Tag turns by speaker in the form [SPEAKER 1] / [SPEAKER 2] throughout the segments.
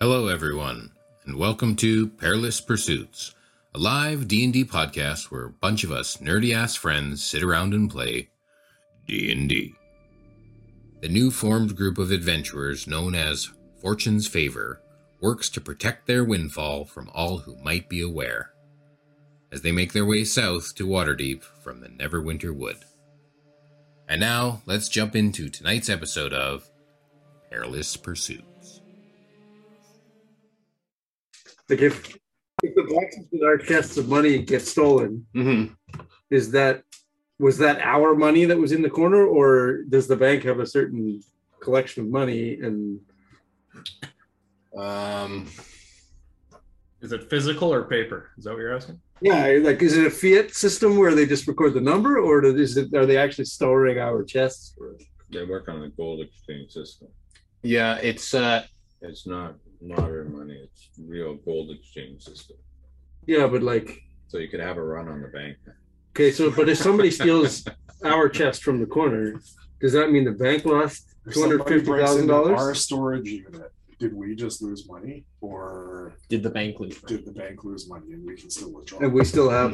[SPEAKER 1] Hello, everyone, and welcome to Perilous Pursuits, a live D&D podcast where a bunch of us nerdy-ass friends sit around and play D&D. The new formed group of adventurers known as Fortune's Favor works to protect their windfall from all who might be aware as they make their way south to Waterdeep from the Neverwinter Wood. And now, let's jump into tonight's episode of Perilous Pursuits.
[SPEAKER 2] Like if, if the boxes with our chests of money get stolen,
[SPEAKER 3] Mm-hmm.
[SPEAKER 2] is that was that our money that was in the corner, or does the bank have a certain collection of money? And
[SPEAKER 3] Um,
[SPEAKER 4] Is it physical or paper? Is that what you're asking?
[SPEAKER 2] yeah, like is it a fiat system where they just record the number, or do- is it are they actually storing our chests? Or,
[SPEAKER 5] They work on the gold exchange system.
[SPEAKER 3] yeah, it's uh,
[SPEAKER 5] It's not modern money, it's real gold exchange system.
[SPEAKER 2] yeah, but like
[SPEAKER 5] So you could have a run on the bank.
[SPEAKER 2] okay, so but if somebody steals our chest from the corner, does that mean the bank lost
[SPEAKER 6] If
[SPEAKER 2] two
[SPEAKER 6] somebody
[SPEAKER 2] hundred fifty
[SPEAKER 6] breaks
[SPEAKER 2] thousand
[SPEAKER 6] into Our
[SPEAKER 2] dollars?
[SPEAKER 6] storage unit, did we just lose money or
[SPEAKER 7] did the bank leave?
[SPEAKER 6] did the bank lose money and we can still withdraw?
[SPEAKER 2] And we still have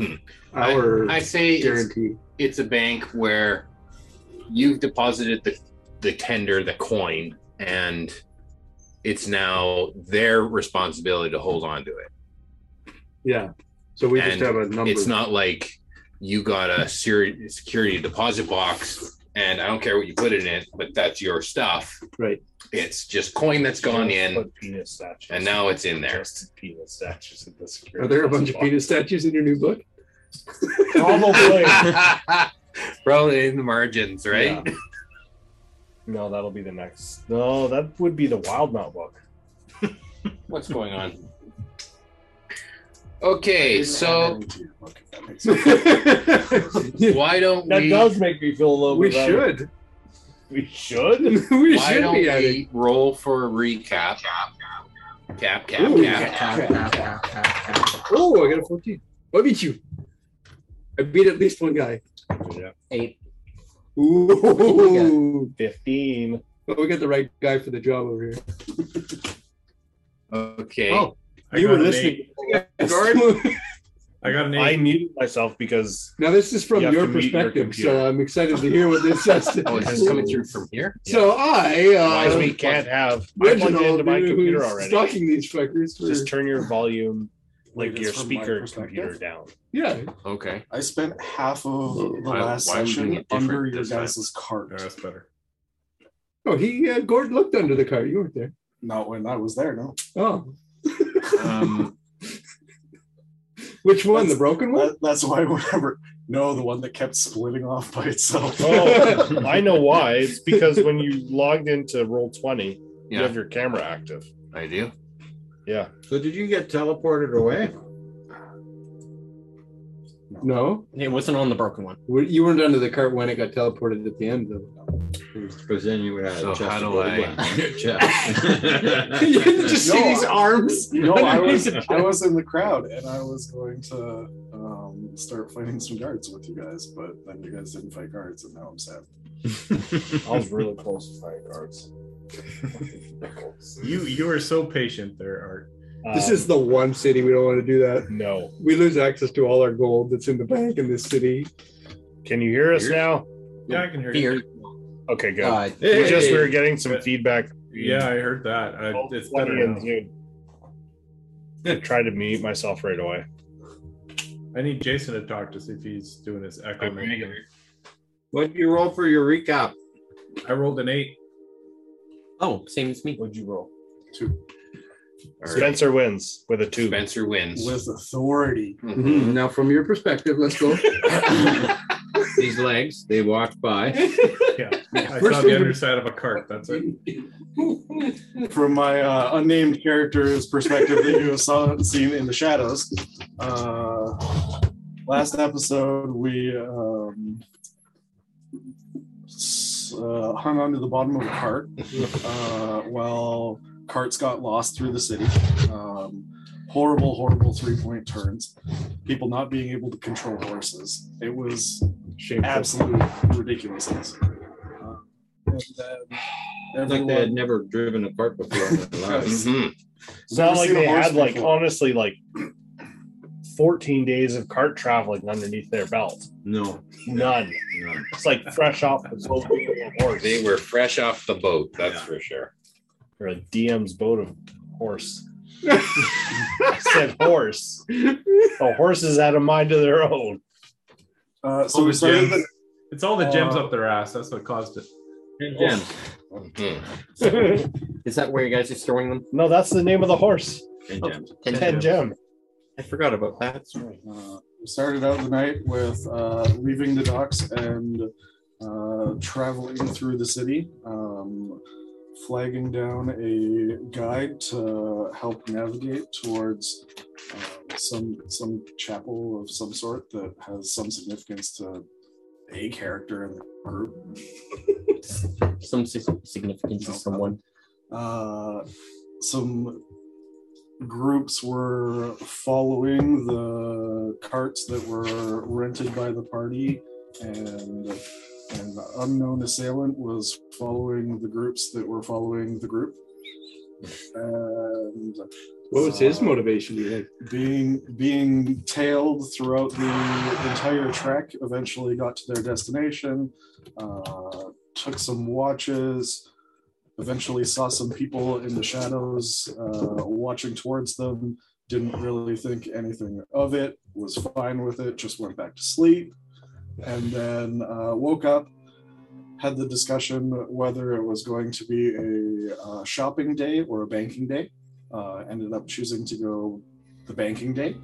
[SPEAKER 2] our
[SPEAKER 3] um, I say it's,
[SPEAKER 2] guarantee.
[SPEAKER 3] it's a bank where you've deposited the the tender, the coin, and it's now their responsibility to hold on to it.
[SPEAKER 2] Yeah. So we
[SPEAKER 3] And
[SPEAKER 2] just have a number.
[SPEAKER 3] It's not like you got a seri- security deposit box and I don't care what you put it in, but that's your stuff.
[SPEAKER 2] Right.
[SPEAKER 3] It's just coin that's gone in.
[SPEAKER 7] Put penis statues.
[SPEAKER 3] And now it's in there.
[SPEAKER 7] Just penis statues at the security
[SPEAKER 2] Are there a bunch of
[SPEAKER 7] deposit
[SPEAKER 2] penis statues in your new book?
[SPEAKER 7] box. Probably.
[SPEAKER 3] Probably in the margins, right?
[SPEAKER 7] no, that'll be the next. No, that would be the Wild Mount book.
[SPEAKER 3] What's going on? Okay, so
[SPEAKER 6] Add it into your book, if that makes sense.
[SPEAKER 2] that
[SPEAKER 3] why don't
[SPEAKER 7] That
[SPEAKER 3] we?
[SPEAKER 7] does make me feel a little.
[SPEAKER 2] We
[SPEAKER 7] bit better.
[SPEAKER 2] should.
[SPEAKER 7] We should.
[SPEAKER 2] We
[SPEAKER 3] why
[SPEAKER 2] should
[SPEAKER 3] don't
[SPEAKER 2] be
[SPEAKER 3] we
[SPEAKER 2] at it.
[SPEAKER 3] roll for a recap? Cap, cap,
[SPEAKER 2] Ooh,
[SPEAKER 3] cap.
[SPEAKER 2] Oh, I got a 14. I beat you. I beat at least one guy.
[SPEAKER 7] Eight.
[SPEAKER 2] Ooh.
[SPEAKER 7] Fifteen.
[SPEAKER 2] But we got the right guy for the job over here.
[SPEAKER 3] Okay.
[SPEAKER 2] Oh,
[SPEAKER 4] I
[SPEAKER 2] you
[SPEAKER 4] got
[SPEAKER 2] were
[SPEAKER 4] an
[SPEAKER 2] listening.
[SPEAKER 4] I got an
[SPEAKER 7] I
[SPEAKER 4] eight.
[SPEAKER 7] muted myself because
[SPEAKER 2] now, this is from
[SPEAKER 7] You have
[SPEAKER 2] your
[SPEAKER 7] to mute your
[SPEAKER 2] perspective,
[SPEAKER 7] computer.
[SPEAKER 2] so I'm excited to hear what this says. to-
[SPEAKER 3] Oh, is this coming through from here?
[SPEAKER 2] So I,
[SPEAKER 7] wise
[SPEAKER 2] uh,
[SPEAKER 7] we can't have. I plugged it
[SPEAKER 2] original,
[SPEAKER 7] into my
[SPEAKER 2] dude
[SPEAKER 7] computer
[SPEAKER 2] who's
[SPEAKER 7] already.
[SPEAKER 2] stalking these fuckers. For,
[SPEAKER 7] Just turn your volume, like
[SPEAKER 6] Wait,
[SPEAKER 7] your
[SPEAKER 6] it's from my
[SPEAKER 7] speaker
[SPEAKER 6] perspective?
[SPEAKER 7] computer down.
[SPEAKER 2] yeah,
[SPEAKER 3] Okay.
[SPEAKER 6] I spent half of the
[SPEAKER 3] Why-
[SPEAKER 6] last
[SPEAKER 3] why would we
[SPEAKER 6] session
[SPEAKER 3] get different
[SPEAKER 6] under your
[SPEAKER 3] this time?
[SPEAKER 6] guys'
[SPEAKER 4] Yeah,
[SPEAKER 6] cart.
[SPEAKER 4] that's better.
[SPEAKER 2] oh, he uh, Gord looked under the car. You weren't there.
[SPEAKER 6] Not when I was there, no.
[SPEAKER 2] Oh,
[SPEAKER 3] Um,
[SPEAKER 2] which one?
[SPEAKER 6] That's-
[SPEAKER 2] The broken one?
[SPEAKER 6] That, that's why whenever no, the one that kept splitting off by itself.
[SPEAKER 7] Oh, I know why. It's because when you logged into Roll Twenty, you
[SPEAKER 3] yeah,
[SPEAKER 7] have your camera active.
[SPEAKER 3] I do.
[SPEAKER 7] Yeah.
[SPEAKER 8] So did you get teleported away?
[SPEAKER 2] No,
[SPEAKER 8] It wasn't on the broken one.
[SPEAKER 2] We- you weren't under the cart when it got teleported at the end, though.
[SPEAKER 5] Because then you would have
[SPEAKER 3] So
[SPEAKER 5] a chest
[SPEAKER 3] how
[SPEAKER 5] of
[SPEAKER 3] do
[SPEAKER 5] gold
[SPEAKER 3] I-
[SPEAKER 5] on your
[SPEAKER 2] you
[SPEAKER 5] chest.
[SPEAKER 2] didn't just see
[SPEAKER 6] No,
[SPEAKER 2] these
[SPEAKER 6] I-
[SPEAKER 2] arms.
[SPEAKER 6] No, I was I was in the crowd and I was going to um, start fighting some guards with you guys, but then you guys didn't fight guards, and now I'm sad.
[SPEAKER 7] I was really close to five guards.
[SPEAKER 4] You you were so patient there, Art.
[SPEAKER 2] This is the one city we don't want to do that.
[SPEAKER 7] Um, no.
[SPEAKER 2] We lose access to all our gold that's in the bank in this city.
[SPEAKER 7] Can you hear us now?
[SPEAKER 4] Yeah, I can hear you.
[SPEAKER 8] Here.
[SPEAKER 7] Okay, good.
[SPEAKER 8] Uh,
[SPEAKER 7] we just we were
[SPEAKER 4] Hey.
[SPEAKER 7] getting some
[SPEAKER 4] Good.
[SPEAKER 7] feedback.
[SPEAKER 4] Yeah, I heard that. I, it's better. now.
[SPEAKER 7] I tried to mute myself right away.
[SPEAKER 4] I need Jason to talk to see if he's doing his echo. thing.
[SPEAKER 8] What you roll for your recap?
[SPEAKER 4] I rolled an eight.
[SPEAKER 8] Oh, same as me.
[SPEAKER 7] What'd you roll?
[SPEAKER 6] Two
[SPEAKER 3] All right.
[SPEAKER 7] Spencer wins with a two.
[SPEAKER 3] Spencer wins.
[SPEAKER 6] with authority.
[SPEAKER 3] Mhm.
[SPEAKER 2] Mm-hmm. Now, from your perspective, let's go.
[SPEAKER 5] These legs, they walked by.
[SPEAKER 4] Yeah, I
[SPEAKER 2] First
[SPEAKER 4] saw
[SPEAKER 2] thing-
[SPEAKER 4] the underside of a cart. That's it.
[SPEAKER 6] From my uh, unnamed character's perspective that you have saw, seen in the shadows, uh, last episode we um, s- uh, hung onto the bottom of a cart uh, while carts got lost through the city. Um, horrible, horrible three-point turns. People not being able to control horses. It was
[SPEAKER 2] Shameful.
[SPEAKER 6] absolute ridiculousness. Uh, and then
[SPEAKER 5] Like they had never driven a cart before in their lives.
[SPEAKER 3] Mhm.
[SPEAKER 7] It's not
[SPEAKER 6] Never
[SPEAKER 7] like
[SPEAKER 6] seen a
[SPEAKER 7] they
[SPEAKER 6] horse
[SPEAKER 7] had like
[SPEAKER 6] before.
[SPEAKER 7] honestly like 14 days of cart traveling underneath their belt.
[SPEAKER 9] No.
[SPEAKER 7] None.
[SPEAKER 5] None.
[SPEAKER 7] It's like fresh off the boat of a horse
[SPEAKER 3] They were fresh off the boat, that's
[SPEAKER 5] Yeah.
[SPEAKER 3] for sure.
[SPEAKER 7] or a DM's boat of horse. I said horse. The horses had a mind of their own.
[SPEAKER 6] Uh, so
[SPEAKER 4] All
[SPEAKER 6] we
[SPEAKER 4] the
[SPEAKER 6] started
[SPEAKER 4] gems.
[SPEAKER 6] the,
[SPEAKER 4] It's all the gems
[SPEAKER 6] Uh,
[SPEAKER 4] up their ass. That's what caused it.
[SPEAKER 9] Jen,
[SPEAKER 3] Mhm.
[SPEAKER 9] is that where you guys are storing them?
[SPEAKER 7] No, that's the name of the horse.
[SPEAKER 5] And
[SPEAKER 2] Oh.
[SPEAKER 5] gems.
[SPEAKER 9] Ten
[SPEAKER 7] Ten
[SPEAKER 9] gems.
[SPEAKER 7] gem.
[SPEAKER 9] I forgot about that.
[SPEAKER 6] uh, we started out the night with uh, leaving the docks and uh, traveling through the city, um, flagging down a guide to help navigate towards uh, some some chapel of some sort that has some significance to a character in the group.
[SPEAKER 9] Some si- significance to someone.
[SPEAKER 6] Uh, some groups were following the carts that were rented by the party and an unknown assailant was following the groups that were following the group and
[SPEAKER 2] What was his motivation? Do you think?
[SPEAKER 6] being being tailed throughout the entire trek eventually got to their destination uh, took some watches eventually saw some people in the shadows uh, watching towards them didn't really think anything of it was fine with it just went back to sleep and then uh, woke up had the discussion whether it was going to be a uh, shopping day or a banking day uh, ended up choosing to go the banking day.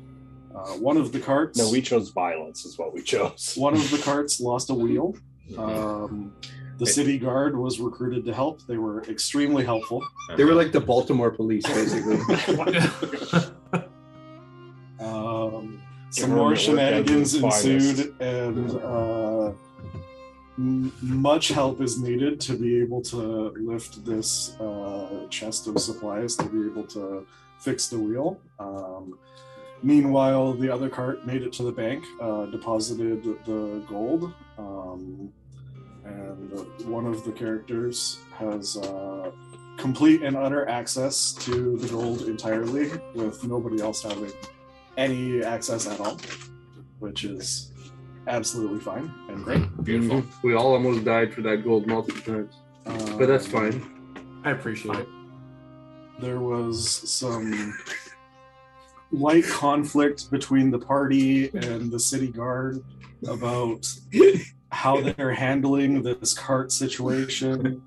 [SPEAKER 6] Uh, one of the carts,
[SPEAKER 7] No, we chose violence, is what we chose.
[SPEAKER 6] one of the carts lost a wheel.
[SPEAKER 3] Mhm.
[SPEAKER 2] Uh,
[SPEAKER 6] Um, the city guard was recruited to help. They were extremely helpful.
[SPEAKER 2] They were like the Baltimore police, basically.
[SPEAKER 6] Um, some
[SPEAKER 7] Everyone
[SPEAKER 6] more
[SPEAKER 7] at work had
[SPEAKER 6] shenanigans
[SPEAKER 7] the finest.
[SPEAKER 6] ensued, and uh, m- much help is needed to be able to lift this uh, chest of supplies to be able to fix the wheel. Um, meanwhile, the other cart made it to the bank, uh, deposited the gold, um, and one of the characters has. Uh, Complete and utter access to the gold entirely, with nobody else having any access at all, which is absolutely fine and great.
[SPEAKER 3] Beautiful.
[SPEAKER 2] We all almost died for that gold multiple times,
[SPEAKER 6] Um,
[SPEAKER 2] but that's fine.
[SPEAKER 4] I appreciate it.
[SPEAKER 6] There was some light conflict between the party and the city guard about how they're handling this cart situation.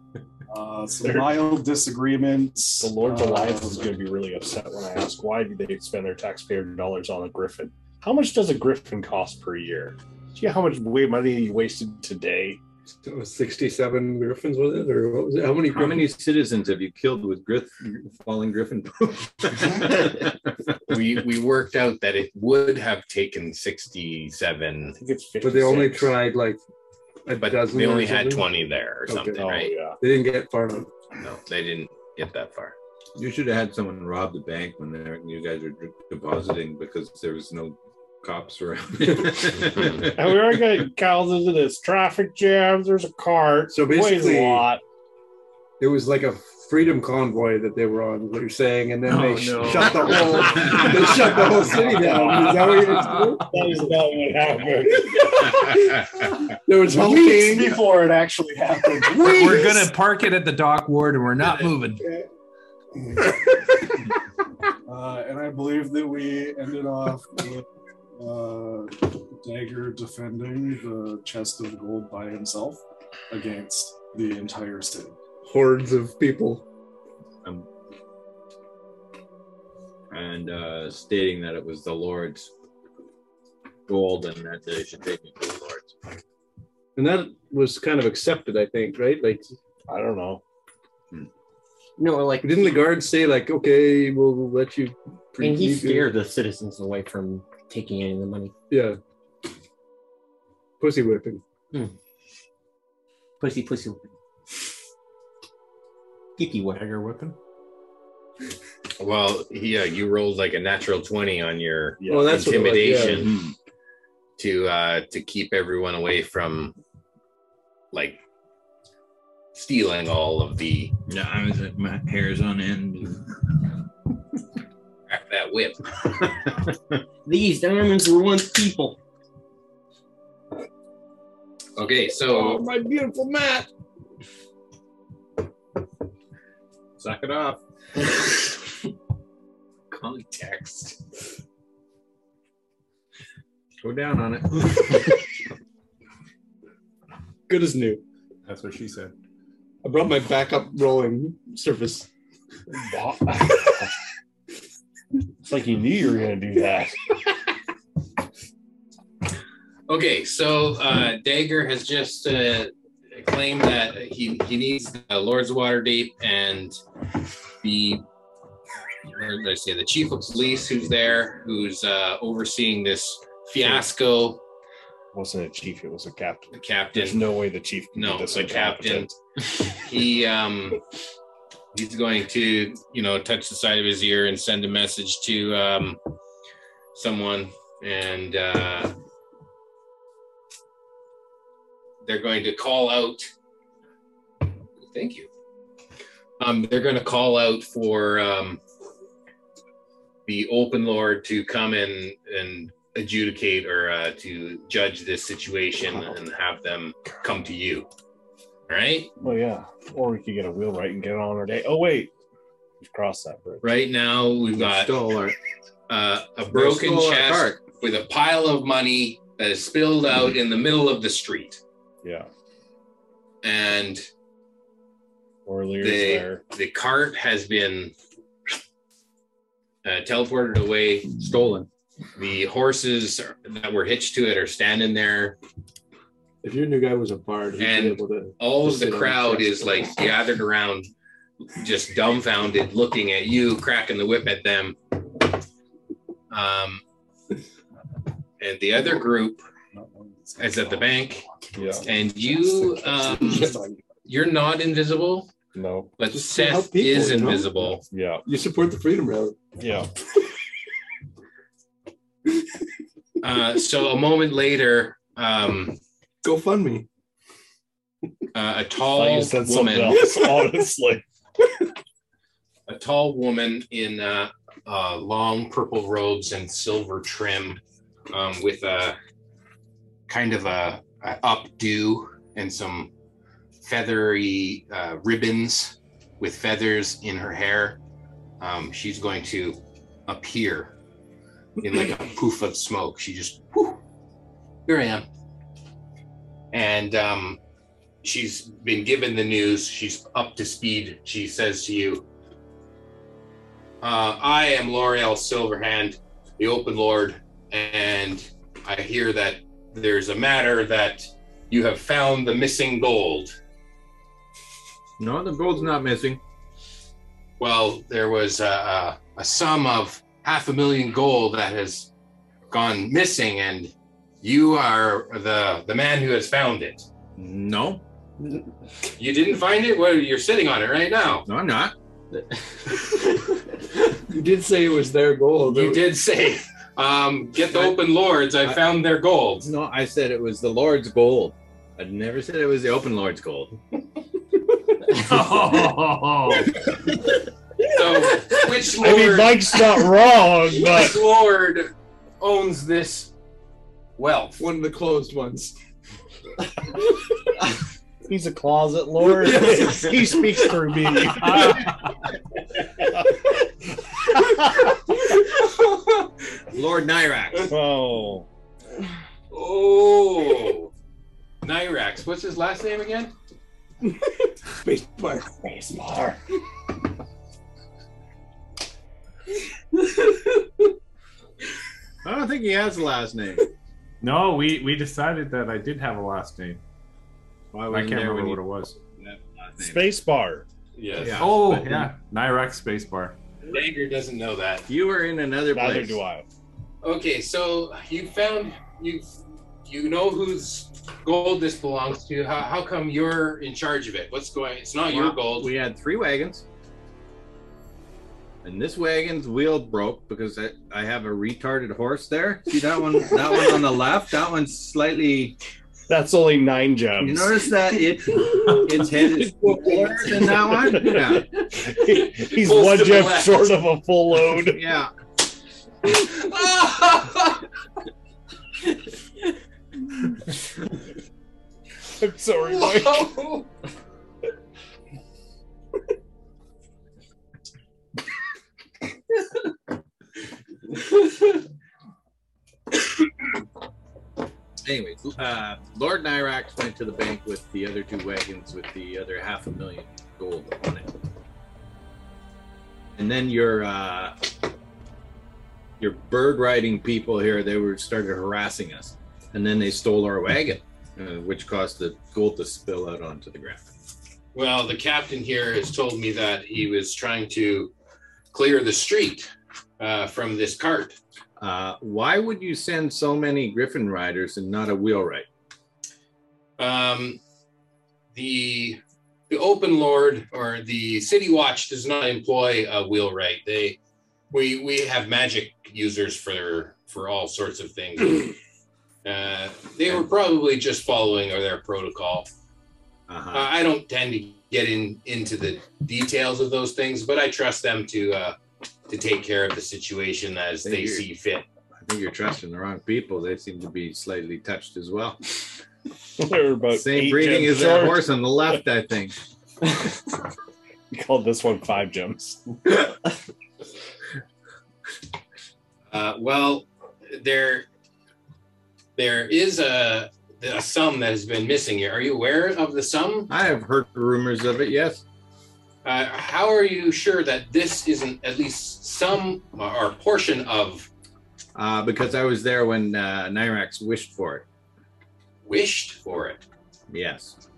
[SPEAKER 6] Uh, some mild disagreements.
[SPEAKER 7] The Lord's
[SPEAKER 6] Uh,
[SPEAKER 2] Oh.
[SPEAKER 7] Alliance is going to be really upset when I ask why do they spend their taxpayer dollars on a griffin? How much does a griffin cost per year? Do you know how much way money you wasted today?
[SPEAKER 2] It was 67 Griffins, was it? Or what was it? How many
[SPEAKER 5] How
[SPEAKER 2] Griffins?
[SPEAKER 5] many citizens have you killed with grith- falling griffin poop?
[SPEAKER 3] we we worked out that it would have taken
[SPEAKER 7] I
[SPEAKER 3] sixty-seven,
[SPEAKER 7] think it's 50.
[SPEAKER 2] But they only tried like a
[SPEAKER 3] but
[SPEAKER 2] dozen.
[SPEAKER 3] they
[SPEAKER 2] or
[SPEAKER 3] only had
[SPEAKER 2] something.
[SPEAKER 3] twenty there or
[SPEAKER 2] Okay.
[SPEAKER 3] something,
[SPEAKER 7] Oh,
[SPEAKER 3] right?
[SPEAKER 7] yeah.
[SPEAKER 2] They didn't get far enough.
[SPEAKER 3] No, they didn't get that far.
[SPEAKER 5] You should have had someone rob the bank when they're, you guys were depositing because there was no cops around.
[SPEAKER 7] And we already got cows into this traffic jam. There's a cart.
[SPEAKER 2] So
[SPEAKER 7] weighs
[SPEAKER 2] basically-
[SPEAKER 7] a lot.
[SPEAKER 2] It was like a freedom convoy that they were on, is what you're saying, and then
[SPEAKER 4] Oh,
[SPEAKER 2] they sh-
[SPEAKER 4] no.
[SPEAKER 2] shut the whole they shut the whole city down. Is that what you're
[SPEAKER 7] That is not what happened.
[SPEAKER 2] There was
[SPEAKER 6] weeks
[SPEAKER 2] looting.
[SPEAKER 6] before it actually happened.
[SPEAKER 4] We're
[SPEAKER 6] Weeks!
[SPEAKER 4] gonna park it at the dock ward, and we're not moving.
[SPEAKER 6] Uh, and I believe that we ended off with uh, Dagger defending the chest of gold by himself against the entire city.
[SPEAKER 2] hordes of people.
[SPEAKER 5] Um, and uh, stating that it was the Lord's gold and that they should take it to the Lord's.
[SPEAKER 2] And that was kind of accepted, I think, right? Like
[SPEAKER 7] I don't know. Hmm.
[SPEAKER 9] No, like,
[SPEAKER 2] didn't the guards say like, okay, we'll let you
[SPEAKER 9] and he
[SPEAKER 2] you do-
[SPEAKER 9] scared the citizens away from taking any of the money.
[SPEAKER 2] Yeah. Pussy whipping.
[SPEAKER 9] Pussy, pussy. Geeky wag.
[SPEAKER 4] Dagger whipping.
[SPEAKER 3] Well, yeah, you rolled like a natural twenty on your
[SPEAKER 7] Yeah.
[SPEAKER 2] Oh, that's what it was, yeah.
[SPEAKER 3] intimidation to uh to keep everyone away from like stealing all of the
[SPEAKER 5] Yeah, I was at my hair's on end.
[SPEAKER 10] that whip.
[SPEAKER 9] These diamonds were once people.
[SPEAKER 10] Okay, so
[SPEAKER 7] my beautiful mat.
[SPEAKER 5] Suck it off.
[SPEAKER 10] context.
[SPEAKER 5] Go down on it.
[SPEAKER 11] Good as new.
[SPEAKER 4] That's what she said.
[SPEAKER 11] I brought my backup rolling surface.
[SPEAKER 7] it's like you knew you were going to do that.
[SPEAKER 10] Okay, so uh, Dagger has just uh, claimed that he, he needs uh, Lords of Waterdeep and the where did I say the chief of police who's there, who's uh, overseeing this fiasco.
[SPEAKER 7] wasn't a chief, it was a captain.
[SPEAKER 10] The captain.
[SPEAKER 7] There's no way the chief can
[SPEAKER 10] No,
[SPEAKER 7] be this
[SPEAKER 10] the captain.
[SPEAKER 7] incompetent.
[SPEAKER 10] he um he's going to you know touch the side of his ear and send a message to um someone and uh they're going to call out thank you um they're going to call out for um the open lord to come in and adjudicate or uh, to judge this situation and have them come to you all right
[SPEAKER 7] Well, Oh, yeah. Or we could get a wheelwright and get on our day. Oh, wait. We've crossed that bridge.
[SPEAKER 10] Right now, we've got
[SPEAKER 5] Stole our,
[SPEAKER 10] uh, a broken
[SPEAKER 5] stole our
[SPEAKER 10] chest
[SPEAKER 5] cart.
[SPEAKER 10] with a pile of money that is spilled out in the middle of the street.
[SPEAKER 7] Yeah.
[SPEAKER 10] And
[SPEAKER 7] Or Lear's
[SPEAKER 10] They-
[SPEAKER 7] there.
[SPEAKER 10] the cart has been uh, teleported away.
[SPEAKER 5] Stolen.
[SPEAKER 10] The horses that were hitched to it are standing there.
[SPEAKER 11] If your new guy was a bard, he'd
[SPEAKER 10] And-
[SPEAKER 11] be able to.
[SPEAKER 10] All of
[SPEAKER 11] Just
[SPEAKER 10] the
[SPEAKER 11] sit on
[SPEAKER 10] crowd
[SPEAKER 11] the chest.
[SPEAKER 10] is like gathered around, just dumbfounded, looking at you, cracking the whip at them. Um, and the other group is at the bank.
[SPEAKER 7] Yeah.
[SPEAKER 10] and you um, you're not invisible
[SPEAKER 7] No.
[SPEAKER 10] but
[SPEAKER 11] Just to
[SPEAKER 10] seth
[SPEAKER 11] help people,
[SPEAKER 10] is
[SPEAKER 11] you know?
[SPEAKER 10] invisible
[SPEAKER 7] Yeah.
[SPEAKER 11] You support the Freedom Rally.
[SPEAKER 7] Yeah.
[SPEAKER 10] uh, so a moment later um,
[SPEAKER 11] Go fund me.
[SPEAKER 10] uh, a
[SPEAKER 7] Thought you
[SPEAKER 10] tall
[SPEAKER 7] said something
[SPEAKER 10] woman
[SPEAKER 7] else, honestly.
[SPEAKER 10] a tall woman in uh, uh, long purple robes and silver trim um, with a kind of a, a updo and some feathery uh, ribbons with feathers in her hair um, she's going to appear in like a poof of smoke she just whew, here i am and um, she's been given the news she's up to speed she says to you uh, I am L'Oreal Silverhand, the Open Lord, and I hear that there's a matter that you have found the missing gold.
[SPEAKER 5] No, the gold's not missing.
[SPEAKER 10] Well, there was a, a, a sum of half a million gold that has gone missing, and you are the the man who has found it.
[SPEAKER 5] No,
[SPEAKER 10] You didn't find it? Well, you're sitting on it right now.
[SPEAKER 5] no, I'm not.
[SPEAKER 11] You did say it was their goal.
[SPEAKER 10] You did say, um, "Get the Open Lords." I found their gold.
[SPEAKER 5] No, I said it was the Lord's gold. I never said it was the open Lord's gold.
[SPEAKER 10] So, which
[SPEAKER 7] I
[SPEAKER 10] lord?
[SPEAKER 7] mean, Mike's not wrong,
[SPEAKER 10] This
[SPEAKER 7] but
[SPEAKER 10] lord owns this wealth.
[SPEAKER 11] One of the closed ones.
[SPEAKER 7] he's a closet lord. he speaks through me.
[SPEAKER 5] Lord Nyrax.
[SPEAKER 7] oh,
[SPEAKER 10] Oh, Nyrax. What's his last name again?
[SPEAKER 11] Spacebar.
[SPEAKER 7] Baseball.
[SPEAKER 5] I don't think he has a last name.
[SPEAKER 4] No, we we decided that I did have a last name.
[SPEAKER 5] Why
[SPEAKER 4] I
[SPEAKER 5] wasn't
[SPEAKER 4] can't
[SPEAKER 5] there
[SPEAKER 4] remember
[SPEAKER 5] when
[SPEAKER 4] what it
[SPEAKER 5] you-
[SPEAKER 4] was.
[SPEAKER 5] last name?
[SPEAKER 7] Spacebar.
[SPEAKER 10] Yes.
[SPEAKER 5] Yeah.
[SPEAKER 4] Oh
[SPEAKER 5] but
[SPEAKER 4] yeah, Nyrax Spacebar.
[SPEAKER 10] Dagger doesn't know that.
[SPEAKER 5] You were in another
[SPEAKER 7] Neither
[SPEAKER 5] place.
[SPEAKER 7] do I.
[SPEAKER 10] Okay, so you found you you know whose gold this belongs to. How, how come you're in charge of it? What's going? It's not your
[SPEAKER 5] Well,
[SPEAKER 10] gold.
[SPEAKER 5] We had three wagons. And this wagon's wheel broke because I, I have a retarded horse there. See that one? that one on the left. That one's slightly.
[SPEAKER 7] That's only nine
[SPEAKER 5] You
[SPEAKER 7] gems.
[SPEAKER 5] notice that it its head is smaller than that one. Yeah,
[SPEAKER 7] He's
[SPEAKER 10] Pulls
[SPEAKER 7] one
[SPEAKER 10] to the
[SPEAKER 7] gem
[SPEAKER 10] left.
[SPEAKER 7] short of a full load.
[SPEAKER 5] yeah.
[SPEAKER 7] I'm sorry, Mike.
[SPEAKER 10] Whoa.
[SPEAKER 5] Anyways, uh, Lord Nyrax went to the bank with the other two wagons with the other half a million gold on it. And then your uh, your bird riding people here they were started harassing us, and then they stole our wagon, uh, which caused the gold to spill out onto the ground.
[SPEAKER 10] Well, the captain here has told me that he was trying to clear the street uh, from this cart.
[SPEAKER 5] Uh, why would you send so many Griffin riders and not a wheelwright?
[SPEAKER 10] Um, the the open lord or the city watch does not employ a wheelwright. They we we have magic users for for all sorts of things. Uh, they were probably just following their protocol.
[SPEAKER 5] Uh-huh.
[SPEAKER 10] Uh, I don't tend to get in into the details of those things, but I trust them to uh, to take care of the situation as
[SPEAKER 5] Thank
[SPEAKER 10] they
[SPEAKER 5] you.
[SPEAKER 10] see fit.
[SPEAKER 5] I think you're trusting the wrong people. They seem to be slightly touched as well.
[SPEAKER 7] They're about
[SPEAKER 5] Same
[SPEAKER 7] eight
[SPEAKER 5] breeding
[SPEAKER 7] gems
[SPEAKER 5] as that
[SPEAKER 7] short.
[SPEAKER 5] horse on the left, I think.
[SPEAKER 7] We called this one five gems.
[SPEAKER 10] Uh, well, there there is a a sum that has been missing here. Are you aware of the sum?
[SPEAKER 5] I have heard rumors of it. Yes,
[SPEAKER 10] Uh, how are you sure that this isn't at least some or portion of
[SPEAKER 5] uh, because I was there when uh, Nyrax wished for it.
[SPEAKER 10] wished for it?
[SPEAKER 5] Yes,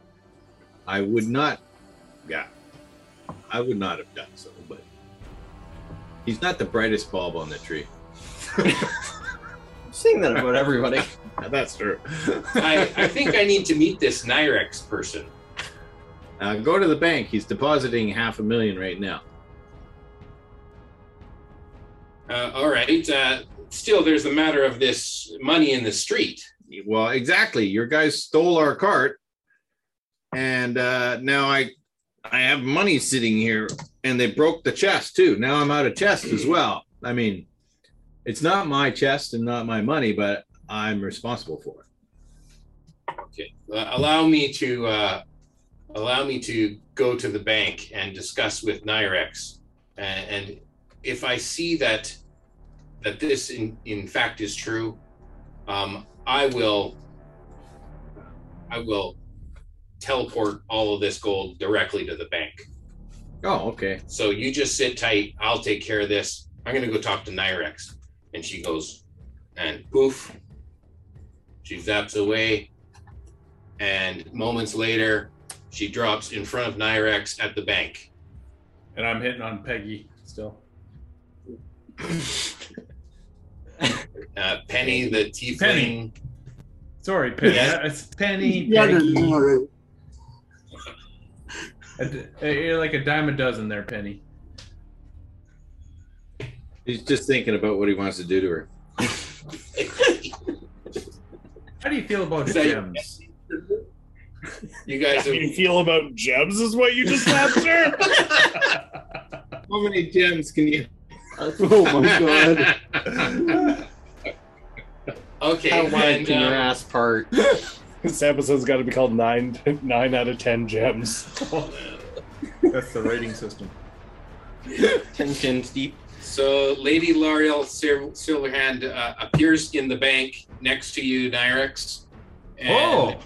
[SPEAKER 5] I would not. Yeah, I would not have done so. But he's not the brightest bulb on the tree.
[SPEAKER 9] I'm saying that about everybody.
[SPEAKER 5] That's true.
[SPEAKER 10] I, I think I need to meet this Nyrex person.
[SPEAKER 5] Uh, go to the bank. He's depositing half a million right now.
[SPEAKER 10] Uh, all right. Uh, still, there's the matter of this money in the street.
[SPEAKER 5] Well, exactly. Your guys stole our cart, and uh, now I I have money sitting here, and they broke the chest too. Now I'm out of chest as well. I mean, it's not my chest and not my money, but I'm responsible for it.
[SPEAKER 10] Okay. Uh, allow me to uh, allow me to go to the bank and discuss with Nyrex, and, and if I see that that this in, in fact is true, um, I will I will teleport all of this gold directly to the bank.
[SPEAKER 5] Oh, okay.
[SPEAKER 10] So you just sit tight. I'll take care of this. I'm gonna go talk to Nyrex. And she goes, and poof, she zaps away. And moments later, she drops in front of Nyrex at the bank.
[SPEAKER 4] And I'm hitting on Peggy still.
[SPEAKER 10] Uh, Penny, the tiefling.
[SPEAKER 4] Penny. Sorry, Penny. Uh,
[SPEAKER 10] Yeah.
[SPEAKER 4] It's Penny.
[SPEAKER 9] Yeah, there's
[SPEAKER 4] Peggy.
[SPEAKER 9] more of it.
[SPEAKER 4] A d- You're like a dime a dozen there, Penny.
[SPEAKER 5] He's just thinking about what he wants to do to her.
[SPEAKER 4] How do you feel about
[SPEAKER 10] Is that-
[SPEAKER 4] gems?
[SPEAKER 10] You guys
[SPEAKER 7] How
[SPEAKER 10] have,
[SPEAKER 7] you feel about gems is what you just asked her?
[SPEAKER 5] How many gems can you?
[SPEAKER 6] Oh my god.
[SPEAKER 10] okay.
[SPEAKER 9] I
[SPEAKER 10] and,
[SPEAKER 9] went in your
[SPEAKER 10] um,
[SPEAKER 9] ass part.
[SPEAKER 7] this episode's got to be called nine nine out of ten gems.
[SPEAKER 4] That's the rating system.
[SPEAKER 9] Ten chins deep.
[SPEAKER 10] So Lady L'Oreal Sil- Silverhand uh, appears in the bank next to you, Nyrex. And
[SPEAKER 4] Oh.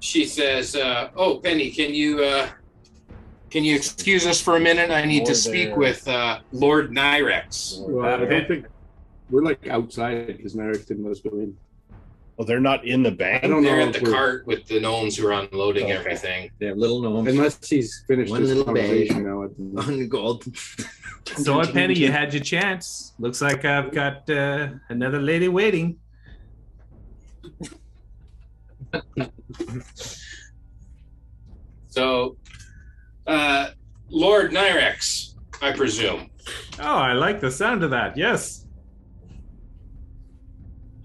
[SPEAKER 10] She says, uh, "Oh, Penny, can you uh, can you excuse us for a minute? I need to
[SPEAKER 7] Lord
[SPEAKER 10] speak
[SPEAKER 7] there.
[SPEAKER 10] with uh, Lord Nyrex."
[SPEAKER 11] Well, I don't think we're like outside because Narik didn't let us go in.
[SPEAKER 7] Well, they're not in the
[SPEAKER 11] I
[SPEAKER 7] bank.
[SPEAKER 11] don't know
[SPEAKER 10] They're at
[SPEAKER 11] if
[SPEAKER 10] the
[SPEAKER 11] we're-
[SPEAKER 10] cart with the gnomes who are unloading
[SPEAKER 7] Oh, Okay.
[SPEAKER 10] everything.
[SPEAKER 5] They have little gnomes.
[SPEAKER 11] unless he's finished
[SPEAKER 5] One
[SPEAKER 11] his
[SPEAKER 9] little bag.
[SPEAKER 11] conversation now. at the moment.
[SPEAKER 5] One gold.
[SPEAKER 4] So, Penny, you had your chance. Looks like I've got uh, another lady waiting.
[SPEAKER 10] So, uh, Lord Nyrex, I presume.
[SPEAKER 4] Oh, I like the sound of that. Yes.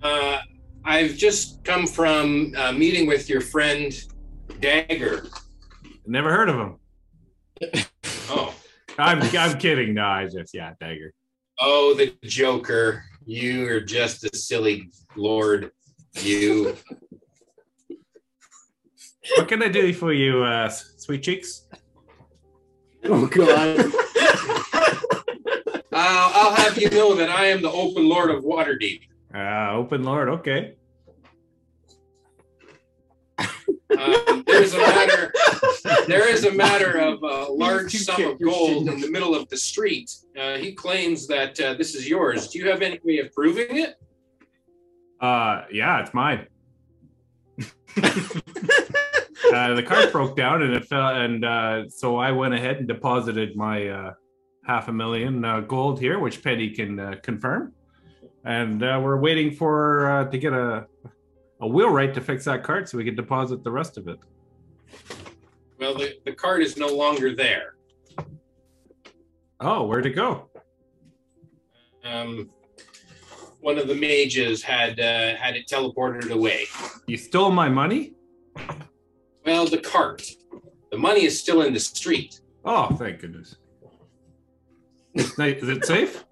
[SPEAKER 10] Uh, I've just come from a meeting with your friend Dagger.
[SPEAKER 4] Never heard of him.
[SPEAKER 10] Oh,
[SPEAKER 4] I'm, I'm kidding. No, I just, yeah, dagger.
[SPEAKER 10] Oh, the Joker. You are just a silly lord. You.
[SPEAKER 4] What can I do for you, uh, sweet cheeks?
[SPEAKER 9] Oh god.
[SPEAKER 10] I'll, I'll have you know that I am the open lord of Waterdeep.
[SPEAKER 4] Uh, open Lord, okay.
[SPEAKER 10] Um, there is a matter. There is a matter of a large
[SPEAKER 9] You
[SPEAKER 10] sum
[SPEAKER 9] can't-
[SPEAKER 10] of
[SPEAKER 9] you
[SPEAKER 10] gold
[SPEAKER 9] shouldn't.
[SPEAKER 10] in the middle of the street. Uh, he claims that uh, this is yours. Do you have any way of proving it?
[SPEAKER 4] Uh, yeah, it's mine. uh, the cart broke down and it fell, and uh, so I went ahead and deposited my uh, half a million uh, gold here, which Penny can uh, confirm. And uh, we're waiting for uh, to get a a wheelwright to fix that cart so we can deposit the rest of it.
[SPEAKER 10] Well, the, the card is no longer there.
[SPEAKER 4] Oh, where'd it go?
[SPEAKER 10] Um, one of the mages had uh, had it teleported away.
[SPEAKER 4] You stole my money?
[SPEAKER 10] Well, the cart. The money is still in the street.
[SPEAKER 4] Oh, thank goodness. It's ni- Is it safe?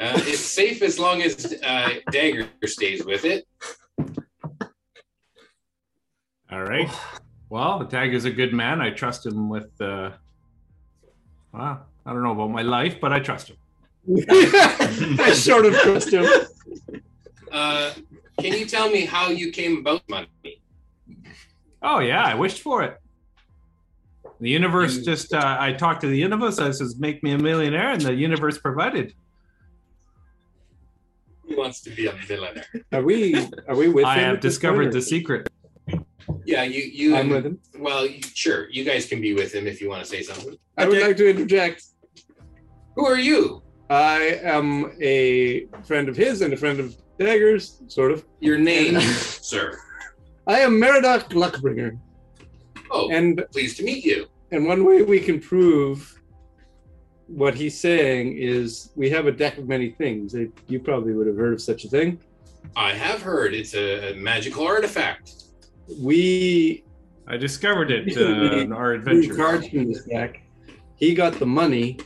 [SPEAKER 10] Uh, it's safe as long as uh, Dagger stays with it.
[SPEAKER 4] All right. Well, the tiger's a good man. I trust him with uh well, I don't know about my life, but I trust him.
[SPEAKER 5] I sort of trust him.
[SPEAKER 10] Uh, can you tell me how you came about money?
[SPEAKER 4] Oh yeah, I wished for it. The
[SPEAKER 10] Mm.
[SPEAKER 4] universe just uh, I talked to the universe, I says make me a millionaire, and the universe provided.
[SPEAKER 10] Who wants to be a millionaire?
[SPEAKER 2] Are we? Are we with?
[SPEAKER 4] I
[SPEAKER 2] him
[SPEAKER 4] have
[SPEAKER 2] at this point,
[SPEAKER 4] discovered
[SPEAKER 2] or-
[SPEAKER 4] the secret.
[SPEAKER 10] Yeah, you you
[SPEAKER 2] I'm with him.
[SPEAKER 10] well, you, sure, you guys can be with him if you want to say something.
[SPEAKER 2] I would like to interject.
[SPEAKER 10] Who are you?
[SPEAKER 2] I am a friend of his and a friend of Dagger's, sort of.
[SPEAKER 10] Your name, sir.
[SPEAKER 2] I am Merodach Luckbringer,
[SPEAKER 10] Oh,
[SPEAKER 2] and
[SPEAKER 10] pleased to meet you.
[SPEAKER 2] and one way we can prove what he's saying is we have a deck of many things. Eh, You probably would have heard of such a thing.
[SPEAKER 10] I have heard it's a, a magical artifact.
[SPEAKER 2] We
[SPEAKER 4] I discovered it uh, in our adventure.
[SPEAKER 2] drew cards from this deck. He got the money.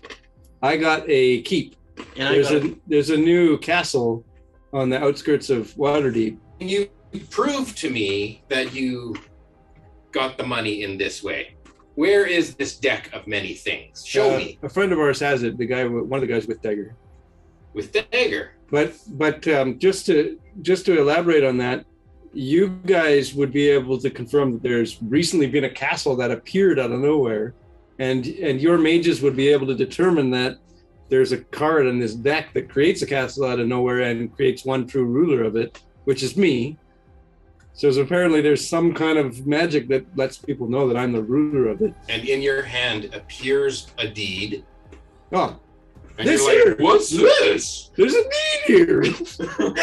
[SPEAKER 2] I got a keep.
[SPEAKER 9] And I
[SPEAKER 2] There's
[SPEAKER 9] got
[SPEAKER 2] a there's a new castle on the outskirts of Waterdeep.
[SPEAKER 10] Can you prove to me that you got the money in this way? Where is this deck of many things? Show
[SPEAKER 2] Uh,
[SPEAKER 10] me
[SPEAKER 2] A friend of ours has it. The guy, one of the guys with Dagger.
[SPEAKER 10] with dagger.
[SPEAKER 2] But but um, just to just to elaborate on that, you guys would be able to confirm that there's recently been a castle that appeared out of nowhere, and and your mages would be able to determine that there's a card in this deck that creates a castle out of nowhere and creates one true ruler of it, which is me. So it's apparently there's some kind of magic that lets people know that I'm the ruler of it.
[SPEAKER 10] And in your hand appears a deed.
[SPEAKER 2] Oh,
[SPEAKER 10] And
[SPEAKER 2] This
[SPEAKER 10] you're
[SPEAKER 2] here.
[SPEAKER 10] like, what's this?
[SPEAKER 2] there's a deed here.
[SPEAKER 10] So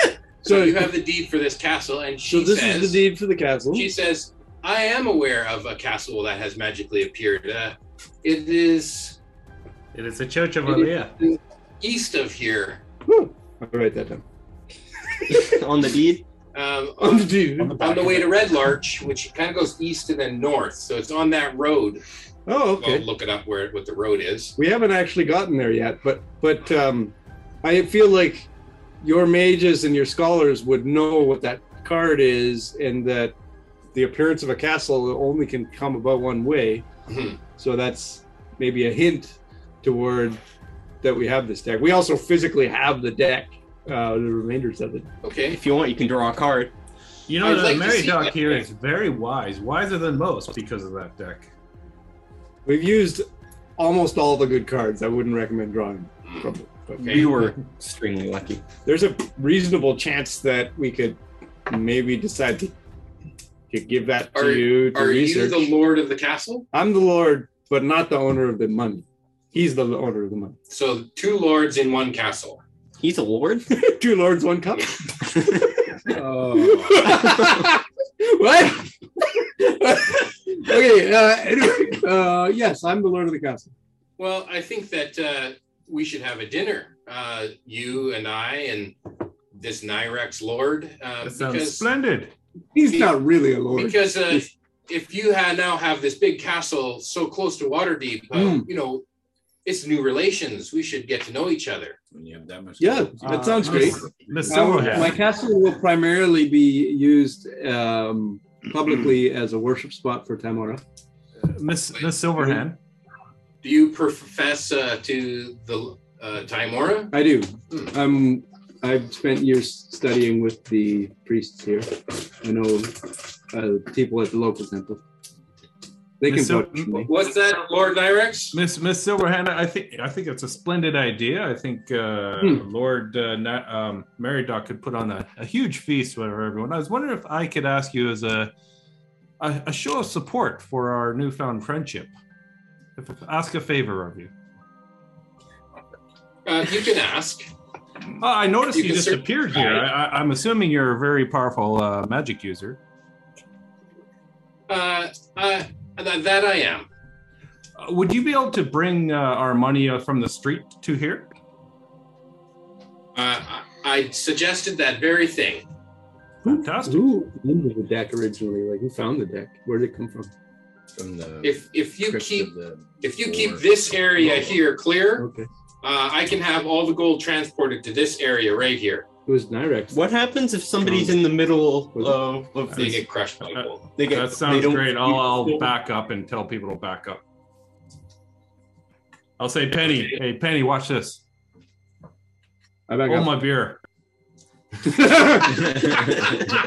[SPEAKER 2] so
[SPEAKER 10] you have the deed for this castle, and
[SPEAKER 2] so
[SPEAKER 10] she
[SPEAKER 2] this
[SPEAKER 10] says,
[SPEAKER 2] is the deed for the castle.
[SPEAKER 10] She says, I am aware of a castle that has magically appeared. Uh, it is
[SPEAKER 4] It is a church of Alea.
[SPEAKER 10] east of here.
[SPEAKER 2] Whew. I'll write that down.
[SPEAKER 9] on the deed.
[SPEAKER 10] Um,
[SPEAKER 2] On
[SPEAKER 10] on,
[SPEAKER 2] the deed.
[SPEAKER 10] on the way to Red Larch, which kind of goes east and then north. So it's on that road.
[SPEAKER 2] Oh,
[SPEAKER 10] I'll
[SPEAKER 2] okay.
[SPEAKER 10] look it up where what the road is.
[SPEAKER 2] We haven't actually gotten there yet, but but um, I feel like your mages and your scholars would know what that card is, and that the appearance of a castle only can come about one way.
[SPEAKER 10] Hmm.
[SPEAKER 2] So that's maybe a hint toward that we have this deck. We also physically have the deck, uh, the remainders of it.
[SPEAKER 10] Okay.
[SPEAKER 9] If you want, you can draw a card.
[SPEAKER 4] You
[SPEAKER 10] I'd
[SPEAKER 4] know, the
[SPEAKER 10] like to
[SPEAKER 4] Mary
[SPEAKER 10] see
[SPEAKER 4] Doc
[SPEAKER 10] that
[SPEAKER 4] here
[SPEAKER 10] deck.
[SPEAKER 4] is very wise, wiser than most because of that deck.
[SPEAKER 2] We've used almost all the good cards. I wouldn't recommend drawing
[SPEAKER 10] Hmm.
[SPEAKER 2] from it. But
[SPEAKER 10] Okay.
[SPEAKER 9] We were extremely lucky.
[SPEAKER 2] there's a reasonable chance that we could maybe decide to, to give that to
[SPEAKER 10] Are-
[SPEAKER 2] you to
[SPEAKER 10] Are you
[SPEAKER 2] research.
[SPEAKER 10] the lord of the castle?
[SPEAKER 2] I'm the lord, but not the owner of the money. He's the owner of the money.
[SPEAKER 10] So two lords in one castle.
[SPEAKER 9] He's a lord.
[SPEAKER 2] Two lords, one cup.
[SPEAKER 10] Oh.
[SPEAKER 2] what? okay. Uh, anyway, uh, yes, I'm the lord of the castle.
[SPEAKER 10] Well, I think that uh, we should have a dinner. Uh, you and I and this Nyrex Lord. Uh,
[SPEAKER 4] That sounds splendid.
[SPEAKER 2] He's not really a lord.
[SPEAKER 10] because uh, Hmm. if you ha- now have this big castle so close to Waterdeep, uh, you know, it's new relations. We should get to know each other.
[SPEAKER 12] when you have that much.
[SPEAKER 2] Yeah, that sounds
[SPEAKER 5] Ah, Uh,
[SPEAKER 2] great.
[SPEAKER 4] The
[SPEAKER 2] Our- my
[SPEAKER 4] Silverhead.
[SPEAKER 2] castle will primarily be used um, publicly as a worship spot for Tamora.
[SPEAKER 4] Miss Miss Silverhand.
[SPEAKER 10] Do you profess uh, to the uh, Timora?
[SPEAKER 2] I do. I'm. I've spent years studying with the priests here. I know uh, people at the local temple. They can
[SPEAKER 4] Miss Sil-
[SPEAKER 2] vote for me.
[SPEAKER 10] What's that, Lord Nyrex?
[SPEAKER 4] Miss Miss Silverhand, I think I think it's a splendid idea. I think uh,
[SPEAKER 2] Hmm.
[SPEAKER 4] Lord uh, Na- um, Meridoc could put on a, a huge feast for everyone. I was wondering if I could ask you as a a, a show of support for our newfound friendship. If, ask a favor of you.
[SPEAKER 10] Uh, you can ask.
[SPEAKER 4] Uh, I noticed
[SPEAKER 10] You
[SPEAKER 4] you,
[SPEAKER 10] can
[SPEAKER 4] just
[SPEAKER 10] cer-
[SPEAKER 4] appeared here. I, I, I'm assuming you're a very powerful uh, magic user.
[SPEAKER 10] Uh, uh, th- that I am.
[SPEAKER 4] Uh, would you be able to bring uh, our money uh, from the street to here?
[SPEAKER 10] Uh, I- I suggested that very thing.
[SPEAKER 4] Fantastic.
[SPEAKER 2] Who owned the deck originally? Like, who found the deck? Where did it come from?
[SPEAKER 12] From the
[SPEAKER 10] If if you
[SPEAKER 12] crypt of
[SPEAKER 10] keep
[SPEAKER 12] the
[SPEAKER 10] if you keep
[SPEAKER 12] Lord.
[SPEAKER 10] this area here clear,
[SPEAKER 2] Okay,
[SPEAKER 10] uh, I can have all the gold transported to this area right here.
[SPEAKER 2] it was Nyrex.
[SPEAKER 9] What happens if somebody's in the middle of, of
[SPEAKER 10] They
[SPEAKER 9] this?
[SPEAKER 10] get crushed by gold.
[SPEAKER 9] They
[SPEAKER 4] That sounds great. I'll, I'll back up and tell people to back up. I'll say, Penny, hey, Penny, watch this.
[SPEAKER 2] I back
[SPEAKER 4] Hold
[SPEAKER 2] up.
[SPEAKER 4] my beer.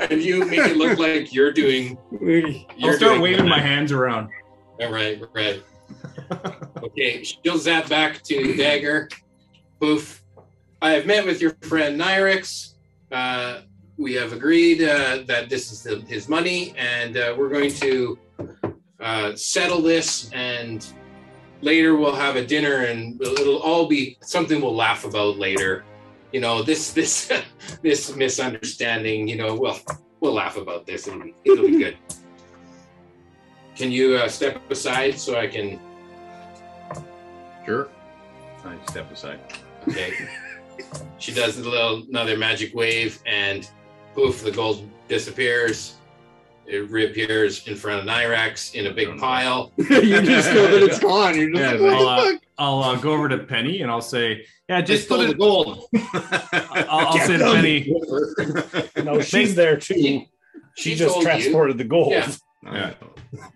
[SPEAKER 10] and you make it look like you're doing. You're
[SPEAKER 4] I'll start
[SPEAKER 10] doing
[SPEAKER 4] waving
[SPEAKER 10] that.
[SPEAKER 4] my hands around.
[SPEAKER 10] All right, right. okay, she'll zap back to Dagger. Poof. I have met with your friend Nyrix. Uh, we have agreed uh, that this is the, his money, and uh, we're going to uh, settle this. And later, we'll have a dinner, and it'll, it'll all be something we'll laugh about later. You know, this this this misunderstanding. You know, we'll we'll laugh about this, and it'll be good. Can you uh, step aside so I can?
[SPEAKER 12] Sure. I step aside.
[SPEAKER 10] Okay. she does a little another magic wave, and poof, the gold disappears. It reappears in front of Nyrax in a big pile.
[SPEAKER 2] you just know that it's gone. You're just
[SPEAKER 12] Yeah,
[SPEAKER 2] like,
[SPEAKER 4] I'll,
[SPEAKER 2] what the
[SPEAKER 4] uh,
[SPEAKER 2] fuck?
[SPEAKER 4] I'll uh, go over to Penny and I'll say, yeah,
[SPEAKER 10] Just
[SPEAKER 4] just
[SPEAKER 10] stole
[SPEAKER 4] put
[SPEAKER 10] the
[SPEAKER 4] it.
[SPEAKER 10] gold.
[SPEAKER 4] I'll, I'll say to Penny,
[SPEAKER 7] No, she's there too. She,
[SPEAKER 10] She
[SPEAKER 7] just
[SPEAKER 10] told you.
[SPEAKER 7] transported the gold.
[SPEAKER 10] Yeah.
[SPEAKER 4] Yeah.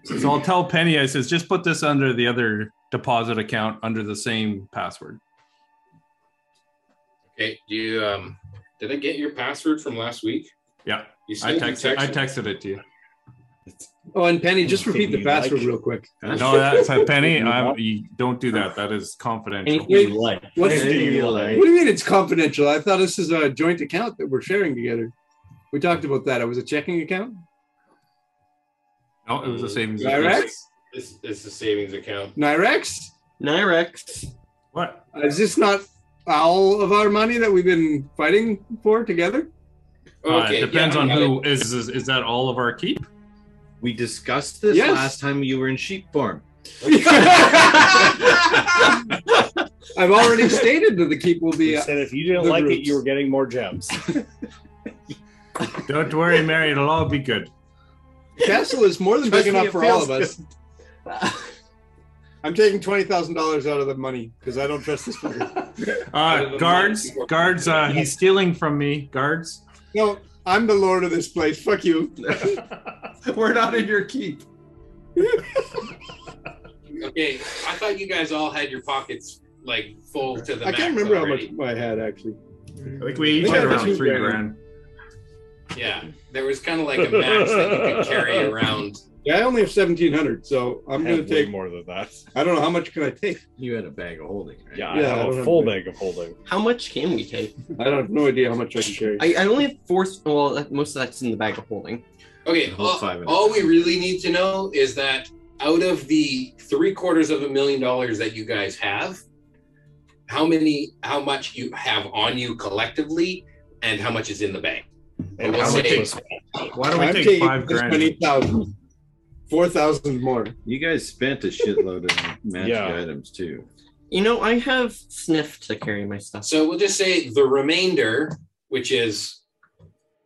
[SPEAKER 4] so I'll tell Penny, I says, just put this under the other deposit account under the same password.
[SPEAKER 10] Okay. Do you um? Did I get your password from last week?
[SPEAKER 4] Yeah.
[SPEAKER 10] You
[SPEAKER 4] I
[SPEAKER 10] sent
[SPEAKER 4] texted, I texted it to you.
[SPEAKER 2] Oh, and Penny, just repeat the
[SPEAKER 12] you
[SPEAKER 2] password
[SPEAKER 12] like.
[SPEAKER 2] real quick.
[SPEAKER 4] No, that's Penny. I, you don't do that. That is confidential.
[SPEAKER 9] Anything you like.
[SPEAKER 2] What's
[SPEAKER 9] Anything you like.
[SPEAKER 2] What do you mean it's confidential? I thought this is a joint account that we're sharing together. We talked about that. It was a checking account.
[SPEAKER 4] No, it was a savings. account.
[SPEAKER 2] Nyrex?
[SPEAKER 10] This is the savings account.
[SPEAKER 2] Nyrex?
[SPEAKER 9] Nyrex.
[SPEAKER 4] What?
[SPEAKER 2] Is this not all of our money that we've been fighting for together?
[SPEAKER 4] Uh, it
[SPEAKER 10] yeah,
[SPEAKER 4] depends
[SPEAKER 10] I
[SPEAKER 4] on
[SPEAKER 10] got
[SPEAKER 4] who is, is. Is that all of our keep?
[SPEAKER 5] We discussed this
[SPEAKER 2] Yes.
[SPEAKER 5] last time you were in sheep form.
[SPEAKER 2] I've already stated that the keep will be. uh,
[SPEAKER 7] She said if you didn't
[SPEAKER 2] The
[SPEAKER 7] like it,
[SPEAKER 2] roots.
[SPEAKER 7] you were getting more gems.
[SPEAKER 4] Don't worry, Mary. It'll all be good.
[SPEAKER 2] Castle is more than big
[SPEAKER 5] Trust me,
[SPEAKER 2] enough
[SPEAKER 5] it
[SPEAKER 2] for all of
[SPEAKER 5] feels
[SPEAKER 2] us. I'm taking twenty thousand dollars out of the money because I don't trust this fucker.
[SPEAKER 4] Uh, guards, guards. Uh, he's stealing from me. Guards.
[SPEAKER 2] No, I'm the lord of this place. Fuck you.
[SPEAKER 5] we're not in your keep.
[SPEAKER 10] it. Okay. I thought you guys all had your pockets like full to the.
[SPEAKER 2] I can't
[SPEAKER 10] max
[SPEAKER 2] remember how
[SPEAKER 10] already.
[SPEAKER 2] much I had actually.
[SPEAKER 4] I think we each had around three grand.
[SPEAKER 10] Yeah, there was kind of like a max that you could carry around.
[SPEAKER 2] Yeah, I only have seventeen hundred, so I'm
[SPEAKER 7] I
[SPEAKER 2] gonna
[SPEAKER 7] have way
[SPEAKER 2] take.
[SPEAKER 7] more than that.
[SPEAKER 2] I don't know how much can I take.
[SPEAKER 12] You had a bag of holding, right?
[SPEAKER 7] Yeah,
[SPEAKER 2] Yeah,
[SPEAKER 7] I
[SPEAKER 2] I
[SPEAKER 7] have
[SPEAKER 2] don't
[SPEAKER 7] a
[SPEAKER 2] have
[SPEAKER 7] full
[SPEAKER 2] much.
[SPEAKER 7] bag of holding.
[SPEAKER 9] How much can we take?
[SPEAKER 2] I don't have no idea how much I can carry.
[SPEAKER 9] I, I only have four. Well, that- most of that's in the bag of holding.
[SPEAKER 10] Okay,
[SPEAKER 12] The whole
[SPEAKER 10] all,
[SPEAKER 12] five minutes.
[SPEAKER 10] all we really need to know is that out of the three quarters of a million dollars that you guys have, how many, how much you have on you collectively, and how much is in the bank.
[SPEAKER 7] And
[SPEAKER 10] we'll
[SPEAKER 7] how much
[SPEAKER 10] see.
[SPEAKER 7] was
[SPEAKER 4] Why don't we
[SPEAKER 2] I'm
[SPEAKER 4] take
[SPEAKER 2] taking
[SPEAKER 4] five
[SPEAKER 2] just
[SPEAKER 4] grand?
[SPEAKER 2] twenty thousand. Four thousand more.
[SPEAKER 12] You guys spent a shitload of magic
[SPEAKER 7] Yeah.
[SPEAKER 12] items too.
[SPEAKER 9] You know, I have sniff to carry my stuff.
[SPEAKER 10] So we'll just say the remainder, which is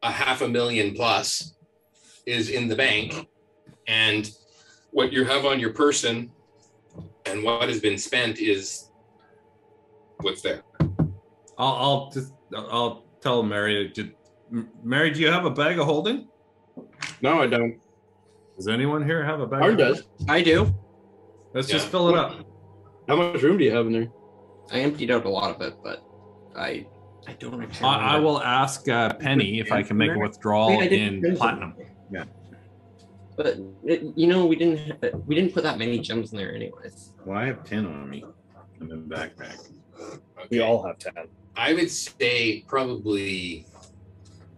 [SPEAKER 10] a half a million plus, is in the bank, and what you have on your person and what has been spent is what's there.
[SPEAKER 4] I'll, I'll just I'll- I'll tell Mary. to- M- Mary, do you have a bag of holding?
[SPEAKER 2] No, I don't.
[SPEAKER 4] Does anyone here have a bag?
[SPEAKER 2] Arn
[SPEAKER 4] of
[SPEAKER 2] does. I do.
[SPEAKER 4] Let's
[SPEAKER 10] Yeah.
[SPEAKER 4] just fill it up.
[SPEAKER 2] How much room do you have in there?
[SPEAKER 9] I emptied out a lot of it, but I I don't actually.
[SPEAKER 4] I, I will ask uh, Penny if I can make a withdrawal
[SPEAKER 9] Wait, I didn't
[SPEAKER 4] in platinum.
[SPEAKER 9] But it, you know, we didn't ha- we didn't put that many gems in there, anyways.
[SPEAKER 12] Well, I have 10 on me. I'm in the backpack.
[SPEAKER 7] We all have ten.
[SPEAKER 10] I would say probably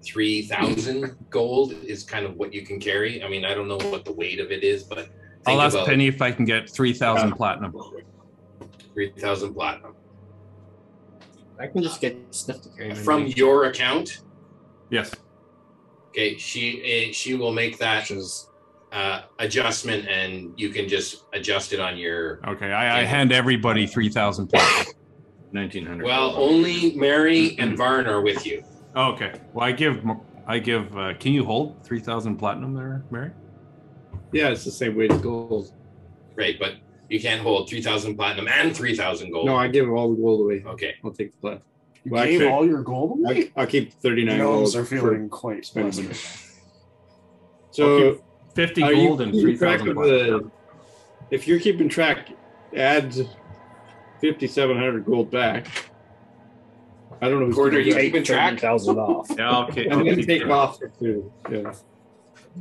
[SPEAKER 10] three thousand gold is kind of what you can carry. I mean, I don't know what the weight of it is, but
[SPEAKER 4] I'll
[SPEAKER 10] think
[SPEAKER 4] ask
[SPEAKER 10] about
[SPEAKER 4] Penny if I can get three thousand platinum.
[SPEAKER 10] three thousand platinum
[SPEAKER 9] I can just get stuff to carry.
[SPEAKER 10] from your account.
[SPEAKER 4] Yes.
[SPEAKER 10] Okay, she eh, she will make that uh, adjustment, and you can just adjust it on your.
[SPEAKER 4] Okay. I, I hand everybody three thousand platinum.
[SPEAKER 12] 1900.
[SPEAKER 10] Well, only Mary and Varn are with you.
[SPEAKER 4] okay. Well, I give Mar- I give. Uh, can you hold three thousand platinum there, Mary?
[SPEAKER 2] Yeah, it's the same weight as gold.
[SPEAKER 10] Right, but you can't hold three thousand platinum and three thousand gold.
[SPEAKER 2] No, I give all the gold away.
[SPEAKER 10] Okay.
[SPEAKER 2] I'll take the plat.
[SPEAKER 6] You
[SPEAKER 2] Well,
[SPEAKER 6] gave
[SPEAKER 2] actually-
[SPEAKER 6] all your gold away?
[SPEAKER 2] I- I'll keep 39
[SPEAKER 6] Gnomes
[SPEAKER 2] gold
[SPEAKER 6] are
[SPEAKER 2] for
[SPEAKER 6] feeling quite
[SPEAKER 2] spending.
[SPEAKER 6] blessed.
[SPEAKER 2] So,
[SPEAKER 4] Fifty
[SPEAKER 2] are you
[SPEAKER 4] gold and three
[SPEAKER 2] keeping track
[SPEAKER 4] thousand
[SPEAKER 2] of
[SPEAKER 4] platinum.
[SPEAKER 2] the? If you're keeping track, add 5,700 gold back. I don't know. who's
[SPEAKER 10] Gordon, are
[SPEAKER 2] keeping
[SPEAKER 10] you
[SPEAKER 2] track.
[SPEAKER 10] keeping track?
[SPEAKER 7] thousand off.
[SPEAKER 4] Yeah. Okay.
[SPEAKER 2] And
[SPEAKER 4] okay.
[SPEAKER 2] then take off the two, yeah.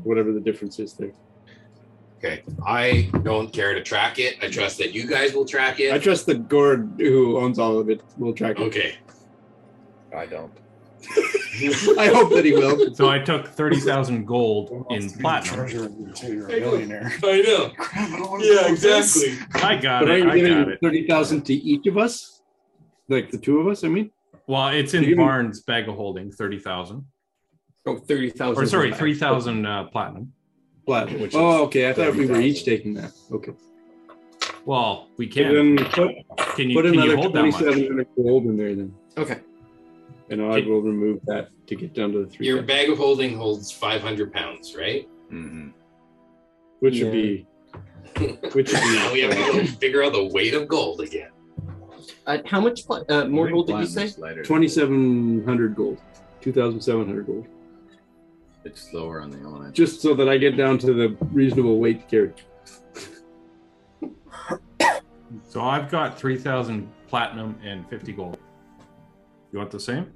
[SPEAKER 2] Whatever the difference is there.
[SPEAKER 10] Okay, I don't care to track it. I trust that you guys will track it.
[SPEAKER 2] I trust that Gord, who owns all of it, will track it.
[SPEAKER 10] Okay.
[SPEAKER 7] I don't.
[SPEAKER 2] I hope that he will.
[SPEAKER 4] So I took thirty thousand gold in
[SPEAKER 6] You're a
[SPEAKER 4] platinum.
[SPEAKER 6] treasure until you're a billionaire.
[SPEAKER 10] I know.
[SPEAKER 6] Crap, I don't wanna
[SPEAKER 11] Yeah,
[SPEAKER 6] know this.
[SPEAKER 11] exactly.
[SPEAKER 4] I got
[SPEAKER 2] But are you
[SPEAKER 4] it. I got
[SPEAKER 2] giving
[SPEAKER 4] it.
[SPEAKER 2] thirty thousand to each of us? Like the two of us, I mean.
[SPEAKER 4] Well, it's
[SPEAKER 2] You're
[SPEAKER 4] in
[SPEAKER 2] giving-
[SPEAKER 4] Barnes' bag of holding, thirty thousand.
[SPEAKER 2] Oh, thirty thousand.
[SPEAKER 4] Or sorry, three thousand uh, platinum.
[SPEAKER 2] Platinum.
[SPEAKER 7] Which
[SPEAKER 2] Oh,
[SPEAKER 7] is
[SPEAKER 2] okay. I thought we were
[SPEAKER 7] 30,000.
[SPEAKER 2] each taking that. Okay.
[SPEAKER 4] Well, we can.
[SPEAKER 2] Then put,
[SPEAKER 4] Can you
[SPEAKER 2] put
[SPEAKER 4] can you
[SPEAKER 2] another
[SPEAKER 4] hold that much?
[SPEAKER 2] twenty-seven hundred gold in there then,
[SPEAKER 9] Okay.
[SPEAKER 2] and I
[SPEAKER 4] Okay.
[SPEAKER 2] will remove that to get down to the three,
[SPEAKER 10] Your
[SPEAKER 2] thousand,
[SPEAKER 10] bag of holding holds 500 pounds, right?
[SPEAKER 12] hmm
[SPEAKER 2] which
[SPEAKER 9] Yeah.
[SPEAKER 2] would be, which would
[SPEAKER 10] now Oh, we have to
[SPEAKER 2] be
[SPEAKER 10] go figure out the weight of gold again.
[SPEAKER 9] Uh, how much pla- uh, more gold did you say?
[SPEAKER 2] twenty-seven hundred gold, two thousand seven hundred gold,
[SPEAKER 12] It's lower on the element.
[SPEAKER 2] just so that I get down to the reasonable weight to carry.
[SPEAKER 4] So I've got three thousand platinum and fifty gold. You want the same?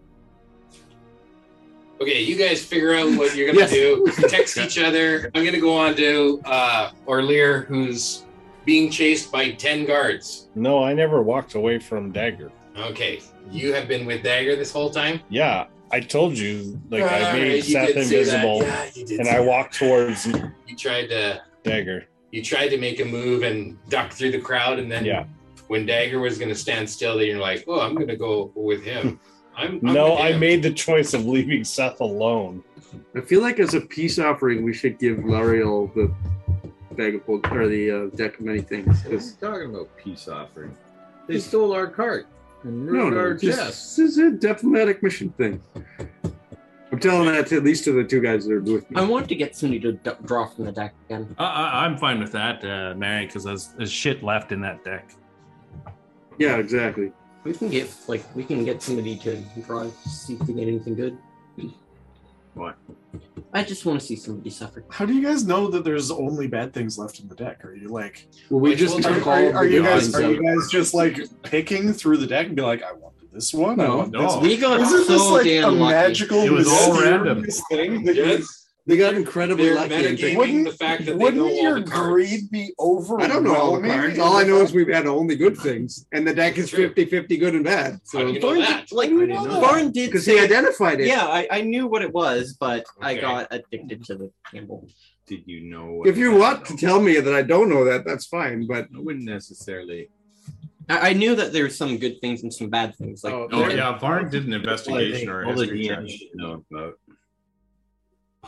[SPEAKER 10] Okay, you guys figure out what you're gonna
[SPEAKER 2] Yes.
[SPEAKER 10] do. Text each other. I'm gonna go on to uh, Orlear, who's being chased by 10 guards.
[SPEAKER 7] No, I never walked away from Dagger.
[SPEAKER 10] Okay, you have been with Dagger this whole time.
[SPEAKER 7] Yeah, I told you, like I
[SPEAKER 10] All right,
[SPEAKER 7] made
[SPEAKER 10] you
[SPEAKER 7] Seth
[SPEAKER 10] did say that.
[SPEAKER 7] invisible,
[SPEAKER 10] Yeah, you did
[SPEAKER 7] and
[SPEAKER 10] say
[SPEAKER 7] I
[SPEAKER 10] that.
[SPEAKER 7] walked towards
[SPEAKER 10] You tried to
[SPEAKER 7] Dagger.
[SPEAKER 10] you tried to make a move and duck through the crowd, and then
[SPEAKER 7] Yeah.
[SPEAKER 10] when Dagger was gonna stand still, then you're like, oh, I'm gonna go with him. I'm, I'm
[SPEAKER 7] No,
[SPEAKER 10] with
[SPEAKER 7] I
[SPEAKER 10] him.
[SPEAKER 7] made the choice of leaving Seth alone.
[SPEAKER 2] I feel like as a peace offering, we should give L'Oreal the bag of gold or the uh, deck of many things.
[SPEAKER 12] What are
[SPEAKER 2] 'cause-
[SPEAKER 12] you talking about peace offering? They stole our cart and
[SPEAKER 2] No,
[SPEAKER 12] moved
[SPEAKER 2] no,
[SPEAKER 12] our
[SPEAKER 2] just,
[SPEAKER 12] chest.
[SPEAKER 2] this is a diplomatic mission thing. I'm telling that to, at least to the two guys that are with
[SPEAKER 9] I
[SPEAKER 6] Um,
[SPEAKER 2] me.
[SPEAKER 9] want to get somebody to d- draw from the deck again.
[SPEAKER 4] I, I, I'm fine with that, uh, Mary, because there's, there's shit left in that deck.
[SPEAKER 2] Yeah, exactly.
[SPEAKER 9] We can get like we can get somebody to draw, see if we get anything good.
[SPEAKER 12] What?
[SPEAKER 9] I just want to see somebody suffer.
[SPEAKER 6] How do you guys know that there's only bad things left in the deck? Are you like,
[SPEAKER 2] Well, we
[SPEAKER 10] Like,
[SPEAKER 2] just
[SPEAKER 10] well,
[SPEAKER 6] are,
[SPEAKER 2] took
[SPEAKER 6] are-
[SPEAKER 2] all
[SPEAKER 6] are
[SPEAKER 2] the
[SPEAKER 6] you guys
[SPEAKER 2] odds
[SPEAKER 6] are you
[SPEAKER 2] out.
[SPEAKER 6] guys just like picking through the deck and be like, I want this one, I
[SPEAKER 2] No.
[SPEAKER 6] want
[SPEAKER 4] No.
[SPEAKER 6] this.
[SPEAKER 9] We got
[SPEAKER 6] Isn't
[SPEAKER 9] so
[SPEAKER 6] this like a
[SPEAKER 9] damn lucky.
[SPEAKER 6] magical?
[SPEAKER 4] It was all
[SPEAKER 6] mysterious
[SPEAKER 4] random.
[SPEAKER 6] Thing that you-
[SPEAKER 10] Yes.
[SPEAKER 2] They got incredibly
[SPEAKER 10] They're
[SPEAKER 2] lucky. and
[SPEAKER 10] metagaming
[SPEAKER 2] picked-
[SPEAKER 6] Wouldn't-
[SPEAKER 10] the fact that they
[SPEAKER 6] Wouldn't
[SPEAKER 10] know all
[SPEAKER 6] your
[SPEAKER 10] the cards.
[SPEAKER 6] greed be over?
[SPEAKER 2] I don't know all the cards. All I know is we've had only good things, and the deck is
[SPEAKER 10] True.
[SPEAKER 2] 50 50 good and bad.
[SPEAKER 10] How do
[SPEAKER 2] So,
[SPEAKER 10] you know
[SPEAKER 9] Barn
[SPEAKER 10] that?
[SPEAKER 9] did, like Barn did
[SPEAKER 2] because he
[SPEAKER 9] say-
[SPEAKER 2] identified it.
[SPEAKER 9] Yeah, I, I knew what it was, but I
[SPEAKER 10] Okay.
[SPEAKER 9] got addicted to the gamble.
[SPEAKER 12] Did you know? what
[SPEAKER 2] If you
[SPEAKER 12] it
[SPEAKER 2] want
[SPEAKER 12] was,
[SPEAKER 2] to
[SPEAKER 12] though?
[SPEAKER 2] tell me that I don't know that, that's fine. But
[SPEAKER 12] I wouldn't necessarily.
[SPEAKER 9] I, I knew that there were some good things and some bad things. Like
[SPEAKER 12] Oh,
[SPEAKER 4] Oh
[SPEAKER 9] even-
[SPEAKER 4] yeah, Varn did an investigation or
[SPEAKER 12] All
[SPEAKER 4] a
[SPEAKER 12] the
[SPEAKER 4] history
[SPEAKER 12] DMs
[SPEAKER 4] check.
[SPEAKER 12] should know about.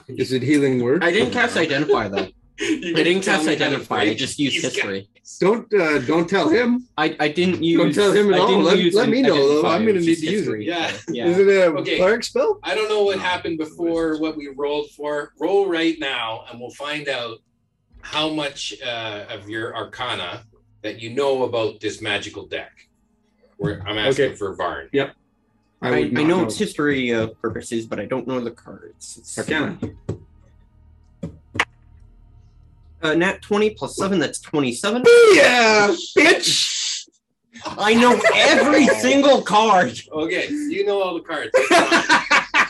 [SPEAKER 2] is it healing word?
[SPEAKER 9] I didn't cast identify though.
[SPEAKER 10] You
[SPEAKER 9] I didn't
[SPEAKER 10] tell
[SPEAKER 9] cast
[SPEAKER 10] me how to
[SPEAKER 9] identify. I
[SPEAKER 10] break
[SPEAKER 9] just used
[SPEAKER 10] these
[SPEAKER 9] history.
[SPEAKER 2] Don't uh, don't tell him.
[SPEAKER 9] I, I didn't use.
[SPEAKER 2] Don't tell him at
[SPEAKER 9] I
[SPEAKER 2] all.
[SPEAKER 9] didn't
[SPEAKER 2] Let-
[SPEAKER 9] use
[SPEAKER 2] let me know, though.
[SPEAKER 9] identify,
[SPEAKER 2] I'm gonna
[SPEAKER 9] which
[SPEAKER 2] need
[SPEAKER 9] is
[SPEAKER 2] to use it.
[SPEAKER 9] history,
[SPEAKER 10] Yeah.
[SPEAKER 9] so, Yeah.
[SPEAKER 2] Is it a
[SPEAKER 10] Okay.
[SPEAKER 2] cleric spell?
[SPEAKER 10] I don't know what happened before, what we rolled for. Roll right now, and we'll find out how much uh, of your arcana that you know about this magical deck. Where I'm asking
[SPEAKER 13] Okay.
[SPEAKER 10] for Varn.
[SPEAKER 9] I,
[SPEAKER 2] I
[SPEAKER 9] I,
[SPEAKER 2] would not
[SPEAKER 9] know,
[SPEAKER 2] know.
[SPEAKER 9] its history uh, purposes, but I don't know the cards. It's-
[SPEAKER 2] Arcana.
[SPEAKER 9] Uh, nat 20 plus 7, that's 27.
[SPEAKER 2] Yeah, bitch.
[SPEAKER 9] I know every single card.
[SPEAKER 10] Okay, you know all the cards. That's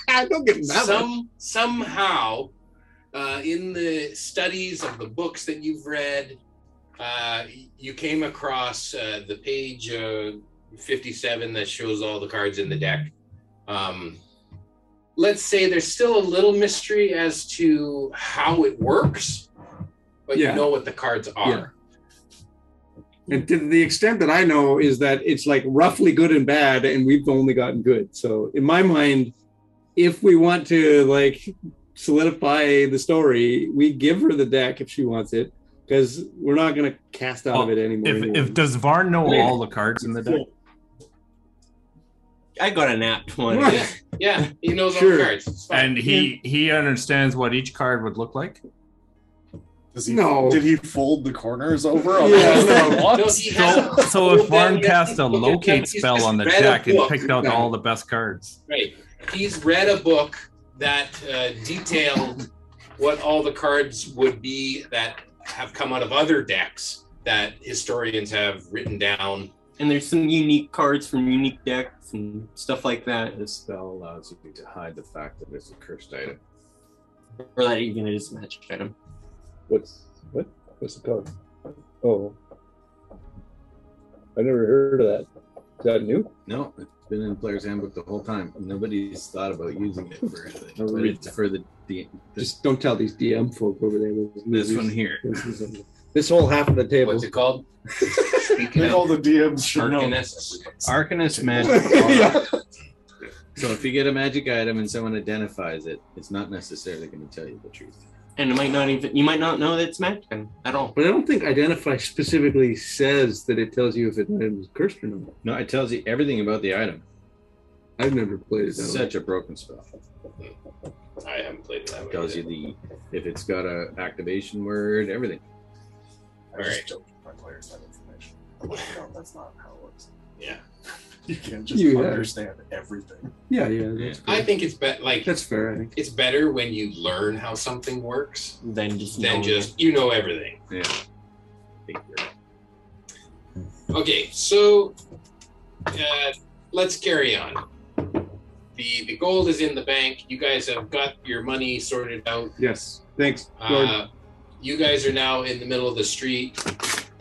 [SPEAKER 10] fine.
[SPEAKER 5] Don't get that one.
[SPEAKER 10] Some somehow, uh, in the studies of the books that you've read, uh, you came across uh, the page uh, fifty-seven that shows all the cards in the deck. Um, let's say there's still a little mystery as to how it works, but
[SPEAKER 2] Yeah.
[SPEAKER 10] you know what the cards are.
[SPEAKER 2] And to the extent that I know is that it's like roughly good and bad, and we've only gotten good. So in my mind, if we want to like solidify the story, we give her the deck if she wants it, because we're not gonna cast out of it anymore.
[SPEAKER 4] If, if does Varn know all the cards in the deck?
[SPEAKER 9] I got a nat 20.
[SPEAKER 2] Right.
[SPEAKER 10] Yeah, you know those
[SPEAKER 2] Sure.
[SPEAKER 10] cards. It's fine.
[SPEAKER 4] And he he understands what each card would look like.
[SPEAKER 6] Does he,
[SPEAKER 2] No.
[SPEAKER 6] Did he fold the corners over? on
[SPEAKER 2] Yeah,
[SPEAKER 6] the-
[SPEAKER 2] no.
[SPEAKER 10] No, he
[SPEAKER 4] So,
[SPEAKER 10] has-
[SPEAKER 4] so if Varn
[SPEAKER 10] Yeah,
[SPEAKER 4] cast a
[SPEAKER 10] yeah, yeah,
[SPEAKER 4] locate
[SPEAKER 10] he's
[SPEAKER 4] spell
[SPEAKER 10] just
[SPEAKER 4] on the
[SPEAKER 10] read a
[SPEAKER 4] deck, it
[SPEAKER 10] book.
[SPEAKER 4] picked out all the best cards.
[SPEAKER 10] Right. He's read a book that uh, detailed what all the cards would be that have come out of other decks that historians have written down.
[SPEAKER 9] And there's some unique cards from unique decks and stuff like that.
[SPEAKER 7] This spell allows you to hide the fact that it's a cursed item.
[SPEAKER 9] Or that even it is a magic item.
[SPEAKER 14] What's what? What's it called? Oh, I never heard of that. Is that new?
[SPEAKER 5] No, it's been in Player's Handbook the whole time. Nobody's thought about using it for anything.
[SPEAKER 2] No,
[SPEAKER 5] But
[SPEAKER 2] really.
[SPEAKER 5] it's for the, the this,
[SPEAKER 2] Just don't tell these DM folk over there. that
[SPEAKER 5] this one here.
[SPEAKER 2] This whole half of the table.
[SPEAKER 10] What's it called? Speaking
[SPEAKER 6] All
[SPEAKER 10] of
[SPEAKER 6] the DMs should know.
[SPEAKER 10] Arcanist.
[SPEAKER 5] Arcanist magic.
[SPEAKER 6] yeah.
[SPEAKER 5] So if you get a magic item and someone identifies it, it's not necessarily going to tell you the truth.
[SPEAKER 9] And it might not even, you might not know that it's magic item at all.
[SPEAKER 2] But I don't think identify specifically says that it tells you if it was cursed or not.
[SPEAKER 5] No, it tells you everything about the item.
[SPEAKER 2] I've never played it.
[SPEAKER 5] It's
[SPEAKER 2] That way.
[SPEAKER 5] such a broken spell.
[SPEAKER 10] I haven't played that
[SPEAKER 5] It
[SPEAKER 10] one.
[SPEAKER 5] tells you
[SPEAKER 10] either.
[SPEAKER 5] the if it's got a activation word, everything.
[SPEAKER 10] All right.
[SPEAKER 6] No, that's not how it works.
[SPEAKER 10] Yeah.
[SPEAKER 6] You can't just
[SPEAKER 2] You- yeah.
[SPEAKER 6] understand everything.
[SPEAKER 2] Yeah, yeah, that's,
[SPEAKER 10] I think it's bet like
[SPEAKER 2] that's fair. I think.
[SPEAKER 10] it's better when you learn how something works
[SPEAKER 9] Then just
[SPEAKER 10] than
[SPEAKER 9] knowing
[SPEAKER 10] just you know everything.
[SPEAKER 5] Yeah.
[SPEAKER 10] Okay, so uh, let's carry on. The the gold is in the bank. You guys have got your money sorted out.
[SPEAKER 2] Yes. Thanhanks. Lord.
[SPEAKER 10] Uh, you guys are now in the middle of the street,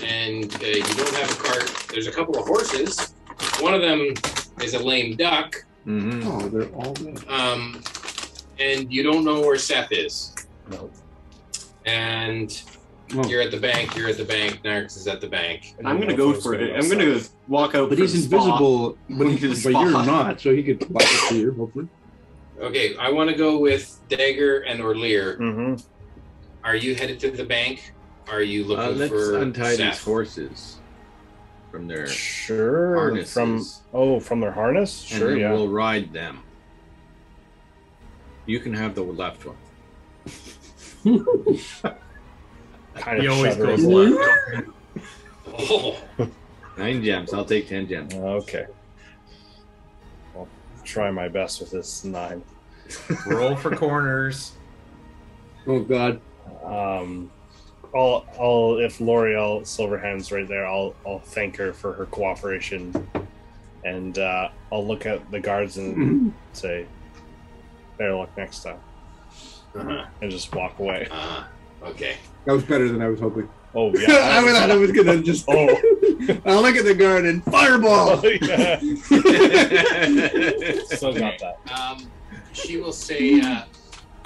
[SPEAKER 10] and uh, you don't have a cart. There's a couple of horses. One of them is a lame duck,
[SPEAKER 5] hmm
[SPEAKER 2] oh, they're all dead.
[SPEAKER 10] um, and you don't know where Seth is.
[SPEAKER 5] No.
[SPEAKER 10] And
[SPEAKER 2] Oh.
[SPEAKER 10] you're at the bank. You're at the bank. Narx is at the bank.
[SPEAKER 9] it. I'm gonna go for it. I'm gonna go walk out.
[SPEAKER 2] But
[SPEAKER 9] for
[SPEAKER 2] he's
[SPEAKER 9] the spa.
[SPEAKER 2] invisible, but,
[SPEAKER 9] Looking through the
[SPEAKER 2] but you're
[SPEAKER 9] spot.
[SPEAKER 2] not, so he could block it through here, hopefully.
[SPEAKER 10] Okay, I want to go with Dagger and Orlear.
[SPEAKER 7] Mm-hmm.
[SPEAKER 10] Are you headed to the bank? Are you
[SPEAKER 5] Uh,
[SPEAKER 10] looking
[SPEAKER 5] let's
[SPEAKER 10] for
[SPEAKER 5] untie these
[SPEAKER 10] Seth?
[SPEAKER 5] horses from their
[SPEAKER 7] Sure.
[SPEAKER 5] harnesses.
[SPEAKER 7] From oh, from their harness.
[SPEAKER 5] and
[SPEAKER 7] Sure.
[SPEAKER 5] then
[SPEAKER 7] Yeah.
[SPEAKER 5] we'll ride them. You can have the left one.
[SPEAKER 7] Kind
[SPEAKER 4] He
[SPEAKER 7] of
[SPEAKER 4] always
[SPEAKER 7] shudder
[SPEAKER 4] goes
[SPEAKER 7] over it.
[SPEAKER 10] Oh,
[SPEAKER 5] Nine gems. I'll take ten gems.
[SPEAKER 7] Uh, Okay. I'll try my best with this nine.
[SPEAKER 4] Roll for corners.
[SPEAKER 2] Oh God.
[SPEAKER 7] Um, I'll, I'll if L'Oreal Silverhand's right there, I'll I'll thank her for her cooperation, and uh, I'll look at the guards and say, "Better luck next time,"
[SPEAKER 10] uh-huh.
[SPEAKER 7] and just walk away.
[SPEAKER 10] uh, okay.
[SPEAKER 2] That was better than I was hoping.
[SPEAKER 7] Oh yeah.
[SPEAKER 2] I thought I was gonna just.
[SPEAKER 7] Oh.
[SPEAKER 2] I'll look at the guard and fireball.
[SPEAKER 7] yeah.
[SPEAKER 5] That's
[SPEAKER 7] Still got that.
[SPEAKER 10] Um, she will say, uh,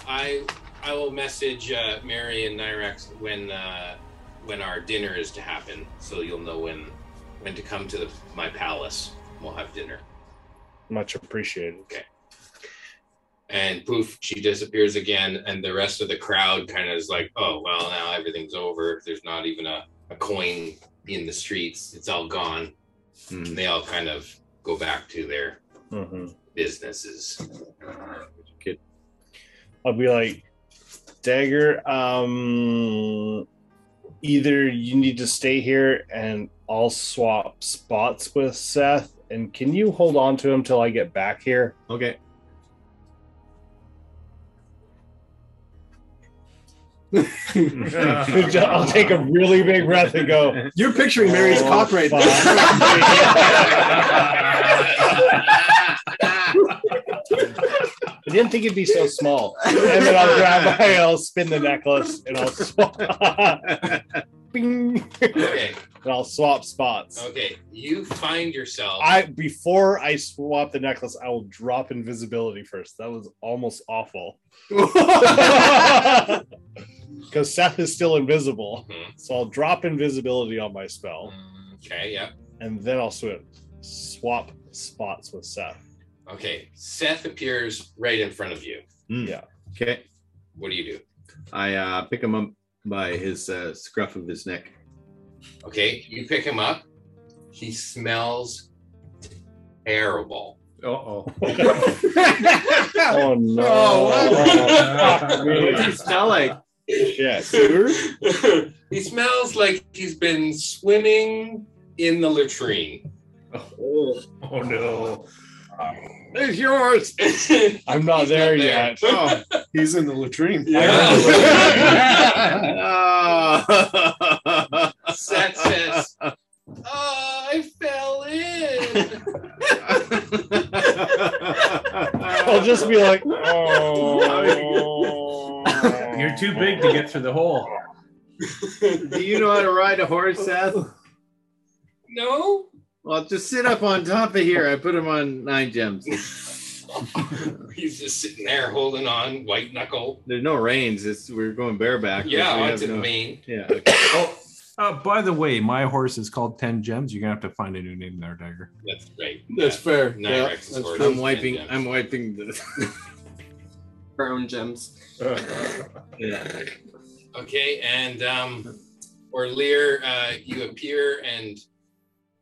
[SPEAKER 10] "I I will message uh, Mary and Nyrex when uh, when our dinner is to happen, so you'll know when when to come to the, my palace. We'll have dinner."
[SPEAKER 7] Much appreciated.
[SPEAKER 10] And poof, she disappears again, and the rest of the crowd kind of is like, "Oh well, now everything's over. There's not even a, a coin in the streets. It's all gone." and they all kind of go back to their
[SPEAKER 7] hmm
[SPEAKER 10] businesses.
[SPEAKER 7] I'll be like, Dagger, um, either you need to stay here and I'll swap spots with Seth. And can you hold on to him till I get back here?
[SPEAKER 5] Okay.
[SPEAKER 7] I'll take a really big breath and go.
[SPEAKER 11] You're picturing Mary's
[SPEAKER 7] "Oh,
[SPEAKER 11] cock right
[SPEAKER 7] fuck."
[SPEAKER 11] now.
[SPEAKER 7] I didn't think it'd be so small. And then I'll grab, I'll spin the necklace, and I'll swap. Bing.
[SPEAKER 10] Okay,
[SPEAKER 7] and I'll swap spots.
[SPEAKER 10] okay. You find yourself.
[SPEAKER 7] I before I swap the necklace, I will drop invisibility first. That was almost awful. Because Seth is still invisible,
[SPEAKER 10] Mhm.
[SPEAKER 7] so I'll drop invisibility on my spell,
[SPEAKER 10] Okay, yeah.
[SPEAKER 7] and then I'll swap swap spots with Seth.
[SPEAKER 10] Okay, Seth appears right in front of you.
[SPEAKER 5] Hmm. Okay.
[SPEAKER 10] What do you do?
[SPEAKER 5] I uh, pick him up by his uh, scruff of his neck.
[SPEAKER 10] Okay, you pick him up. He smells terrible.
[SPEAKER 4] Uh oh.
[SPEAKER 7] Oh no!
[SPEAKER 4] Fuck me.
[SPEAKER 5] What's he smell like?
[SPEAKER 7] Shit.
[SPEAKER 10] he smells like he's been swimming in the latrine.
[SPEAKER 4] Oh no.
[SPEAKER 5] It's yours.
[SPEAKER 7] I'm not
[SPEAKER 10] He's
[SPEAKER 7] there
[SPEAKER 10] not
[SPEAKER 7] yet.
[SPEAKER 6] Oh, he's in the latrine.
[SPEAKER 5] Ah.
[SPEAKER 10] Seth says, oh, I fell in.
[SPEAKER 7] I'll just be like, oh.
[SPEAKER 4] You're too big to get through the hole.
[SPEAKER 5] Do you know how to ride a horse, Seth?
[SPEAKER 10] no?
[SPEAKER 5] Well, just sit up on top of here. I put him on nine gems.
[SPEAKER 10] He's just sitting there holding on, white knuckle.
[SPEAKER 5] There's no reins. It's we're going bareback.
[SPEAKER 10] Yeah,
[SPEAKER 5] We
[SPEAKER 10] on to
[SPEAKER 5] have
[SPEAKER 10] the
[SPEAKER 5] no-
[SPEAKER 10] main.
[SPEAKER 5] Yeah.
[SPEAKER 4] Oh, uh, by the way, my horse is called Ten Gems. You're gonna have to find a new name there, Tiger.
[SPEAKER 10] That's great.
[SPEAKER 2] That's fair.
[SPEAKER 10] Nine
[SPEAKER 2] yeah,
[SPEAKER 10] Rex's
[SPEAKER 2] that's
[SPEAKER 10] horse.
[SPEAKER 2] fair.
[SPEAKER 5] I'm wiping. I'm wiping the.
[SPEAKER 9] Our own gems.
[SPEAKER 5] yeah.
[SPEAKER 10] Okay, and um, Orlear, uh, you appear and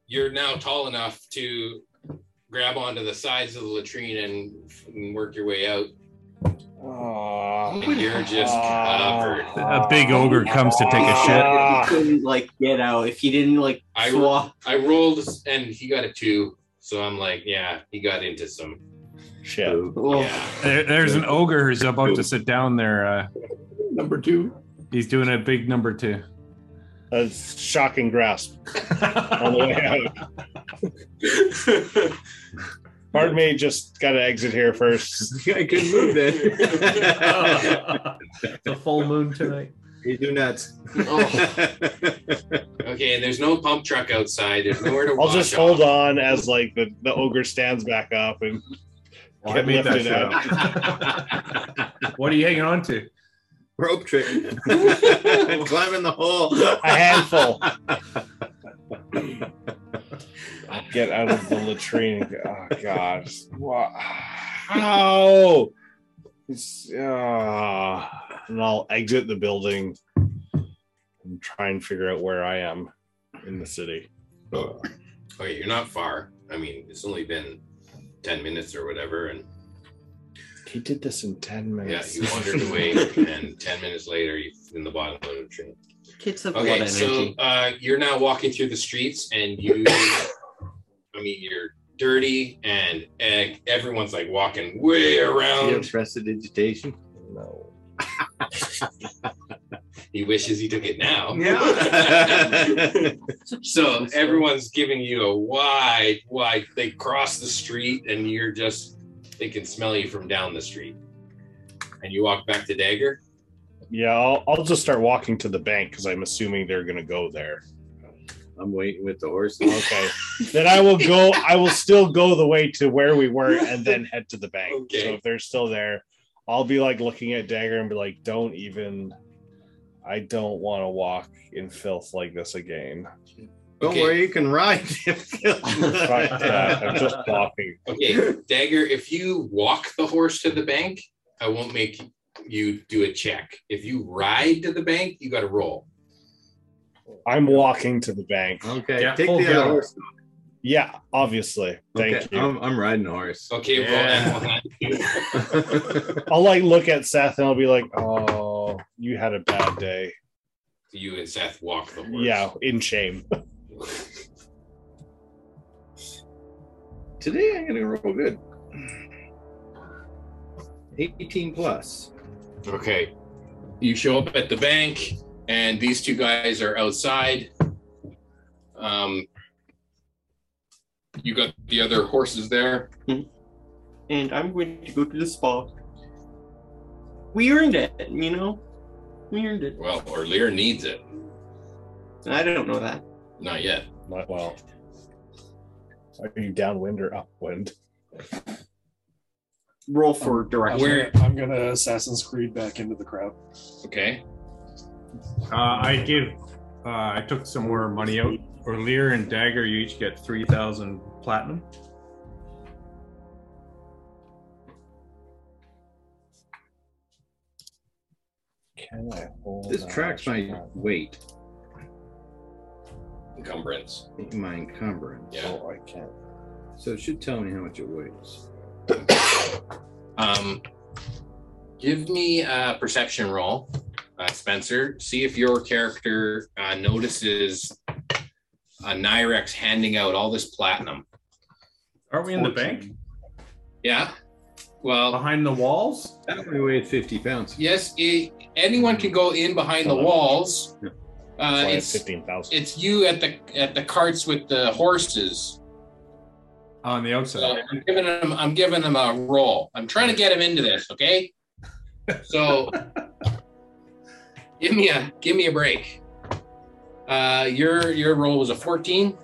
[SPEAKER 10] you're now tall enough to grab onto the sides of the latrine and, and work your way out.
[SPEAKER 7] Oh.
[SPEAKER 10] And you're just covered.
[SPEAKER 4] A big ogre comes to take a shit.
[SPEAKER 7] Ah.
[SPEAKER 9] If he couldn't, like get out. If he didn't like
[SPEAKER 10] I-
[SPEAKER 9] swap,
[SPEAKER 10] I rolled and he got a two, so I'm like, yeah, he got into some.
[SPEAKER 7] Shit.
[SPEAKER 9] well,
[SPEAKER 10] Yeah.
[SPEAKER 4] There, there's an ogre who's about to sit down there. Uh,
[SPEAKER 2] Number two.
[SPEAKER 4] he's doing a big number two.
[SPEAKER 7] A shocking grasp on the way out. Pardon me, just gotta exit here first.
[SPEAKER 5] I couldn't move then.
[SPEAKER 4] the full moon tonight.
[SPEAKER 5] you do nuts.
[SPEAKER 10] Oh. Okay, and there's no pump truck outside. There's nowhere to
[SPEAKER 7] I'll
[SPEAKER 10] wash
[SPEAKER 7] just
[SPEAKER 10] off.
[SPEAKER 7] hold on as like the, the ogre stands back up and
[SPEAKER 4] Well, I
[SPEAKER 7] get
[SPEAKER 4] made that
[SPEAKER 7] lifted
[SPEAKER 4] shit
[SPEAKER 7] out.
[SPEAKER 4] up. What are you hanging on to?
[SPEAKER 5] Rope trick. Climbing the hole.
[SPEAKER 7] A handful. Get out of the latrine. Oh god. Wha- How? It's- ah. and I'll exit the building and try and figure out where I am in the city.
[SPEAKER 10] Okay, you're not far. I mean, it's only been ten minutes or whatever, and
[SPEAKER 7] He did this in 10
[SPEAKER 10] yeah,
[SPEAKER 7] minutes.
[SPEAKER 10] you wandered away, and ten minutes later, you're in the bottom of the tree.
[SPEAKER 9] kids have a lot
[SPEAKER 10] Okay,
[SPEAKER 9] of
[SPEAKER 10] so
[SPEAKER 9] energy.
[SPEAKER 10] uh, you're now walking through the streets, and you, I mean, you're dirty, and eh, everyone's like walking way
[SPEAKER 5] You
[SPEAKER 10] around.
[SPEAKER 5] impressed with digitation?
[SPEAKER 7] no.
[SPEAKER 10] He wishes he took it now.
[SPEAKER 9] Such
[SPEAKER 10] So
[SPEAKER 9] sweet
[SPEAKER 10] everyone's giving you a wide, wide. They cross the street, and you're just they can smell you from down the street. And you walk back to Dagger.
[SPEAKER 7] Yeah, I'll, I'll just start walking to the bank because I'm assuming they're going to go there.
[SPEAKER 5] I'm waiting with the horse.
[SPEAKER 7] Okay. then I will go. I will still go the way to where we were and then head to the bank.
[SPEAKER 10] Okay.
[SPEAKER 7] So if they're still there, I'll be like looking at Dagger and be like, "Don't even. I don't want to walk in filth like this again."
[SPEAKER 5] Don't
[SPEAKER 10] Okay.
[SPEAKER 5] worry, you can ride.
[SPEAKER 7] Fuck that. uh, I'm just walking.
[SPEAKER 10] Okay, Dagger. If you walk the horse to the bank, I won't make you do a check. If you ride to the bank, you got to roll.
[SPEAKER 7] I'm walking to the bank.
[SPEAKER 5] okay,
[SPEAKER 4] Yeah,
[SPEAKER 5] take
[SPEAKER 4] full
[SPEAKER 5] the other
[SPEAKER 4] gallop.
[SPEAKER 5] horse.
[SPEAKER 7] Yeah, obviously. Thank
[SPEAKER 5] okay, um,
[SPEAKER 7] you.
[SPEAKER 5] I'm, I'm riding a horse.
[SPEAKER 10] Okay,
[SPEAKER 4] Yeah.
[SPEAKER 10] roll that one.
[SPEAKER 7] "Oh, I'll like look at Seth and I'll be like, "Oh, you had a bad day."
[SPEAKER 10] you and Seth walk the horse.
[SPEAKER 7] Yeah, in shame.
[SPEAKER 5] Today I'm gonna roll good. 18 plus.
[SPEAKER 10] Okay. You show up at the bank, and these two guys are outside. Um, you got the other horses there.
[SPEAKER 9] and I'm going to go to the spa. We earned it, you know? We earned it.
[SPEAKER 10] Well, Orlear needs it.
[SPEAKER 9] I don't know that.
[SPEAKER 10] Not yet.
[SPEAKER 7] Not well. Are you downwind or upwind?
[SPEAKER 9] Roll for
[SPEAKER 6] I'm
[SPEAKER 9] direction.
[SPEAKER 10] Where-
[SPEAKER 6] gonna, I'm gonna Assassin's Creed back into the crowd.
[SPEAKER 10] Okay.
[SPEAKER 4] Uh, I gave, uh, I took some more money out. Or Lear and Dagger, you each get 3,000 platinum.
[SPEAKER 7] Can I hold
[SPEAKER 5] This
[SPEAKER 7] on?
[SPEAKER 5] tracks my weight,
[SPEAKER 10] Encumbrance.
[SPEAKER 5] my encumbrance.
[SPEAKER 10] Yeah.
[SPEAKER 7] Oh, I can't.
[SPEAKER 5] So it should tell me how much it weighs.
[SPEAKER 10] Um, give me a perception roll, uh, Spencer. See if your character uh, notices uh, Nyrex handing out all this platinum.
[SPEAKER 4] Aren't we in the bank?
[SPEAKER 10] Yeah. Well,
[SPEAKER 4] Behind the walls?
[SPEAKER 5] That only weighed 50 pounds.
[SPEAKER 10] yes. i anyone can go in behind the walls. Uh,
[SPEAKER 7] That's why I have
[SPEAKER 10] it's
[SPEAKER 7] 15,000.
[SPEAKER 10] it's you at the at the carts with the horses.
[SPEAKER 4] On the
[SPEAKER 10] So
[SPEAKER 4] outside.
[SPEAKER 10] I'm giving him I'm giving him a roll. I'm trying to get him into this. Okay. So give me a give me a break. Uh, your your roll was a 14,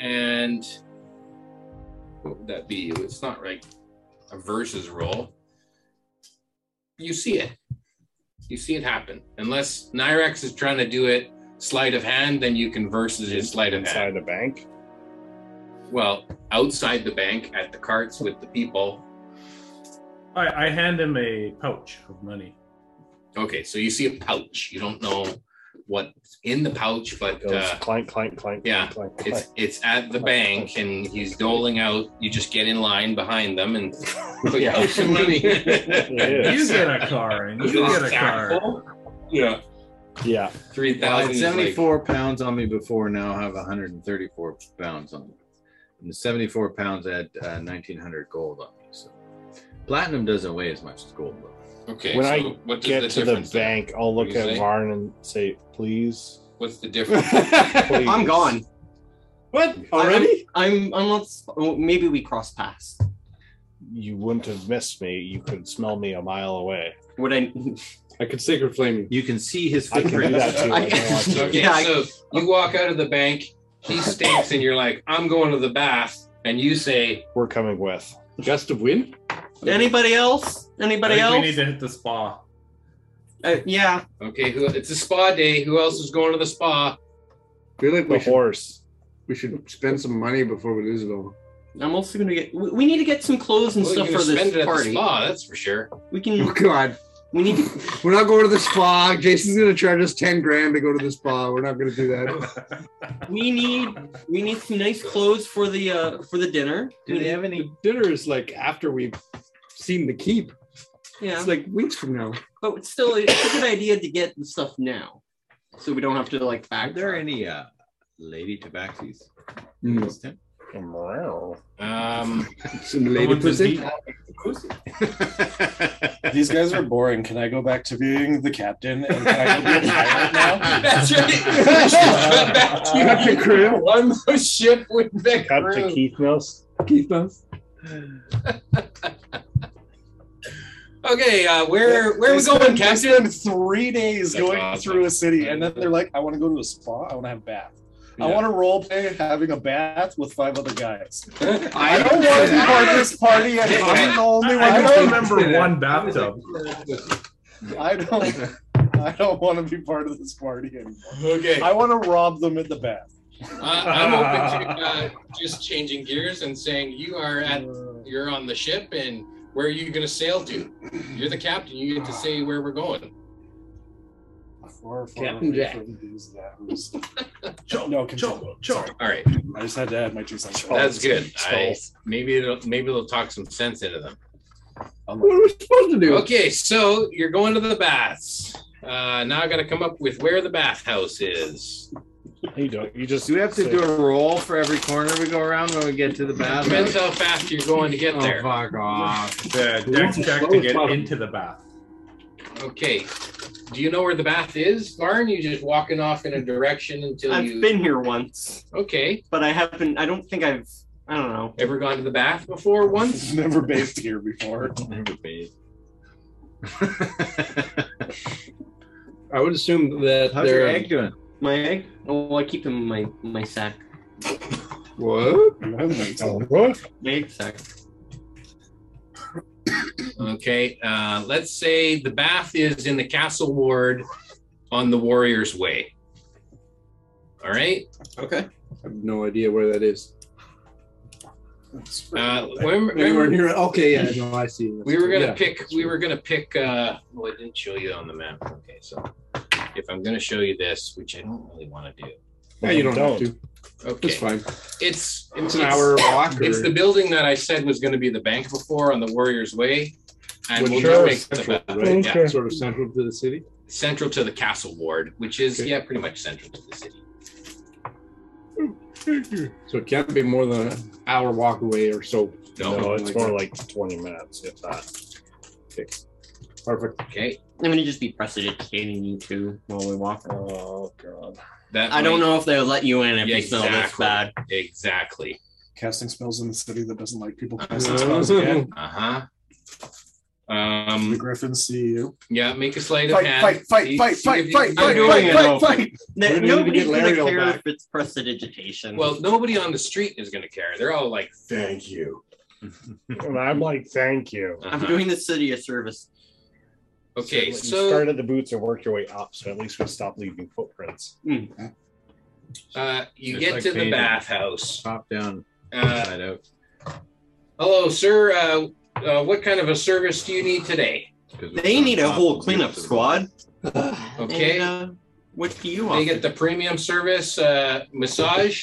[SPEAKER 10] and what would that be? It's not like a versus roll. You see it. You see it happen. Unless Nyrex is trying to do it sleight of hand, then you can versus his sleight of hand.
[SPEAKER 7] Inside the bank.
[SPEAKER 10] Well, outside the bank at the carts with the people.
[SPEAKER 4] I, I hand him a pouch of money.
[SPEAKER 10] Okay, so you see a pouch. You don't know what's in the pouch, but
[SPEAKER 7] Goes
[SPEAKER 10] uh,
[SPEAKER 7] clank, clank, clank,
[SPEAKER 10] yeah,
[SPEAKER 7] clank, clank,
[SPEAKER 10] it's it's at the bank, and he's doling out. You just get in line behind them and put
[SPEAKER 7] Yeah.
[SPEAKER 10] out some money.
[SPEAKER 7] Yeah.
[SPEAKER 4] You get a car, and you get a car.
[SPEAKER 10] Yeah,
[SPEAKER 7] clank. Yeah.
[SPEAKER 10] three
[SPEAKER 5] Well, I had
[SPEAKER 10] thousand.
[SPEAKER 5] 74 pounds on me before. Now I have 134 pounds on me. And the 74 pounds had uh, 1900 gold on me. So platinum doesn't weigh as much as gold. Though.
[SPEAKER 10] okay,
[SPEAKER 7] When
[SPEAKER 10] so
[SPEAKER 7] I
[SPEAKER 10] what does
[SPEAKER 7] Get
[SPEAKER 10] the
[SPEAKER 7] to the
[SPEAKER 10] difference then?
[SPEAKER 7] bank. I'll look
[SPEAKER 10] What'd you
[SPEAKER 7] at
[SPEAKER 10] say?
[SPEAKER 7] Varn and say, please.
[SPEAKER 10] What's the difference?
[SPEAKER 7] please.
[SPEAKER 9] I'm gone.
[SPEAKER 2] What?
[SPEAKER 9] I'm, I'm on. s- oh, Maybe we cross paths.
[SPEAKER 7] You wouldn't have missed me. You could smell me a mile away.
[SPEAKER 9] Would I?
[SPEAKER 2] I could sacred flame you.
[SPEAKER 5] You can see his
[SPEAKER 7] I can do
[SPEAKER 5] footprints.
[SPEAKER 7] that too. I don't want to.
[SPEAKER 10] Okay,
[SPEAKER 9] Yeah, I-
[SPEAKER 10] so you walk out of the bank. He stinks, and you're like, "I'm going to the bath," and you say,
[SPEAKER 7] We're coming with.
[SPEAKER 2] Gust of wind?
[SPEAKER 9] Anybody else? Anybody
[SPEAKER 4] I think
[SPEAKER 9] else?
[SPEAKER 4] we need to hit the spa.
[SPEAKER 9] Uh, yeah.
[SPEAKER 10] "Okay, who, it's a spa day. Who else is going to the
[SPEAKER 2] I
[SPEAKER 10] spa?"
[SPEAKER 2] feel like
[SPEAKER 7] The
[SPEAKER 2] we should,
[SPEAKER 7] horse.
[SPEAKER 2] we should spend some money before we lose it all.
[SPEAKER 9] I'm also gonna get. We, we need to get some clothes and
[SPEAKER 10] Well,
[SPEAKER 9] stuff
[SPEAKER 10] you're
[SPEAKER 9] for
[SPEAKER 10] gonna spend it
[SPEAKER 9] this
[SPEAKER 10] at the
[SPEAKER 9] party.
[SPEAKER 10] spa, that's for sure.
[SPEAKER 9] we
[SPEAKER 2] Oh,
[SPEAKER 9] can.
[SPEAKER 2] God.
[SPEAKER 9] We need. To,
[SPEAKER 2] We're not going to the spa. Jason's going to charge us 10 grand to go to the spa. We're not going to do that.
[SPEAKER 9] we need. We need some nice clothes for the uh for the dinner.
[SPEAKER 5] Do
[SPEAKER 9] We
[SPEAKER 5] they
[SPEAKER 9] need-
[SPEAKER 5] have any?
[SPEAKER 2] Dinner is like after we've seen the keep.
[SPEAKER 9] Yeah.
[SPEAKER 2] It's like weeks from now.
[SPEAKER 9] But it's still, it's a good idea to get the stuff now, so we don't have to like
[SPEAKER 5] Are
[SPEAKER 9] back
[SPEAKER 5] there any uh, lady tobaxis? Hmm.
[SPEAKER 2] No.
[SPEAKER 10] Um,
[SPEAKER 2] Some lady pussy.
[SPEAKER 6] These guys are boring. Can I go back to being the captain? And can I go be a pirate now?
[SPEAKER 10] that's right.
[SPEAKER 2] Captain Krill.
[SPEAKER 10] One more ship with the
[SPEAKER 7] Cut to
[SPEAKER 10] crew.
[SPEAKER 7] Keith Mills.
[SPEAKER 2] Keith us.
[SPEAKER 10] Okay, uh, where where are
[SPEAKER 6] They
[SPEAKER 10] we going,
[SPEAKER 6] spend- they
[SPEAKER 10] Captain?
[SPEAKER 6] spend Three days
[SPEAKER 10] That's
[SPEAKER 6] going
[SPEAKER 10] awesome.
[SPEAKER 6] through a city, and then they're like, "I want to go to a spa. I want to have a bath. I want to role play having a bath with five other guys. I don't want to be part of this party, and I'm the only
[SPEAKER 4] I,
[SPEAKER 6] one.
[SPEAKER 4] I
[SPEAKER 6] I
[SPEAKER 4] don't
[SPEAKER 6] don't.
[SPEAKER 4] remember one bathtub.
[SPEAKER 6] I don't. I don't want to be part of this party anymore.
[SPEAKER 10] Okay, uh,
[SPEAKER 6] I want to rob them at the bath.
[SPEAKER 10] I'm open to uh, just changing gears and saying you are at you're on the ship and where are you going to sail to? You're the captain. You get to say where we're going.
[SPEAKER 6] Ah. Far, far
[SPEAKER 2] Captain
[SPEAKER 6] away
[SPEAKER 2] Jack.
[SPEAKER 6] from these yahoos. no, continue. Sorry.
[SPEAKER 10] All right,
[SPEAKER 6] I just had to add my two cents.
[SPEAKER 10] that's good. I,
[SPEAKER 6] Skulls.
[SPEAKER 10] maybe it'll, maybe it'll talk some sense into them.
[SPEAKER 2] What are we supposed to do?
[SPEAKER 10] Okay, so you're going to the baths. Uh, now I got to come up with where the bathhouse is.
[SPEAKER 7] You don't. You just.
[SPEAKER 5] Do we have to do a roll for every corner we go around when we get to the bathroom?
[SPEAKER 10] Depends how fast you're going to
[SPEAKER 2] Oh,
[SPEAKER 10] get there.
[SPEAKER 5] Oh, fuck off.
[SPEAKER 4] The dex check to get into the bath.
[SPEAKER 10] Okay. Do you know where the bath is, Lauren? You just walking off in a direction until
[SPEAKER 9] I've
[SPEAKER 10] you.
[SPEAKER 9] been here once,
[SPEAKER 10] Okay.
[SPEAKER 9] but I haven't. I don't think I've. I don't know.
[SPEAKER 10] Ever gone to the bath before once?
[SPEAKER 6] Never bathed here before.
[SPEAKER 7] Never bathe.
[SPEAKER 2] I would assume that
[SPEAKER 5] How's your
[SPEAKER 2] they're
[SPEAKER 5] egg doing?
[SPEAKER 9] My egg. Oh, I keep them in my my sack.
[SPEAKER 2] what?
[SPEAKER 6] You haven't been told.
[SPEAKER 9] My egg sack.
[SPEAKER 10] Okay. Uh, let's say the bath is in the castle ward on the Warrior's Way. All right.
[SPEAKER 11] Okay.
[SPEAKER 2] I have no idea where that is.
[SPEAKER 6] It's-
[SPEAKER 10] Uh, remember,
[SPEAKER 2] Anywhere
[SPEAKER 10] remember-
[SPEAKER 2] near? Okay, yeah, no, I see.
[SPEAKER 10] we were gonna
[SPEAKER 2] Yeah.
[SPEAKER 10] pick. We were gonna pick. Uh, well, I didn't show you on the map. Okay, so if I'm gonna show you this, which I don't really want to do.
[SPEAKER 2] Yeah, you don't, have to.
[SPEAKER 10] Okay.
[SPEAKER 2] It's fine.
[SPEAKER 10] It's
[SPEAKER 2] It's an hour walk.
[SPEAKER 10] It's
[SPEAKER 2] or-
[SPEAKER 10] the building that I said was going to be the bank before on the Warriors Way, and
[SPEAKER 2] Which
[SPEAKER 10] we'll
[SPEAKER 2] is
[SPEAKER 10] just make the
[SPEAKER 2] central,
[SPEAKER 10] bath-
[SPEAKER 2] right?
[SPEAKER 10] yeah,
[SPEAKER 2] Sort of central to the city.
[SPEAKER 10] central to the castle ward, which is
[SPEAKER 2] Okay.
[SPEAKER 10] yeah, pretty much central to the city.
[SPEAKER 2] So it can't be more than an hour walk away or so.
[SPEAKER 10] No.
[SPEAKER 7] No, it's more like twenty minutes, if that.
[SPEAKER 2] Perfect.
[SPEAKER 10] Okay,
[SPEAKER 9] I'm gonna just be prestidigitating you two while we walk.
[SPEAKER 7] Oh god.
[SPEAKER 10] that
[SPEAKER 9] I don't
[SPEAKER 10] might-
[SPEAKER 9] know if they'll let you in if
[SPEAKER 10] Yeah,
[SPEAKER 9] you smell this
[SPEAKER 10] exactly.
[SPEAKER 9] bad.
[SPEAKER 10] exactly.
[SPEAKER 6] Casting spells in the city that doesn't like people casting spells again.
[SPEAKER 2] That's
[SPEAKER 10] Uh huh.
[SPEAKER 6] The
[SPEAKER 10] Um.
[SPEAKER 6] Griffins see you.
[SPEAKER 10] Yeah, make a sleight of
[SPEAKER 6] Fight,
[SPEAKER 10] hand.
[SPEAKER 6] fight, fight,
[SPEAKER 10] See-
[SPEAKER 6] fight,
[SPEAKER 10] see
[SPEAKER 6] fight,
[SPEAKER 10] if you
[SPEAKER 6] fight,
[SPEAKER 10] can
[SPEAKER 6] fight,
[SPEAKER 10] do
[SPEAKER 6] fight,
[SPEAKER 10] it.
[SPEAKER 6] fight, fight.
[SPEAKER 2] We're gonna
[SPEAKER 9] That,
[SPEAKER 2] need to
[SPEAKER 9] nobody's
[SPEAKER 2] get
[SPEAKER 9] gonna
[SPEAKER 2] Lario
[SPEAKER 9] care
[SPEAKER 2] back.
[SPEAKER 9] if it's prestidigitation.
[SPEAKER 10] Well, nobody on the street is going to care. They're all like, "Thank you."
[SPEAKER 7] And I'm like, thank you.
[SPEAKER 9] I'm
[SPEAKER 10] Uh-huh.
[SPEAKER 9] doing the city a service.
[SPEAKER 10] Okay,
[SPEAKER 7] you
[SPEAKER 10] so
[SPEAKER 7] start at the boots and work your way up, so at least we stop leaving footprints.
[SPEAKER 10] uh, you
[SPEAKER 5] It's
[SPEAKER 10] get
[SPEAKER 5] like
[SPEAKER 10] to the
[SPEAKER 5] painting.
[SPEAKER 10] bathhouse.
[SPEAKER 5] Top down,
[SPEAKER 10] Uh,
[SPEAKER 5] side out,
[SPEAKER 10] Hello, sir. Uh, uh, what kind of a service do you need today?
[SPEAKER 5] 'cause it's
[SPEAKER 9] They
[SPEAKER 5] on
[SPEAKER 9] need a
[SPEAKER 5] top
[SPEAKER 9] whole
[SPEAKER 5] of
[SPEAKER 9] cleanup
[SPEAKER 5] the-
[SPEAKER 9] squad.
[SPEAKER 10] Okay.
[SPEAKER 9] And, uh, what do you want?
[SPEAKER 10] They get the premium service uh, massage.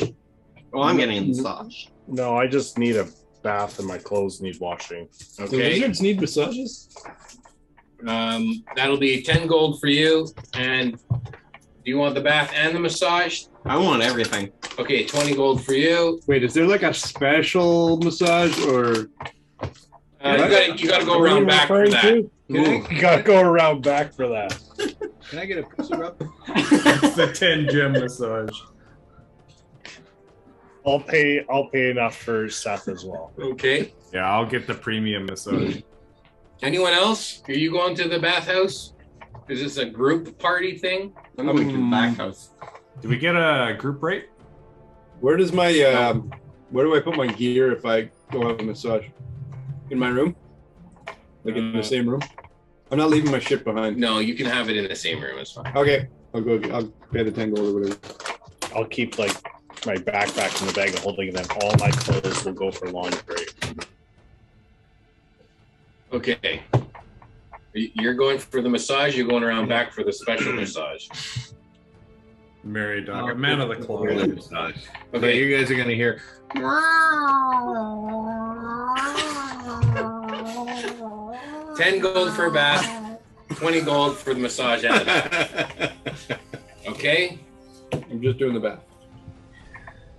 [SPEAKER 9] oh, I'm getting a massage.
[SPEAKER 7] No, I just need a bath and my clothes need washing.
[SPEAKER 2] Do
[SPEAKER 10] Okay,
[SPEAKER 2] lizards need massages?
[SPEAKER 10] um, that'll be ten gold for you. And do you want the bath and the massage?
[SPEAKER 9] I want everything.
[SPEAKER 10] Okay, twenty gold for you.
[SPEAKER 2] Wait, is there like a special massage or?
[SPEAKER 10] Uh, you got you got to go around back for that.
[SPEAKER 2] Ooh.
[SPEAKER 7] You gotta go around back for that.
[SPEAKER 5] Can I get a pussy rub?
[SPEAKER 4] It's the ten gem massage.
[SPEAKER 7] I'll pay I'll pay enough for Seth as well.
[SPEAKER 10] Okay.
[SPEAKER 4] Yeah, I'll get the premium massage.
[SPEAKER 10] Anyone else? Are you going to the bathhouse? Is this a group party thing?
[SPEAKER 9] I'm going to the
[SPEAKER 10] Mm.
[SPEAKER 9] back house.
[SPEAKER 4] Do we get a group rate?
[SPEAKER 2] Where does my um, where do I put my gear if I go have a massage? In my room? Like in
[SPEAKER 10] Uh,
[SPEAKER 2] the same room? I'm not leaving my shit behind.
[SPEAKER 10] No, you can have it in the same room. It's fine.
[SPEAKER 2] Okay, I'll go. I'll pay the ten gold or whatever.
[SPEAKER 7] I'll keep like my backpack in the bag and holding them. All my clothes will go for laundry.
[SPEAKER 10] Okay. You- You're going for the massage. You're going around back for the special massage.
[SPEAKER 4] Mary Dog, a Uh, man of the cloth.
[SPEAKER 5] Really massage. Okay,
[SPEAKER 10] Okay.
[SPEAKER 5] you guys are gonna hear.
[SPEAKER 10] Ten gold for a bath. 20 gold for the massage and the bath. Okay.
[SPEAKER 2] I'm just doing the bath.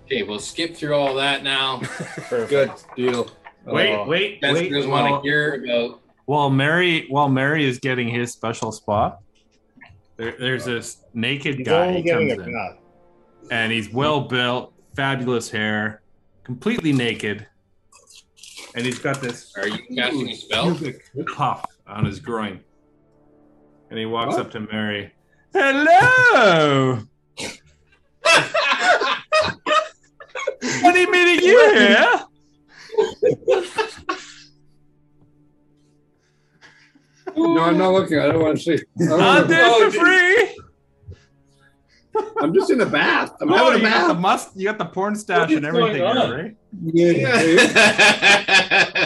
[SPEAKER 10] Okay, we'll skip through all that now.
[SPEAKER 2] Good deal.
[SPEAKER 7] Uh,
[SPEAKER 5] Oh.
[SPEAKER 4] Wait, wait,
[SPEAKER 10] Spencer
[SPEAKER 4] wait.
[SPEAKER 10] doesn't
[SPEAKER 4] While,
[SPEAKER 10] want to hear about.
[SPEAKER 4] while Mary, while Mary is getting his special spot, there, there's this naked
[SPEAKER 7] He's
[SPEAKER 4] guy
[SPEAKER 7] only
[SPEAKER 4] he
[SPEAKER 7] getting
[SPEAKER 4] comes
[SPEAKER 7] a
[SPEAKER 4] in,
[SPEAKER 7] bath.
[SPEAKER 4] and he's well built, fabulous hair, completely naked, and he's got this
[SPEAKER 10] Are you casting a spell?
[SPEAKER 4] pubic puff on his groin. And he walks up to Mary. Hello. Funny meeting you here.
[SPEAKER 2] No, I'm not looking. I don't want to see. I don't
[SPEAKER 4] I'm
[SPEAKER 2] wanna-
[SPEAKER 4] there for free.
[SPEAKER 2] I'm just in the bath. I'm having a
[SPEAKER 4] you got the
[SPEAKER 2] bath.
[SPEAKER 4] must. You got the porn stash
[SPEAKER 12] is
[SPEAKER 4] and everything,
[SPEAKER 12] going on?
[SPEAKER 4] right?
[SPEAKER 2] Yeah.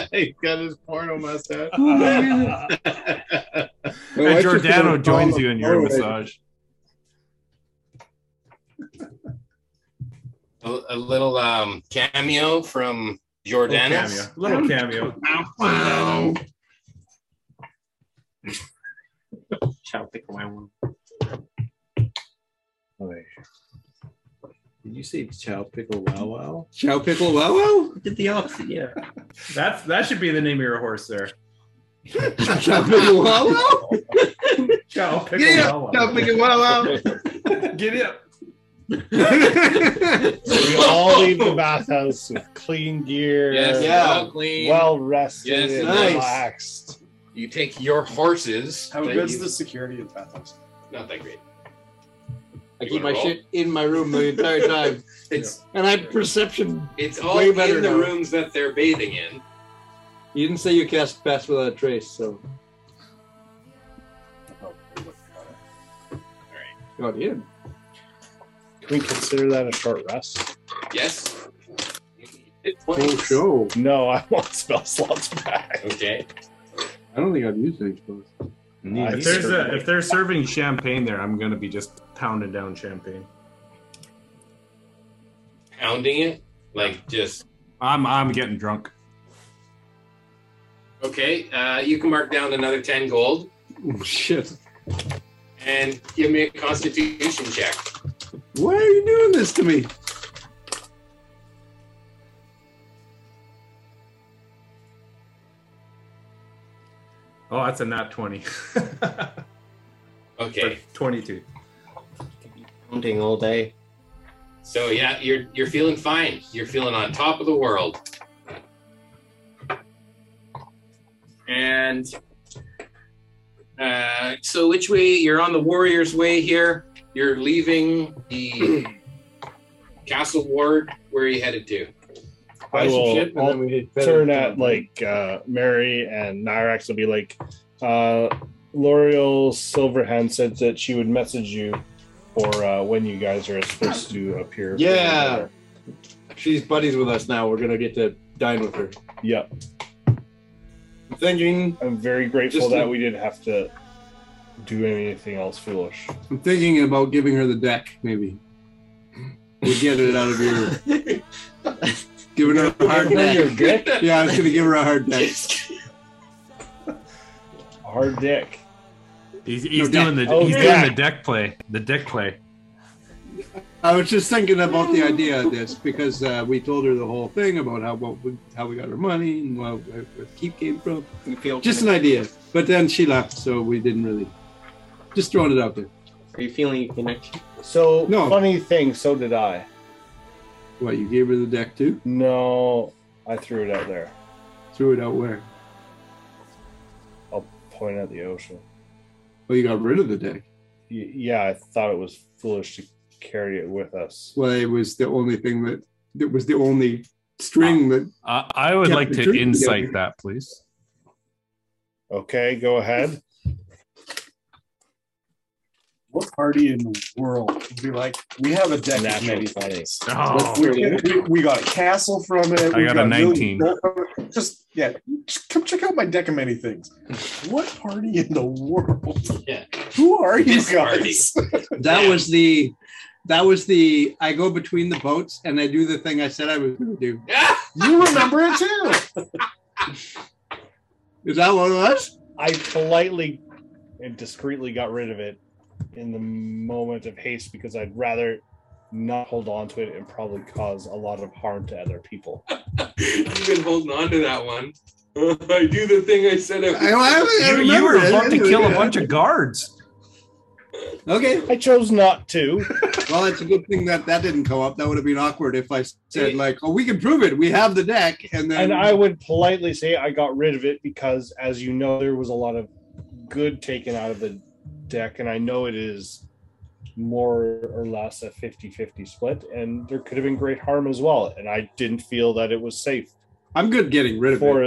[SPEAKER 5] He's got his porno mustache.
[SPEAKER 2] My
[SPEAKER 4] and
[SPEAKER 2] wife just
[SPEAKER 4] Giordano
[SPEAKER 2] put a
[SPEAKER 4] joins
[SPEAKER 2] bottle
[SPEAKER 4] you
[SPEAKER 2] of
[SPEAKER 4] in your
[SPEAKER 2] Powerade.
[SPEAKER 4] massage.
[SPEAKER 10] A, a little um, cameo from Jordanus.
[SPEAKER 4] Little cameo. Little cameo.
[SPEAKER 9] Shall pick my one.
[SPEAKER 7] Okay.
[SPEAKER 5] Did you say Chow Pickle Wow Wow?
[SPEAKER 11] Chow pickle wow wow.
[SPEAKER 9] Did the opposite, yeah.
[SPEAKER 4] That's that should be the name of your horse there.
[SPEAKER 11] Chow pickle wow wow.
[SPEAKER 4] Chow pickle
[SPEAKER 5] Giddy up,
[SPEAKER 4] Wawa.
[SPEAKER 5] Chow Pickle Wow Wow.
[SPEAKER 4] Giddy up.
[SPEAKER 7] We all leave the bathhouse with clean gear,
[SPEAKER 10] Yes,
[SPEAKER 5] Yeah.
[SPEAKER 10] well clean.
[SPEAKER 7] well rested,
[SPEAKER 10] Yes,
[SPEAKER 7] and
[SPEAKER 11] nice.
[SPEAKER 7] relaxed.
[SPEAKER 10] you take your horses.
[SPEAKER 6] How
[SPEAKER 10] that
[SPEAKER 6] good's
[SPEAKER 10] you-
[SPEAKER 6] the security of the bathhouse?
[SPEAKER 10] Not that great.
[SPEAKER 2] I
[SPEAKER 10] You
[SPEAKER 2] keep my
[SPEAKER 10] wanna roll?
[SPEAKER 2] shit in my room the entire time,
[SPEAKER 10] It's
[SPEAKER 2] and I have perception.
[SPEAKER 10] it's all
[SPEAKER 2] Way
[SPEAKER 10] in
[SPEAKER 2] better
[SPEAKER 10] the
[SPEAKER 2] now.
[SPEAKER 10] rooms that they're bathing in.
[SPEAKER 2] You didn't say you cast pass without a trace, so
[SPEAKER 6] Oh,
[SPEAKER 2] God, you didn't.
[SPEAKER 7] Can we consider that a short rest?
[SPEAKER 10] Yes.
[SPEAKER 2] Oh, show.
[SPEAKER 7] No, I want spell slots back.
[SPEAKER 10] Okay.
[SPEAKER 2] I don't think I've used any spells.
[SPEAKER 4] If there's a, if they're serving champagne there, I'm gonna be just pounding down champagne.
[SPEAKER 10] Pounding it like just
[SPEAKER 4] I'm I'm getting drunk.
[SPEAKER 10] okay. Uh, you can mark down another ten gold
[SPEAKER 2] Shit.
[SPEAKER 10] and give me a Constitution check.
[SPEAKER 2] Why are you doing this to me?
[SPEAKER 4] Oh, that's a not twenty.
[SPEAKER 10] Okay.
[SPEAKER 4] Twenty-two.
[SPEAKER 9] Counting all day.
[SPEAKER 10] So yeah, you're you're feeling fine. You're feeling on top of the world. And uh, so, which way you're on the Warriors' way here? You're leaving the castle ward. Where are you headed to?
[SPEAKER 7] I will.
[SPEAKER 2] Shit, and
[SPEAKER 7] I'll
[SPEAKER 2] then we hit
[SPEAKER 7] turn
[SPEAKER 2] better.
[SPEAKER 7] at like uh, Mary and Nyrax will be like, uh, L'Oreal Silverhand said that she would message you for uh, when you guys are supposed to appear. for
[SPEAKER 2] Yeah.
[SPEAKER 7] dinner."
[SPEAKER 2] She's buddies with us now. We're gonna get to dine with her.
[SPEAKER 7] Yep.
[SPEAKER 2] I'm thinking.
[SPEAKER 7] I'm very grateful
[SPEAKER 2] Just-
[SPEAKER 7] that we didn't have to do anything else foolish.
[SPEAKER 2] I'm thinking about giving her the deck. Maybe we get it out of your. giving her a hard
[SPEAKER 7] Your
[SPEAKER 2] deck.
[SPEAKER 7] dick,
[SPEAKER 2] Yeah, I was gonna give her a hard deck.
[SPEAKER 7] hard dick.
[SPEAKER 4] He's, he's
[SPEAKER 2] No,
[SPEAKER 4] doing the
[SPEAKER 7] Oh,
[SPEAKER 4] he's
[SPEAKER 7] yeah.
[SPEAKER 4] doing the deck play. The deck play.
[SPEAKER 2] I was just thinking about the idea of this because uh, we told her the whole thing about how what we, how we got her money and where, where, where the keep came from.
[SPEAKER 9] We feel
[SPEAKER 2] Just an idea, but then she left, so we didn't really. Just throwing it out there.
[SPEAKER 9] Are you feeling a connection?
[SPEAKER 7] So
[SPEAKER 2] No.
[SPEAKER 7] funny thing. So did I.
[SPEAKER 2] What you gave her the deck too?
[SPEAKER 7] No, I threw it out there.
[SPEAKER 2] Threw it out where?
[SPEAKER 7] I'll point at the ocean.
[SPEAKER 2] Oh, you got rid of the deck.
[SPEAKER 7] Y- yeah, I thought it was foolish to carry it with us.
[SPEAKER 2] Well, it was the only thing that it was the only string that
[SPEAKER 4] I I would
[SPEAKER 2] Yeah,
[SPEAKER 4] like
[SPEAKER 2] the
[SPEAKER 4] to
[SPEAKER 2] drink
[SPEAKER 4] insight
[SPEAKER 2] together.
[SPEAKER 4] that, please.
[SPEAKER 7] Okay, go ahead.
[SPEAKER 6] What party in the world would be like, we have a deck of
[SPEAKER 7] Natural
[SPEAKER 6] many
[SPEAKER 7] 20.
[SPEAKER 6] things.
[SPEAKER 4] Oh,
[SPEAKER 6] We, we, we got a castle from it.
[SPEAKER 4] I
[SPEAKER 6] we
[SPEAKER 4] got a
[SPEAKER 6] millions
[SPEAKER 4] 19.
[SPEAKER 6] gold from it. Just, yeah, just come check out my deck of many things. What party in the world?
[SPEAKER 10] Yeah.
[SPEAKER 6] Who are you
[SPEAKER 10] This party.
[SPEAKER 6] guys?
[SPEAKER 2] that was the that was the I go between the boats and I do the thing I said I was going to do.
[SPEAKER 6] You remember it too.
[SPEAKER 2] Is that what it was?
[SPEAKER 7] I politely and discreetly got rid of it in the moment of haste because I'd rather not hold on to it and probably cause a lot of harm to other people.
[SPEAKER 10] You've been holding on to that one. I do the thing I said. I
[SPEAKER 2] I, I- I
[SPEAKER 4] you, you were
[SPEAKER 2] remember it.
[SPEAKER 4] about to kill a bunch of guards.
[SPEAKER 2] Okay,
[SPEAKER 7] I chose not to.
[SPEAKER 2] well, it's a good thing that that didn't come up. That would have been awkward if I said
[SPEAKER 10] Yeah.
[SPEAKER 2] like, "Oh, we can prove it. We have the deck," and then
[SPEAKER 7] and I would politely say I got rid of it because, as you know, there was a lot of good taken out of the deck, and I know it is more or less a 50 50 split, and there could have been great harm as well. And I didn't feel that it was safe
[SPEAKER 2] I'm good getting rid of it.
[SPEAKER 7] for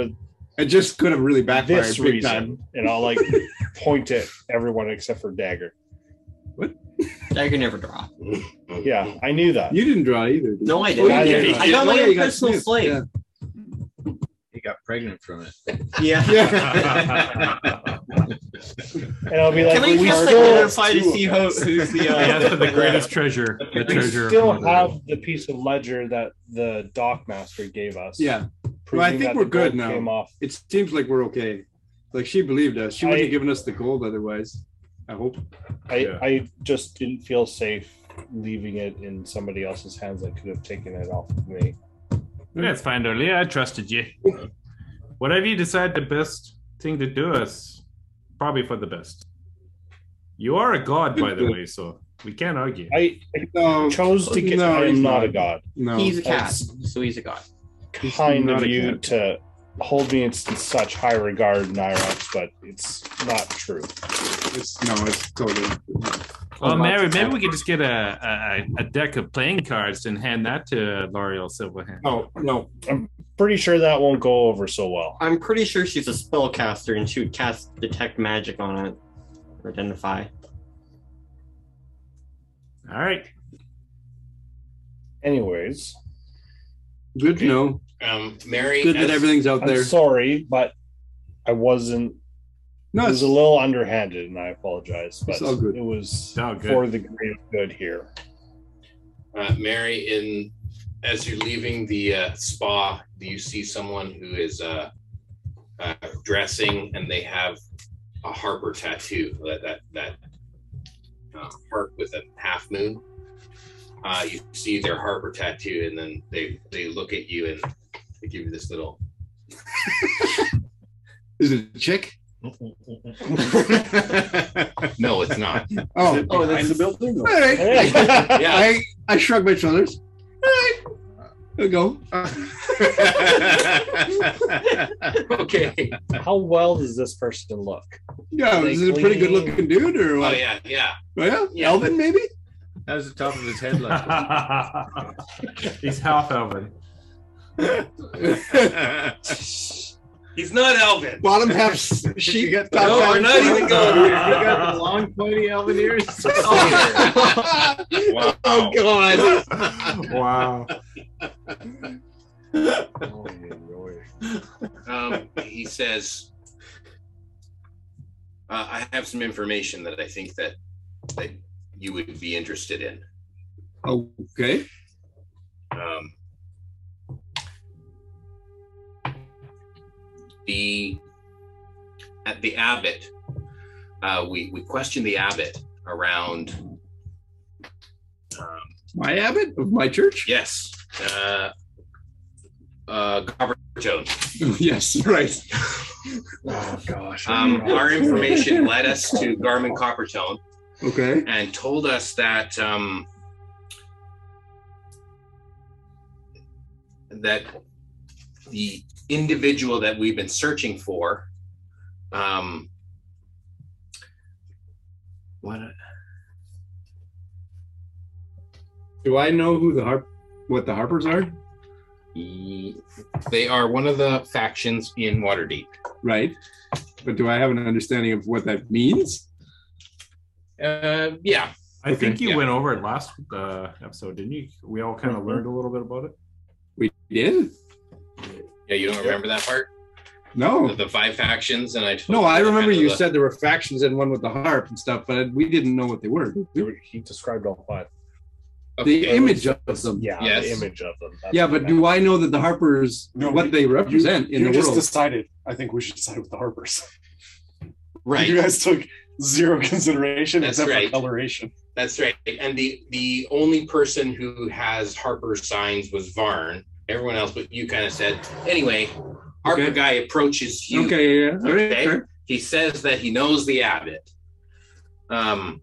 [SPEAKER 2] It just could have really backfired
[SPEAKER 7] this
[SPEAKER 2] big
[SPEAKER 7] reason.
[SPEAKER 2] time.
[SPEAKER 7] And I'll like point at everyone except for Dagger.
[SPEAKER 9] Dagger never draw.
[SPEAKER 7] Yeah, I knew that.
[SPEAKER 2] You didn't draw either. Did you?
[SPEAKER 9] No, I
[SPEAKER 2] Oh,
[SPEAKER 9] didn't.
[SPEAKER 2] you
[SPEAKER 7] I
[SPEAKER 2] did.
[SPEAKER 7] didn't.
[SPEAKER 9] I got my
[SPEAKER 2] Oh, yeah,
[SPEAKER 9] own
[SPEAKER 2] you got
[SPEAKER 9] personal
[SPEAKER 2] snipped.
[SPEAKER 9] slave.
[SPEAKER 2] Yeah.
[SPEAKER 5] He got pregnant from it.
[SPEAKER 9] Yeah.
[SPEAKER 7] And I'll be like,
[SPEAKER 9] Can I
[SPEAKER 7] we
[SPEAKER 9] just
[SPEAKER 7] still,
[SPEAKER 9] identify to see who, who's the uh,
[SPEAKER 4] I asked for the greatest treasure. The
[SPEAKER 7] we
[SPEAKER 4] treasure. of
[SPEAKER 7] still
[SPEAKER 4] Mother Earth.
[SPEAKER 7] have the piece of ledger that the dock master gave us.
[SPEAKER 2] Yeah,
[SPEAKER 7] proving
[SPEAKER 2] I think
[SPEAKER 7] that the
[SPEAKER 2] we're good
[SPEAKER 7] gold
[SPEAKER 2] now.
[SPEAKER 7] Came off.
[SPEAKER 2] it seems like we're okay. Like she believed us. She wouldn't
[SPEAKER 7] I-
[SPEAKER 2] have given us the gold otherwise. I hope.
[SPEAKER 7] I,
[SPEAKER 4] Yeah.
[SPEAKER 7] I just didn't feel safe leaving it in somebody else's hands that could have taken it off of me.
[SPEAKER 4] That's fine, Darlia. I trusted you. Whatever you decide the best thing to do is probably for the best. You are a god, by the way, so we can't argue.
[SPEAKER 7] I
[SPEAKER 11] No,
[SPEAKER 7] chose to get.
[SPEAKER 11] No,
[SPEAKER 7] I
[SPEAKER 11] he's
[SPEAKER 7] am not
[SPEAKER 11] not.
[SPEAKER 7] a god.
[SPEAKER 11] no.
[SPEAKER 9] He's a cat,
[SPEAKER 7] That's-
[SPEAKER 9] so he's a god.
[SPEAKER 7] Kind
[SPEAKER 11] not
[SPEAKER 7] of
[SPEAKER 11] a
[SPEAKER 7] you
[SPEAKER 11] cat.
[SPEAKER 7] to hold me in such high regard, Nyrox, but it's not true.
[SPEAKER 11] It's, no, it's totally.
[SPEAKER 4] Well, Oh, Mary, maybe we could just get a, a a deck of playing cards and hand that to L'Oreal Silverhand.
[SPEAKER 11] No, no.
[SPEAKER 7] Pretty sure that won't go over so well.
[SPEAKER 9] I'm pretty sure she's a spellcaster and she would cast detect magic on it. or Identify.
[SPEAKER 4] All right.
[SPEAKER 7] Anyways,
[SPEAKER 2] Good to know.
[SPEAKER 10] Um, Mary,
[SPEAKER 2] Good that
[SPEAKER 10] as-
[SPEAKER 2] everything's out
[SPEAKER 7] I'm
[SPEAKER 2] there.
[SPEAKER 7] sorry, but I wasn't.
[SPEAKER 2] No,
[SPEAKER 7] it
[SPEAKER 2] it's
[SPEAKER 7] was a little underhanded, and I apologize. But
[SPEAKER 2] all good.
[SPEAKER 7] it was
[SPEAKER 4] all good.
[SPEAKER 7] for the greater good here.
[SPEAKER 10] uh, Mary, in as you're leaving the uh, spa, do you see someone who is uh, uh, dressing and they have a Harper tattoo that that that uh, heart with a half moon. Uh, you see their Harper tattoo, and then they they look at you and they give you this little.
[SPEAKER 11] Is it a chick?
[SPEAKER 10] No, it's not.
[SPEAKER 11] Oh,
[SPEAKER 6] Oh, that's the building.
[SPEAKER 11] all right.
[SPEAKER 10] Yeah.
[SPEAKER 11] I I shrug my shoulders. All right, I'll go.
[SPEAKER 10] okay.
[SPEAKER 7] How well does this person look?
[SPEAKER 11] Yeah,
[SPEAKER 7] Like
[SPEAKER 11] is it a pretty good
[SPEAKER 7] clean.
[SPEAKER 11] looking dude or
[SPEAKER 10] Oh
[SPEAKER 11] what?
[SPEAKER 10] yeah, yeah.
[SPEAKER 11] Oh, yeah?
[SPEAKER 10] Yeah.
[SPEAKER 11] Elvin maybe.
[SPEAKER 5] How's the top of his head look?
[SPEAKER 4] He's half elven.
[SPEAKER 10] He's not Elvin.
[SPEAKER 11] Bottom half s- sheep.
[SPEAKER 5] got
[SPEAKER 11] top
[SPEAKER 10] No,
[SPEAKER 11] half
[SPEAKER 10] we're not
[SPEAKER 11] sheep.
[SPEAKER 10] even going
[SPEAKER 5] You got the long pointy elven ears.
[SPEAKER 10] Wow.
[SPEAKER 11] Oh God!
[SPEAKER 4] Wow.
[SPEAKER 10] Um, he says, uh, "I have some information that I think that that you would be interested in."
[SPEAKER 11] Okay.
[SPEAKER 10] Um, the at the abbot, uh, we we questioned the abbot around um,
[SPEAKER 11] My abbot of my church.
[SPEAKER 10] yes, uh, uh, Gabertone.
[SPEAKER 11] yes, right.
[SPEAKER 7] Oh gosh.
[SPEAKER 10] Um, our information led us to Garmin Coppertone
[SPEAKER 11] Okay.
[SPEAKER 10] and told us that um, that the individual that we've been searching for, um, what
[SPEAKER 11] Do I know who the harp, what the Harpers are?
[SPEAKER 10] they are one of the factions in Waterdeep.
[SPEAKER 11] Right. But do I have an understanding of what that means?
[SPEAKER 10] Uh, yeah,
[SPEAKER 4] I
[SPEAKER 11] Okay.
[SPEAKER 4] think you
[SPEAKER 10] Yeah.
[SPEAKER 4] went over it last uh, episode, didn't you? We all kind
[SPEAKER 5] Mm-hmm.
[SPEAKER 4] of learned a little bit about it.
[SPEAKER 11] We did.
[SPEAKER 10] yeah. You don't remember that part? The,
[SPEAKER 11] No.
[SPEAKER 10] the five factions, and I. told
[SPEAKER 11] No, I
[SPEAKER 10] you
[SPEAKER 11] remember
[SPEAKER 10] kind of
[SPEAKER 11] you
[SPEAKER 10] the-
[SPEAKER 11] said there were factions and one with the harp and stuff, but we didn't know what they were.
[SPEAKER 7] He described all five.
[SPEAKER 11] The
[SPEAKER 10] Okay.
[SPEAKER 11] image of them.
[SPEAKER 7] Yeah,
[SPEAKER 10] Yes.
[SPEAKER 7] the image of them. That's
[SPEAKER 11] Yeah,
[SPEAKER 7] what
[SPEAKER 11] but
[SPEAKER 7] I
[SPEAKER 11] do I know that the Harpers
[SPEAKER 6] No,
[SPEAKER 11] what
[SPEAKER 6] you-
[SPEAKER 11] they represent in
[SPEAKER 6] you
[SPEAKER 11] the
[SPEAKER 6] just
[SPEAKER 11] world?
[SPEAKER 6] decided. I think we should side with the Harpers. You
[SPEAKER 10] right.
[SPEAKER 6] guys took zero consideration
[SPEAKER 10] That's
[SPEAKER 6] except
[SPEAKER 10] right.
[SPEAKER 6] for coloration.
[SPEAKER 10] That's right. And the the only person who has Harper signs was Varn. Everyone else, but you kind of said. Anyway, Harper
[SPEAKER 11] Okay.
[SPEAKER 10] guy approaches you.
[SPEAKER 11] Okay, yeah. All right,
[SPEAKER 10] Okay.
[SPEAKER 11] sure.
[SPEAKER 10] He says that he knows the abbot. Um,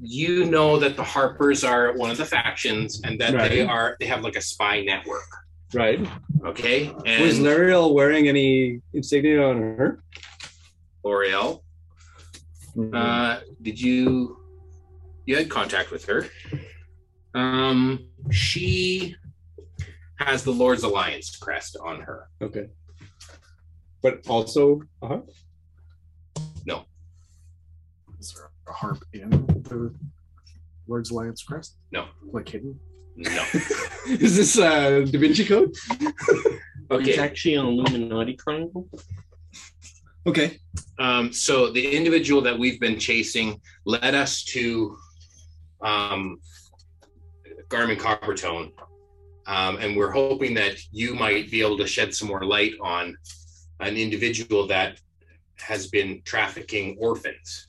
[SPEAKER 10] you know that the Harpers are one of the factions, and that they
[SPEAKER 11] Right.
[SPEAKER 10] are they have like a spy network.
[SPEAKER 11] Right.
[SPEAKER 10] Okay,
[SPEAKER 2] Was
[SPEAKER 10] and
[SPEAKER 2] L'Ariel wearing any insignia on her?
[SPEAKER 10] L'Oreal.
[SPEAKER 11] Mm-hmm.
[SPEAKER 7] meant.
[SPEAKER 10] Uh, did you you had contact with her? Um, she has the Lord's Alliance crest on her.
[SPEAKER 2] Okay. But also, uh-huh.
[SPEAKER 6] Is there a harp in the Lord's Alliance crest?
[SPEAKER 10] No.
[SPEAKER 6] Like hidden?
[SPEAKER 10] No.
[SPEAKER 11] Is this uh Da Vinci Code?
[SPEAKER 9] It's
[SPEAKER 10] Okay.
[SPEAKER 9] actually an Illuminati triangle.
[SPEAKER 11] Okay.
[SPEAKER 10] Um, so the individual that we've been chasing led us to um, Garmin Coppertone, um, and we're hoping that you might be able to shed some more light on an individual that has been trafficking orphans.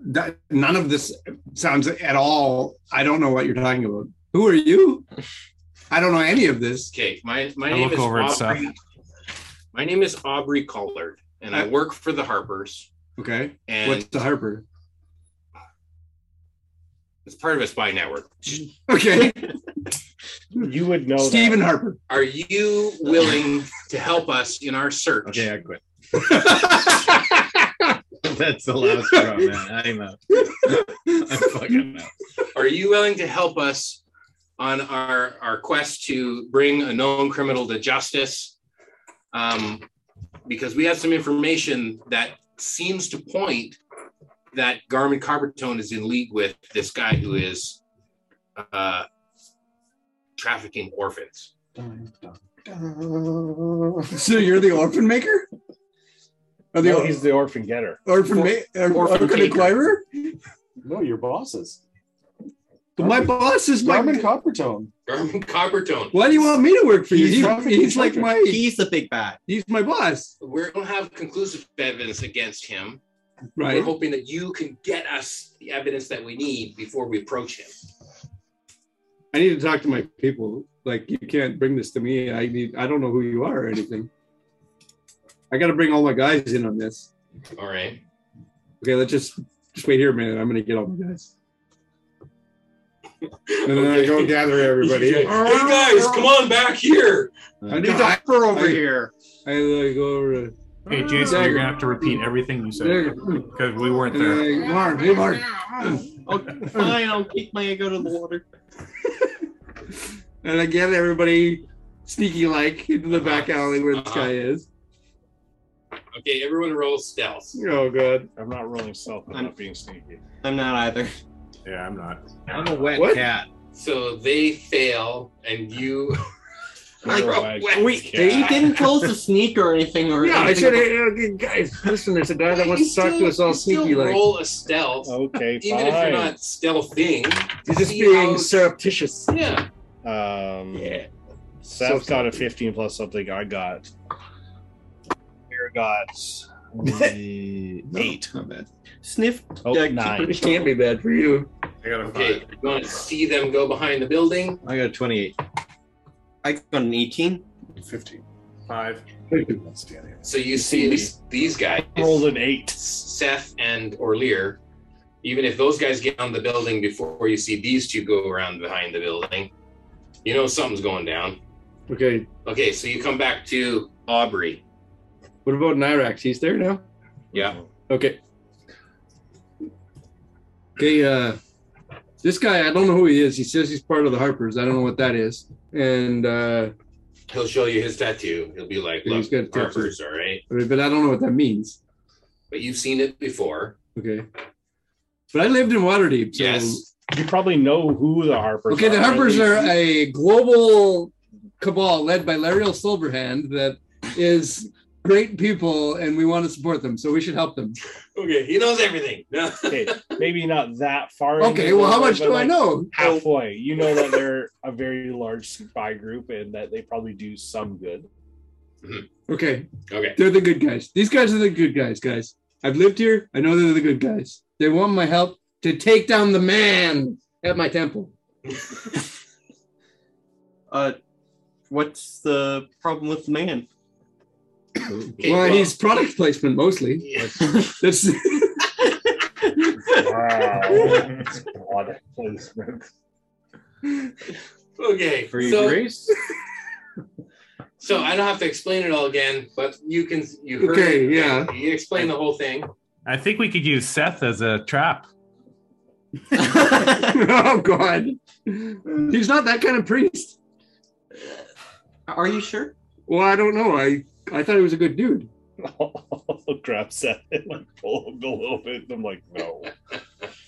[SPEAKER 2] that, none of this sounds at all. I don't know what you're talking about. Who are you? I don't know any of this.
[SPEAKER 10] Okay, my my
[SPEAKER 4] I
[SPEAKER 10] name
[SPEAKER 4] look
[SPEAKER 10] is
[SPEAKER 4] over at Seth.
[SPEAKER 10] Aubrey. My name is Aubrey Collard, and
[SPEAKER 4] Uh,
[SPEAKER 10] I work for the Harpers.
[SPEAKER 2] Okay.
[SPEAKER 10] And
[SPEAKER 2] What's the Harper?
[SPEAKER 10] it's part of a spy network.
[SPEAKER 2] Okay.
[SPEAKER 7] You would know. that.
[SPEAKER 2] Stephen Harper.
[SPEAKER 10] Are you willing to help us in our search?
[SPEAKER 5] Okay, I quit. That's the last straw, man. I'm out. I'm fucking out.
[SPEAKER 10] Are you willing to help us on our our quest to bring a known criminal to justice? Um, because we have some information that seems to point that Garmin Carbertone is in league with this guy who is uh, trafficking orphans.
[SPEAKER 6] Dun, dun, dun.
[SPEAKER 2] So you're the orphan maker? Are the
[SPEAKER 7] No,
[SPEAKER 2] or-
[SPEAKER 7] he's the orphan getter.
[SPEAKER 2] orphan, ma- or-
[SPEAKER 10] orphan
[SPEAKER 2] orphan
[SPEAKER 10] maker.
[SPEAKER 2] acquirer?
[SPEAKER 6] No, your bosses.
[SPEAKER 2] But my boss is my.
[SPEAKER 6] Norman Coppertone.
[SPEAKER 10] Garmin Carbertone.
[SPEAKER 2] Why do you want me to work for you?
[SPEAKER 6] He's
[SPEAKER 2] He-
[SPEAKER 6] trafficking
[SPEAKER 2] he's like
[SPEAKER 6] children.
[SPEAKER 2] my.
[SPEAKER 9] He's the big bad.
[SPEAKER 2] He's my boss.
[SPEAKER 10] We don't have conclusive evidence against him.
[SPEAKER 2] Right.
[SPEAKER 10] We're hoping that you can get us the evidence that we need before we approach him.
[SPEAKER 2] I need to talk to my people. Like you can't bring this to me. I need I don't know who you are or anything. I gotta bring all my guys in on this.
[SPEAKER 10] All right.
[SPEAKER 2] Okay, let's just just wait here a minute. I'm gonna get all my guys. And then I go gather everybody.
[SPEAKER 10] hey guys, come on back here.
[SPEAKER 2] I need to
[SPEAKER 5] Hyper over
[SPEAKER 2] I-
[SPEAKER 5] here.
[SPEAKER 2] I like, go over to
[SPEAKER 4] Okay, Jason, you're gonna have to repeat everything you said
[SPEAKER 2] there.
[SPEAKER 4] because we weren't
[SPEAKER 2] And
[SPEAKER 4] there.
[SPEAKER 2] then I, Mark, hey Mark.
[SPEAKER 9] Okay, fine. I'll kick my egg out of the water.
[SPEAKER 2] And I get everybody sneaky like into the back alley where this guy is.
[SPEAKER 10] Okay, everyone rolls stealth.
[SPEAKER 2] Oh god.
[SPEAKER 7] I'm not rolling stealth. I'm not being sneaky.
[SPEAKER 9] I'm not either.
[SPEAKER 4] Yeah, I'm not.
[SPEAKER 5] I'm a wet
[SPEAKER 2] What?
[SPEAKER 5] cat.
[SPEAKER 10] So they fail, and you.
[SPEAKER 9] Like,
[SPEAKER 10] You're a
[SPEAKER 7] oh,
[SPEAKER 10] wet
[SPEAKER 9] wait,
[SPEAKER 10] cat.
[SPEAKER 9] He didn't close the sneak or anything. Or
[SPEAKER 2] Yeah, I
[SPEAKER 9] anything
[SPEAKER 2] said,
[SPEAKER 9] about-
[SPEAKER 2] hey, okay, guys, listen, there's a guy that
[SPEAKER 10] You
[SPEAKER 2] wants to talk
[SPEAKER 10] still-
[SPEAKER 2] to us all
[SPEAKER 10] you still
[SPEAKER 2] sneaky like.
[SPEAKER 10] Roll a stealth,
[SPEAKER 7] Okay,
[SPEAKER 10] even if you're
[SPEAKER 7] Oh, fine.
[SPEAKER 10] not stealthing. to
[SPEAKER 2] He's just
[SPEAKER 10] see how-
[SPEAKER 2] being surreptitious.
[SPEAKER 10] Yeah.
[SPEAKER 7] Um,
[SPEAKER 10] Yeah.
[SPEAKER 7] Seth got a 15 plus something. I got. Here got eight.
[SPEAKER 5] Not bad.
[SPEAKER 9] Sniff.
[SPEAKER 7] Oh,
[SPEAKER 9] Yeah,
[SPEAKER 7] nine.
[SPEAKER 2] It can't be bad for you.
[SPEAKER 4] I got a
[SPEAKER 10] Okay,
[SPEAKER 4] five.
[SPEAKER 10] you want to see them go behind the building?
[SPEAKER 5] I got 28.
[SPEAKER 9] I got an 18.
[SPEAKER 6] 15.
[SPEAKER 4] Five.
[SPEAKER 6] That's Danny.
[SPEAKER 10] So you see these, these guys.
[SPEAKER 7] Rolled an eight.
[SPEAKER 10] Seth and Orlear, even if those guys get on the building before you see these two go around behind the building, you know something's going down.
[SPEAKER 2] Okay,
[SPEAKER 10] Okay, so you come back to Aubrey.
[SPEAKER 2] what about Nyrax? He's there now?
[SPEAKER 10] Yeah.
[SPEAKER 2] Okay. Okay, uh this guy, I don't know who he is. He says he's part of the Harpers. I don't know what that is. And uh
[SPEAKER 10] He'll show you his tattoo. He'll be like,
[SPEAKER 2] Yeah, he's
[SPEAKER 10] look,
[SPEAKER 2] got a tattoo.
[SPEAKER 10] Harper's, all right.
[SPEAKER 2] but I don't know what that means.
[SPEAKER 10] But you've seen it before.
[SPEAKER 2] Okay. But I lived in Waterdeep. So
[SPEAKER 10] yes.
[SPEAKER 7] You probably know who the Harpers
[SPEAKER 2] Okay,
[SPEAKER 7] are.
[SPEAKER 2] the
[SPEAKER 7] right?
[SPEAKER 2] Harpers are uh, a global cabal led by Lariel Silverhand that is great people and we want to support them. So we should help them.
[SPEAKER 10] Okay, he knows everything. No.
[SPEAKER 7] Okay, maybe not that far.
[SPEAKER 2] Okay,
[SPEAKER 7] into
[SPEAKER 2] well,
[SPEAKER 7] the
[SPEAKER 2] how
[SPEAKER 7] war,
[SPEAKER 2] much
[SPEAKER 7] but
[SPEAKER 2] do I
[SPEAKER 7] like
[SPEAKER 2] know?
[SPEAKER 7] Halfway. You know that they're a very large spy group and that they probably do some good.
[SPEAKER 2] Okay,
[SPEAKER 10] Okay.
[SPEAKER 2] They're the good guys. These guys are the good guys, guys. I've lived here. I know they're the good guys. They want my help to take down the man at my temple.
[SPEAKER 9] Uh, what's the problem with the man?
[SPEAKER 10] okay
[SPEAKER 2] well, he's product placement mostly.
[SPEAKER 10] Yeah.
[SPEAKER 2] That's
[SPEAKER 7] Wow. Squad placement.
[SPEAKER 10] Okay.
[SPEAKER 5] For you,
[SPEAKER 10] so,
[SPEAKER 5] Grace?
[SPEAKER 10] so I don't have to explain it all again, but you can you heard
[SPEAKER 2] Okay,
[SPEAKER 10] it.
[SPEAKER 2] yeah.
[SPEAKER 10] You explained the whole thing.
[SPEAKER 4] I think we could use Seth as a trap.
[SPEAKER 2] oh god. He's not that kind of priest.
[SPEAKER 9] Are you sure?
[SPEAKER 2] Well, I don't know. I I thought he was a good dude.
[SPEAKER 7] I'll grab Seth and like pull him a little bit. I'm like, no.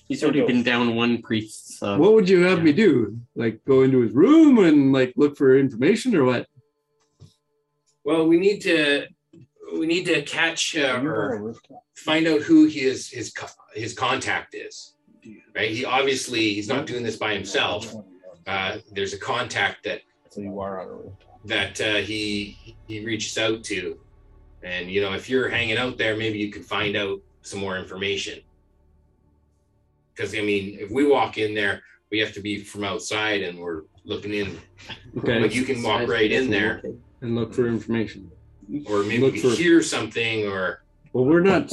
[SPEAKER 9] He's already been down one priest. So.
[SPEAKER 2] What would you have me do? Like go into his room and like look for information or what?
[SPEAKER 10] Well, we need to we need to catch uh,
[SPEAKER 7] You're
[SPEAKER 10] or
[SPEAKER 7] on a rooftop.
[SPEAKER 10] find out who his his co- his contact is. Right? He obviously he's not doing this by himself. Uh, there's a contact that
[SPEAKER 7] So you are on a rooftop.
[SPEAKER 10] that uh, he he reaches out to, and you know if you're hanging out there, maybe you can find out some more information. Because I mean, if we walk in there, we have to be from outside and we're looking in.
[SPEAKER 2] Okay.
[SPEAKER 10] But you can walk right in there,
[SPEAKER 2] and look for information.
[SPEAKER 10] or maybe
[SPEAKER 2] Look for-
[SPEAKER 10] hear something, or
[SPEAKER 2] Well, we're not.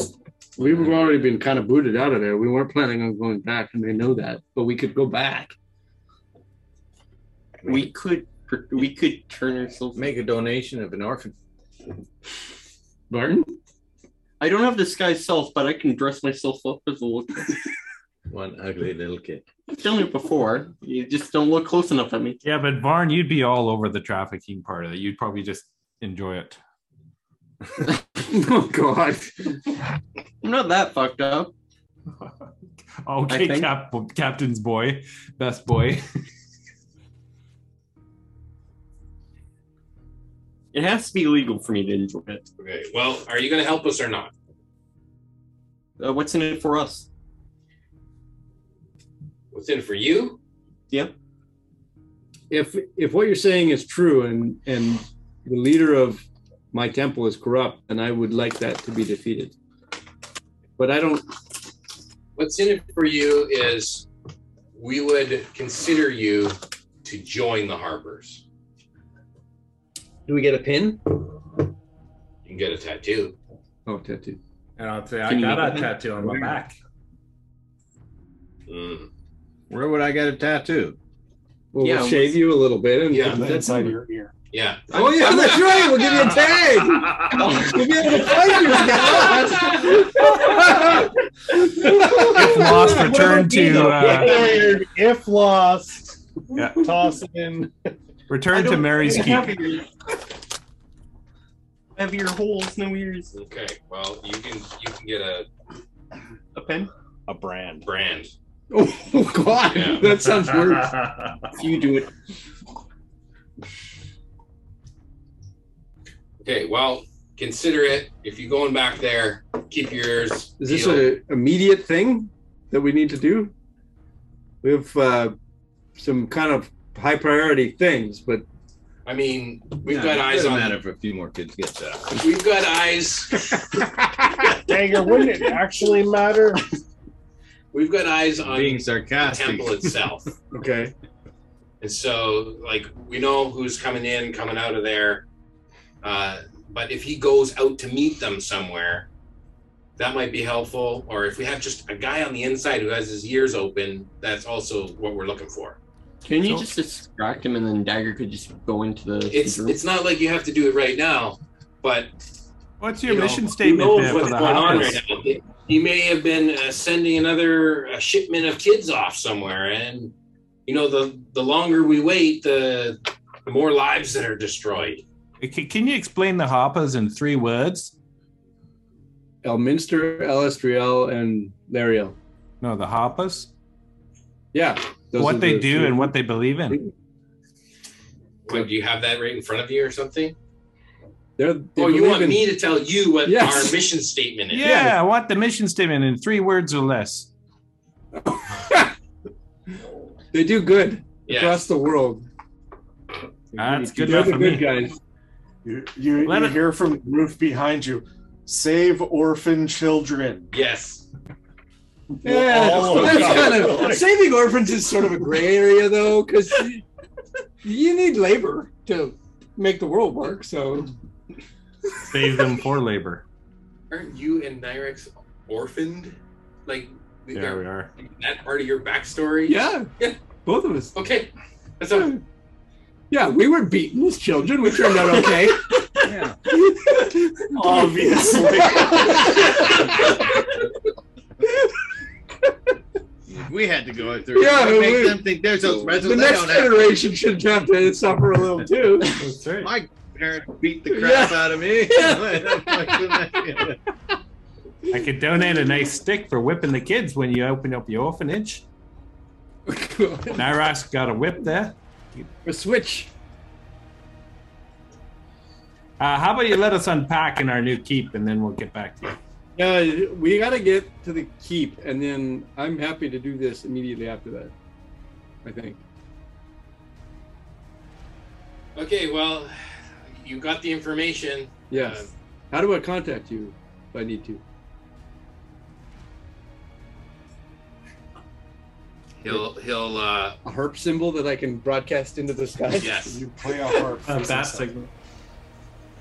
[SPEAKER 2] We've already been kind of booted out of there. We weren't planning on going back, and they know that. But we could go back.
[SPEAKER 9] We could we could turn ourselves.
[SPEAKER 5] Make a donation of an orphan.
[SPEAKER 2] Barton,
[SPEAKER 9] I don't have disguised self, but I can dress myself up as a little.
[SPEAKER 5] One ugly little kid.
[SPEAKER 9] I've done it before. You just don't look close enough at me.
[SPEAKER 4] Yeah, but Varn, you'd be all over the trafficking part of it. You'd probably just enjoy it.
[SPEAKER 2] oh God,
[SPEAKER 9] I'm not that fucked up. I
[SPEAKER 4] Okay,
[SPEAKER 9] think-
[SPEAKER 4] cap, captain's boy, best boy.
[SPEAKER 9] It has to be legal for me to enjoy it.
[SPEAKER 10] okay, well, are you going to help us or not?
[SPEAKER 9] Uh, what's in it for us?
[SPEAKER 10] What's in it for you?
[SPEAKER 2] if if what you're saying is true, and and the leader of my temple is corrupt, then I would like that to be defeated. But I don't.
[SPEAKER 10] What's in it for you is we would consider you to join the harbors.
[SPEAKER 2] Do we get a pin?
[SPEAKER 10] You can get a tattoo.
[SPEAKER 2] Oh, tattoo.
[SPEAKER 4] And I'd say, I
[SPEAKER 9] Can you
[SPEAKER 4] got
[SPEAKER 9] make
[SPEAKER 4] a
[SPEAKER 9] it?
[SPEAKER 4] tattoo on my back.
[SPEAKER 10] Mm.
[SPEAKER 5] Where would I get a tattoo?
[SPEAKER 2] Well,
[SPEAKER 9] Yeah,
[SPEAKER 2] we'll shave you a little bit, and
[SPEAKER 10] Yeah.
[SPEAKER 6] the inside of your ear.
[SPEAKER 10] Yeah.
[SPEAKER 5] Oh yeah, that's right. We'll give you a tag.
[SPEAKER 2] You'll be able to fight you if
[SPEAKER 4] If lost, return to uh,
[SPEAKER 7] Declared, if lost,
[SPEAKER 4] Yeah.
[SPEAKER 7] toss in.
[SPEAKER 4] return to Mary's
[SPEAKER 9] I
[SPEAKER 4] keep.
[SPEAKER 9] have your- I have your holes, no ears.
[SPEAKER 10] Okay. Well, you can you can get a
[SPEAKER 9] A pen?
[SPEAKER 7] A brand.
[SPEAKER 10] brand.
[SPEAKER 2] Oh God,
[SPEAKER 10] Yeah.
[SPEAKER 2] that sounds worse.
[SPEAKER 9] You do it.
[SPEAKER 10] Okay. Well, consider it. If you're going back there, keep your ears.
[SPEAKER 2] Is this
[SPEAKER 10] peeled.
[SPEAKER 2] a immediate thing that we need to do? We have uh, some kind of high priority things, but
[SPEAKER 10] I mean, we've
[SPEAKER 5] Yeah,
[SPEAKER 10] got
[SPEAKER 5] it
[SPEAKER 10] eyes
[SPEAKER 5] doesn't
[SPEAKER 10] on.
[SPEAKER 5] matter if a few more kids get that.
[SPEAKER 10] We've got eyes.
[SPEAKER 7] Dagger, wouldn't it actually matter?
[SPEAKER 10] We've got eyes on
[SPEAKER 5] Being
[SPEAKER 10] the
[SPEAKER 5] sarcastic.
[SPEAKER 10] temple itself,
[SPEAKER 2] okay.
[SPEAKER 10] and so like we know who's coming in, and coming out of there. Uh, but if he goes out to meet them somewhere, that might be helpful. Or if we have just a guy on the inside who has his ears open, that's also what we're looking for.
[SPEAKER 9] Can you just distract him and then Dagger could just go into the
[SPEAKER 10] It's
[SPEAKER 9] secret room?
[SPEAKER 10] it's not like you have to do it right now, but
[SPEAKER 4] What's your
[SPEAKER 10] You know,
[SPEAKER 4] mission
[SPEAKER 10] Who
[SPEAKER 4] statement
[SPEAKER 10] knows
[SPEAKER 4] there
[SPEAKER 10] what's
[SPEAKER 4] for the
[SPEAKER 10] going on
[SPEAKER 4] house?
[SPEAKER 10] right now? They- He may have been uh, sending another uh, shipment of kids off somewhere, and you know the the longer we wait, the, the more lives that are destroyed.
[SPEAKER 4] Can, can you explain the hoppers in three words?
[SPEAKER 2] Elminster, Elestriel, and Lariel.
[SPEAKER 4] No, the hoppers.
[SPEAKER 2] Yeah. those are
[SPEAKER 4] what they
[SPEAKER 2] the
[SPEAKER 4] do
[SPEAKER 2] three.
[SPEAKER 4] and what they believe in.
[SPEAKER 10] What, do you have that right in front of you or something?
[SPEAKER 2] They're, they
[SPEAKER 10] oh, you
[SPEAKER 2] believe
[SPEAKER 10] want
[SPEAKER 2] in-
[SPEAKER 10] me to tell you what
[SPEAKER 2] Yes.
[SPEAKER 10] our mission statement is?
[SPEAKER 4] Yeah, I want the mission statement in three words or less.
[SPEAKER 2] They do good
[SPEAKER 10] Yeah.
[SPEAKER 2] across the world.
[SPEAKER 4] That's good
[SPEAKER 2] They're
[SPEAKER 4] enough
[SPEAKER 2] the
[SPEAKER 4] for
[SPEAKER 2] good
[SPEAKER 4] me.
[SPEAKER 2] guys.
[SPEAKER 6] You, you,
[SPEAKER 4] Let
[SPEAKER 6] you
[SPEAKER 4] it-
[SPEAKER 6] hear from the roof behind you. Save orphan children.
[SPEAKER 10] Yes.
[SPEAKER 2] Yeah,
[SPEAKER 7] all of
[SPEAKER 2] that's
[SPEAKER 7] them.
[SPEAKER 2] kind of saving orphans is sort of a gray area though, because you, you need labor to make the world work. So
[SPEAKER 4] Save them for labor.
[SPEAKER 10] Aren't you and Nyrex orphaned? Like we
[SPEAKER 4] There we
[SPEAKER 10] are-
[SPEAKER 4] are.
[SPEAKER 10] that part of your backstory?
[SPEAKER 2] yeah, yeah, both of us.
[SPEAKER 10] Okay. That's all.
[SPEAKER 2] Yeah, we were beaten as children. We turned out okay.
[SPEAKER 6] Obviously.
[SPEAKER 5] We had to go through.
[SPEAKER 2] Yeah,
[SPEAKER 5] Yeah,
[SPEAKER 2] but
[SPEAKER 5] make
[SPEAKER 2] we-
[SPEAKER 5] them think there's those
[SPEAKER 2] the
[SPEAKER 5] residents.
[SPEAKER 2] next generation should have to suffer a little too.
[SPEAKER 4] That's right.
[SPEAKER 5] My parents beat the crap out of me.
[SPEAKER 4] I could donate a nice stick for whipping the kids when you open up your orphanage. Nyrax got a whip there.
[SPEAKER 2] a switch.
[SPEAKER 4] Uh, how about you let us unpack in our new keep and then we'll get back to you?
[SPEAKER 2] Yeah, we got to get to the keep, and then I'm happy to do this immediately after that. I think.
[SPEAKER 10] Okay. Well, you got the information.
[SPEAKER 2] Yes.
[SPEAKER 10] Uh,
[SPEAKER 2] How do I contact you if I need to?
[SPEAKER 10] He'll he'll uh
[SPEAKER 2] A harp symbol that I can broadcast into the sky.
[SPEAKER 10] yes.
[SPEAKER 6] You play a harp. for
[SPEAKER 4] Uh, bat
[SPEAKER 6] some-
[SPEAKER 4] signal.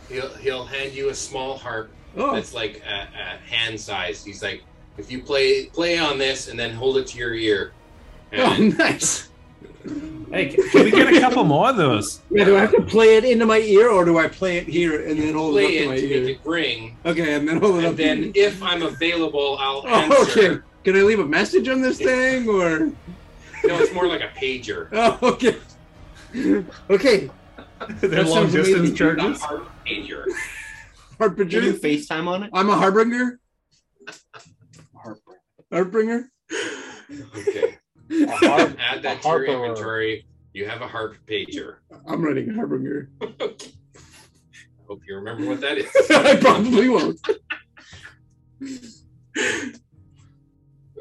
[SPEAKER 10] He'll he'll hand you a small harp
[SPEAKER 2] Oh,
[SPEAKER 10] that's like a, a hand size. He's like, if you play play on this and then hold it to your ear.
[SPEAKER 2] oh,
[SPEAKER 10] And
[SPEAKER 2] nice.
[SPEAKER 4] Hey, can can we get a couple more of those?
[SPEAKER 2] Yeah, do I have to play it into my ear, or do I play it here and then hold it up
[SPEAKER 10] play it
[SPEAKER 2] to my
[SPEAKER 10] to
[SPEAKER 2] ear?
[SPEAKER 10] make it ring.
[SPEAKER 2] Okay, and then hold it up.
[SPEAKER 10] And
[SPEAKER 2] to
[SPEAKER 10] then
[SPEAKER 2] my-
[SPEAKER 10] if I'm available, I'll
[SPEAKER 2] oh, okay.
[SPEAKER 10] answer.
[SPEAKER 2] Can I leave a message on this thing, or?
[SPEAKER 10] No, it's more like a pager.
[SPEAKER 2] Oh, okay. Okay,
[SPEAKER 4] They're
[SPEAKER 2] That
[SPEAKER 4] long
[SPEAKER 2] sounds amazing.
[SPEAKER 4] distance
[SPEAKER 10] A
[SPEAKER 4] charges.
[SPEAKER 10] harp pager.
[SPEAKER 9] Can you
[SPEAKER 2] harbinger.
[SPEAKER 9] FaceTime on it?
[SPEAKER 2] I'm a harbinger.
[SPEAKER 6] harp.
[SPEAKER 2] Harbinger.
[SPEAKER 10] Okay.
[SPEAKER 7] A harp,
[SPEAKER 10] Add that
[SPEAKER 7] A
[SPEAKER 10] to your
[SPEAKER 7] harper.
[SPEAKER 10] inventory. You have a harp pager.
[SPEAKER 2] I'm writing harbinger.
[SPEAKER 10] Hope you remember what that is.
[SPEAKER 2] I probably won't.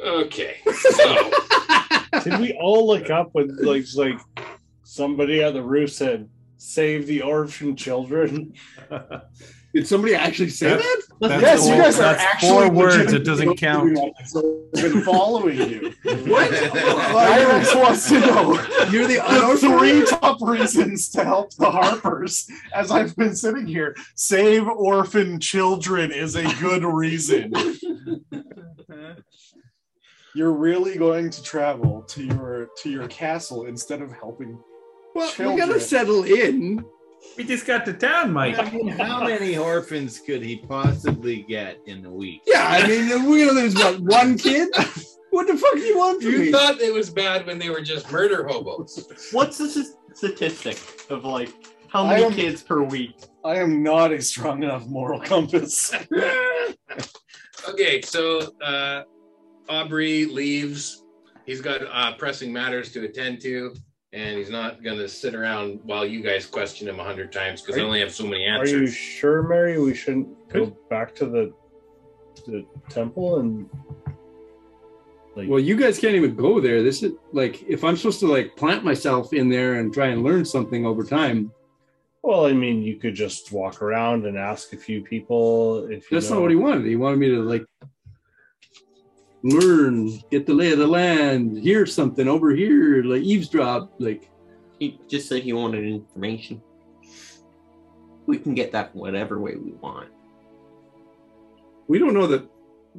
[SPEAKER 10] Okay. So
[SPEAKER 7] Did we all look up when like s- like somebody on the roof said, "Save the orphan children"?
[SPEAKER 2] Did somebody actually say
[SPEAKER 4] That's-
[SPEAKER 2] that?
[SPEAKER 4] That's
[SPEAKER 6] yes,
[SPEAKER 4] the
[SPEAKER 6] you
[SPEAKER 4] one-
[SPEAKER 6] guys are
[SPEAKER 4] that's
[SPEAKER 6] actually
[SPEAKER 4] four words. It doesn't
[SPEAKER 6] legitimately
[SPEAKER 4] count.
[SPEAKER 6] been following you.
[SPEAKER 2] What?
[SPEAKER 6] Alex wants to know
[SPEAKER 2] You're the
[SPEAKER 6] the
[SPEAKER 2] unorthodox-
[SPEAKER 6] three top reasons to help the Harpers. As I've been sitting here, save orphan children is a good reason. You're really going to travel to your to your castle instead of helping.
[SPEAKER 2] Well, we
[SPEAKER 6] children.
[SPEAKER 2] gotta settle in.
[SPEAKER 4] We just got to town, Mike.
[SPEAKER 5] I mean, how many orphans could he possibly get in a week?
[SPEAKER 2] Yeah, I mean, we're gonna lose what one kid. What the fuck do you want from
[SPEAKER 10] you
[SPEAKER 2] me?
[SPEAKER 10] thought it was bad when they were just murder hobos.
[SPEAKER 9] What's the s- statistic of like how
[SPEAKER 6] I
[SPEAKER 9] many
[SPEAKER 6] am-
[SPEAKER 9] kids per week?
[SPEAKER 6] I am not a strong enough moral compass.
[SPEAKER 10] Okay, so uh, Aubrey leaves. He's got uh, pressing matters to attend to, and he's not going to sit around while you guys question him a hundred times because I
[SPEAKER 7] Are you-
[SPEAKER 10] only have so many
[SPEAKER 7] Are you
[SPEAKER 10] answers.
[SPEAKER 7] sure, Mary? We shouldn't go back to the the temple and like
[SPEAKER 2] Well, you guys can't even go there. This is like if I'm supposed to like plant myself in there and try and learn something over time.
[SPEAKER 7] Well, I mean, you could just walk around and ask a few people if you
[SPEAKER 2] That's
[SPEAKER 7] know.
[SPEAKER 2] not what he wanted. He wanted me to like learn, get the lay of the land, hear something over here, like eavesdrop, like
[SPEAKER 9] He just said he wanted information. We can get that whatever way we want.
[SPEAKER 2] we don't know that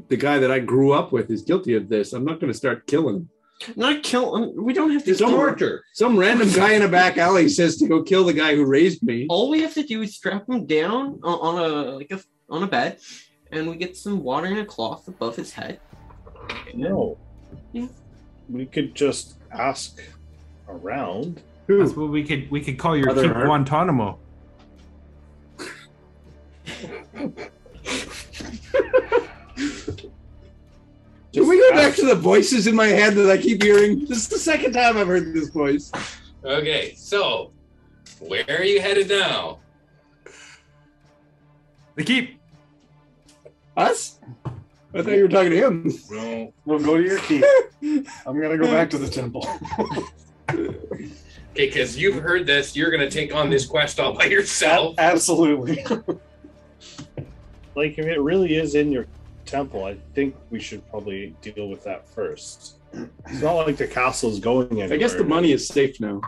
[SPEAKER 2] the guy that I grew up with is guilty of this. I'm not going to start killing him.
[SPEAKER 9] Not kill him. We don't have to
[SPEAKER 2] Just
[SPEAKER 9] kill him.
[SPEAKER 2] torture. Some random guy in a back alley says to go kill the guy who raised me.
[SPEAKER 9] All we have to do is strap him down o- on a like a on a bed, and we get some water and a cloth above his head.
[SPEAKER 7] No.
[SPEAKER 9] Yeah.
[SPEAKER 7] We could just ask around.
[SPEAKER 4] That's what we could we could call your
[SPEAKER 2] Other
[SPEAKER 4] kid
[SPEAKER 2] herb.
[SPEAKER 4] Guantanamo.
[SPEAKER 2] Can we go back to the voices in my head that I keep hearing? This is the second time I've heard this voice.
[SPEAKER 10] Okay, so where are you headed now?
[SPEAKER 4] The keep.
[SPEAKER 2] Us? I thought you were talking to him.
[SPEAKER 10] No.
[SPEAKER 6] Well, go to your key. I'm gonna go back to the temple.
[SPEAKER 10] Okay, because you've heard this, you're going to take on this quest all by yourself.
[SPEAKER 6] Absolutely.
[SPEAKER 7] Like, if it really is in your temple, I think we should probably deal with that first. It's not like the castle's going anywhere.
[SPEAKER 2] I guess the money is safe now.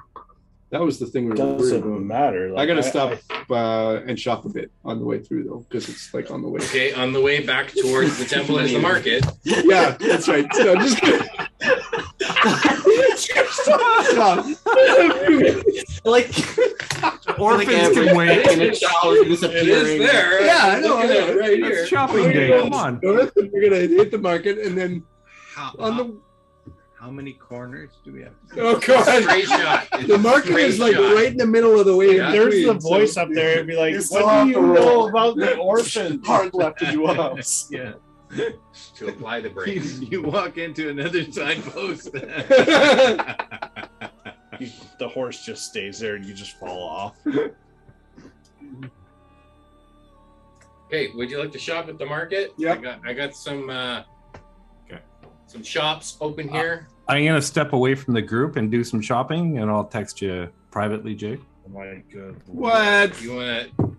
[SPEAKER 2] That was the thing we were worried
[SPEAKER 7] doesn't
[SPEAKER 2] about.
[SPEAKER 7] matter.
[SPEAKER 2] I
[SPEAKER 7] Like,
[SPEAKER 2] gotta stop uh, and shop a bit on the way through though, because it's like on the way.
[SPEAKER 10] Okay, on the way back towards the temple is the market.
[SPEAKER 2] yeah, that's right. So I'm just stop.
[SPEAKER 9] Like
[SPEAKER 4] Orphans
[SPEAKER 9] Amber
[SPEAKER 4] can
[SPEAKER 9] in a
[SPEAKER 4] wait.
[SPEAKER 9] shower
[SPEAKER 10] It is
[SPEAKER 9] disappearing.
[SPEAKER 10] there.
[SPEAKER 2] Yeah, I know, I
[SPEAKER 10] Look
[SPEAKER 2] know.
[SPEAKER 10] at it right here.
[SPEAKER 4] It's shopping day. Come on.
[SPEAKER 2] Notice that we're gonna hit the market and then
[SPEAKER 5] How,
[SPEAKER 2] on the
[SPEAKER 5] how many corners do we have?
[SPEAKER 2] oh god,
[SPEAKER 10] Straight shot.
[SPEAKER 2] the market is like
[SPEAKER 10] Straight shot.
[SPEAKER 2] right in the middle of the way. in
[SPEAKER 10] Yeah.
[SPEAKER 7] There's the
[SPEAKER 2] between, so-
[SPEAKER 7] voice up there. It'd be like,
[SPEAKER 6] You still
[SPEAKER 7] what
[SPEAKER 6] have
[SPEAKER 7] do
[SPEAKER 6] to
[SPEAKER 7] you
[SPEAKER 6] roll.
[SPEAKER 7] know about the orphans?
[SPEAKER 6] Hard left to do ups.
[SPEAKER 5] Yeah.
[SPEAKER 10] to apply the
[SPEAKER 5] You,
[SPEAKER 10] brakes.
[SPEAKER 5] you walk into another signpost.
[SPEAKER 7] You- the horse just stays there and you just fall off.
[SPEAKER 10] Okay, would you like to shop at the market?
[SPEAKER 2] Yeah.
[SPEAKER 10] I got, I got some uh,
[SPEAKER 4] Okay.
[SPEAKER 10] some shops open here.
[SPEAKER 4] I'm gonna step away from the group and do some shopping, and I'll text you privately, Jake.
[SPEAKER 7] My good.
[SPEAKER 2] What?
[SPEAKER 10] You wanna
[SPEAKER 2] What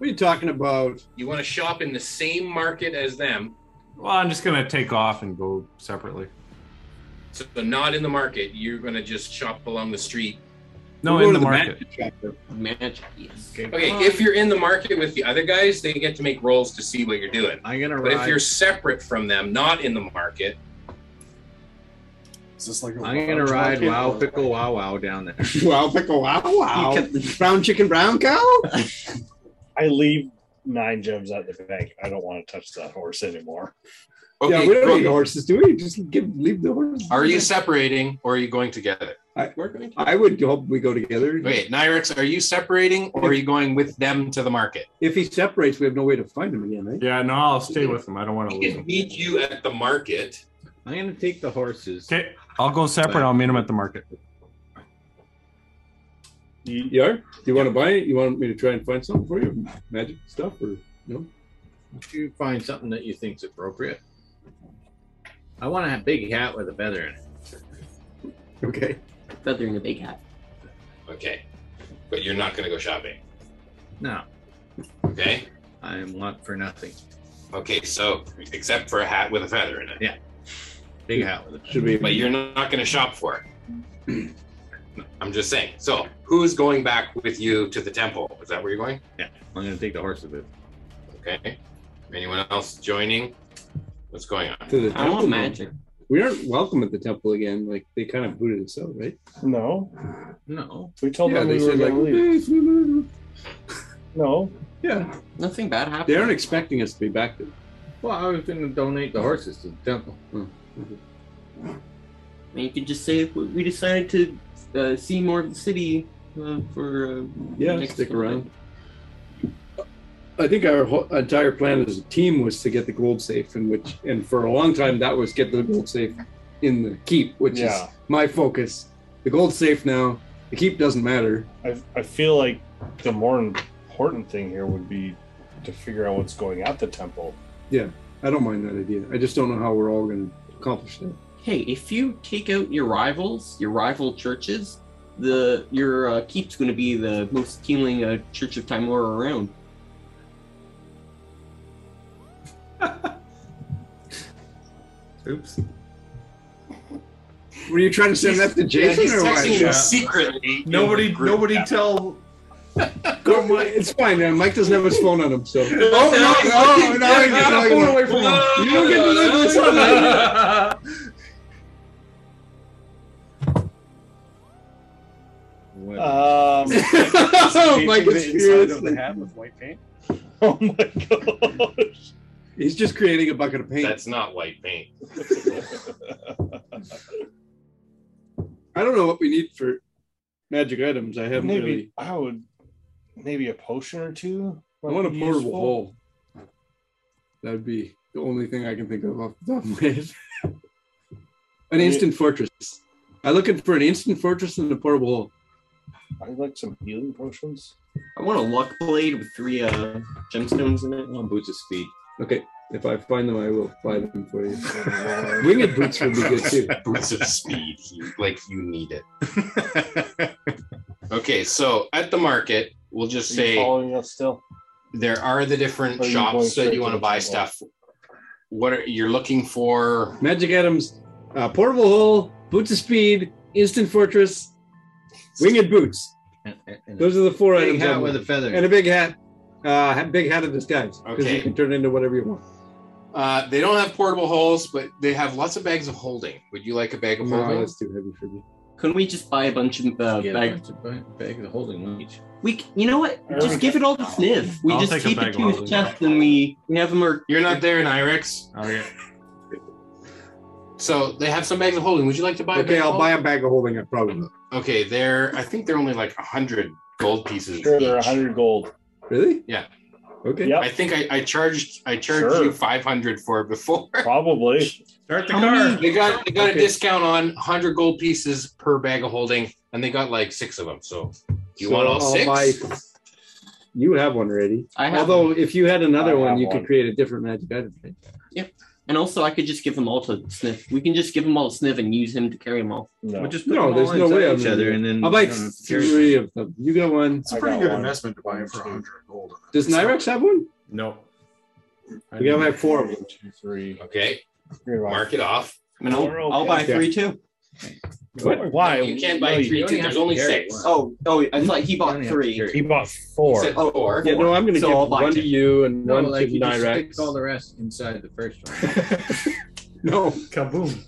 [SPEAKER 2] are you talking about?
[SPEAKER 10] you wanna shop in the same market as them?
[SPEAKER 4] Well, I'm just gonna take off and go separately.
[SPEAKER 10] So not in the market. You're gonna just shop along the street.
[SPEAKER 4] No,
[SPEAKER 11] We'll go
[SPEAKER 4] in
[SPEAKER 11] to
[SPEAKER 4] the market.
[SPEAKER 11] magic chapter.
[SPEAKER 9] Magic, yes.
[SPEAKER 10] Okay, if you're in the market with the other guys, they get to make rolls to see what you're doing.
[SPEAKER 5] I'm gonna
[SPEAKER 10] But
[SPEAKER 5] ride.
[SPEAKER 10] if you're separate from them, not in the market,
[SPEAKER 6] Is this like a
[SPEAKER 5] I'm gonna
[SPEAKER 6] large
[SPEAKER 5] ride
[SPEAKER 6] market
[SPEAKER 5] wow
[SPEAKER 6] or-
[SPEAKER 5] pickle wow wow down there.
[SPEAKER 11] Wow, pickle, wow, wow. Brown chicken, brown cow?
[SPEAKER 7] I leave nine gems at the bank. I don't want to touch that horse anymore.
[SPEAKER 11] yeah,
[SPEAKER 10] okay,
[SPEAKER 11] we don't
[SPEAKER 10] cool.
[SPEAKER 11] need horses, do we? Just give leave the horses.
[SPEAKER 10] are you separating or are you going together?
[SPEAKER 11] We're going to- I would hope we go together.
[SPEAKER 10] Okay, Nyrex, are you separating or are you going with them to the market?
[SPEAKER 11] If he separates, we have no way to find him again, eh? right?
[SPEAKER 4] Yeah, no, I'll stay with them. I don't want to
[SPEAKER 10] We
[SPEAKER 4] lose
[SPEAKER 10] can
[SPEAKER 4] them.
[SPEAKER 10] meet you at the market.
[SPEAKER 5] I'm gonna take the horses.
[SPEAKER 4] Okay, I'll go separate. I'll meet them at the market.
[SPEAKER 7] You,
[SPEAKER 2] You are? Do you want to buy it? You want me to try and find something for you? Magic stuff or no?
[SPEAKER 5] If you find something that you think's appropriate. I want to have a big hat with a feather in it.
[SPEAKER 11] Okay.
[SPEAKER 9] Feather in a big hat.
[SPEAKER 10] Okay, but you're not gonna go shopping.
[SPEAKER 5] No,
[SPEAKER 10] Okay.
[SPEAKER 5] I am want for nothing.
[SPEAKER 10] Okay, so except for a hat with a feather in it.
[SPEAKER 5] Yeah. Big hat with a
[SPEAKER 2] Should we?
[SPEAKER 10] But you're not going to shop for it. I'm just saying. So, who's going back with you to the temple? Is that where you're going?
[SPEAKER 5] I'm gonna take the horses with. me.
[SPEAKER 10] Okay. Anyone else joining? What's going on?
[SPEAKER 2] To the
[SPEAKER 9] I
[SPEAKER 2] temple
[SPEAKER 9] want
[SPEAKER 2] then?
[SPEAKER 9] magic.
[SPEAKER 2] We aren't welcome at the temple again. Like they kind of booted us out, right?
[SPEAKER 7] no,
[SPEAKER 5] No,
[SPEAKER 7] we told
[SPEAKER 2] yeah,
[SPEAKER 7] them
[SPEAKER 2] they
[SPEAKER 7] Oh, we were
[SPEAKER 2] said like,
[SPEAKER 7] going to leave.
[SPEAKER 2] "Yes, we will."
[SPEAKER 7] No,
[SPEAKER 2] yeah,
[SPEAKER 9] Nothing bad happened.
[SPEAKER 2] they aren't expecting us to be back. Then.
[SPEAKER 5] well, I was gonna donate the horses to the temple.
[SPEAKER 9] And you could just say we we decided to uh, see more of the city uh, for uh,
[SPEAKER 2] Yeah,
[SPEAKER 9] next
[SPEAKER 2] stick
[SPEAKER 9] time.
[SPEAKER 2] around. I think our whole entire plan as a team was to get the gold safe, and which, and for a long time, that was get the gold safe in the keep, which
[SPEAKER 7] Yeah.
[SPEAKER 2] is my focus. The gold safe now. The keep doesn't matter.
[SPEAKER 7] I, I feel like the more important thing here would be to figure out what's going at the temple.
[SPEAKER 2] I don't mind that idea. I just don't know how we're all going to accomplish that.
[SPEAKER 9] Hey, if you take out your rivals, your rival churches, the your uh, keep's going to be the most healing uh, church of Time Lore around.
[SPEAKER 5] Oops.
[SPEAKER 11] Were you trying to send that to Jason
[SPEAKER 10] he's
[SPEAKER 11] or what?
[SPEAKER 10] texting you
[SPEAKER 4] Yeah.
[SPEAKER 10] secretly. in the
[SPEAKER 4] Nobody,
[SPEAKER 10] group
[SPEAKER 4] nobody
[SPEAKER 10] chat.
[SPEAKER 4] tell.
[SPEAKER 11] Go, Mike. It's fine. uh, Mike doesn't have his phone on him, so. Oh,
[SPEAKER 5] no, no,
[SPEAKER 11] he's talking about-
[SPEAKER 5] away from
[SPEAKER 11] You can do this one.
[SPEAKER 5] What?
[SPEAKER 7] Um,
[SPEAKER 11] Oh, Mike,
[SPEAKER 6] Painting the
[SPEAKER 11] it's
[SPEAKER 6] inside of the
[SPEAKER 11] seriously-
[SPEAKER 6] hat with white paint.
[SPEAKER 7] oh my god!
[SPEAKER 11] He's just creating a bucket of paint.
[SPEAKER 10] That's not white paint.
[SPEAKER 2] I don't know what we need for magic items. I haven't
[SPEAKER 7] Maybe
[SPEAKER 2] really.
[SPEAKER 7] I would, maybe a potion or two.
[SPEAKER 2] I
[SPEAKER 7] might
[SPEAKER 2] want a
[SPEAKER 7] be
[SPEAKER 2] portable
[SPEAKER 7] useful.
[SPEAKER 2] hole. That'd be the only thing I can think of off the top of my head. An
[SPEAKER 7] Yeah.
[SPEAKER 2] instant fortress. I'm looking for an instant fortress and a portable hole.
[SPEAKER 7] I'd like some healing potions.
[SPEAKER 9] I want a luck blade with three uh, gemstones in it.
[SPEAKER 5] One boots of speed.
[SPEAKER 2] Okay, if I find them, I will buy them for you. Winged boots would be good too.
[SPEAKER 10] Boots of speed. You- like you need it. okay, so at the market, we'll just
[SPEAKER 7] Are you
[SPEAKER 10] say.
[SPEAKER 7] following us still?
[SPEAKER 10] there are the different
[SPEAKER 7] Are you going
[SPEAKER 10] shops
[SPEAKER 7] straight
[SPEAKER 10] that
[SPEAKER 7] to
[SPEAKER 10] you want
[SPEAKER 7] the
[SPEAKER 10] to buy
[SPEAKER 7] temple?
[SPEAKER 10] stuff. What are you're looking for?
[SPEAKER 2] Magic items, uh, portable hole, boots of speed, instant fortress, winged boots.
[SPEAKER 5] And, and- and
[SPEAKER 2] Those are the four
[SPEAKER 5] a big
[SPEAKER 2] items.
[SPEAKER 5] hat
[SPEAKER 2] on
[SPEAKER 5] with
[SPEAKER 2] there.
[SPEAKER 5] a feather. in
[SPEAKER 2] and
[SPEAKER 5] it.
[SPEAKER 2] a big hat, uh, ha- big hat of disguise because
[SPEAKER 10] Okay.
[SPEAKER 2] you can turn it into whatever you want.
[SPEAKER 10] Uh, they don't have portable holes, but they have lots of bags of holding. Would you like a bag of
[SPEAKER 2] No,
[SPEAKER 10] holding?
[SPEAKER 2] Oh, that's too heavy for me.
[SPEAKER 9] Couldn't we just buy a bunch of uh,
[SPEAKER 5] Get a
[SPEAKER 9] bag?
[SPEAKER 5] bunch of ba- bag of holding one each.
[SPEAKER 9] We, c- you know what? Just give it all to Sniv. We
[SPEAKER 4] I'll
[SPEAKER 9] just
[SPEAKER 4] take a
[SPEAKER 9] keep
[SPEAKER 4] bag
[SPEAKER 9] it
[SPEAKER 4] of
[SPEAKER 9] to
[SPEAKER 4] holding.
[SPEAKER 9] his chest, and we we have him. Or
[SPEAKER 10] You're not there in Irex,
[SPEAKER 4] Okay.
[SPEAKER 10] so they have some bags of holding. Would you like to buy?
[SPEAKER 11] Okay, I'll buy a bag of holding. I probably will.
[SPEAKER 10] A- okay, they're I think they're only like hundred gold pieces.
[SPEAKER 7] Sure, they're
[SPEAKER 10] each.
[SPEAKER 7] 100 gold.
[SPEAKER 2] Really?
[SPEAKER 10] Yeah.
[SPEAKER 2] Okay.
[SPEAKER 7] Yep.
[SPEAKER 10] I think I, I charged I charged
[SPEAKER 7] Oh. Sure.
[SPEAKER 10] you five hundred for it before.
[SPEAKER 7] Probably.
[SPEAKER 5] Start the
[SPEAKER 9] How
[SPEAKER 5] car.
[SPEAKER 9] many-
[SPEAKER 10] They got they got
[SPEAKER 2] Okay.
[SPEAKER 10] a discount on hundred gold pieces per bag of holding, and they got like six of them. So do you
[SPEAKER 2] So
[SPEAKER 10] want all
[SPEAKER 2] I'll
[SPEAKER 10] 6
[SPEAKER 2] buy- you have one already.
[SPEAKER 9] I have,
[SPEAKER 2] Although, if you had another
[SPEAKER 7] I
[SPEAKER 2] one,
[SPEAKER 7] have
[SPEAKER 2] you
[SPEAKER 7] one.
[SPEAKER 2] could create a different magic item. right?
[SPEAKER 9] and also I could just give them all to Sniv. We can just give them all to Sniv and use him to carry them all.
[SPEAKER 7] No.
[SPEAKER 5] We'll just put
[SPEAKER 2] No,
[SPEAKER 5] them
[SPEAKER 2] there's
[SPEAKER 5] all
[SPEAKER 2] no
[SPEAKER 5] inside
[SPEAKER 2] way I'm
[SPEAKER 5] each
[SPEAKER 2] gonna
[SPEAKER 5] other,
[SPEAKER 2] do it.
[SPEAKER 5] and then
[SPEAKER 2] I'll buy
[SPEAKER 5] you don't have to carry
[SPEAKER 2] three of them. You got one.
[SPEAKER 6] It's
[SPEAKER 7] I
[SPEAKER 6] a pretty
[SPEAKER 7] got
[SPEAKER 6] good
[SPEAKER 7] one.
[SPEAKER 6] investment to buy it for 100 gold.
[SPEAKER 2] Does Nyrex have one?
[SPEAKER 4] No.
[SPEAKER 2] We gotta have four of them.
[SPEAKER 7] One, two, three.
[SPEAKER 10] Okay,
[SPEAKER 7] You're right.
[SPEAKER 10] mark it off.
[SPEAKER 9] I mean, I'll, I'll buy three too.
[SPEAKER 7] What? Why?
[SPEAKER 3] You can't buy
[SPEAKER 7] No, you-
[SPEAKER 3] three, too. There's only six.
[SPEAKER 9] Oh, oh, I thought he bought three.
[SPEAKER 7] He bought four.
[SPEAKER 3] He said four.
[SPEAKER 2] Yeah, no, I'm going to
[SPEAKER 9] So I'll
[SPEAKER 2] give
[SPEAKER 9] buy
[SPEAKER 2] one to
[SPEAKER 9] two.
[SPEAKER 2] you and
[SPEAKER 5] No,
[SPEAKER 2] one
[SPEAKER 5] like
[SPEAKER 2] to
[SPEAKER 5] you just stick
[SPEAKER 2] Nyrax.
[SPEAKER 5] all the rest inside the first one.
[SPEAKER 15] No,
[SPEAKER 4] Kaboom.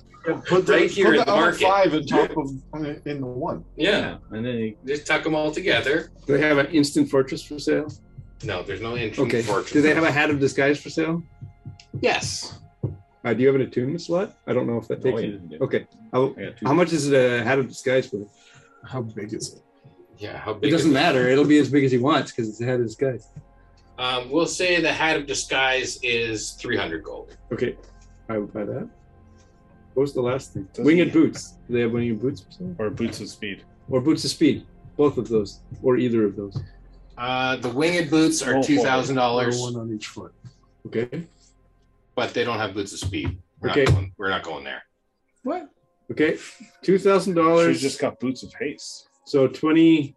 [SPEAKER 6] Put the,
[SPEAKER 3] Right here
[SPEAKER 6] put
[SPEAKER 3] in
[SPEAKER 6] the
[SPEAKER 3] the
[SPEAKER 6] other
[SPEAKER 3] market.
[SPEAKER 6] five on top of in the one.
[SPEAKER 3] Yeah.
[SPEAKER 5] And then you
[SPEAKER 3] Just tuck them all together.
[SPEAKER 2] Do they have an instant fortress for sale?
[SPEAKER 3] No, there's no entrance
[SPEAKER 2] Okay.
[SPEAKER 3] fortress.
[SPEAKER 2] Do they have a hat of disguise for sale?
[SPEAKER 3] Yes.
[SPEAKER 2] Uh, do you have an attunement slot? I don't know if that takes.
[SPEAKER 5] No,
[SPEAKER 2] it.
[SPEAKER 5] you didn't do it.
[SPEAKER 2] Okay. How,
[SPEAKER 5] I got two.
[SPEAKER 2] how much is a hat of disguise worth?
[SPEAKER 6] How big is it?
[SPEAKER 3] Yeah. How big
[SPEAKER 2] It
[SPEAKER 3] is
[SPEAKER 2] doesn't matter. It'll be as big as he wants because it's a hat of disguise.
[SPEAKER 3] Um, we'll say the hat of disguise is 300 gold.
[SPEAKER 2] Okay. I would buy that. What was the last thing?
[SPEAKER 7] Doesn't
[SPEAKER 2] winged
[SPEAKER 7] he-
[SPEAKER 2] boots. Do they have winged boots for sale?
[SPEAKER 7] Or boots of speed.
[SPEAKER 2] Or boots of speed? Both of those. Or either of those.
[SPEAKER 3] Uh, the winged boots are
[SPEAKER 7] Oh, boy.
[SPEAKER 6] Or
[SPEAKER 3] $2,000,
[SPEAKER 6] one on each foot.
[SPEAKER 2] Okay.
[SPEAKER 3] but they don't have boots of speed. We're,
[SPEAKER 2] Okay.
[SPEAKER 3] not, going, we're not going there.
[SPEAKER 2] Okay. Two thousand dollars.
[SPEAKER 7] She's just got boots of haste.
[SPEAKER 2] So twenty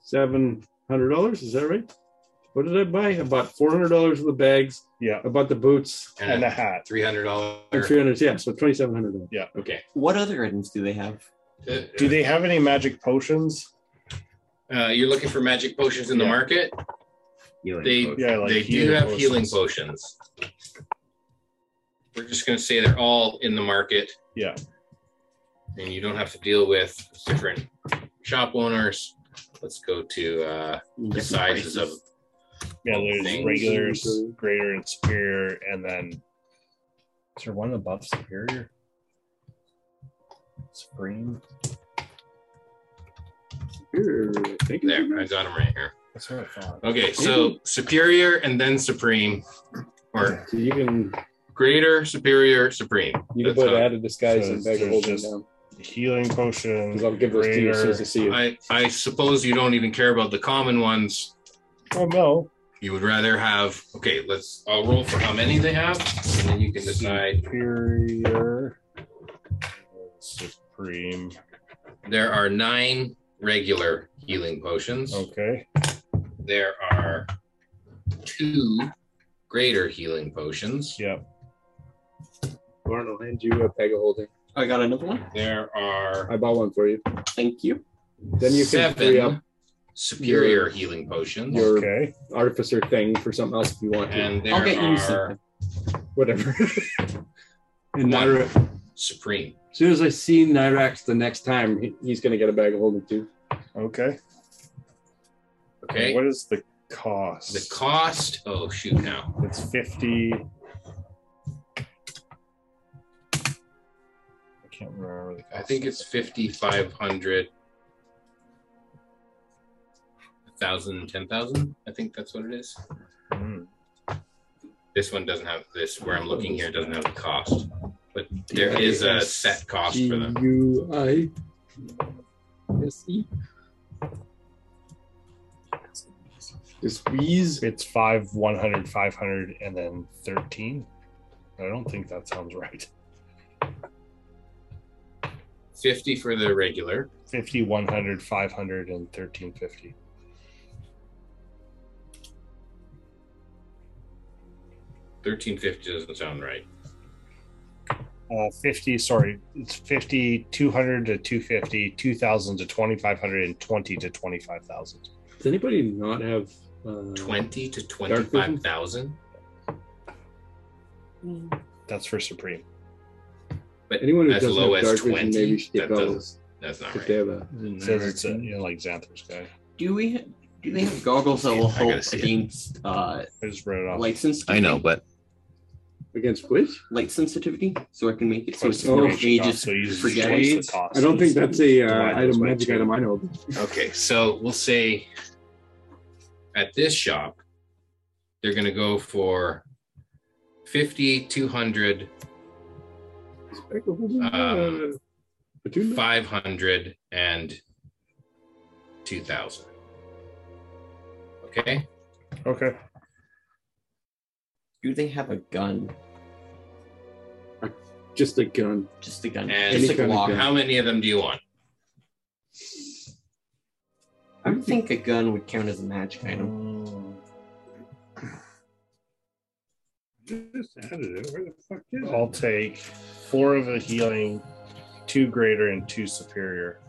[SPEAKER 2] seven hundred dollars, is that right? What did I buy? I bought four hundred dollars of the bags.
[SPEAKER 7] Yeah.
[SPEAKER 2] I bought the boots
[SPEAKER 7] And
[SPEAKER 3] a
[SPEAKER 7] a hat.
[SPEAKER 2] and
[SPEAKER 3] $300.
[SPEAKER 2] three hundred. Yeah, so twenty seven hundred dollars.
[SPEAKER 3] Okay.
[SPEAKER 9] What other items do they have?
[SPEAKER 3] Uh,
[SPEAKER 7] Do they have any magic potions?
[SPEAKER 3] uh, you're looking for magic potions in the
[SPEAKER 7] Yeah.
[SPEAKER 3] market?
[SPEAKER 5] Healing
[SPEAKER 3] They-
[SPEAKER 5] potion.
[SPEAKER 7] Yeah, like
[SPEAKER 3] they do
[SPEAKER 7] healing
[SPEAKER 3] have
[SPEAKER 7] potions.
[SPEAKER 3] healing potions. We're just going to say they're all in the market.
[SPEAKER 7] Yeah.
[SPEAKER 3] And you don't have to deal with different shop owners. Let's go to uh, the
[SPEAKER 9] Different
[SPEAKER 3] sizes of
[SPEAKER 9] prices.
[SPEAKER 7] Yeah, there's
[SPEAKER 3] Things.
[SPEAKER 7] regulars, greater, and superior, and then is there one above superior? Supreme.
[SPEAKER 2] Here, I think
[SPEAKER 3] there. I got them right here.
[SPEAKER 7] That's what I thought.
[SPEAKER 3] Okay, so superior and then supreme, or
[SPEAKER 2] So you can
[SPEAKER 3] greater, superior, supreme.
[SPEAKER 2] you can
[SPEAKER 3] That's
[SPEAKER 2] put
[SPEAKER 3] how-
[SPEAKER 2] a hat of disguise
[SPEAKER 7] So
[SPEAKER 2] and bag of
[SPEAKER 7] there's
[SPEAKER 2] holding
[SPEAKER 7] just-
[SPEAKER 2] down.
[SPEAKER 7] Healing potion.
[SPEAKER 2] Because I'll give those to you as soon as I
[SPEAKER 7] greater-
[SPEAKER 2] see you.
[SPEAKER 3] I I suppose you don't even care about the common ones.
[SPEAKER 7] Oh no!
[SPEAKER 3] You would rather have okay. Let's. I'll roll for how many they have, and then
[SPEAKER 7] Hmm.
[SPEAKER 3] you can decide.
[SPEAKER 7] Superior. Supreme.
[SPEAKER 3] There are nine regular healing potions.
[SPEAKER 2] Oh.
[SPEAKER 7] Okay.
[SPEAKER 3] There are two greater healing potions.
[SPEAKER 7] Yep.
[SPEAKER 2] Lauren will hand you a bag of holding.
[SPEAKER 9] I got another one.
[SPEAKER 3] There are
[SPEAKER 2] I bought one for you.
[SPEAKER 9] Thank you.
[SPEAKER 2] Then you can free
[SPEAKER 3] seven
[SPEAKER 2] up
[SPEAKER 3] superior healing potions,
[SPEAKER 2] your
[SPEAKER 7] Okay.
[SPEAKER 2] artificer thing for something else if you want to.
[SPEAKER 3] and there
[SPEAKER 9] I'll get you
[SPEAKER 3] are
[SPEAKER 9] something.
[SPEAKER 2] Whatever. and
[SPEAKER 3] One.
[SPEAKER 2] Nyra,
[SPEAKER 3] supreme.
[SPEAKER 2] as soon as I see Nyrax the next time, he- he's going to get a bag of holding too.
[SPEAKER 7] Okay.
[SPEAKER 3] Okay.
[SPEAKER 7] What is the cost?
[SPEAKER 3] The cost. Oh shoot! Now
[SPEAKER 7] It's fifty. I can't remember. The cost.
[SPEAKER 3] I think it's fifty five hundred. Thousand, ten thousand. I think that's what it is.
[SPEAKER 7] Mm.
[SPEAKER 3] This one doesn't have this where I'm looking here doesn't have the cost, but there is a set cost for them.
[SPEAKER 2] U I S E. Just wheeze.
[SPEAKER 7] It's five, 100, 500, and then 13. I don't think that sounds right.
[SPEAKER 3] Fifty for the regular.
[SPEAKER 7] 50, 100, 500, and 1350.
[SPEAKER 3] Thirteen fifty doesn't sound right.
[SPEAKER 7] Uh, 50, sorry, it's 50, 200 to 250, 2000 to 2500, and 20 to 25,000.
[SPEAKER 2] Does anybody not have uh,
[SPEAKER 3] Twenty to twenty
[SPEAKER 2] vision?
[SPEAKER 3] five thousand.
[SPEAKER 7] That's for Supreme.
[SPEAKER 3] But
[SPEAKER 2] Anyone who
[SPEAKER 3] as
[SPEAKER 2] doesn't
[SPEAKER 3] low
[SPEAKER 2] have
[SPEAKER 3] as
[SPEAKER 2] dark vision, maybe
[SPEAKER 3] twenty,
[SPEAKER 2] should
[SPEAKER 3] that
[SPEAKER 2] get
[SPEAKER 3] doesn't.
[SPEAKER 2] goggles
[SPEAKER 3] That's not
[SPEAKER 2] if they
[SPEAKER 3] right.
[SPEAKER 2] have a.
[SPEAKER 7] It says it's a, you know, like Xanthus guy.
[SPEAKER 9] Do we? Do they have goggles that will
[SPEAKER 3] I gotta
[SPEAKER 9] help
[SPEAKER 3] see it.
[SPEAKER 9] against uh,
[SPEAKER 7] I just read it off.
[SPEAKER 9] light sensitivity?
[SPEAKER 16] but
[SPEAKER 2] Against which?
[SPEAKER 9] light sensitivity, so I can make it so
[SPEAKER 7] Twice
[SPEAKER 9] it's
[SPEAKER 7] the
[SPEAKER 9] no
[SPEAKER 7] cost,
[SPEAKER 9] ages.
[SPEAKER 7] so it uses
[SPEAKER 9] forget
[SPEAKER 7] twice the
[SPEAKER 9] it.
[SPEAKER 7] cost.
[SPEAKER 2] I don't think that's a
[SPEAKER 7] Divide
[SPEAKER 2] uh,
[SPEAKER 7] those
[SPEAKER 2] item
[SPEAKER 7] by
[SPEAKER 2] magic
[SPEAKER 7] two.
[SPEAKER 2] item I know. of.
[SPEAKER 3] Okay, so we'll say at this shop, they're going to go for 50, 200, Um,
[SPEAKER 2] Attunement?
[SPEAKER 3] 500, and 2000. Okay,
[SPEAKER 7] Okay.
[SPEAKER 9] Do they have a gun?
[SPEAKER 2] Just a gun.
[SPEAKER 9] Just a gun.
[SPEAKER 3] And-
[SPEAKER 9] Just a
[SPEAKER 2] Any kind of
[SPEAKER 9] Glock.
[SPEAKER 2] gun.
[SPEAKER 3] how many of them do you want?
[SPEAKER 9] I would think a gun would count as a magic item.
[SPEAKER 7] Mm. just added it. Where the fuck is I'll take four of the healing, two greater and two superior.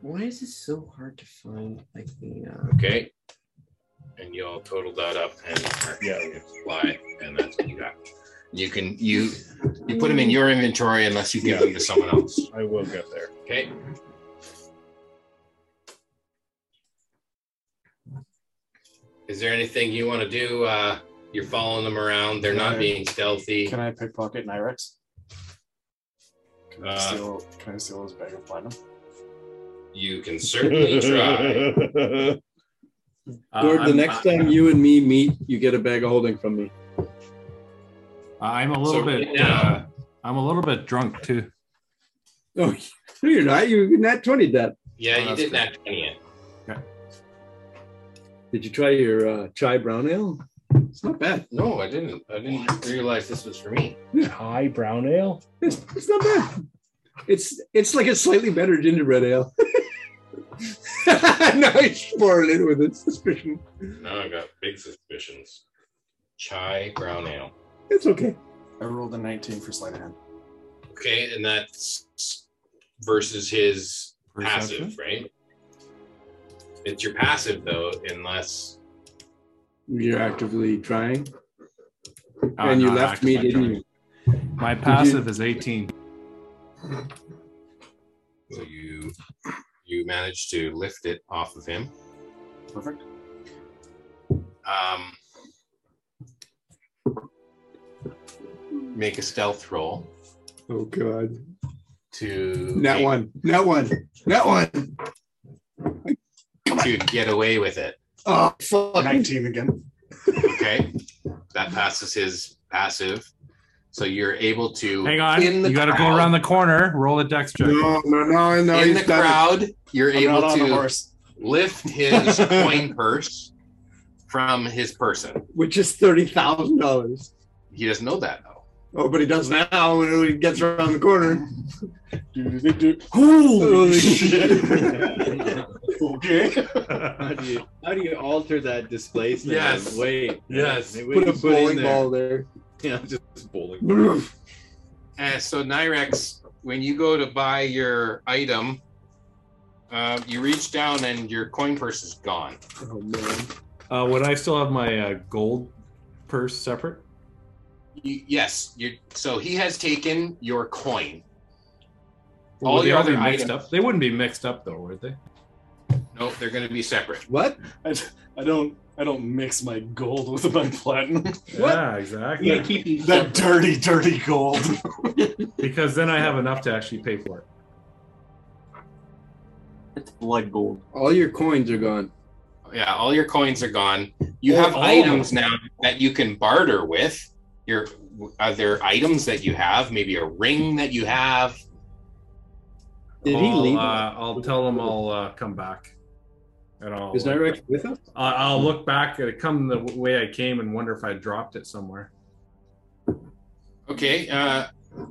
[SPEAKER 9] Why is this so hard to find? Like the uh,
[SPEAKER 3] Okay. And y'all total that up and mark
[SPEAKER 7] Yeah.
[SPEAKER 3] it with fly, and that's what you got. You can you you put them
[SPEAKER 4] Mm.
[SPEAKER 3] in your inventory unless you give them to someone else.
[SPEAKER 7] I will get there.
[SPEAKER 3] Okay. Is there anything you want to do? Uh, you're following them around. They're not being stealthy.
[SPEAKER 6] Can I pickpocket Nyrex? Can, I
[SPEAKER 3] Uh,
[SPEAKER 6] steal, can I steal his bag of platinum?
[SPEAKER 3] You can certainly try.
[SPEAKER 4] Uh,
[SPEAKER 2] Gord, the
[SPEAKER 4] I'm-
[SPEAKER 2] next time you and me meet, you get a bag of holding from me.
[SPEAKER 4] I'm a little
[SPEAKER 3] So
[SPEAKER 4] bit.
[SPEAKER 3] right now-
[SPEAKER 4] uh, I'm a little bit drunk too.
[SPEAKER 2] No, you're not. You not twenty that.
[SPEAKER 3] Yeah,
[SPEAKER 4] Oh,
[SPEAKER 3] you
[SPEAKER 4] that's
[SPEAKER 3] didn't
[SPEAKER 4] good.
[SPEAKER 3] have any yet.
[SPEAKER 2] Did you try your uh, chai brown ale? It's not bad.
[SPEAKER 3] No, I didn't. I didn't realize this was for me.
[SPEAKER 7] High brown ale.
[SPEAKER 2] It's, it's not bad. It's it's like a slightly better gingerbread ale. no, I spoiled it with its suspicion.
[SPEAKER 3] Now I got big suspicions. Chai brown ale.
[SPEAKER 2] It's okay.
[SPEAKER 6] I rolled a 19 for sleight of hand.
[SPEAKER 3] Okay, and that's versus his
[SPEAKER 4] Perception?
[SPEAKER 3] passive, right? It's your passive though, unless
[SPEAKER 2] You're actively trying,
[SPEAKER 4] I'm
[SPEAKER 2] and you
[SPEAKER 4] Uh, not
[SPEAKER 2] left me,
[SPEAKER 4] actively
[SPEAKER 2] didn't
[SPEAKER 4] drunk.
[SPEAKER 2] you?
[SPEAKER 4] My passive is 18.
[SPEAKER 3] so you you managed to lift it off of him.
[SPEAKER 6] Perfect.
[SPEAKER 3] Um, make a stealth roll
[SPEAKER 2] Oh God!
[SPEAKER 3] to
[SPEAKER 2] Not one. Not one. Not one.
[SPEAKER 3] to get away with it.
[SPEAKER 2] Oh fuck!
[SPEAKER 6] 19 again.
[SPEAKER 3] Okay, that passes his passive, so you're able to
[SPEAKER 4] Hang on,
[SPEAKER 3] In the
[SPEAKER 4] you got to go
[SPEAKER 3] crowd.
[SPEAKER 4] around the corner. Roll a dex check.
[SPEAKER 2] No, no, no, no.
[SPEAKER 3] in
[SPEAKER 2] he's
[SPEAKER 3] the
[SPEAKER 2] done it.
[SPEAKER 3] crowd. You're
[SPEAKER 6] I'm
[SPEAKER 3] able
[SPEAKER 6] not on
[SPEAKER 3] to
[SPEAKER 6] a horse.
[SPEAKER 3] lift his coin purse from his person.
[SPEAKER 2] which is thirty thousand dollars.
[SPEAKER 3] He doesn't know that though.
[SPEAKER 2] Oh, but he does now when he gets around the corner.
[SPEAKER 6] Do-do-do-do.
[SPEAKER 2] Holy
[SPEAKER 6] Okay.
[SPEAKER 5] How do you how do you alter that displacement?
[SPEAKER 3] Yes.
[SPEAKER 5] Wait.
[SPEAKER 3] Yes.
[SPEAKER 5] Wait,
[SPEAKER 2] Put a
[SPEAKER 5] you it in
[SPEAKER 2] bowling
[SPEAKER 5] there.
[SPEAKER 2] ball there.
[SPEAKER 5] Yeah, just bowling.
[SPEAKER 3] Uh, so Nyrex, when you go to buy your item, uh, you reach down and your coin purse is gone.
[SPEAKER 2] Oh man!
[SPEAKER 4] Uh, would I still have my uh, gold purse separate?
[SPEAKER 3] You, yes, you. So he has taken your coin.
[SPEAKER 4] Or
[SPEAKER 3] All
[SPEAKER 4] would they
[SPEAKER 3] your
[SPEAKER 4] all be
[SPEAKER 3] other
[SPEAKER 4] mixed
[SPEAKER 3] items.
[SPEAKER 4] up. They wouldn't be mixed up though, would they?
[SPEAKER 3] Nope, they're going to be separate.
[SPEAKER 2] What?
[SPEAKER 6] I, I don't I don't mix my gold with my platinum.
[SPEAKER 2] What?
[SPEAKER 4] Yeah, exactly.
[SPEAKER 6] that dirty, dirty gold.
[SPEAKER 4] Because then I have enough to actually pay for it.
[SPEAKER 9] it's blood gold.
[SPEAKER 2] All your coins are gone.
[SPEAKER 3] Yeah, all your coins are gone. You have
[SPEAKER 6] all of
[SPEAKER 3] items now that you can barter with. Your are there items that you have? Maybe a ring that you have.
[SPEAKER 2] Did he
[SPEAKER 4] I'll,
[SPEAKER 2] leave?
[SPEAKER 4] Uh, I'll tell them I'll uh, come back, and I'll
[SPEAKER 2] is Nyrex with us?
[SPEAKER 4] I- I'll look back at it come the way I came and wonder if I dropped it somewhere.
[SPEAKER 3] Okay, uh,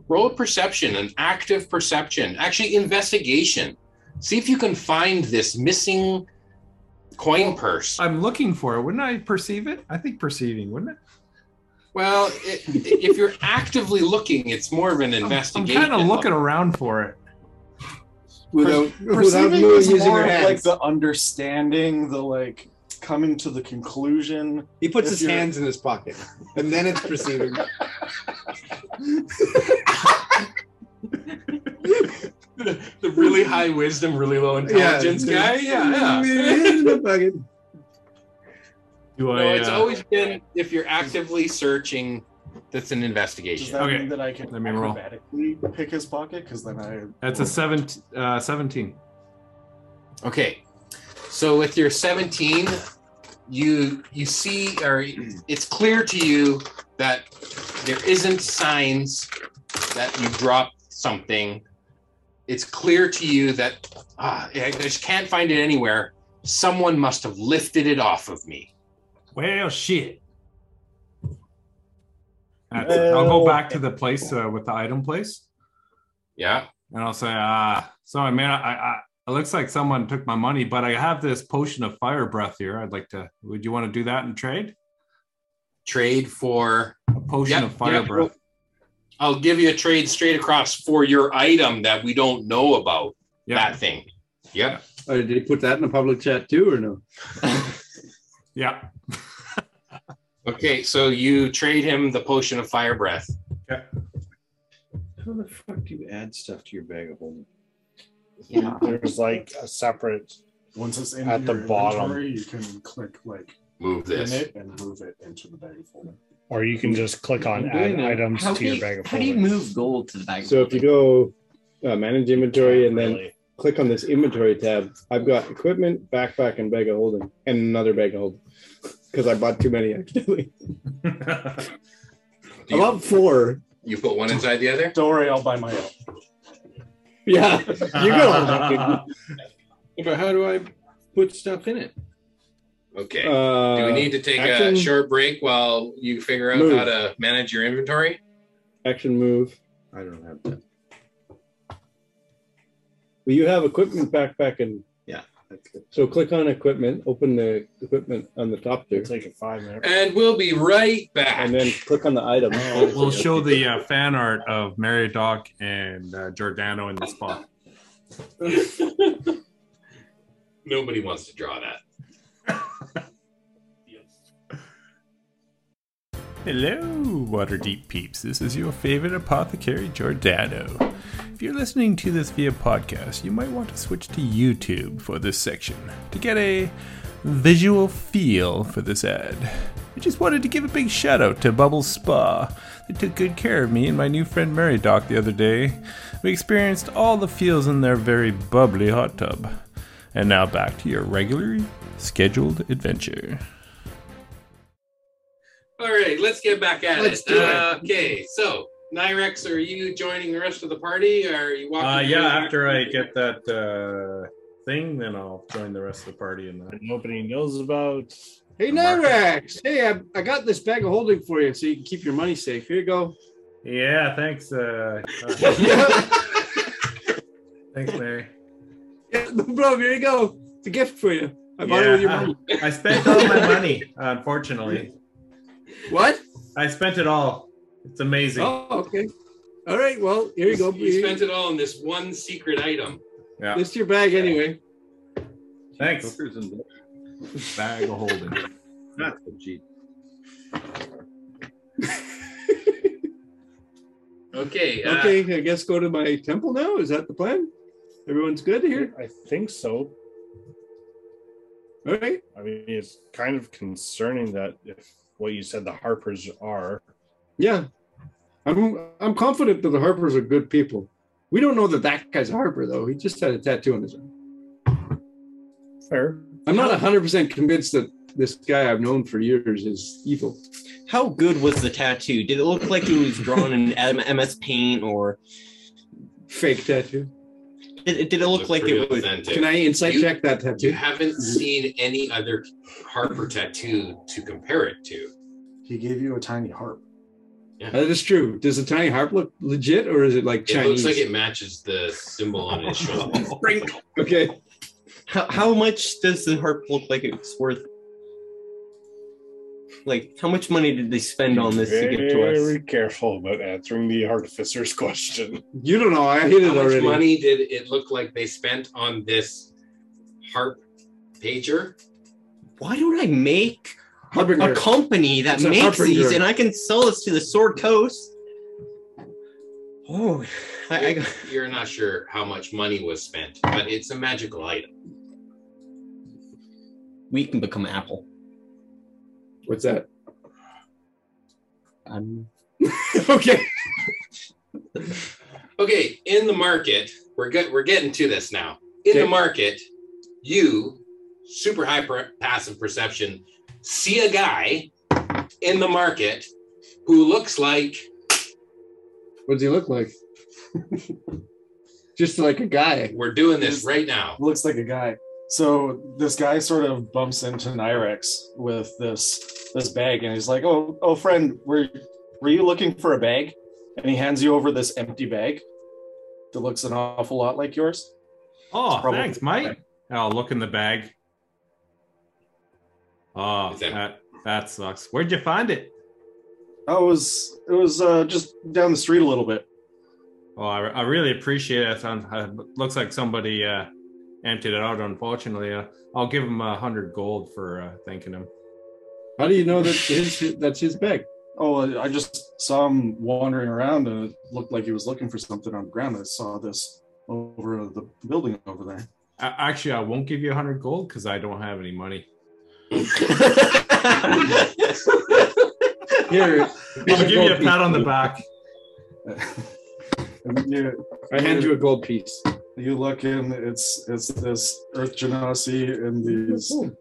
[SPEAKER 3] roll a perception, an active perception, actually investigation. See if you can find this missing coin purse.
[SPEAKER 4] I'm looking for it. Wouldn't I perceive it? I think perceiving, wouldn't it?
[SPEAKER 3] Well, i if you're actively looking, it's more of an
[SPEAKER 4] I'm-
[SPEAKER 3] investigation.
[SPEAKER 4] I'm kind of looking around for it.
[SPEAKER 2] Without, without
[SPEAKER 6] Perceiving
[SPEAKER 2] Lou
[SPEAKER 6] is
[SPEAKER 2] using
[SPEAKER 6] more
[SPEAKER 2] her
[SPEAKER 6] of,
[SPEAKER 2] hands.
[SPEAKER 6] like the understanding, the like coming to the conclusion.
[SPEAKER 2] he puts
[SPEAKER 6] if
[SPEAKER 2] his
[SPEAKER 6] you're-
[SPEAKER 2] hands in his pocket, and then it's perceiving.
[SPEAKER 3] the really high wisdom, really low intelligence guy. Yeah, Oh, yeah.
[SPEAKER 2] Hands in the pocket.
[SPEAKER 4] Do I?
[SPEAKER 3] No, it's
[SPEAKER 4] uh,
[SPEAKER 3] always been if you're actively searching, that's an
[SPEAKER 6] Does
[SPEAKER 3] investigation.
[SPEAKER 6] that
[SPEAKER 4] Okay.
[SPEAKER 6] mean that I can
[SPEAKER 4] Let me roll.
[SPEAKER 6] acrobatically pick his pocket? Because then I
[SPEAKER 4] That's a seven, uh, 17.
[SPEAKER 3] Okay, so with your 17, you you see, or it's clear to you that there isn't signs that you dropped something. It's clear to you that ah, I I just can't find it anywhere. Someone must have lifted it off of me.
[SPEAKER 4] Well, shit. That's it. I'll go back to the place uh, with the item place,
[SPEAKER 3] Yeah.
[SPEAKER 4] and I'll say, ah, sorry, man. I, I, it looks like someone took my money, but I have this potion of fire breath here. I'd like to. Would you want to do that in trade?
[SPEAKER 3] Trade for
[SPEAKER 4] A
[SPEAKER 5] potion
[SPEAKER 10] Yep,
[SPEAKER 5] of fire
[SPEAKER 10] yep.
[SPEAKER 5] breath.
[SPEAKER 10] I'll give you a trade straight across for your item that we don't know about.
[SPEAKER 5] Yep.
[SPEAKER 10] That thing. Yep.
[SPEAKER 2] Or Uh, did he put that in a public chat too, or no?
[SPEAKER 5] Yeah.
[SPEAKER 10] Okay, so you trade him the potion of fire breath.
[SPEAKER 7] How the fuck do you add stuff to your bag of holding?
[SPEAKER 9] Yeah.
[SPEAKER 7] There's like a separate.
[SPEAKER 6] Once it's in
[SPEAKER 7] At
[SPEAKER 6] your
[SPEAKER 7] the bottom.
[SPEAKER 6] inventory, you can click like
[SPEAKER 10] Move
[SPEAKER 6] in
[SPEAKER 10] this.
[SPEAKER 6] it and move it into the bag of holding.
[SPEAKER 7] Or you can just click
[SPEAKER 3] I'm
[SPEAKER 7] on add
[SPEAKER 3] doing it.
[SPEAKER 7] items
[SPEAKER 9] How,
[SPEAKER 7] to
[SPEAKER 9] do
[SPEAKER 7] your
[SPEAKER 9] you,
[SPEAKER 7] bag of
[SPEAKER 9] how do you
[SPEAKER 7] holding.
[SPEAKER 9] move gold to the bag? of
[SPEAKER 3] So if you
[SPEAKER 9] holding?
[SPEAKER 3] go uh, manage inventory and then
[SPEAKER 7] Really.
[SPEAKER 3] click on this inventory tab, I've got equipment, backpack, and bag of holding, and another bag of holding because I bought too many accidentally. I
[SPEAKER 10] You,
[SPEAKER 3] bought four.
[SPEAKER 10] you put one inside the other.
[SPEAKER 6] Don't worry, I'll buy my own.
[SPEAKER 3] Yeah, you got
[SPEAKER 17] But how do I put stuff in it?
[SPEAKER 10] Okay.
[SPEAKER 3] all.
[SPEAKER 10] Do we need to take
[SPEAKER 3] action?
[SPEAKER 10] a short break while you figure out
[SPEAKER 3] Move.
[SPEAKER 10] how to manage your inventory?
[SPEAKER 3] action move?
[SPEAKER 17] I don't have that.
[SPEAKER 3] Well, you have equipment, backpack, and
[SPEAKER 17] That's good.
[SPEAKER 3] so click on equipment. Open the equipment on the top there,
[SPEAKER 7] It'll take a five minute.
[SPEAKER 10] And we'll be right back.
[SPEAKER 3] and then click on the item.
[SPEAKER 5] We'll, Oh, we'll show the uh, fan art of Mary Doc and uh, Giordano in the spot.
[SPEAKER 10] Nobody wants to draw that.
[SPEAKER 4] Hello, Waterdeep peeps. This is your favorite apothecary, Giordano. If you're listening to this via podcast, you might want to switch to YouTube for this section to get a visual feel for this ad. I just wanted to give a big shout out to Bubble Spa. They took good care of me and my new friend Mary Doc the other day. We experienced all the feels in their very bubbly hot tub. And now back to your regular scheduled adventure.
[SPEAKER 10] All right, let's get back at
[SPEAKER 2] Let's
[SPEAKER 10] it.
[SPEAKER 2] do it.
[SPEAKER 10] Uh, okay, so Nyrex, are you joining the rest of the party? Or are you walking?
[SPEAKER 5] Uh,
[SPEAKER 10] through
[SPEAKER 5] yeah,
[SPEAKER 10] the-
[SPEAKER 5] after I get that uh, thing, then I'll join the rest of the party. And
[SPEAKER 7] that Nobody knows about.
[SPEAKER 2] Hey, Nyrax. Hey, I, I got this bag of holding for you, so you can keep your money safe. Here you go.
[SPEAKER 5] yeah, thanks. Uh, thanks, Mary.
[SPEAKER 2] Yeah, no problem. Here you go. It's a gift for you. I bought it with your
[SPEAKER 5] Yeah.
[SPEAKER 2] money.
[SPEAKER 5] I spent all my money, unfortunately.
[SPEAKER 2] What?
[SPEAKER 5] I spent it all. It's amazing.
[SPEAKER 2] Oh, okay. All right. Well, here you go.
[SPEAKER 10] You spent it all on this one secret item.
[SPEAKER 5] Yeah.
[SPEAKER 2] List your bag anyway.
[SPEAKER 5] Thanks. Bag of holding.
[SPEAKER 17] Not so cheap.
[SPEAKER 10] Okay. Uh,
[SPEAKER 2] Okay, I guess go to my temple now. Is that the plan? Everyone's good here.
[SPEAKER 7] I think so.
[SPEAKER 2] All right.
[SPEAKER 7] I mean, it's kind of concerning that if what you said the Harpers are.
[SPEAKER 2] Yeah, I'm I'm confident that the Harpers are good people. We don't know that that guy's a Harper though. He just had a tattoo on his arm.
[SPEAKER 7] Fair.
[SPEAKER 2] I'm not 100 percent convinced that this guy I've known for years is evil.
[SPEAKER 9] How good was the tattoo? Did it look like it was drawn in M- MS Paint, or
[SPEAKER 2] Fake tattoo.
[SPEAKER 9] did it, did it look
[SPEAKER 10] Looked
[SPEAKER 9] like
[SPEAKER 10] pretty
[SPEAKER 9] it was?
[SPEAKER 10] authentic.
[SPEAKER 2] Can I insight
[SPEAKER 10] You-
[SPEAKER 2] check that
[SPEAKER 10] You
[SPEAKER 2] tattoo?
[SPEAKER 10] haven't seen any other Harper tattoo to compare it to.
[SPEAKER 6] He gave you a tiny harp.
[SPEAKER 2] Uh, That is true. Does the tiny harp look legit or is it like
[SPEAKER 10] It
[SPEAKER 2] Chinese?
[SPEAKER 10] looks like it matches the symbol on his shoulder.
[SPEAKER 3] Okay.
[SPEAKER 9] How, how much does the harp look like it's worth? Like, how much money did they spend on this to give to
[SPEAKER 7] Very
[SPEAKER 9] us?
[SPEAKER 7] careful about answering the artificer's question.
[SPEAKER 2] you don't know. I hit
[SPEAKER 10] How
[SPEAKER 2] it
[SPEAKER 10] much
[SPEAKER 2] already.
[SPEAKER 10] money did it look like they spent on this harp pager?
[SPEAKER 9] Why don't I make a
[SPEAKER 2] Harbinger.
[SPEAKER 9] company that
[SPEAKER 2] It's a
[SPEAKER 9] makes these
[SPEAKER 2] harbinger.
[SPEAKER 9] and I can sell this to the Sword Coast? Oh, I, I,
[SPEAKER 10] You're not sure how much money was spent, but it's a magical item.
[SPEAKER 9] we can become Apple.
[SPEAKER 2] What's that?
[SPEAKER 9] Um,
[SPEAKER 2] okay.
[SPEAKER 10] Okay, in the market, we're get, we're getting to this now. In the
[SPEAKER 2] Okay.
[SPEAKER 10] market, you super high per- passive perception see a guy in the market who looks like
[SPEAKER 2] What does he look like? Just like a guy.
[SPEAKER 10] we're doing this right now.
[SPEAKER 6] Looks like a guy. So this guy sort of bumps into Nyrex with this this bag, and he's like, "Oh, oh, friend, were were you looking for a bag?" And he hands you over this empty bag that looks an awful lot like yours.
[SPEAKER 5] Oh,
[SPEAKER 6] Probably.
[SPEAKER 5] thanks, Mike. I'll look in the bag. Oh,
[SPEAKER 10] Is that-
[SPEAKER 4] Oh,
[SPEAKER 5] that, that sucks. Where'd you find it?
[SPEAKER 6] That was it was uh, just down the street a little bit.
[SPEAKER 4] Well, Oh, I, I really appreciate it. Sounds- uh, looks like somebody uh, emptied it out. Unfortunately, uh, I'll give him a hundred gold for uh, thanking him.
[SPEAKER 2] How do you know that his that's his bag?
[SPEAKER 6] Oh, I just saw him wandering around, and it looked like he was looking for something on the ground. I saw this over the building over there.
[SPEAKER 4] A- actually, I won't give you a hundred gold because I don't have any money.
[SPEAKER 2] Here,
[SPEAKER 4] I'll give you a pat on the back.
[SPEAKER 6] And you,
[SPEAKER 2] I hand you a gold piece.
[SPEAKER 6] You look in. It's it's this Earth Genasi and these.
[SPEAKER 2] Oh,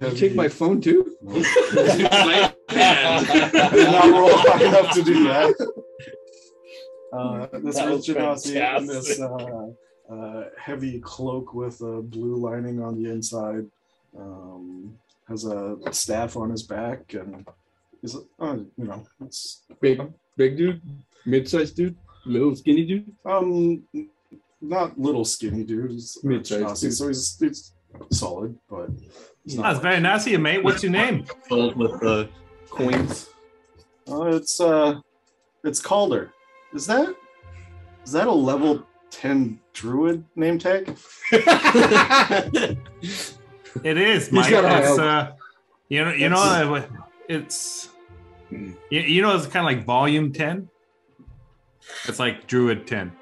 [SPEAKER 2] You take my phone too.
[SPEAKER 6] I did not roll high enough to do that. Uh, this
[SPEAKER 2] That
[SPEAKER 6] Earth
[SPEAKER 2] was
[SPEAKER 6] Genasi and this
[SPEAKER 2] fantastic.
[SPEAKER 6] uh, uh, heavy cloak with a blue lining on the inside um, has a staff on his back and is uh, you know it's
[SPEAKER 2] Big, big dude, mid-sized dude, little skinny dude.
[SPEAKER 6] Um, not little skinny dude. He's
[SPEAKER 2] Mid-sized
[SPEAKER 6] Genasi,
[SPEAKER 2] dude.
[SPEAKER 6] so he's, he's solid, but he's not.
[SPEAKER 4] That's very nice of you, mate. What's your name?
[SPEAKER 9] Filled with the coins.
[SPEAKER 6] Uh, it's uh, it's Calder. Is that is that a level ten druid name tag?
[SPEAKER 4] It is,
[SPEAKER 6] He's
[SPEAKER 4] Mike.
[SPEAKER 6] got a-
[SPEAKER 4] It's, uh, you know, you know, uh, it's you, you know, it's kind of like volume ten. It's like Druid ten.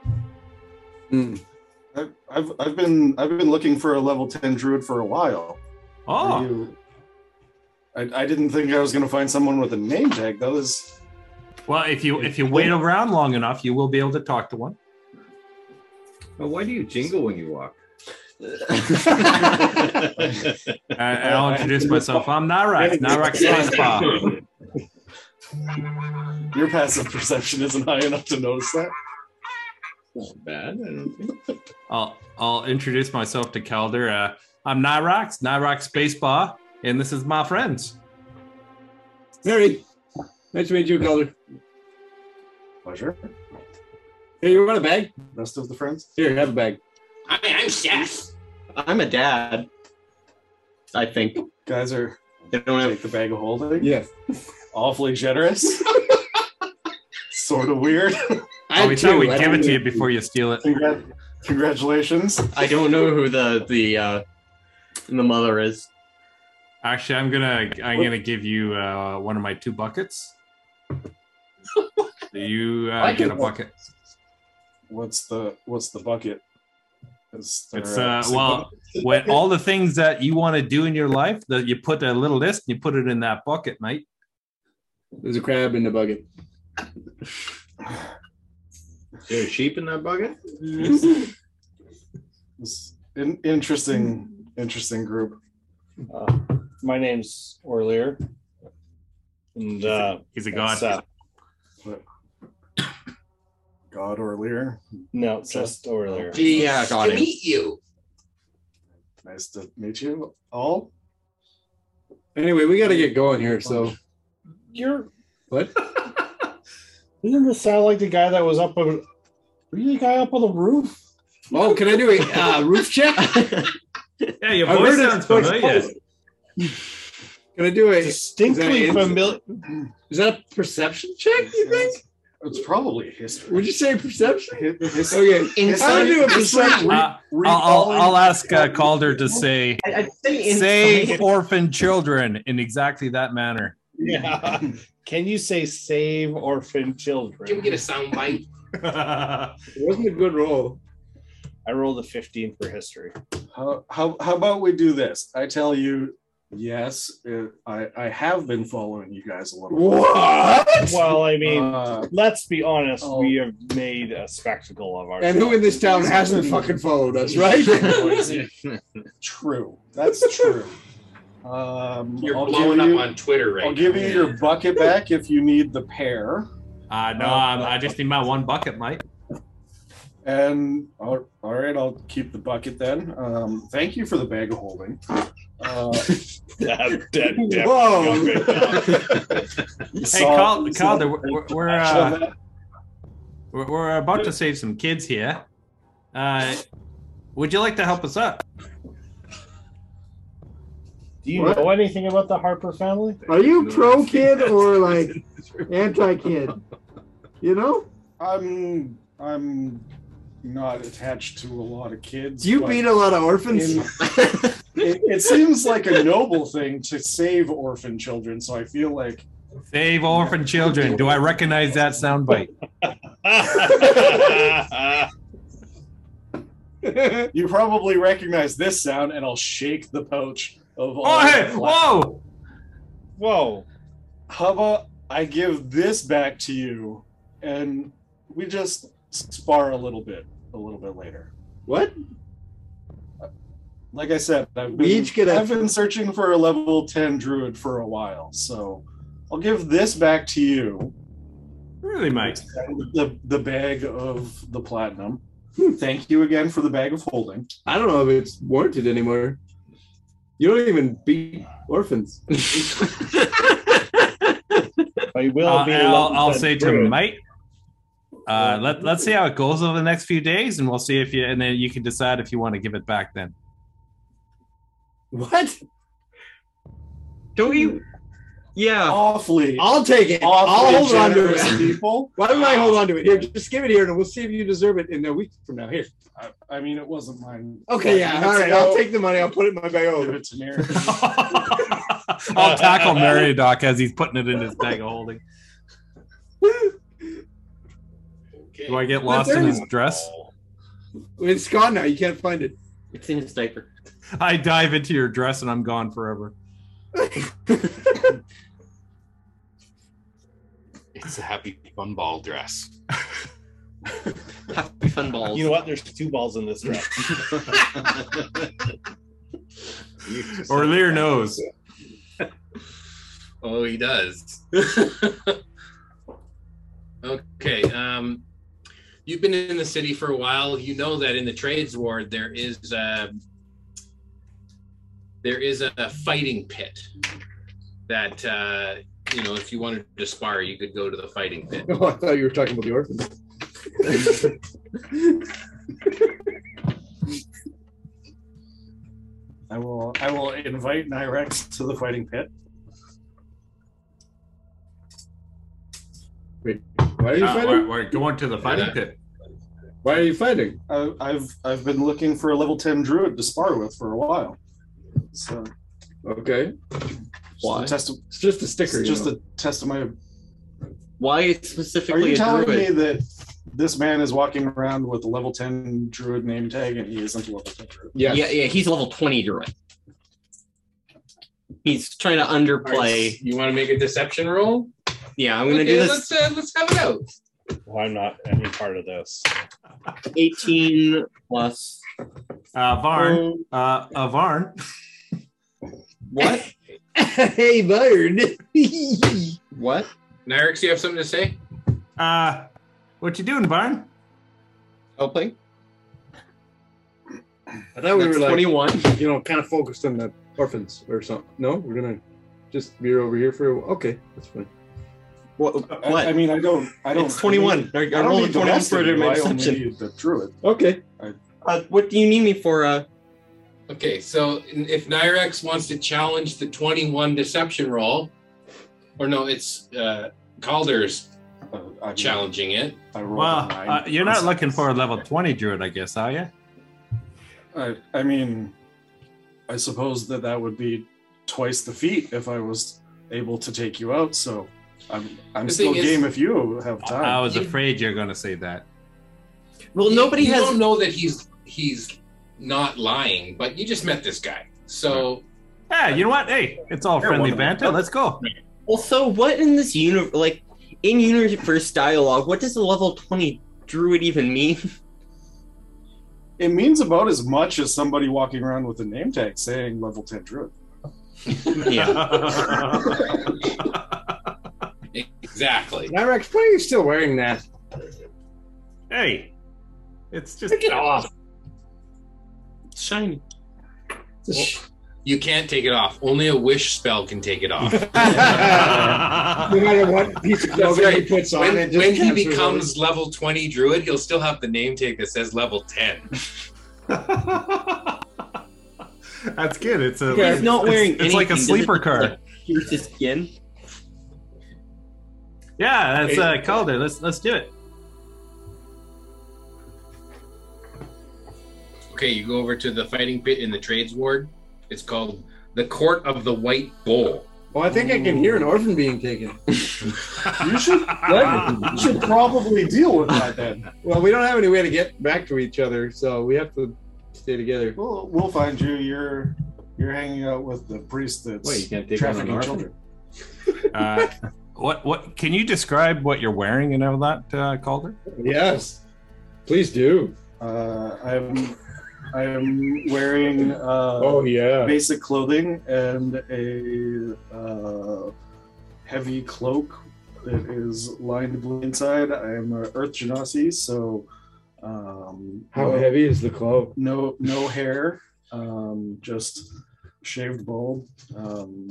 [SPEAKER 6] I've, I've I've been I've been looking for a level ten druid for a while.
[SPEAKER 4] Oh.
[SPEAKER 6] You- I, I didn't think I was going to find someone with a name tag. That was
[SPEAKER 4] Well, if you if you wait around long enough, you will be able to talk to one.
[SPEAKER 5] Well, why do you jingle when you walk?
[SPEAKER 4] Uh, And and I'll introduce myself. I'm Narak. Narak Space
[SPEAKER 5] Ah.
[SPEAKER 4] Bar.
[SPEAKER 6] your passive perception isn't high enough to notice that.
[SPEAKER 5] Not bad, I don't think.
[SPEAKER 4] I'll I'll introduce myself to Calder. Uh, I'm Narak. Narak Space Bar, and this is my friends.
[SPEAKER 2] Mary, nice to meet you, Calder.
[SPEAKER 6] Pleasure.
[SPEAKER 2] Hey, you want a bag?
[SPEAKER 6] Best of the friends.
[SPEAKER 2] Here, have a bag.
[SPEAKER 10] I, I'm Seth.
[SPEAKER 9] I'm a dad. I think
[SPEAKER 6] Guys are
[SPEAKER 9] they don't have
[SPEAKER 6] take the bag of holding.
[SPEAKER 2] Yeah.
[SPEAKER 6] Awfully generous. sort of weird.
[SPEAKER 4] Oh, we
[SPEAKER 2] too,
[SPEAKER 4] thought we'd
[SPEAKER 2] I
[SPEAKER 4] give it
[SPEAKER 2] don't
[SPEAKER 4] to you
[SPEAKER 2] know.
[SPEAKER 4] before you steal it.
[SPEAKER 6] Congrat- congratulations.
[SPEAKER 9] I don't know who the the uh, the mother is.
[SPEAKER 4] Actually, I'm gonna I'm gonna give you uh, one of my two buckets. Do you uh,
[SPEAKER 6] I
[SPEAKER 4] get a
[SPEAKER 6] can-
[SPEAKER 4] bucket?
[SPEAKER 6] What's the what's the bucket? Is there
[SPEAKER 4] It's
[SPEAKER 6] a
[SPEAKER 4] uh,
[SPEAKER 6] single-
[SPEAKER 4] well, when all the things that you want to do in your life, that you put a little list and you put it in that bucket, mate.
[SPEAKER 2] There's a crab in the bucket.
[SPEAKER 5] Is there a sheep in that bucket?
[SPEAKER 6] It's an interesting interesting group.
[SPEAKER 7] Uh, my name's Orlear. And uh,
[SPEAKER 4] He's a god.
[SPEAKER 7] it's, uh,
[SPEAKER 6] God or Lear.
[SPEAKER 7] no, just Orlear.
[SPEAKER 9] Yeah,
[SPEAKER 10] Nice
[SPEAKER 9] got
[SPEAKER 10] to
[SPEAKER 9] him.
[SPEAKER 10] meet you.
[SPEAKER 6] Nice to meet you all.
[SPEAKER 2] Anyway, we got to get going here. So
[SPEAKER 7] You're
[SPEAKER 2] what?
[SPEAKER 7] doesn't this sound like the guy that was up on were you the guy up on the roof?
[SPEAKER 2] Oh, can I do a uh, roof check?
[SPEAKER 4] Yeah, your
[SPEAKER 2] I
[SPEAKER 4] voice
[SPEAKER 2] heard it.
[SPEAKER 4] sounds familiar.
[SPEAKER 2] Can I do a is
[SPEAKER 7] Distinctly
[SPEAKER 2] Is that it?
[SPEAKER 7] familiar.
[SPEAKER 2] that a perception check? You think?
[SPEAKER 6] It's probably history.
[SPEAKER 2] Would you say perception?
[SPEAKER 6] Hi- his-
[SPEAKER 2] Okay,
[SPEAKER 6] Insight.
[SPEAKER 2] I'll do a perception.
[SPEAKER 4] Uh, I'll, I'll, I'll ask uh, Calder to say
[SPEAKER 9] I, I'd say in
[SPEAKER 4] say orphan children in exactly that manner.
[SPEAKER 7] Yeah.
[SPEAKER 6] Um,
[SPEAKER 7] Can you say save orphan
[SPEAKER 10] Can we
[SPEAKER 7] children?
[SPEAKER 10] get a soundbite?
[SPEAKER 4] I
[SPEAKER 2] It wasn't a good roll.
[SPEAKER 7] I rolled a 15 for history.
[SPEAKER 6] How, how, how about we do this? I tell you, yes, it, I, I have been following you guys a little.
[SPEAKER 7] Well, I mean,
[SPEAKER 6] Uh,
[SPEAKER 7] let's be honest,
[SPEAKER 6] Oh.
[SPEAKER 7] we have made a spectacle of
[SPEAKER 2] And who
[SPEAKER 7] ourselves.
[SPEAKER 2] in this town hasn't fucking followed us, right?
[SPEAKER 6] true. That's true. Um,
[SPEAKER 10] You're
[SPEAKER 6] I'll
[SPEAKER 10] blowing
[SPEAKER 6] give
[SPEAKER 10] up
[SPEAKER 6] you-
[SPEAKER 10] on Twitter right
[SPEAKER 6] I'll give
[SPEAKER 10] now.
[SPEAKER 6] you your bucket back if you need the pair.
[SPEAKER 4] Uh, no, I'm, I just need my one bucket, mate.
[SPEAKER 6] And all, all right, I'll keep the bucket then. Um, thank you for the bag of holding. Uh,
[SPEAKER 7] That- that-
[SPEAKER 2] Whoa.
[SPEAKER 7] that-
[SPEAKER 6] you
[SPEAKER 4] Hey,
[SPEAKER 6] saw-
[SPEAKER 4] Cal-
[SPEAKER 6] you saw-
[SPEAKER 4] Calder, we're, we're
[SPEAKER 6] Show
[SPEAKER 4] uh,
[SPEAKER 6] that?
[SPEAKER 4] We're, we're about to save some kids here. Uh, would you like to help us up?
[SPEAKER 7] Do you know anything about the Harper family?
[SPEAKER 18] Are you pro kid or like anti kid? You know?
[SPEAKER 6] I'm I'm not attached to a lot of kids.
[SPEAKER 18] Do you
[SPEAKER 6] but
[SPEAKER 18] beat a lot of orphans?
[SPEAKER 6] in- it, it seems like a noble thing to save orphan children, so I feel like
[SPEAKER 4] Save orphan children. Do I recognize that soundbite?
[SPEAKER 6] you probably recognize this sound, and I'll shake the pouch of all.
[SPEAKER 4] Oh, hey, whoa!
[SPEAKER 6] Whoa. Hubba, I give this back to you, and we just spar a little bit, a little bit later.
[SPEAKER 18] What?
[SPEAKER 6] Like I said, I've been,
[SPEAKER 18] We each get a-
[SPEAKER 6] I've been searching for a level 10 druid for a while, so I'll give this back to you.
[SPEAKER 4] Really, Mike?
[SPEAKER 6] The, the bag of the platinum.
[SPEAKER 18] Hmm.
[SPEAKER 6] Thank you again for the bag of holding.
[SPEAKER 2] I don't know if it's warranted anymore. You don't even beat orphans.
[SPEAKER 7] I will
[SPEAKER 4] I'll,
[SPEAKER 7] be
[SPEAKER 4] I'll, Uh, I'll
[SPEAKER 7] 11%
[SPEAKER 4] say to
[SPEAKER 7] through it.
[SPEAKER 4] Mike, uh, let, let's see how it goes over the next few days, and we'll see if you, and then you can decide if you want to give it back then.
[SPEAKER 18] What?
[SPEAKER 9] Don't you? Yeah.
[SPEAKER 6] Awfully.
[SPEAKER 18] Uh, I'll take it.
[SPEAKER 6] Awfully
[SPEAKER 18] I'll hold on to
[SPEAKER 6] generous
[SPEAKER 18] it.
[SPEAKER 6] people.
[SPEAKER 18] Why don't I hold on to it? Here, just give it here, and we'll see if you deserve it in a week from now. Here.
[SPEAKER 6] I, I mean, it wasn't mine.
[SPEAKER 18] Okay, yeah, all right. I'll take the money. I'll put it in my bag.
[SPEAKER 6] Give it to Mary.
[SPEAKER 4] I'll tackle Meriadoc as he's putting it in his bag of holding. Do I get lost in his dress?
[SPEAKER 18] It's gone now. You can't find it.
[SPEAKER 9] It's in his diaper.
[SPEAKER 4] I dive into your dress and I'm gone forever.
[SPEAKER 10] It's a happy fun ball dress.
[SPEAKER 9] Happy fun balls.
[SPEAKER 7] You know what? There's two balls in this dress.
[SPEAKER 4] Or Lear knows.
[SPEAKER 10] Oh, he does. okay. Um, you've been in the city for a while. You know that in the trades ward there is a there is a, a fighting pit that uh, you know if you wanted to spar, you could go to the fighting pit.
[SPEAKER 2] Oh, I thought you were talking about the orphans.
[SPEAKER 6] I will. I will invite Nyrex to the fighting pit.
[SPEAKER 2] Why are you
[SPEAKER 9] Ah,
[SPEAKER 4] Uh,
[SPEAKER 2] fighting?
[SPEAKER 4] we're, we're going to the fighting pit.
[SPEAKER 2] Why are you fighting?
[SPEAKER 6] I, I've I've been looking for a level ten druid to spar with for a while. So
[SPEAKER 2] Okay.
[SPEAKER 6] just
[SPEAKER 9] Why?
[SPEAKER 6] a test. Of,
[SPEAKER 2] It's just a sticker.
[SPEAKER 6] just
[SPEAKER 2] Just
[SPEAKER 6] a test of my.
[SPEAKER 9] Why
[SPEAKER 6] Are
[SPEAKER 9] specifically
[SPEAKER 6] you
[SPEAKER 9] a
[SPEAKER 6] telling me
[SPEAKER 9] druid?
[SPEAKER 6] that this man is walking around with a level ten druid name tag and he isn't a level ten druid?
[SPEAKER 2] yes.
[SPEAKER 9] Yeah, yeah. He's level twenty druid. He's trying to underplay.
[SPEAKER 10] You want to make a deception roll?
[SPEAKER 9] Yeah, I'm gonna do this.
[SPEAKER 10] Let's uh, let's have it out.
[SPEAKER 7] Well, I'm not any part of this.
[SPEAKER 9] Eighteen plus
[SPEAKER 4] Uh, Varn, uh, uh, Varn,
[SPEAKER 9] what?
[SPEAKER 18] hey, Byron.
[SPEAKER 9] What?
[SPEAKER 10] Nyrix, you have something to say?
[SPEAKER 4] uh, what you doing, Varn?
[SPEAKER 9] Helping?
[SPEAKER 2] I thought we
[SPEAKER 9] That's
[SPEAKER 2] were like,
[SPEAKER 9] twenty-one.
[SPEAKER 2] you know, kind of focused on the orphans or something. No, we're gonna just veer over here for a while. Okay, that's fine.
[SPEAKER 9] What?
[SPEAKER 6] I- I, mean, I don't. I don't.
[SPEAKER 9] It's twenty-one. I, I
[SPEAKER 6] Oh, I don't
[SPEAKER 9] rolled a
[SPEAKER 6] need the
[SPEAKER 9] twenty-one
[SPEAKER 6] rest
[SPEAKER 9] for
[SPEAKER 6] of you.
[SPEAKER 9] an
[SPEAKER 6] I only
[SPEAKER 9] exception.
[SPEAKER 6] need the druid.
[SPEAKER 2] Okay.
[SPEAKER 9] Uh, what do you need me for? Uh,
[SPEAKER 10] Okay, so if Nyrex wants to challenge the 21 deception roll, or no, it's uh, Calder's
[SPEAKER 6] Uh, I,
[SPEAKER 10] challenging it.
[SPEAKER 6] I rolled a
[SPEAKER 4] Well,
[SPEAKER 6] nine.
[SPEAKER 4] uh, you're not looking for a level 20 druid, I guess, are you?
[SPEAKER 6] I, I mean, I suppose that that would be twice the feat if I was able to take you out. So I'm I'm
[SPEAKER 10] The
[SPEAKER 6] still
[SPEAKER 10] thing is-
[SPEAKER 6] game if you have
[SPEAKER 4] Oh, I
[SPEAKER 6] time.
[SPEAKER 4] was afraid you're going to say that.
[SPEAKER 9] well, nobody
[SPEAKER 10] you
[SPEAKER 9] has.
[SPEAKER 10] don't know that he's he's not lying, but you just met this guy, so
[SPEAKER 4] Yeah, you know what? Hey, it's all
[SPEAKER 6] You're
[SPEAKER 4] friendly
[SPEAKER 6] one of
[SPEAKER 4] banter. Let's go.
[SPEAKER 9] Also, what in this universe, like in universe dialogue, what does a level twenty druid even mean?
[SPEAKER 6] it means about as much as somebody walking around with a name tag saying level ten druid.
[SPEAKER 9] yeah,
[SPEAKER 10] exactly.
[SPEAKER 2] Nyrex, why are you still wearing that?
[SPEAKER 4] hey, it's just
[SPEAKER 9] it off. Shiny.
[SPEAKER 2] It's a sh-
[SPEAKER 10] You can't take it off. Only a wish spell can take it off.
[SPEAKER 18] No matter what piece of clothing he puts on,
[SPEAKER 10] when
[SPEAKER 18] it just
[SPEAKER 10] when he
[SPEAKER 18] cancels
[SPEAKER 10] becomes level 20 druid, he'll still have the name tag that says level 10.
[SPEAKER 4] That's good. It's a.
[SPEAKER 9] He's
[SPEAKER 4] it's-
[SPEAKER 9] not wearing
[SPEAKER 4] It's, like a
[SPEAKER 9] anything, does it?
[SPEAKER 4] sleeper car.
[SPEAKER 9] Here's his skin.
[SPEAKER 4] Yeah, that's uh, Calder. Let's let's do it.
[SPEAKER 10] Okay, you go over to the fighting pit in the trades ward. It's called the Court of the White Bull.
[SPEAKER 2] Well, I think I can hear an orphan being taken.
[SPEAKER 6] you should you should probably deal with that then.
[SPEAKER 2] Well, we don't have any way to get back to each other, so we have to stay together.
[SPEAKER 6] We'll, we'll find you. You're you're hanging out with the priest that's
[SPEAKER 4] Wait, you can't take on an
[SPEAKER 6] trafficking
[SPEAKER 4] orphan?
[SPEAKER 6] children.
[SPEAKER 19] Uh,
[SPEAKER 4] what what can you describe what you're wearing and all that, uh, Calder?
[SPEAKER 2] Yes, please do.
[SPEAKER 6] Uh, I'm I am wearing uh,
[SPEAKER 12] Oh, yeah.
[SPEAKER 6] basic clothing and a uh, heavy cloak that is lined blue inside. I am an Earth Genasi, so um,
[SPEAKER 12] How
[SPEAKER 6] no-
[SPEAKER 12] heavy is the cloak?
[SPEAKER 6] No, no hair, um, just shaved bald. Um,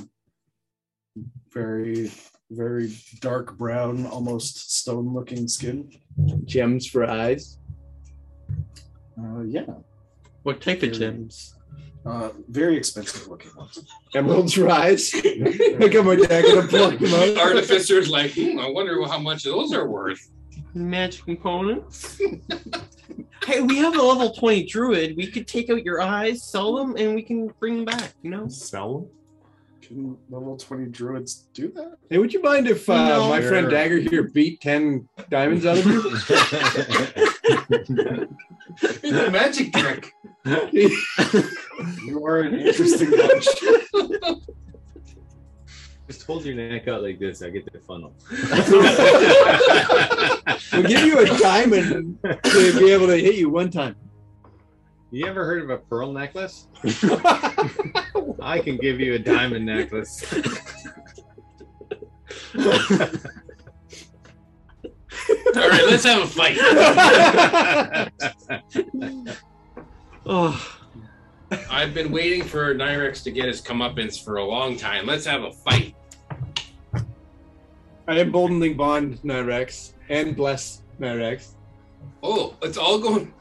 [SPEAKER 6] very, very dark brown, almost stone-looking skin.
[SPEAKER 2] Gems for eyes.
[SPEAKER 6] Uh, yeah,
[SPEAKER 9] What type of gems?
[SPEAKER 6] uh, very expensive-looking ones.
[SPEAKER 2] Emerald eyes. I got my dad gonna pluck them out.
[SPEAKER 10] Artificer's like, hmm, I wonder how much those are worth.
[SPEAKER 9] Magic components. hey, we have a level twenty druid. We could take out your eyes, sell them, and we can bring them back. You know.
[SPEAKER 4] Sell
[SPEAKER 6] Can level twenty druids do that?
[SPEAKER 2] Hey, would you mind if uh,
[SPEAKER 9] No.
[SPEAKER 2] my friend
[SPEAKER 6] Sure.
[SPEAKER 2] Dagger here beat ten diamonds out of you?
[SPEAKER 10] It's a magic trick.
[SPEAKER 6] You are an interesting bunch.
[SPEAKER 20] Just hold your neck out like this. I get the funnel.
[SPEAKER 2] We'll give you a diamond to be able to hit you one time.
[SPEAKER 20] You ever heard of a pearl necklace? I can give you a diamond necklace.
[SPEAKER 10] All right, let's have a fight.
[SPEAKER 9] oh.
[SPEAKER 10] I've been waiting for Nyrex to get his comeuppance for a long time. Let's have a fight.
[SPEAKER 2] I am boldening bond Nyrex and bless Nyrex.
[SPEAKER 10] Oh, it's all going.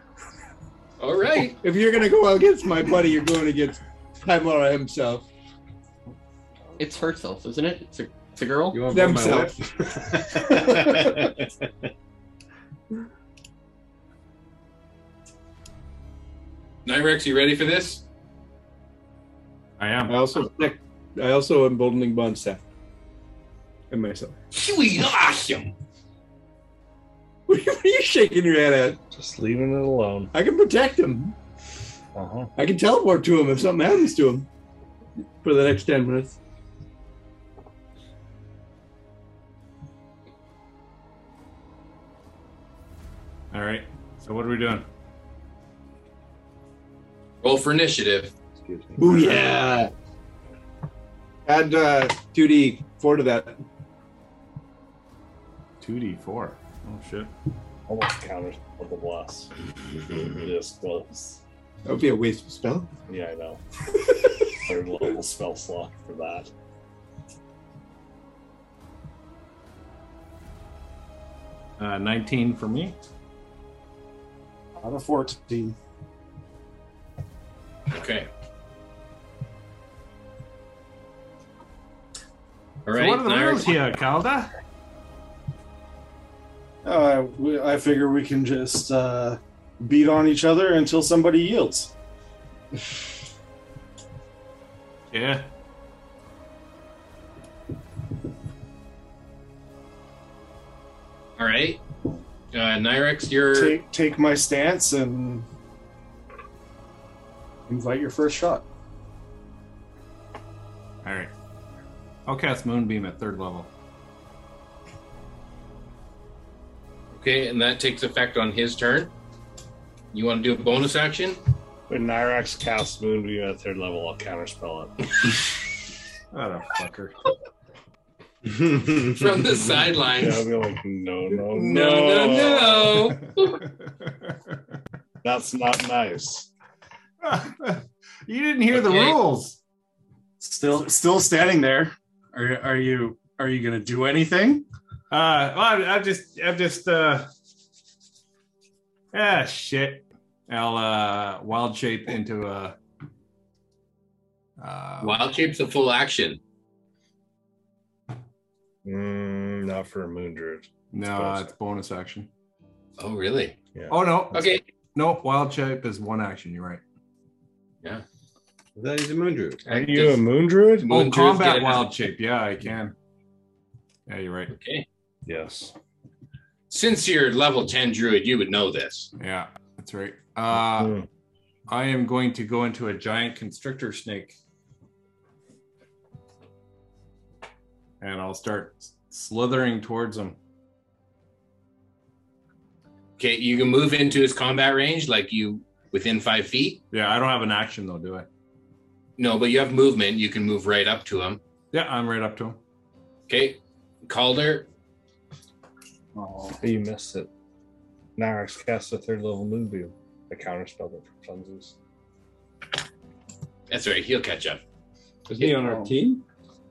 [SPEAKER 10] All right.
[SPEAKER 2] If you're gonna go against my buddy, you're going against Timora himself.
[SPEAKER 9] It's herself, isn't it? It's a, it's a girl.
[SPEAKER 20] You want
[SPEAKER 2] Themself.
[SPEAKER 10] Nyrex, you ready for this?
[SPEAKER 4] I am.
[SPEAKER 12] I also I also am boldening bond staff. And myself.
[SPEAKER 10] Sweet awesome.
[SPEAKER 2] What are you shaking your head at?
[SPEAKER 7] Just leaving it alone.
[SPEAKER 2] I can protect him.
[SPEAKER 7] Uh-huh.
[SPEAKER 2] I can teleport to him if something happens to him for the next 10 minutes.
[SPEAKER 4] All right. So what are we doing?
[SPEAKER 10] Roll for initiative.
[SPEAKER 2] Ooh, yeah. Add uh, 2d4 to that.
[SPEAKER 4] Two D four. Oh shit.
[SPEAKER 7] Almost counters the blast. Just close.
[SPEAKER 2] That would be a waste of spell.
[SPEAKER 7] Yeah, I know. Third level spell slot for that.
[SPEAKER 4] Uh, Nineteen for me.
[SPEAKER 6] Out of fourteen.
[SPEAKER 10] Okay.
[SPEAKER 4] So
[SPEAKER 10] All right.
[SPEAKER 4] what are the
[SPEAKER 10] Nyrex-
[SPEAKER 4] rules here, Calder?
[SPEAKER 6] Uh, we, I figure we can just uh, beat on each other until somebody yields.
[SPEAKER 4] Yeah.
[SPEAKER 10] All right. Uh, Nyrex, you're
[SPEAKER 6] Take take my stance and invite your first shot.
[SPEAKER 4] All right. I'll cast Moonbeam at third level.
[SPEAKER 10] okay, and that takes effect on his turn. You want to do a bonus action?
[SPEAKER 7] When Nyrax casts Moonbeam at third level, I'll counterspell it.
[SPEAKER 4] What a fucker.
[SPEAKER 10] From the
[SPEAKER 7] Yeah, I'll
[SPEAKER 10] sidelines.
[SPEAKER 7] be like, no, no,
[SPEAKER 10] No,
[SPEAKER 7] no,
[SPEAKER 10] no, no.
[SPEAKER 7] That's not nice.
[SPEAKER 4] you didn't hear the
[SPEAKER 10] Okay.
[SPEAKER 4] rules.
[SPEAKER 6] Still, still standing there. Are are you are you gonna do anything?
[SPEAKER 4] Uh, well, I, I just, I just, uh, ah, shit. I'll uh, wild shape into a Uh,
[SPEAKER 3] Wild shape's a full action.
[SPEAKER 7] Mm, not for a moon druid.
[SPEAKER 4] No, it's bonus action.
[SPEAKER 3] Oh, really?
[SPEAKER 7] Yeah.
[SPEAKER 4] Oh no.
[SPEAKER 3] Okay.
[SPEAKER 4] No, wild shape is one action. You're right.
[SPEAKER 3] Yeah.
[SPEAKER 21] That is a moon druid.
[SPEAKER 4] Are
[SPEAKER 2] you a moon druid?
[SPEAKER 4] Oh,
[SPEAKER 2] Moon druids
[SPEAKER 4] combat
[SPEAKER 2] get-
[SPEAKER 4] wild shape. Yeah, I can. Yeah, you're right.
[SPEAKER 3] Okay.
[SPEAKER 7] Yes.
[SPEAKER 3] Since you're level 10 druid, you would know this.
[SPEAKER 4] Yeah, that's right. Uh, I am going to go into a giant constrictor snake. And I'll start slithering towards him.
[SPEAKER 3] Okay, you can move into his combat range like you within five feet.
[SPEAKER 4] Yeah, I don't have an action though, do I?
[SPEAKER 3] No, but you have movement. You can move right up to him.
[SPEAKER 4] Yeah, I'm right up to him.
[SPEAKER 3] Okay. Calder,
[SPEAKER 7] Oh, you missed it. Narex casts a third level moonbeam. I counterspelled it for cleanses.
[SPEAKER 3] that's right. He'll catch up.
[SPEAKER 2] Is he on our team?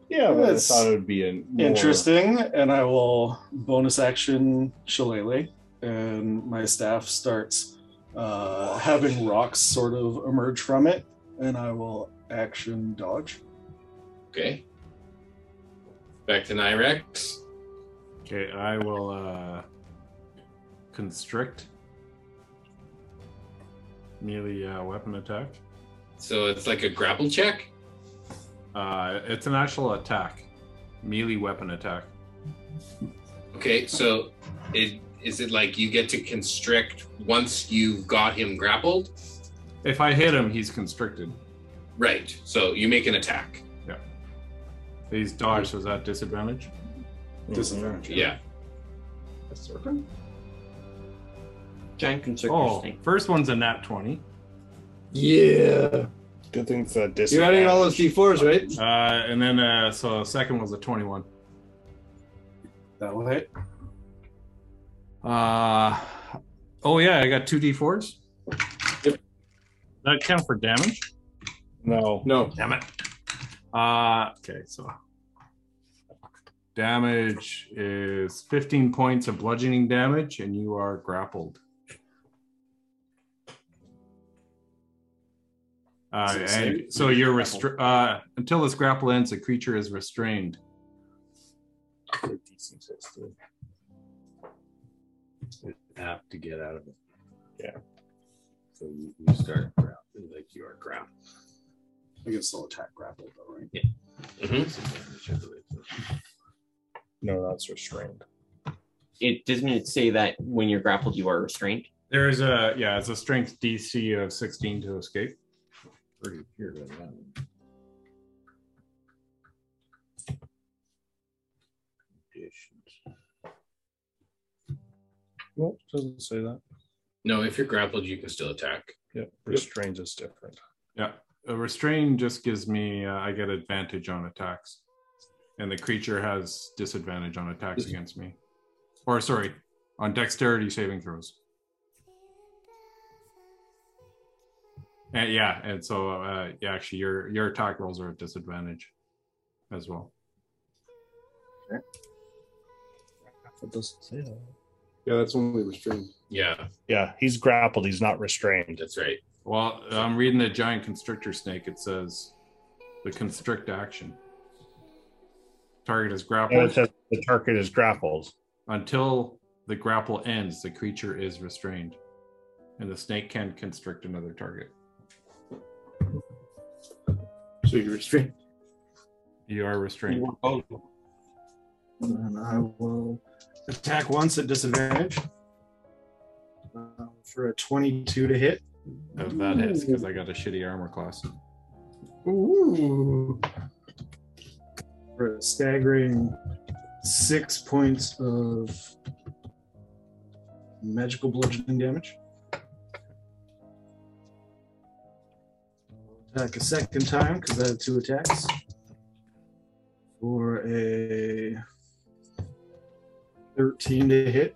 [SPEAKER 7] Yeah, but
[SPEAKER 6] That's
[SPEAKER 7] I thought it would be an more-
[SPEAKER 6] Interesting, and I will bonus action shillelagh, and my staff starts uh, having rocks sort of emerge from it, and I will action dodge.
[SPEAKER 3] Okay. Back to Nyrex.
[SPEAKER 4] Okay, I will uh constrict. Melee uh, weapon attack.
[SPEAKER 3] So it's like a grapple check?
[SPEAKER 4] Uh it's an actual attack. Melee weapon attack.
[SPEAKER 3] Okay, so it is it like you get to constrict once you've got him grappled?
[SPEAKER 4] If I hit him, he's constricted.
[SPEAKER 3] Right. So you make an attack.
[SPEAKER 4] He's dodged, so is that disadvantage?
[SPEAKER 7] Mm-hmm.
[SPEAKER 6] Disadvantage.
[SPEAKER 3] Yeah.
[SPEAKER 4] A serpent?
[SPEAKER 9] Giant constrictor
[SPEAKER 4] Oh,
[SPEAKER 9] snake.
[SPEAKER 4] first one's a nat 20.
[SPEAKER 2] Yeah.
[SPEAKER 7] Good thing Oh, it's a
[SPEAKER 2] You're adding all those d4s, right?
[SPEAKER 4] Uh, and then, uh, so the second was a 21.
[SPEAKER 6] That'll hit.
[SPEAKER 4] Uh, oh, yeah, I got two d4s. Yep. That count for damage? No.
[SPEAKER 2] No.
[SPEAKER 4] Damn it. Uh, okay, so damage is 15 points of bludgeoning damage, and you are grappled. Uh,
[SPEAKER 6] So it's
[SPEAKER 4] and
[SPEAKER 6] like-
[SPEAKER 4] so you're restra- uh, until this grapple ends, the creature is restrained.
[SPEAKER 5] Have to get out of it.
[SPEAKER 7] Yeah.
[SPEAKER 5] So you, you start grapple, like you are grapple.
[SPEAKER 6] I can still attack grapple though, right?
[SPEAKER 5] Yeah.
[SPEAKER 7] No, that's restrained.
[SPEAKER 9] It doesn't it say that when you're grappled you are restrained?
[SPEAKER 4] There is a yeah, it's a strength DC of 16 to escape.
[SPEAKER 5] Pretty pure on that one.
[SPEAKER 7] Well, doesn't say that.
[SPEAKER 3] No, if you're grappled, you can still attack.
[SPEAKER 7] Yep. Restrained is different.
[SPEAKER 4] Yeah, a restrain just gives me uh, I get advantage on attacks, and the creature has disadvantage on attacks against me, or sorry, on dexterity saving throws. And yeah, and so uh, yeah, actually, your your attack rolls are at disadvantage as well.
[SPEAKER 7] It doesn't say that.
[SPEAKER 2] Yeah, that's only restrained.
[SPEAKER 3] Yeah.
[SPEAKER 7] Yeah, he's grappled. He's not restrained.
[SPEAKER 3] That's right.
[SPEAKER 4] Well, I'm reading the giant constrictor snake. It says the constrict action. Target is grappled.
[SPEAKER 7] And it says the target is grappled.
[SPEAKER 4] Until the grapple ends, the creature is restrained, and the snake can constrict another target.
[SPEAKER 2] So you're restrained.
[SPEAKER 4] You are restrained.
[SPEAKER 6] And I will attack once at disadvantage uh, for a 22 to hit.
[SPEAKER 4] If that hits, because I got a shitty armor class.
[SPEAKER 6] Ooh. For a staggering six points of magical bludgeoning damage. Attack a second time because I have two attacks. For a 13 to hit.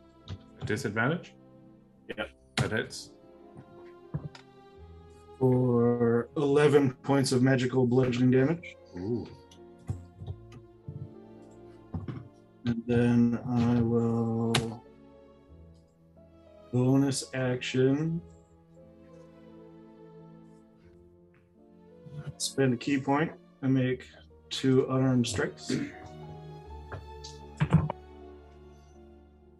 [SPEAKER 4] Disadvantage?
[SPEAKER 6] Yep.
[SPEAKER 4] That hits.
[SPEAKER 6] For 11 points of magical bludgeoning damage.
[SPEAKER 4] Ooh.
[SPEAKER 6] And then I will bonus action. Spend a key point and make two unarmed strikes.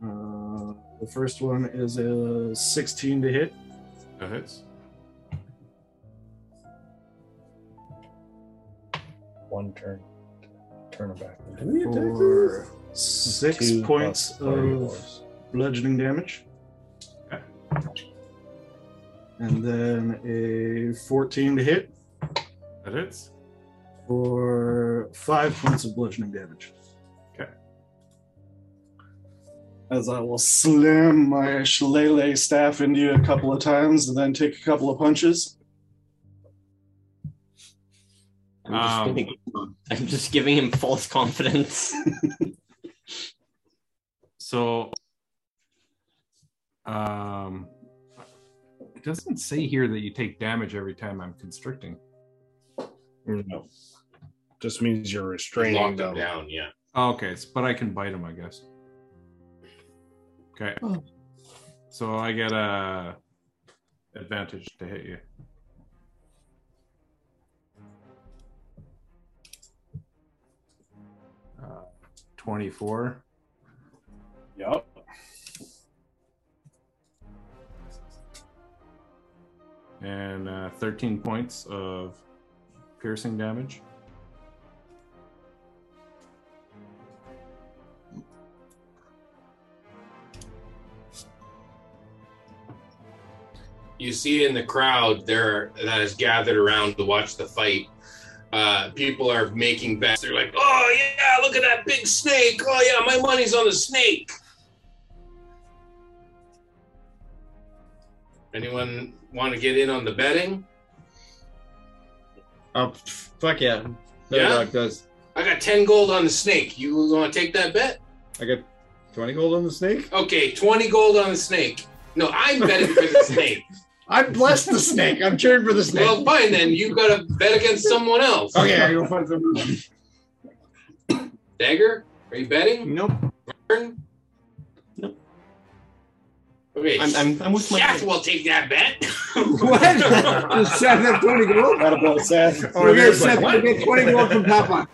[SPEAKER 6] Uh, the first one is a 16 to hit.
[SPEAKER 4] That hits.
[SPEAKER 7] One turn. Turn it back.
[SPEAKER 6] For six
[SPEAKER 7] Two
[SPEAKER 6] points
[SPEAKER 7] plus
[SPEAKER 6] of bludgeoning damage. And then a 14 to hit
[SPEAKER 4] That hits.
[SPEAKER 6] for five points of bludgeoning damage.
[SPEAKER 4] Okay.
[SPEAKER 6] As I will slam my shillelagh staff into you a couple of times and then take a couple of punches.
[SPEAKER 9] I'm just,
[SPEAKER 6] Um,
[SPEAKER 9] giving, I'm just giving him false confidence.
[SPEAKER 4] So, um, it doesn't say here that you take damage every time I'm constricting.
[SPEAKER 7] No, just means you're restraining
[SPEAKER 10] Locked
[SPEAKER 7] them.
[SPEAKER 10] them down. Yeah.
[SPEAKER 4] Oh, okay, s- but I can bite him, I guess. Okay.
[SPEAKER 9] Oh.
[SPEAKER 4] So I get a advantage to hit you. Uh, Twenty-four.
[SPEAKER 6] Yep.
[SPEAKER 4] and uh, 13 points of piercing damage.
[SPEAKER 10] you see in the crowd there that is gathered around to watch the fight. Uh, people are making bets. They're like, "Oh yeah, look at that big snake! Oh yeah, my money's on the snake." Anyone want to get in on the betting?
[SPEAKER 5] Oh, fuck yeah.
[SPEAKER 10] Yeah?
[SPEAKER 5] Dog does.
[SPEAKER 10] I got ten gold on the snake. You want to take that bet?
[SPEAKER 5] I got 20 gold on the snake.
[SPEAKER 10] Okay, twenty gold on the snake. No, I'm betting for the snake.
[SPEAKER 5] I bless the snake. I'm cheering for the snake.
[SPEAKER 10] Well, fine then. You got to bet against someone else.
[SPEAKER 5] okay, I go find some.
[SPEAKER 10] Dagger, are you betting?
[SPEAKER 5] Nope.
[SPEAKER 10] Burn?
[SPEAKER 9] Nope.
[SPEAKER 10] Okay.
[SPEAKER 9] I'm- I'm- I'm with my-
[SPEAKER 10] Seth will take that bet.
[SPEAKER 18] What? Does Seth have 20 gold?
[SPEAKER 6] Not about Seth.
[SPEAKER 18] Oh, okay, Seth, you get 20 gold from Papa.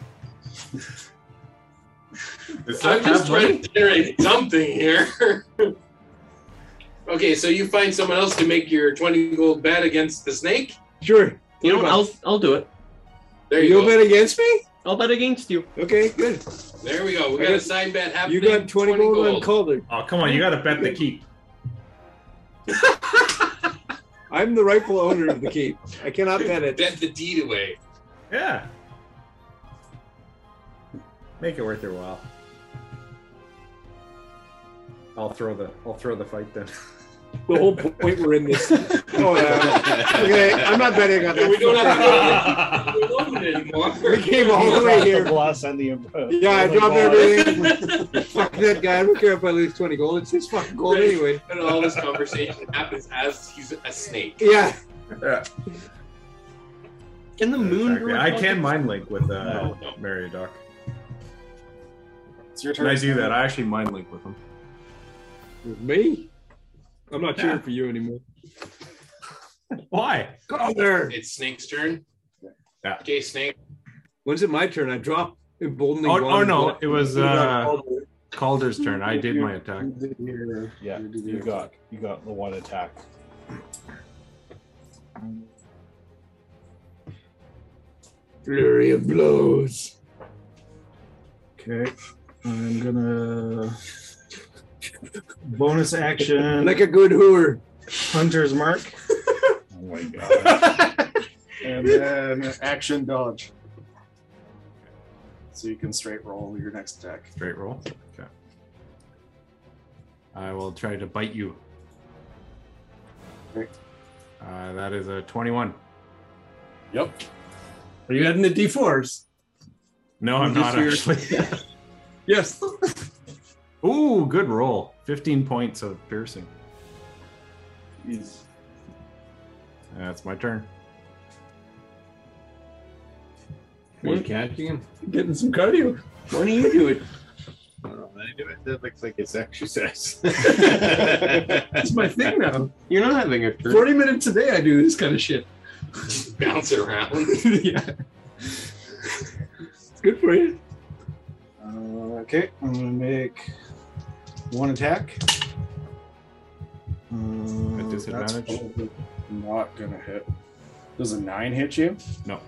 [SPEAKER 10] I'm just trying to generate something here. okay, so you find someone else to make your 20 gold bet against the snake?
[SPEAKER 18] Sure.
[SPEAKER 9] You know what? I'll I'll do it.
[SPEAKER 10] There you
[SPEAKER 18] You'll
[SPEAKER 10] go.
[SPEAKER 18] bet against me?
[SPEAKER 9] I'll bet against you.
[SPEAKER 18] Okay, good.
[SPEAKER 10] There we go. We
[SPEAKER 18] I
[SPEAKER 10] got a
[SPEAKER 18] got-
[SPEAKER 10] side bet happening.
[SPEAKER 18] You got 20, gold, on Calder.
[SPEAKER 4] Oh, come on, you gotta bet the keep.
[SPEAKER 18] I'm the rightful owner of the keep. I cannot bet it.
[SPEAKER 10] Bet the deed away.
[SPEAKER 4] Yeah.
[SPEAKER 19] Make it worth your while. I'll throw the I'll throw the fight then.
[SPEAKER 18] The whole point we're in this. Oh, yeah. Okay, I'm not betting on that.
[SPEAKER 10] We don't have to go alone anymore.
[SPEAKER 18] We came all the way here.
[SPEAKER 7] Blast and the uh,
[SPEAKER 18] Yeah, I
[SPEAKER 7] the
[SPEAKER 18] dropped
[SPEAKER 7] bar.
[SPEAKER 18] everything. Fuck that guy. I don't care if I lose 20 gold. It's his fucking gold anyway.
[SPEAKER 10] And all this conversation happens as he's a snake.
[SPEAKER 18] Yeah.
[SPEAKER 9] In the moon.
[SPEAKER 19] Exactly. I can mind link with uh,
[SPEAKER 10] No, no.
[SPEAKER 19] Mary Doc.
[SPEAKER 6] It's your
[SPEAKER 4] Can
[SPEAKER 6] turn.
[SPEAKER 4] I do that? I actually mind link with him.
[SPEAKER 18] With me? I'm not cheering for you anymore.
[SPEAKER 19] Why?
[SPEAKER 18] Calder!
[SPEAKER 10] It's Snake's turn.
[SPEAKER 19] Yeah.
[SPEAKER 10] Okay, Snake.
[SPEAKER 18] When's it my turn? I drop emboldening.
[SPEAKER 4] Oh,
[SPEAKER 18] wand.
[SPEAKER 4] oh no, it was uh,
[SPEAKER 18] Calder.
[SPEAKER 4] Calder's turn. I did my attack.
[SPEAKER 6] You did your-
[SPEAKER 7] Yeah,
[SPEAKER 6] you did
[SPEAKER 7] you
[SPEAKER 6] your-
[SPEAKER 7] got you got the one attack.
[SPEAKER 18] Flurry of blows.
[SPEAKER 6] Okay. I'm gonna bonus action
[SPEAKER 18] Like a good hooer.
[SPEAKER 6] hunter's mark.
[SPEAKER 7] Oh my god.
[SPEAKER 6] and then action dodge. So you can straight roll your next attack.
[SPEAKER 4] Straight roll. Okay. I will try to bite you.
[SPEAKER 6] Great.
[SPEAKER 4] Uh, that is a 21.
[SPEAKER 6] Yep.
[SPEAKER 2] Are you adding the D4s?
[SPEAKER 4] No, I'm not actually.
[SPEAKER 2] Yes.
[SPEAKER 4] Ooh, good roll. 15 points of piercing. That's my turn.
[SPEAKER 12] Are you catching him?
[SPEAKER 2] Getting some cardio.
[SPEAKER 9] Why don't you do it?
[SPEAKER 5] That looks like it's exercise.
[SPEAKER 2] That's my thing now.
[SPEAKER 9] You're not having a turn.
[SPEAKER 2] 40 minutes a day I do this kind of shit.
[SPEAKER 10] just bounce it around.
[SPEAKER 6] yeah.
[SPEAKER 11] It's good for you.
[SPEAKER 6] Uh, okay, I'm gonna make one attack. Um,
[SPEAKER 4] At disadvantage?
[SPEAKER 6] that's probably Not gonna hit. Does a nine hit you?
[SPEAKER 4] No.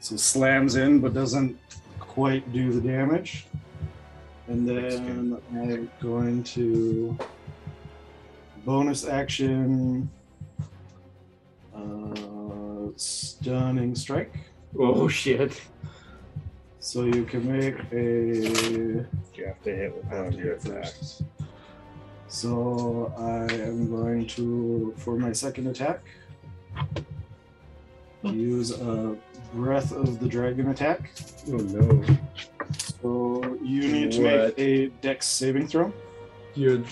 [SPEAKER 6] So slams in, but doesn't quite do the damage. And then I'm going to bonus action uh, stunning strike.
[SPEAKER 11] Oh shit!
[SPEAKER 6] So you can make a.
[SPEAKER 7] You have to hit with one of your attacks.
[SPEAKER 6] So I am going to, for my second attack, use a breath of the dragon attack.
[SPEAKER 12] Oh no!
[SPEAKER 6] So you need to make
[SPEAKER 7] What?
[SPEAKER 6] a dex saving throw.
[SPEAKER 12] You're,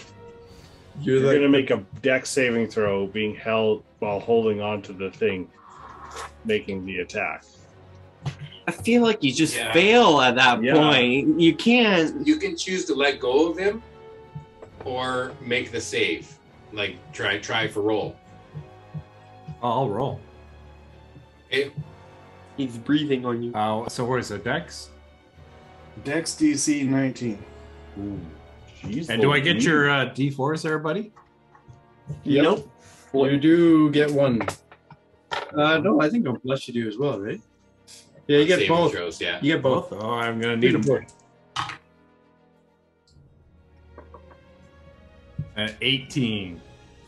[SPEAKER 7] You're, gonna make a deck saving throw, being held while holding on to the thing, making the attack.
[SPEAKER 9] I feel like you just fail at that
[SPEAKER 7] Yeah.
[SPEAKER 9] point. You can't.
[SPEAKER 10] You can choose to let go of him, or make the save. Like try try for roll.
[SPEAKER 4] I'll roll.
[SPEAKER 10] It,
[SPEAKER 9] He's breathing on you.
[SPEAKER 4] Uh, so where's the dex?
[SPEAKER 6] Dex DC 19.
[SPEAKER 4] and do I get your uh, D4s there, buddy?
[SPEAKER 12] Nope. You do get one. Uh, no, I think I'm plus you do as well, right? Yeah, you get
[SPEAKER 10] Saving
[SPEAKER 12] both.
[SPEAKER 10] throws, yeah.
[SPEAKER 12] You get both.
[SPEAKER 4] Oh, I'm gonna need them. Uh, 18.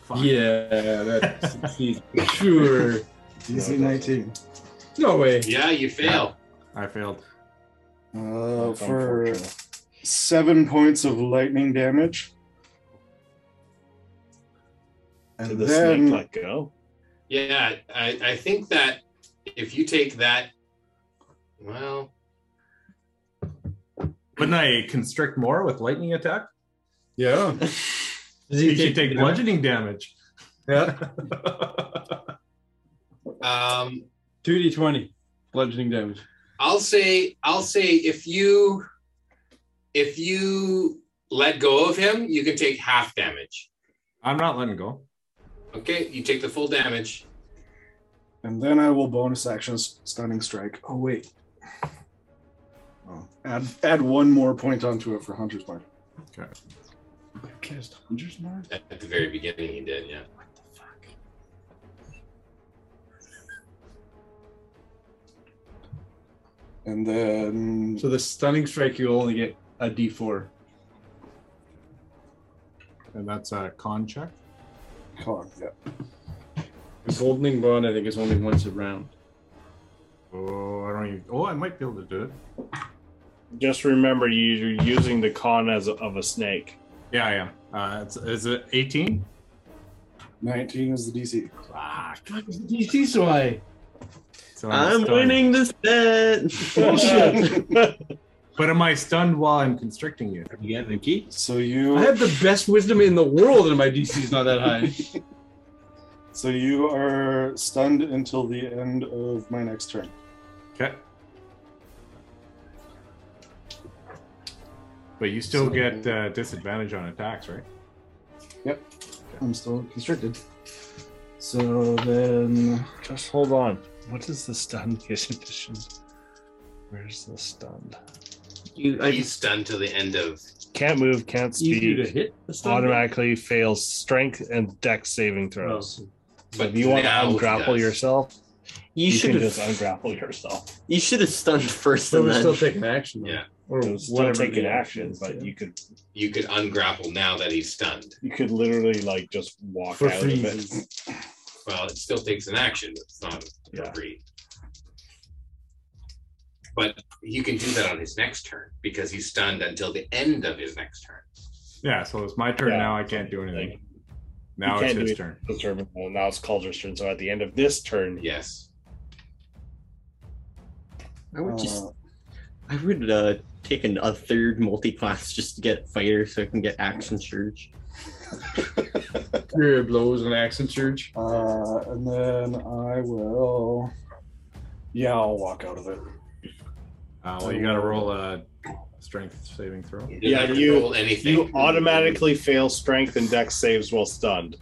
[SPEAKER 4] Fuck.
[SPEAKER 12] Yeah, that succeeds for sure.
[SPEAKER 6] DC 19.
[SPEAKER 12] No way.
[SPEAKER 10] Yeah, you fail.
[SPEAKER 4] I failed.
[SPEAKER 6] Uh, for seven points of lightning damage. And
[SPEAKER 7] Did the
[SPEAKER 6] then
[SPEAKER 7] snake let go?
[SPEAKER 10] Yeah, I, I think that if you take that, well,
[SPEAKER 4] Wouldn't I constrict more with lightning attack?
[SPEAKER 12] Yeah.
[SPEAKER 4] you should take bludgeoning damage.
[SPEAKER 12] Yeah.
[SPEAKER 10] um,
[SPEAKER 12] Two d twenty, bludgeoning damage.
[SPEAKER 10] I'll say I'll say if you if you let go of him, you can take half damage.
[SPEAKER 4] I'm not letting go.
[SPEAKER 10] Okay, you take the full damage.
[SPEAKER 6] and then I will bonus action s- stunning strike. Oh wait. Oh, add add one more point onto it for Hunter's Mark.
[SPEAKER 4] Okay.
[SPEAKER 6] Cast Hunter's Mark?
[SPEAKER 10] At the very beginning, you did, yeah.
[SPEAKER 6] And then
[SPEAKER 12] So the stunning strike, you only get a d4.
[SPEAKER 4] And that's a con check.
[SPEAKER 6] Con, yeah.
[SPEAKER 12] Goldening bond, I think, is only once a round.
[SPEAKER 4] Oh, I don't even. Oh, I might be able to do it.
[SPEAKER 7] Just remember, you- you're using the con as a, of a snake.
[SPEAKER 4] Yeah, I am. Uh, it's, is it 18?
[SPEAKER 6] 19 is the DC.
[SPEAKER 12] DC so high.
[SPEAKER 4] So
[SPEAKER 9] I'm
[SPEAKER 4] stunned.
[SPEAKER 9] winning this bet.
[SPEAKER 12] Oh,
[SPEAKER 4] But am I stunned while I'm constricting you?
[SPEAKER 12] You get the key.
[SPEAKER 6] So you
[SPEAKER 12] I have the best wisdom in the world, and my DC is not that high.
[SPEAKER 6] So you are stunned until the end of my next turn.
[SPEAKER 4] Okay. But you still
[SPEAKER 6] So-
[SPEAKER 4] get uh, disadvantage on attacks, right?
[SPEAKER 6] Yep. I'm still constricted. So then
[SPEAKER 7] Just hold on. What is the stun condition? Where's the stun?
[SPEAKER 9] You,
[SPEAKER 10] He's stunned till the end of.
[SPEAKER 7] Can't move, can't
[SPEAKER 12] Easier to
[SPEAKER 7] speak.
[SPEAKER 12] hit. the stun.
[SPEAKER 7] Automatically fails strength and dex saving throws. So
[SPEAKER 10] But
[SPEAKER 7] if you want to
[SPEAKER 10] now he
[SPEAKER 7] ungrapple
[SPEAKER 10] does.
[SPEAKER 7] yourself,
[SPEAKER 9] You
[SPEAKER 7] you,
[SPEAKER 9] should
[SPEAKER 7] can
[SPEAKER 9] have.
[SPEAKER 7] just ungrapple yourself.
[SPEAKER 9] You should have stunned first
[SPEAKER 12] So
[SPEAKER 9] and
[SPEAKER 12] we're
[SPEAKER 9] then.
[SPEAKER 12] still taking action. though.
[SPEAKER 10] Yeah.
[SPEAKER 12] Or
[SPEAKER 7] It was still
[SPEAKER 12] whatever
[SPEAKER 7] taking
[SPEAKER 12] the
[SPEAKER 7] action,
[SPEAKER 12] is,
[SPEAKER 7] but
[SPEAKER 12] yeah.
[SPEAKER 7] you could
[SPEAKER 10] You could ungrapple now that he's stunned.
[SPEAKER 7] you could literally like just walk
[SPEAKER 12] for
[SPEAKER 7] out
[SPEAKER 12] free.
[SPEAKER 7] of it.
[SPEAKER 10] Well, it still takes an action. but It's not
[SPEAKER 7] Yeah.
[SPEAKER 10] free. But you can do that on his next turn because he's stunned until the end of his next turn.
[SPEAKER 4] Yeah, so it's my turn
[SPEAKER 7] Yeah.
[SPEAKER 4] now. I can't do anything.
[SPEAKER 7] Like,
[SPEAKER 4] now it's
[SPEAKER 7] you can't do
[SPEAKER 4] his
[SPEAKER 7] it.
[SPEAKER 4] turn.
[SPEAKER 7] this turn, well, now it's Calder's turn. So at the end of this turn,
[SPEAKER 10] Yes.
[SPEAKER 9] I
[SPEAKER 12] Oh,
[SPEAKER 9] would just.
[SPEAKER 6] uh,
[SPEAKER 9] I would uh, take an, a third multi-class just to get fighter, so I can get action surge.
[SPEAKER 12] Superior blows and accent surge.
[SPEAKER 6] uh, and then I will Yeah, I'll walk out of it.
[SPEAKER 4] Uh, well, you got to roll a strength saving throw.
[SPEAKER 10] You
[SPEAKER 7] Yeah,
[SPEAKER 10] have to
[SPEAKER 7] you-
[SPEAKER 10] roll anything.
[SPEAKER 7] you automatically fail strength and dex saves while stunned.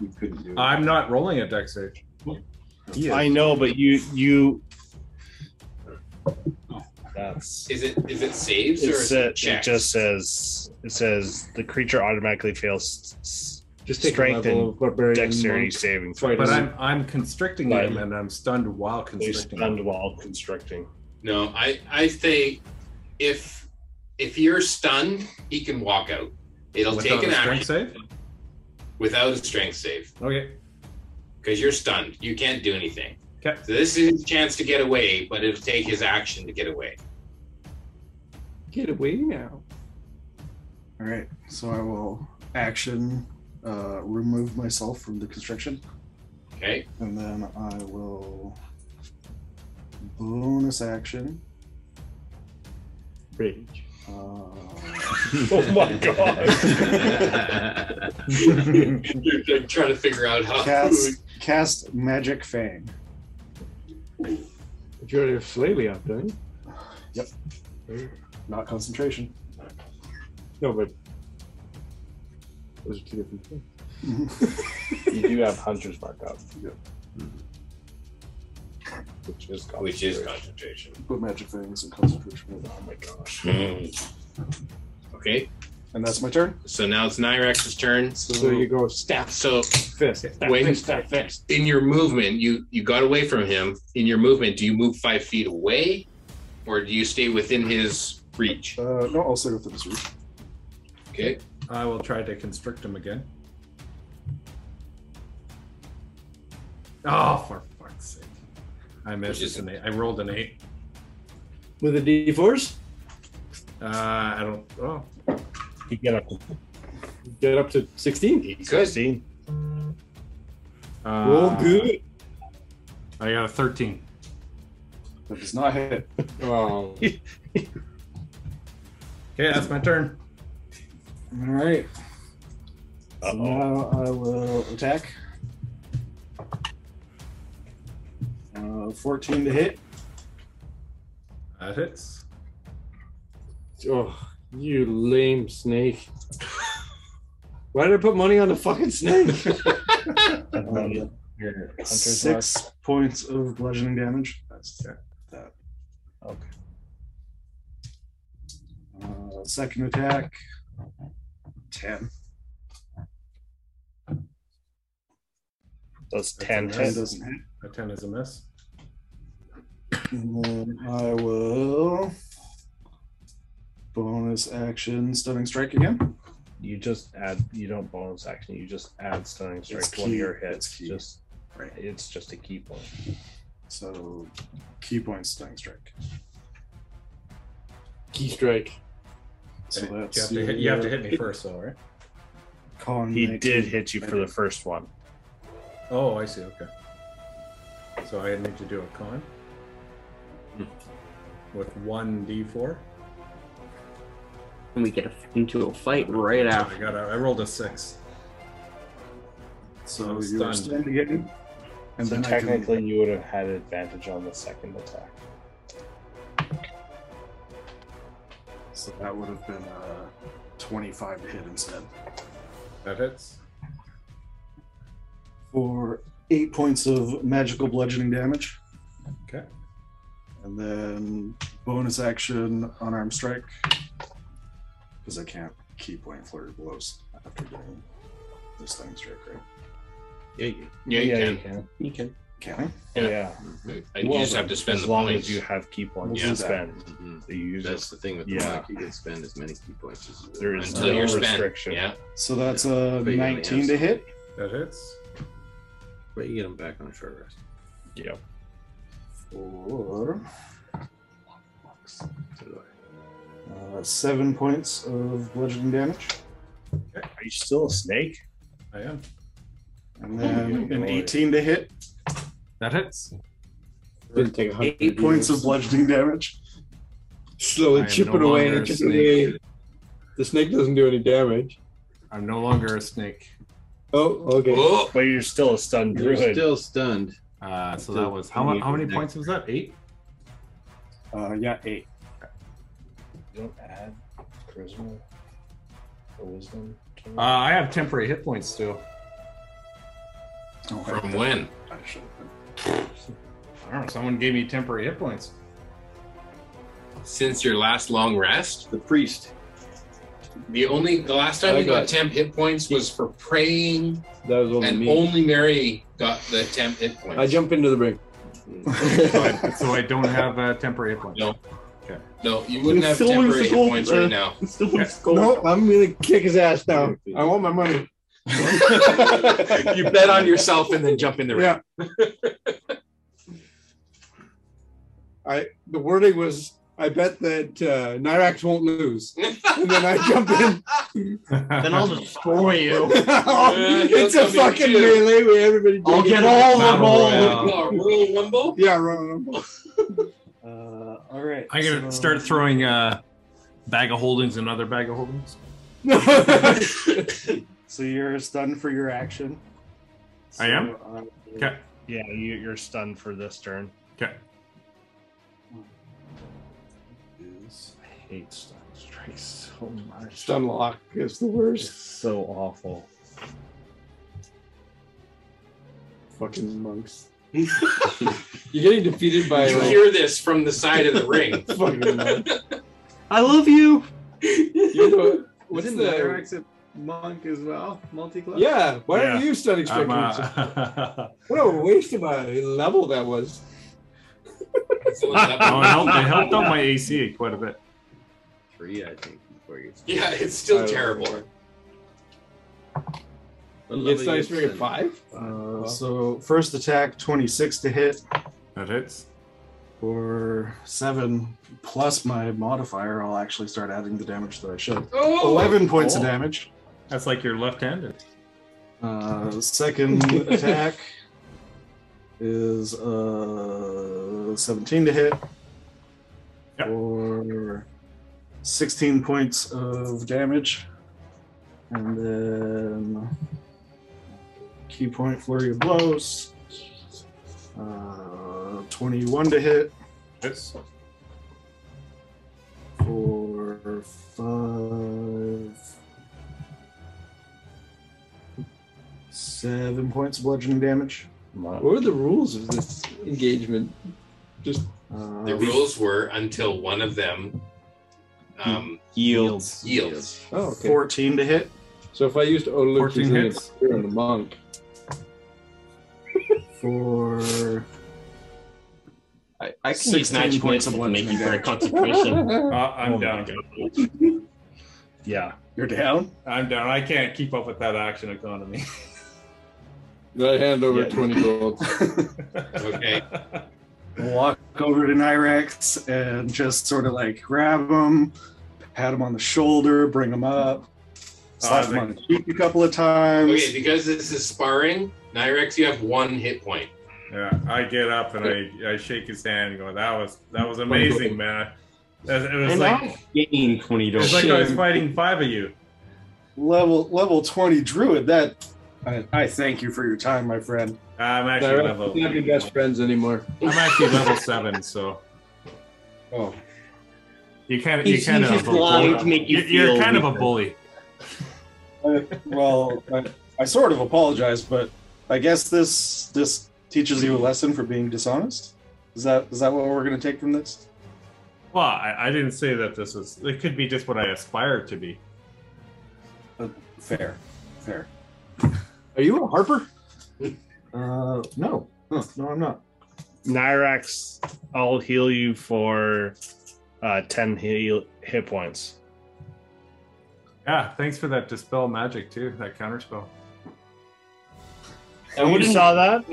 [SPEAKER 4] I'm not rolling a dex save.
[SPEAKER 7] I know, but you you
[SPEAKER 10] Is it is it saves or
[SPEAKER 7] it,
[SPEAKER 10] is
[SPEAKER 7] sa-
[SPEAKER 10] it
[SPEAKER 7] it
[SPEAKER 10] checks?
[SPEAKER 7] just says it says the creature automatically fails s-
[SPEAKER 4] Just take a
[SPEAKER 7] strength
[SPEAKER 4] level
[SPEAKER 7] and
[SPEAKER 4] of barbarian
[SPEAKER 7] dexterity
[SPEAKER 4] monk.
[SPEAKER 7] saving throw.
[SPEAKER 4] But I'm I'm constricting
[SPEAKER 7] But-
[SPEAKER 4] him and I'm stunned while constricting.
[SPEAKER 7] stunned while constricting.
[SPEAKER 10] No, I I say if if you're stunned, he can walk out. It'll
[SPEAKER 4] Without
[SPEAKER 10] take an
[SPEAKER 4] a strength
[SPEAKER 10] action
[SPEAKER 4] save.
[SPEAKER 10] without a strength save
[SPEAKER 4] Okay.
[SPEAKER 10] because you're stunned. You can't do anything.
[SPEAKER 4] Okay.
[SPEAKER 10] So this is his chance to get away, but it'll take his action to get away.
[SPEAKER 11] Get away now.
[SPEAKER 6] All right, so I will action uh, remove myself from the constriction,
[SPEAKER 10] Okay.
[SPEAKER 6] and then I will bonus action.
[SPEAKER 12] Rage.
[SPEAKER 6] Uh,
[SPEAKER 7] oh my god!
[SPEAKER 10] you're trying to figure out how.
[SPEAKER 6] cast cast magic fang.
[SPEAKER 2] But you already have Flavia up, don't you?
[SPEAKER 6] Yep. Not concentration.
[SPEAKER 2] No, but those are two different things.
[SPEAKER 7] you do have hunter's mark up. Which is
[SPEAKER 10] Which is concentration.
[SPEAKER 6] Put magic fangs and concentration.
[SPEAKER 7] Oh my gosh!
[SPEAKER 10] Okay.
[SPEAKER 6] And that's my turn.
[SPEAKER 10] So now it's Nyrex's turn.
[SPEAKER 6] So you
[SPEAKER 2] go stab.
[SPEAKER 10] So
[SPEAKER 2] fist.
[SPEAKER 10] when in your movement, you you got away from him. In your movement, do you move five feet away, or do you stay within his reach?
[SPEAKER 6] Uh, no, I'll stay with this reach.
[SPEAKER 10] Okay.
[SPEAKER 4] I will try to constrict him again. Oh, for fuck's sake! I missed an eight. I rolled an eight.
[SPEAKER 2] With a D4s?
[SPEAKER 4] Uh, I don't. Oh,
[SPEAKER 7] You get up to
[SPEAKER 2] Get up to 16.
[SPEAKER 7] sixteen.
[SPEAKER 4] uh,
[SPEAKER 2] Roll good.
[SPEAKER 4] I got a thirteen.
[SPEAKER 6] That does not hit.
[SPEAKER 2] Oh.
[SPEAKER 4] okay, that's my turn.
[SPEAKER 6] All right. So now I will attack. Uh, 14 to hit.
[SPEAKER 4] That hits.
[SPEAKER 2] Oh, you lame snake. Why did I put money on the fucking snake?
[SPEAKER 6] Six points of bludgeoning damage. That's that.
[SPEAKER 7] Okay.
[SPEAKER 6] Uh, second attack. 10.
[SPEAKER 7] That's ten.
[SPEAKER 6] And
[SPEAKER 7] ten.
[SPEAKER 6] 10 doesn't hit.
[SPEAKER 4] A ten is a miss.
[SPEAKER 6] And then I will bonus action stunning strike again.
[SPEAKER 7] You just add. You don't bonus action. You just add stunning strike to one
[SPEAKER 6] key,
[SPEAKER 7] of your
[SPEAKER 6] it's
[SPEAKER 7] hits.
[SPEAKER 6] key.
[SPEAKER 7] Just
[SPEAKER 6] Right.
[SPEAKER 7] It's just a key point.
[SPEAKER 6] So key point stunning strike.
[SPEAKER 2] Key strike.
[SPEAKER 6] So
[SPEAKER 4] Okay,
[SPEAKER 6] that's
[SPEAKER 4] you have, to hit, you have to hit me first, though, right?
[SPEAKER 6] Con
[SPEAKER 7] He
[SPEAKER 6] 19.
[SPEAKER 7] did hit you for the first one.
[SPEAKER 4] Oh, I see. Okay. So I need to do a con Hmm. with one d4.
[SPEAKER 9] And we get into a fight right
[SPEAKER 4] I
[SPEAKER 9] after.
[SPEAKER 4] got. A, I rolled a six.
[SPEAKER 6] So
[SPEAKER 4] I'm
[SPEAKER 6] you were
[SPEAKER 4] stunned.
[SPEAKER 6] stunned again, and
[SPEAKER 7] so
[SPEAKER 6] then I can
[SPEAKER 7] technically, you would have had advantage on the second attack.
[SPEAKER 6] So that would have been uh, 25 to hit instead.
[SPEAKER 4] That hits.
[SPEAKER 6] For eight points of magical bludgeoning damage.
[SPEAKER 4] Okay.
[SPEAKER 6] And then bonus action unarmed strike. Because I can't key point flurry blows after doing this thing strike, right?
[SPEAKER 10] Yeah, you, yeah, you can.
[SPEAKER 9] You can.
[SPEAKER 6] Can
[SPEAKER 7] Yeah.
[SPEAKER 10] And you
[SPEAKER 7] Well,
[SPEAKER 10] just have to spend
[SPEAKER 7] as
[SPEAKER 10] the
[SPEAKER 7] long
[SPEAKER 10] points.
[SPEAKER 7] as you have key points
[SPEAKER 10] Yeah.
[SPEAKER 7] to spend.
[SPEAKER 20] Mhm.
[SPEAKER 7] You use
[SPEAKER 20] That's the thing with the
[SPEAKER 7] Yeah.
[SPEAKER 20] monk. You can spend as many key points as you
[SPEAKER 7] There
[SPEAKER 20] want.
[SPEAKER 7] is
[SPEAKER 10] until
[SPEAKER 7] no
[SPEAKER 10] you're spent.
[SPEAKER 7] restriction.
[SPEAKER 10] Yeah.
[SPEAKER 6] I? So that's a
[SPEAKER 20] But you only
[SPEAKER 6] 19
[SPEAKER 20] have-
[SPEAKER 6] to hit.
[SPEAKER 4] That hits.
[SPEAKER 20] But you get them back on a short rest.
[SPEAKER 7] Yeah.
[SPEAKER 6] For
[SPEAKER 20] So do I.
[SPEAKER 6] uh, seven points of bludgeoning damage.
[SPEAKER 7] Are you still a snake?
[SPEAKER 4] I am. Oh,
[SPEAKER 6] And then
[SPEAKER 7] my
[SPEAKER 6] an
[SPEAKER 7] lord.
[SPEAKER 6] 18 to hit.
[SPEAKER 4] That hits.
[SPEAKER 12] Didn't take a hundred
[SPEAKER 6] Eight points of
[SPEAKER 12] years.
[SPEAKER 6] bludgeoning damage.
[SPEAKER 4] I
[SPEAKER 2] Slowly
[SPEAKER 4] am
[SPEAKER 2] chip
[SPEAKER 4] no
[SPEAKER 2] it away
[SPEAKER 4] longer
[SPEAKER 2] and
[SPEAKER 4] a
[SPEAKER 2] chip it
[SPEAKER 4] snake.
[SPEAKER 2] away. The snake doesn't do any damage.
[SPEAKER 4] I'm no longer a snake.
[SPEAKER 2] Oh, okay.
[SPEAKER 10] Oh,
[SPEAKER 7] But you're still a stunned
[SPEAKER 20] You're
[SPEAKER 7] druid.
[SPEAKER 20] still stunned.
[SPEAKER 4] Uh, so that was how, mu- how many points was that? Eight.
[SPEAKER 6] Uh, yeah, eight.
[SPEAKER 7] You don't add charisma or wisdom. to it?
[SPEAKER 4] Uh, I have temporary hit points still.
[SPEAKER 6] Okay.
[SPEAKER 10] From when?
[SPEAKER 6] I should have been.
[SPEAKER 4] I don't know. Someone gave me temporary hit points.
[SPEAKER 10] Since your last long rest,
[SPEAKER 5] the priest.
[SPEAKER 10] The only the last time
[SPEAKER 5] I
[SPEAKER 10] you got
[SPEAKER 5] got-
[SPEAKER 10] temp hit points was for praying,
[SPEAKER 12] That was only
[SPEAKER 10] and
[SPEAKER 12] me.
[SPEAKER 10] only Mary got the temp hit points.
[SPEAKER 12] I jump into the ring.
[SPEAKER 4] so I don't have uh, temporary hit points.
[SPEAKER 10] No. No, you wouldn't have temporary hit points
[SPEAKER 4] uh,
[SPEAKER 10] right now.
[SPEAKER 12] No, I'm gonna kick his ass down. I want my money.
[SPEAKER 10] you bet on yourself and then jump in the ring.
[SPEAKER 12] Yeah. I the wording was I bet that uh, Nyrax won't lose, and then I jump in.
[SPEAKER 18] Then I'll destroy you.
[SPEAKER 12] it's a fucking melee where everybody.
[SPEAKER 18] I'll get
[SPEAKER 4] Oh,
[SPEAKER 18] all the
[SPEAKER 4] Battle
[SPEAKER 18] rolls.
[SPEAKER 10] Royal Rumble.
[SPEAKER 12] Yeah, Royal Rumble.
[SPEAKER 7] Uh, all right.
[SPEAKER 4] I'm gonna
[SPEAKER 7] so-
[SPEAKER 4] start throwing uh, bag of holdings and other bag of holdings.
[SPEAKER 6] So you're stunned for your action.
[SPEAKER 4] I am?
[SPEAKER 6] uh,
[SPEAKER 4] Okay.
[SPEAKER 7] Yeah, you, you're stunned for this turn.
[SPEAKER 4] Okay.
[SPEAKER 7] Is- I hate stun strikes so much.
[SPEAKER 12] Stunlock is the worst.
[SPEAKER 7] So awful.
[SPEAKER 12] Fucking monks.
[SPEAKER 2] You're getting defeated by
[SPEAKER 10] You
[SPEAKER 2] like,
[SPEAKER 10] hear this from the side of the ring.
[SPEAKER 12] fucking monk.
[SPEAKER 18] I love you.
[SPEAKER 2] You're the, what's
[SPEAKER 20] Isn't
[SPEAKER 2] the?
[SPEAKER 20] Nyrax a monk as well? Multi class?
[SPEAKER 2] Yeah, why are
[SPEAKER 4] Yeah.
[SPEAKER 2] you studying
[SPEAKER 4] I'm,
[SPEAKER 2] expectations?
[SPEAKER 4] uh,
[SPEAKER 2] What a waste of a level that was.
[SPEAKER 4] oh, it helped, it helped out my AC quite a bit.
[SPEAKER 20] Three, I think, before you.
[SPEAKER 10] yeah, it's still terrible.
[SPEAKER 2] It's nice ring at five.
[SPEAKER 6] Uh, so first attack 26 to hit
[SPEAKER 4] That hits.
[SPEAKER 6] for 7 plus my modifier I'll actually start adding the damage that I should.
[SPEAKER 10] Oh!
[SPEAKER 6] 11 points
[SPEAKER 4] Oh.
[SPEAKER 6] of damage.
[SPEAKER 4] That's like your left-handed.
[SPEAKER 6] Uh, second attack is uh, 17 to hit
[SPEAKER 4] Yep.
[SPEAKER 6] for 16 points of damage. And then key point flurry of blows. Uh, 21 to hit
[SPEAKER 4] Hits.
[SPEAKER 6] for five, seven points of bludgeoning damage.
[SPEAKER 2] What were the rules of this engagement? Just
[SPEAKER 6] Uh,
[SPEAKER 10] The rules were until one of them um,
[SPEAKER 9] Yields.
[SPEAKER 10] yields.
[SPEAKER 2] oh, okay.
[SPEAKER 6] 14 to hit
[SPEAKER 2] So if I used Oluki's
[SPEAKER 4] 14
[SPEAKER 2] name
[SPEAKER 4] hits.
[SPEAKER 2] on the monk,
[SPEAKER 6] for
[SPEAKER 9] I, I can use
[SPEAKER 6] 16
[SPEAKER 9] magic
[SPEAKER 6] points
[SPEAKER 9] points
[SPEAKER 6] of
[SPEAKER 9] to make
[SPEAKER 6] bludgeoning
[SPEAKER 9] you for
[SPEAKER 6] damage.
[SPEAKER 9] concentration.
[SPEAKER 4] Uh, I'm
[SPEAKER 7] Oh my
[SPEAKER 4] down.
[SPEAKER 7] God. yeah.
[SPEAKER 6] You're down.
[SPEAKER 4] I'm down. I can't keep up with that action economy.
[SPEAKER 2] I hand over
[SPEAKER 6] Yeah.
[SPEAKER 2] 20 gold.
[SPEAKER 10] Okay.
[SPEAKER 6] Walk over to Nyrax and just sort of like grab him, pat him on the shoulder, bring him up, slap him
[SPEAKER 4] like-
[SPEAKER 6] on the cheek a couple of times.
[SPEAKER 10] Okay, because this is sparring, Nyrex, you have one hit point.
[SPEAKER 4] Yeah, I get up and I, I shake his hand and go, "That was that was amazing, man. That- It was
[SPEAKER 9] And
[SPEAKER 4] like
[SPEAKER 9] I gain 20
[SPEAKER 4] it was
[SPEAKER 9] dollars.
[SPEAKER 4] like I was fighting five of you."
[SPEAKER 6] Level level twenty druid. That I, I thank you for your time, my friend.
[SPEAKER 4] I'm actually
[SPEAKER 2] They're
[SPEAKER 4] level.
[SPEAKER 2] not be best friends anymore.
[SPEAKER 4] I'm actually level seven, so
[SPEAKER 6] Oh,
[SPEAKER 4] you kind of you
[SPEAKER 9] He's-
[SPEAKER 4] kind
[SPEAKER 9] he's
[SPEAKER 4] of
[SPEAKER 9] just lying to make you
[SPEAKER 4] you're
[SPEAKER 9] feel
[SPEAKER 4] kind of a
[SPEAKER 9] weaker.
[SPEAKER 4] bully.
[SPEAKER 6] uh, well, I, I sort of apologize, but I guess this this teaches you a lesson for being dishonest. Is that is that what we're going to take from this?
[SPEAKER 4] Well, I, I didn't say that this was. It could be just what I aspire to be.
[SPEAKER 6] Fair, fair.
[SPEAKER 2] Are you a harper?
[SPEAKER 6] Uh, no, Huh, no, I'm not.
[SPEAKER 7] Nyrax, I'll heal you for uh, 10 heal- hit points.
[SPEAKER 4] Yeah, thanks for that dispel magic too. That counterspell.
[SPEAKER 7] And when you saw that,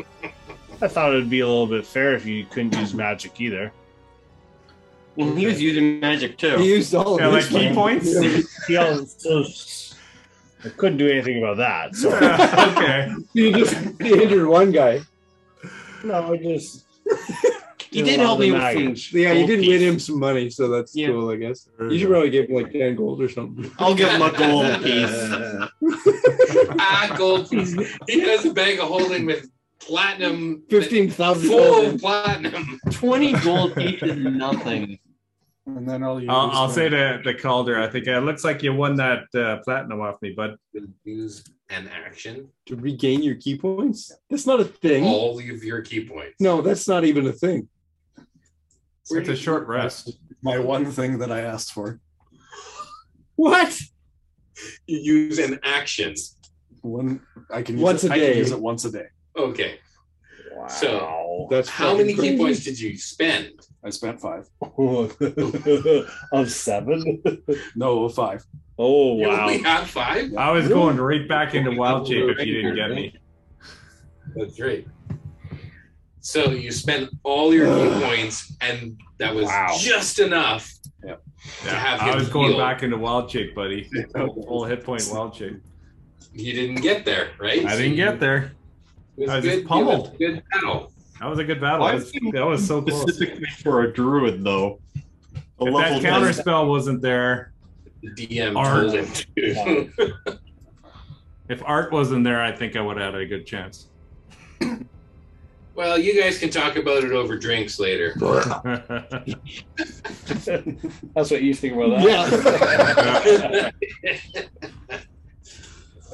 [SPEAKER 7] I thought it would be a little bit fair if you couldn't use magic either.
[SPEAKER 9] Well, he was using magic
[SPEAKER 2] He
[SPEAKER 9] too.
[SPEAKER 2] used all of
[SPEAKER 4] Yeah, like
[SPEAKER 2] his
[SPEAKER 4] key
[SPEAKER 2] money.
[SPEAKER 4] points.
[SPEAKER 7] He also- I couldn't do anything about that. So
[SPEAKER 4] Yeah, Uh, okay.
[SPEAKER 2] You just injured one guy.
[SPEAKER 7] no, I just
[SPEAKER 9] He did help me with some.
[SPEAKER 7] Nice.
[SPEAKER 2] Yeah, you
[SPEAKER 9] gold
[SPEAKER 2] did
[SPEAKER 9] piece.
[SPEAKER 2] win him some money, so that's
[SPEAKER 9] Yeah.
[SPEAKER 2] cool, I guess. You should probably give him like 10 gold or something.
[SPEAKER 9] I'll give him a gold piece.
[SPEAKER 10] Ah, gold. He has a bag of holding with platinum.
[SPEAKER 2] 15,000
[SPEAKER 10] Full
[SPEAKER 2] gold.
[SPEAKER 10] of platinum.
[SPEAKER 9] 20 gold piece is nothing.
[SPEAKER 6] and then I'll.
[SPEAKER 4] I'll, I'll say to the Calder, I think uh, it looks like you won that uh, platinum off me, bud.
[SPEAKER 10] Use an action.
[SPEAKER 2] To regain your key points? That's not a thing.
[SPEAKER 10] All of your key points.
[SPEAKER 2] No, that's not even a thing.
[SPEAKER 4] It's a short rest.
[SPEAKER 6] My one thing that I asked for.
[SPEAKER 2] What?
[SPEAKER 10] You use an action.
[SPEAKER 6] One. I can use
[SPEAKER 10] Once
[SPEAKER 6] it,
[SPEAKER 10] a
[SPEAKER 6] I can
[SPEAKER 10] day.
[SPEAKER 6] use it once a day.
[SPEAKER 10] Okay. Wow. So
[SPEAKER 6] That's
[SPEAKER 10] how
[SPEAKER 6] fucking
[SPEAKER 10] many
[SPEAKER 6] crazy.
[SPEAKER 10] key points did you spend?
[SPEAKER 6] I spent five.
[SPEAKER 7] of seven?
[SPEAKER 6] no, of five.
[SPEAKER 7] Oh
[SPEAKER 10] You
[SPEAKER 7] wow!
[SPEAKER 10] only had five?
[SPEAKER 4] I was going right back into wild shape if you didn't
[SPEAKER 10] Right.
[SPEAKER 4] get me.
[SPEAKER 10] That's right. So you spent all your key points, and that was
[SPEAKER 4] Wow.
[SPEAKER 10] just enough
[SPEAKER 4] Yeah,
[SPEAKER 10] to have him
[SPEAKER 4] I was going
[SPEAKER 10] heal.
[SPEAKER 4] back into wild shape, buddy. Full full hit point wild shape.
[SPEAKER 10] You didn't get there, right?
[SPEAKER 4] I
[SPEAKER 10] So
[SPEAKER 4] didn't
[SPEAKER 10] you-
[SPEAKER 4] get there.
[SPEAKER 10] It was
[SPEAKER 4] I was
[SPEAKER 10] good,
[SPEAKER 4] just pummeled.
[SPEAKER 10] Good battle.
[SPEAKER 4] That was a good battle.
[SPEAKER 10] Why
[SPEAKER 4] That was, that was so close.
[SPEAKER 7] Specifically for a druid, though. A
[SPEAKER 4] If
[SPEAKER 7] level
[SPEAKER 4] that counter
[SPEAKER 7] ten.
[SPEAKER 4] spell wasn't there,
[SPEAKER 10] DM
[SPEAKER 4] Art.
[SPEAKER 10] told him to.
[SPEAKER 4] if art wasn't there, I think I would have had a good chance.
[SPEAKER 10] well, you guys can talk about it over drinks later.
[SPEAKER 7] That's what you think about that.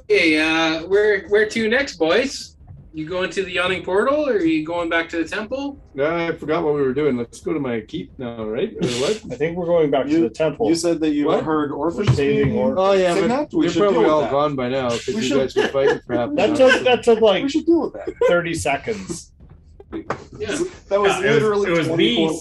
[SPEAKER 10] Hey, uh, where where to next, boys? You going to the yawning portal, or are you going back to the temple?
[SPEAKER 2] I forgot what we were doing. Let's go to my keep now, right? Or what?
[SPEAKER 7] I think we're going back to the temple.
[SPEAKER 6] You said that you
[SPEAKER 2] What?
[SPEAKER 6] heard orphans
[SPEAKER 7] Oh. saving
[SPEAKER 6] being
[SPEAKER 7] or-
[SPEAKER 2] Oh yeah, but
[SPEAKER 6] kidnapped? We
[SPEAKER 2] they're
[SPEAKER 6] should deal
[SPEAKER 2] probably
[SPEAKER 6] with
[SPEAKER 2] all
[SPEAKER 6] that.
[SPEAKER 2] gone by now because
[SPEAKER 6] We
[SPEAKER 2] you
[SPEAKER 6] should-
[SPEAKER 2] guys were fighting for half an
[SPEAKER 7] That
[SPEAKER 2] hour.
[SPEAKER 7] took that took like
[SPEAKER 6] We should deal with that.
[SPEAKER 7] thirty seconds.
[SPEAKER 10] Yeah.
[SPEAKER 6] That was
[SPEAKER 4] Yeah, it was-
[SPEAKER 6] literally
[SPEAKER 4] it was
[SPEAKER 6] 24
[SPEAKER 4] me.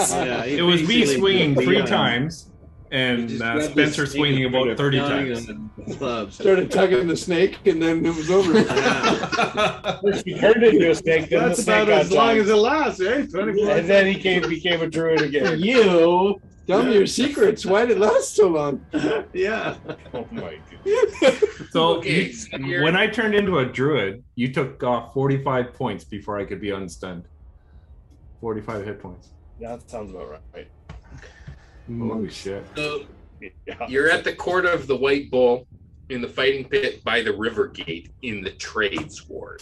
[SPEAKER 6] seconds.
[SPEAKER 4] It was me swinging three
[SPEAKER 5] uh,
[SPEAKER 4] times and uh,
[SPEAKER 20] grabbed
[SPEAKER 4] Spencer
[SPEAKER 20] his thing
[SPEAKER 4] swinging
[SPEAKER 20] and
[SPEAKER 4] about thirty
[SPEAKER 20] pounding
[SPEAKER 4] times.
[SPEAKER 20] on the clubs.
[SPEAKER 2] Started tugging the snake, and then it was over.
[SPEAKER 7] He turned into a snake. Then
[SPEAKER 20] That's
[SPEAKER 7] the snake
[SPEAKER 20] about
[SPEAKER 7] got
[SPEAKER 20] as long
[SPEAKER 7] giant.
[SPEAKER 20] as it lasts, eh? 24
[SPEAKER 7] and then he came, became a druid again.
[SPEAKER 2] you tell me your secrets. Why did it last so long?
[SPEAKER 20] Yeah.
[SPEAKER 7] Oh my god!
[SPEAKER 4] So
[SPEAKER 10] Okay,
[SPEAKER 4] you-
[SPEAKER 10] so you're-
[SPEAKER 4] when I turned into a druid, you took off forty-five points before I could be unstunned. Forty-five hit points.
[SPEAKER 7] That sounds about right.
[SPEAKER 2] Mm,
[SPEAKER 4] Holy shit!
[SPEAKER 10] So
[SPEAKER 7] Yeah.
[SPEAKER 10] you're at the court of the White Bull in the fighting pit by the river gate in the Trades Ward.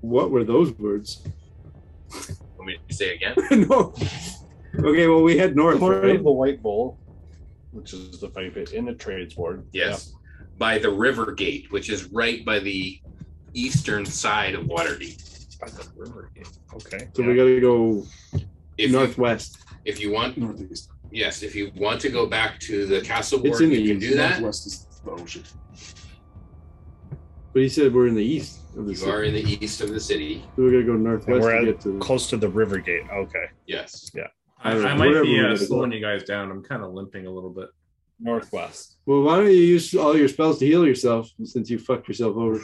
[SPEAKER 2] What were those words?
[SPEAKER 10] Let me to say it again.
[SPEAKER 2] no. Okay, well we head north,
[SPEAKER 7] Court
[SPEAKER 2] right?
[SPEAKER 7] of the White Bull, which is the fighting pit in the trades ward.
[SPEAKER 10] Yes, by the river gate, which is right by the eastern side of Waterdeep.
[SPEAKER 7] Yeah. By the river. Yeah. Okay.
[SPEAKER 2] So
[SPEAKER 7] yeah.
[SPEAKER 2] we gotta go
[SPEAKER 10] If you,
[SPEAKER 2] northwest.
[SPEAKER 10] if you want,
[SPEAKER 6] Northeast.
[SPEAKER 10] yes, if you want to go back to the castle
[SPEAKER 2] It's
[SPEAKER 10] ward,
[SPEAKER 2] in the
[SPEAKER 10] you can
[SPEAKER 2] east,
[SPEAKER 10] do that.
[SPEAKER 6] Northwest is the ocean.
[SPEAKER 2] But he said we're in the east of the
[SPEAKER 10] You
[SPEAKER 2] city.
[SPEAKER 10] are in the east of the city.
[SPEAKER 2] So we're gonna go
[SPEAKER 7] And
[SPEAKER 2] northwest
[SPEAKER 7] we're
[SPEAKER 2] to
[SPEAKER 7] at,
[SPEAKER 2] get to the
[SPEAKER 7] close to the river gate. Okay.
[SPEAKER 10] Yes.
[SPEAKER 4] I,
[SPEAKER 2] Alright,
[SPEAKER 4] I might
[SPEAKER 2] wherever
[SPEAKER 4] be
[SPEAKER 2] we're
[SPEAKER 4] uh,
[SPEAKER 2] gonna go.
[SPEAKER 4] slowing you guys down. I'm kind of limping a little bit.
[SPEAKER 7] Northwest.
[SPEAKER 2] Well, why don't you use all your spells to heal yourself since you fucked yourself over?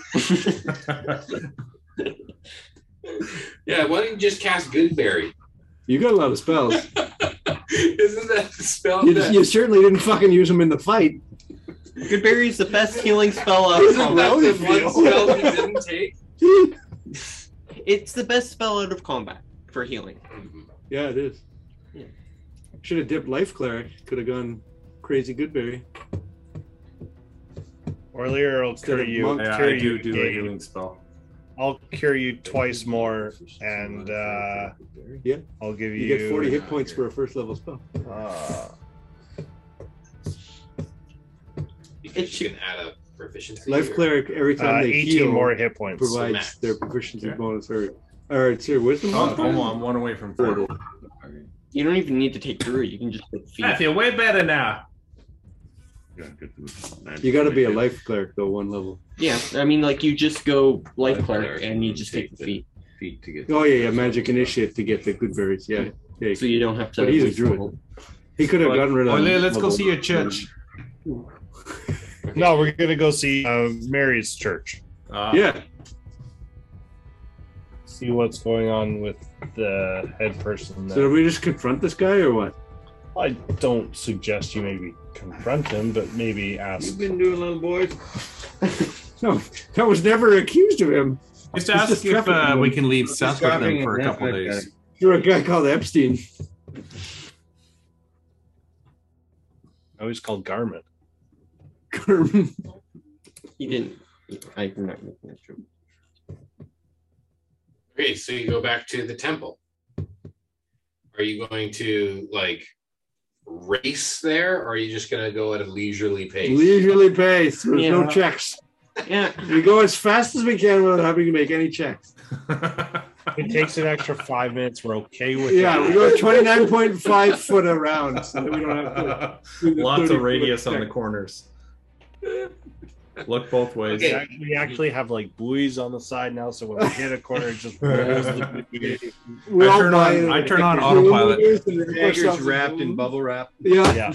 [SPEAKER 10] Yeah. Why don't you just cast Goodberry?
[SPEAKER 2] You got a lot of spells.
[SPEAKER 10] Isn't that the spell?
[SPEAKER 2] you,
[SPEAKER 10] that-
[SPEAKER 2] you certainly didn't fucking use them in the fight.
[SPEAKER 9] Goodberry is the best healing spell out of
[SPEAKER 10] isn't that
[SPEAKER 9] combat.
[SPEAKER 10] the one spell he didn't take?
[SPEAKER 9] It's the best spell out of combat for healing.
[SPEAKER 7] Mm-hmm.
[SPEAKER 2] Yeah, it is.
[SPEAKER 9] Yeah.
[SPEAKER 2] Should have dipped life cleric. Could have gone crazy Goodberry.
[SPEAKER 7] Earlier, I'll
[SPEAKER 2] Instead
[SPEAKER 7] cure
[SPEAKER 2] of
[SPEAKER 7] you.
[SPEAKER 2] monk,
[SPEAKER 4] Yeah,
[SPEAKER 7] cure
[SPEAKER 4] I do
[SPEAKER 7] you
[SPEAKER 4] do a
[SPEAKER 7] again.
[SPEAKER 4] healing spell.
[SPEAKER 7] I'll cure you twice more, and uh,
[SPEAKER 2] Yeah.
[SPEAKER 7] I'll give you.
[SPEAKER 2] You get 40 hit points for a first level spell.
[SPEAKER 7] Uh,
[SPEAKER 10] Because you can add a proficiency.
[SPEAKER 2] Life
[SPEAKER 10] or-
[SPEAKER 2] cleric, every time
[SPEAKER 7] uh,
[SPEAKER 2] they
[SPEAKER 7] 18
[SPEAKER 2] heal,
[SPEAKER 7] more hit points.
[SPEAKER 2] provides
[SPEAKER 10] max.
[SPEAKER 2] their proficiency
[SPEAKER 4] Yeah.
[SPEAKER 2] bonus. Or, or it's your wisdom
[SPEAKER 4] Oh,
[SPEAKER 2] bonus?
[SPEAKER 4] I'm one- one away from forty.
[SPEAKER 9] You don't even need to take druid. You can just take
[SPEAKER 4] I
[SPEAKER 9] feet.
[SPEAKER 4] feel way better now. oh
[SPEAKER 2] You got to be a life cleric, though, one level.
[SPEAKER 9] Yeah, I mean, like you just go life
[SPEAKER 20] Life
[SPEAKER 9] cleric
[SPEAKER 20] cleric,
[SPEAKER 9] and you
[SPEAKER 20] you
[SPEAKER 9] just
[SPEAKER 20] take
[SPEAKER 9] take
[SPEAKER 20] the-
[SPEAKER 9] the feet,
[SPEAKER 20] Feet to get
[SPEAKER 2] Oh, yeah, yeah. Magic initiate to get the good berries. Yeah. yeah.
[SPEAKER 9] so you don't have to.
[SPEAKER 2] But he's a
[SPEAKER 9] waste
[SPEAKER 2] druid.
[SPEAKER 9] level.
[SPEAKER 2] He could have
[SPEAKER 4] Like,
[SPEAKER 2] gotten rid of
[SPEAKER 4] Ole, let's go
[SPEAKER 2] level.
[SPEAKER 4] see your church.
[SPEAKER 7] No, we're gonna go see uh, Mary's church.
[SPEAKER 4] Uh,
[SPEAKER 2] Yeah.
[SPEAKER 7] See what's going on with the head person.
[SPEAKER 2] So do
[SPEAKER 7] There.
[SPEAKER 2] we just confront this guy or what?
[SPEAKER 7] I don't suggest you maybe confront him, but maybe ask.
[SPEAKER 20] You've been doing, little boys.
[SPEAKER 2] No, I was never accused of him.
[SPEAKER 4] Just
[SPEAKER 2] He's
[SPEAKER 4] ask
[SPEAKER 2] just
[SPEAKER 4] if uh,
[SPEAKER 2] trapping
[SPEAKER 4] we
[SPEAKER 2] him.
[SPEAKER 4] can leave Seth with
[SPEAKER 20] trapping
[SPEAKER 4] them for a
[SPEAKER 20] him,
[SPEAKER 4] couple
[SPEAKER 20] yeah,
[SPEAKER 4] days.
[SPEAKER 2] You're a guy called Epstein.
[SPEAKER 7] I always called Garment.
[SPEAKER 2] Kerman.
[SPEAKER 9] He didn't. I'm not making that true.
[SPEAKER 10] Okay, so you go back to the temple. Are you going to like race there, or are you just going to go at a leisurely pace?
[SPEAKER 18] Leisurely pace. There's no
[SPEAKER 10] Yeah.
[SPEAKER 18] checks. Yeah. We go as fast as we can without having to make any checks.
[SPEAKER 7] It takes an extra five minutes. We're okay with
[SPEAKER 18] Yeah,
[SPEAKER 7] it.
[SPEAKER 18] we go 29.5 foot around so that we don't have to. do the
[SPEAKER 4] Lots
[SPEAKER 18] 30
[SPEAKER 4] of
[SPEAKER 18] foot
[SPEAKER 4] radius on
[SPEAKER 18] check.
[SPEAKER 4] the corners. Look both ways.
[SPEAKER 7] We act- We actually have like buoys on the side now, so when we hit a corner, it just rolls the buoy.
[SPEAKER 18] We're
[SPEAKER 4] I
[SPEAKER 18] all
[SPEAKER 4] turn
[SPEAKER 18] buying-
[SPEAKER 4] on. I turn on autopilot.
[SPEAKER 5] Dagger's wrapped in bubble wrap.
[SPEAKER 18] Yeah.
[SPEAKER 4] Yeah.
[SPEAKER 7] Yeah.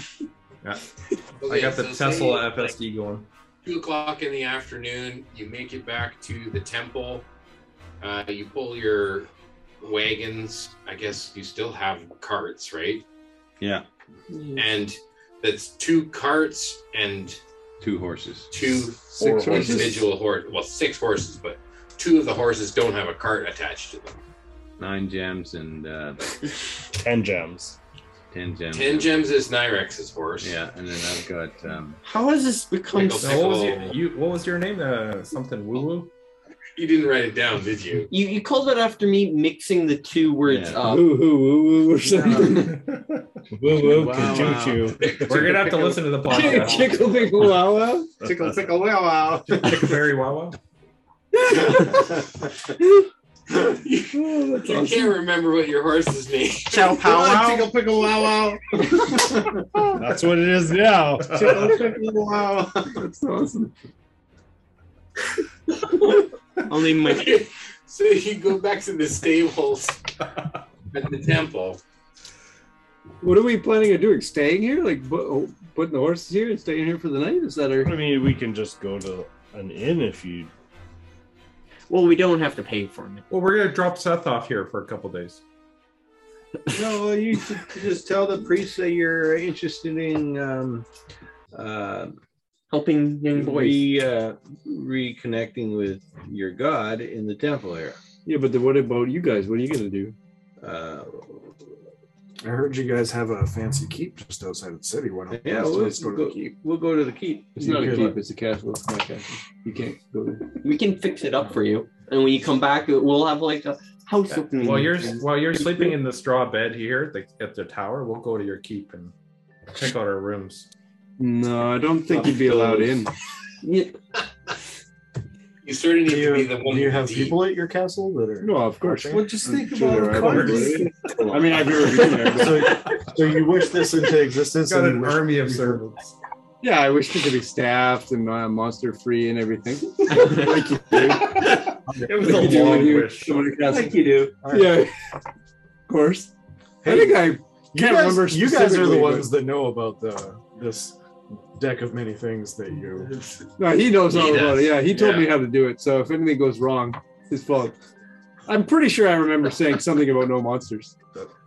[SPEAKER 4] I
[SPEAKER 10] Okay,
[SPEAKER 4] got the
[SPEAKER 10] so say,
[SPEAKER 4] Tesla FSD going.
[SPEAKER 10] two o'clock in the afternoon, you make it back to the temple. Uh, you pull your wagons. I guess you still have carts, right?
[SPEAKER 5] Yeah.
[SPEAKER 10] And that's two carts and
[SPEAKER 5] two horses.
[SPEAKER 10] Two
[SPEAKER 5] Six
[SPEAKER 10] or
[SPEAKER 5] horses?
[SPEAKER 10] individual horse. Well, six horses, but two of the horses don't have a cart attached to them.
[SPEAKER 5] Nine gems and uh,
[SPEAKER 7] ten gems.
[SPEAKER 5] Ten gems.
[SPEAKER 10] Ten gems is Nyrex's horse.
[SPEAKER 5] Mm-hmm. Yeah, and then I've got um,
[SPEAKER 18] How has this become?
[SPEAKER 10] Pickle,
[SPEAKER 4] Now, what was
[SPEAKER 10] pickle.
[SPEAKER 4] your, you? What was your name? Uh, something woo woo.
[SPEAKER 10] You didn't write it down, did you?
[SPEAKER 9] You, you called it after me mixing the two words
[SPEAKER 10] Yeah.
[SPEAKER 9] up.
[SPEAKER 18] Woo hoo woo woo or something.
[SPEAKER 7] Woo
[SPEAKER 9] woo
[SPEAKER 4] We're gonna have to listen to the podcast.
[SPEAKER 18] Tickle pickle wow wow.
[SPEAKER 5] Tickle tickle wow wow.
[SPEAKER 4] Tickleberry wow wow.
[SPEAKER 10] You can't remember what your horse's name.
[SPEAKER 5] Chow pow wow. Tickle pickle wow wow.
[SPEAKER 7] That's what it is now.
[SPEAKER 5] Tickle pickle wow. That's awesome.
[SPEAKER 9] Only my
[SPEAKER 10] so you go back to the stables at the temple.
[SPEAKER 2] What are we planning on doing? Staying here, like bu- putting the horses here and staying here for the night? Is that our?
[SPEAKER 7] I mean, we can just go to an inn if you.
[SPEAKER 9] Well, we don't have to pay for it.
[SPEAKER 4] Well, we're gonna drop Seth off here for a couple days.
[SPEAKER 5] No, well, you should just tell the priest that you're interested in um, uh,
[SPEAKER 9] helping young boys.
[SPEAKER 5] re, uh, reconnecting with your god in the temple area.
[SPEAKER 2] Yeah, but then what about you guys? What are you gonna do?
[SPEAKER 5] Uh,
[SPEAKER 6] I heard you guys have a fancy keep just outside of the city. Why don't
[SPEAKER 5] yeah,
[SPEAKER 6] let's,
[SPEAKER 5] we'll,
[SPEAKER 6] let's go to the keep?
[SPEAKER 5] we'll go to the keep.
[SPEAKER 2] It's not a keep. It's a castle. It's not a castle. You can't go there.
[SPEAKER 9] We can fix it up for you. And when you come back, we'll have like a house opening.
[SPEAKER 4] While you're while you're sleeping in the straw bed here at the, at the tower, we'll go to your keep and check out our rooms.
[SPEAKER 2] No, I don't think you'd be allowed in.
[SPEAKER 10] You certainly need to be the
[SPEAKER 6] Do
[SPEAKER 10] one.
[SPEAKER 6] you
[SPEAKER 10] with
[SPEAKER 6] have
[SPEAKER 10] the
[SPEAKER 6] people at your castle that are?
[SPEAKER 2] No, of course.
[SPEAKER 6] watching?
[SPEAKER 2] Well,
[SPEAKER 5] just
[SPEAKER 6] I'm
[SPEAKER 5] think
[SPEAKER 6] sure
[SPEAKER 5] about
[SPEAKER 6] there are
[SPEAKER 5] all the
[SPEAKER 6] others.
[SPEAKER 2] I mean, I've never been there. but-
[SPEAKER 6] so, so you wish this into existence?
[SPEAKER 4] Got
[SPEAKER 6] and
[SPEAKER 4] an
[SPEAKER 6] wish-
[SPEAKER 4] army of servants.
[SPEAKER 2] Yeah, I wish it could be staffed and uh, monster free and everything. like you do.
[SPEAKER 4] It was
[SPEAKER 2] Like
[SPEAKER 4] a
[SPEAKER 2] you do when
[SPEAKER 4] long
[SPEAKER 2] you-
[SPEAKER 4] wish.
[SPEAKER 2] someone who has-
[SPEAKER 5] you do.
[SPEAKER 2] Yeah, of course. I think I can't
[SPEAKER 6] You guys,
[SPEAKER 2] remember.
[SPEAKER 6] you guys are the
[SPEAKER 2] specifically,
[SPEAKER 6] ones that know about the this deck of many things that you.
[SPEAKER 2] but- No, uh, he knows all
[SPEAKER 10] He
[SPEAKER 2] about
[SPEAKER 10] does.
[SPEAKER 2] it. Yeah, he told
[SPEAKER 10] Yeah.
[SPEAKER 2] me how to do it. So if anything goes wrong, it's his fault. I'm pretty sure I remember saying something about no monsters.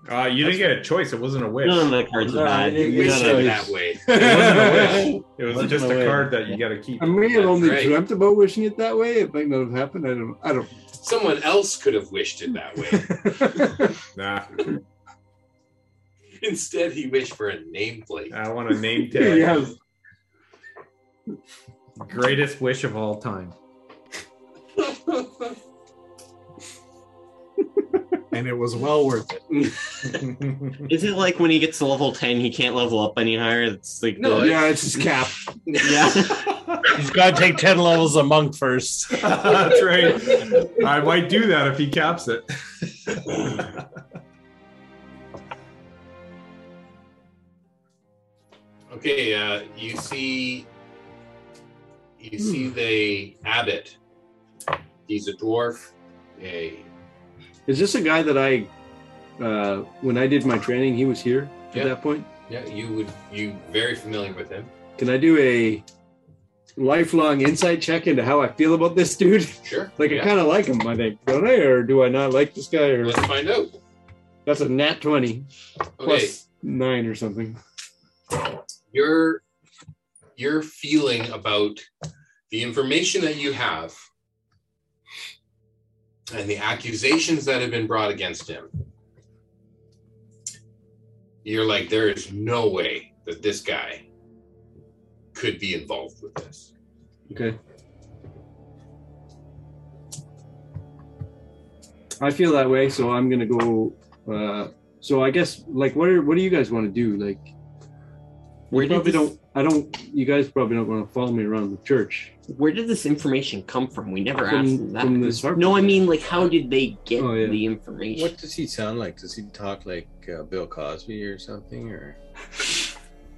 [SPEAKER 4] Uh, you didn't get a choice. It wasn't a wish.
[SPEAKER 9] None of the cards are bad.
[SPEAKER 10] We
[SPEAKER 9] You
[SPEAKER 10] said
[SPEAKER 9] gotta-
[SPEAKER 10] it that way.
[SPEAKER 4] It
[SPEAKER 2] I
[SPEAKER 4] wasn't a wish. It was just a card that you got to keep.
[SPEAKER 2] may have
[SPEAKER 10] That's
[SPEAKER 2] only
[SPEAKER 10] right.
[SPEAKER 2] dreamt about wishing it that way. It might not have happened. I don't. I don't.
[SPEAKER 10] Someone else could have wished it that way.
[SPEAKER 4] Nah,
[SPEAKER 10] Instead, he wished for a nameplate.
[SPEAKER 4] I want a name tag.
[SPEAKER 2] yeah,
[SPEAKER 4] Greatest wish of all time.
[SPEAKER 6] And it was well worth it.
[SPEAKER 9] Is it like when he gets to level 10, he can't level up any higher? It's like,
[SPEAKER 10] No,
[SPEAKER 9] the-
[SPEAKER 2] yeah, it's his cap.
[SPEAKER 9] yeah.
[SPEAKER 7] He's got to take 10 levels a monk first.
[SPEAKER 4] That's right. I might do that if he caps it.
[SPEAKER 10] Okay, uh, you see, you see
[SPEAKER 2] Hmm.
[SPEAKER 10] the abbot. He's a dwarf. A
[SPEAKER 2] Is this a guy that I, uh, when I did my training, he was here
[SPEAKER 10] Yeah.
[SPEAKER 2] at that point?
[SPEAKER 10] yeah, you would you very familiar with him?
[SPEAKER 2] Can I do a lifelong insight check into how I feel about this dude?
[SPEAKER 10] Sure.
[SPEAKER 2] Like I
[SPEAKER 10] yeah.
[SPEAKER 2] kind of like him, I think, don't I? Or do I not like this guy? Or
[SPEAKER 10] Let's find out.
[SPEAKER 2] that's a nat twenty
[SPEAKER 10] Okay,
[SPEAKER 2] plus nine or something.
[SPEAKER 10] your your feeling about the information that you have and the accusations that have been brought against him. You're like, there is no way that this guy could be involved with this.
[SPEAKER 2] Okay. I feel that way, so I'm gonna go uh, So I guess like what are, what do you guys want to do? Like we
[SPEAKER 9] Where did
[SPEAKER 2] probably
[SPEAKER 9] this-
[SPEAKER 2] don't I don't you guys probably don't want to follow me around the church.
[SPEAKER 9] Where did this information come from? We never
[SPEAKER 2] From-
[SPEAKER 9] asked them that.
[SPEAKER 2] from this-
[SPEAKER 9] no, I mean, like, how did they get
[SPEAKER 5] Oh, yeah.
[SPEAKER 9] the information?
[SPEAKER 5] What does he sound like? Does he talk like uh, Bill Cosby or something? Or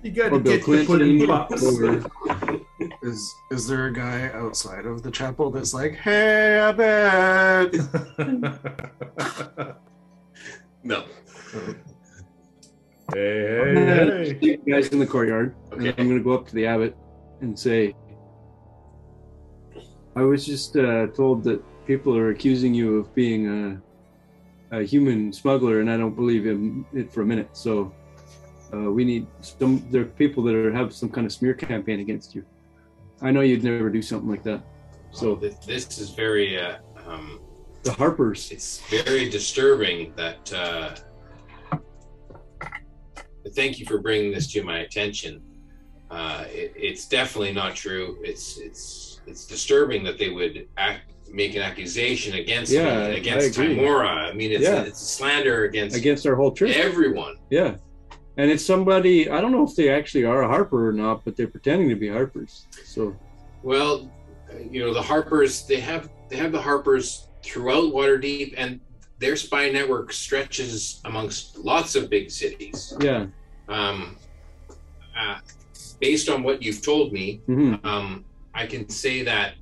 [SPEAKER 22] You
[SPEAKER 5] gotta Or Bill get the Clinton pudding pops. or-
[SPEAKER 22] Is is there a guy outside of the chapel that's like, "Hey, Abed"?
[SPEAKER 10] No.
[SPEAKER 2] Hey, You guys in the courtyard. And I'm gonna go up to the abbot and say I was just uh, told that people are accusing you of being a, a human smuggler and I don't believe him it for a minute. So uh, we need some there are people that are, have some kind of smear campaign against you. I know you'd never do something like that.
[SPEAKER 10] So thi- this is very uh, um,
[SPEAKER 2] The Harpers.
[SPEAKER 10] It's very disturbing that. Uh, but thank you for bringing this to my attention. Uh, it, it's definitely not true. It's it's it's disturbing that they would act, make an accusation against me,
[SPEAKER 2] Yeah, I
[SPEAKER 10] against
[SPEAKER 2] agree.
[SPEAKER 10] Timora. I mean, it's
[SPEAKER 2] Yeah.
[SPEAKER 10] a, it's a slander against
[SPEAKER 2] against our whole church.
[SPEAKER 10] everyone.
[SPEAKER 2] Yeah. And it's somebody I don't know if they actually are a Harper or not, but they're pretending to be Harpers. So
[SPEAKER 10] Well, you know the Harpers. They have they have the Harpers throughout Waterdeep, and their spy network stretches amongst lots of big cities.
[SPEAKER 2] yeah.
[SPEAKER 10] Um, uh, based on what you've told me,
[SPEAKER 2] Mhm.
[SPEAKER 10] um, I can say that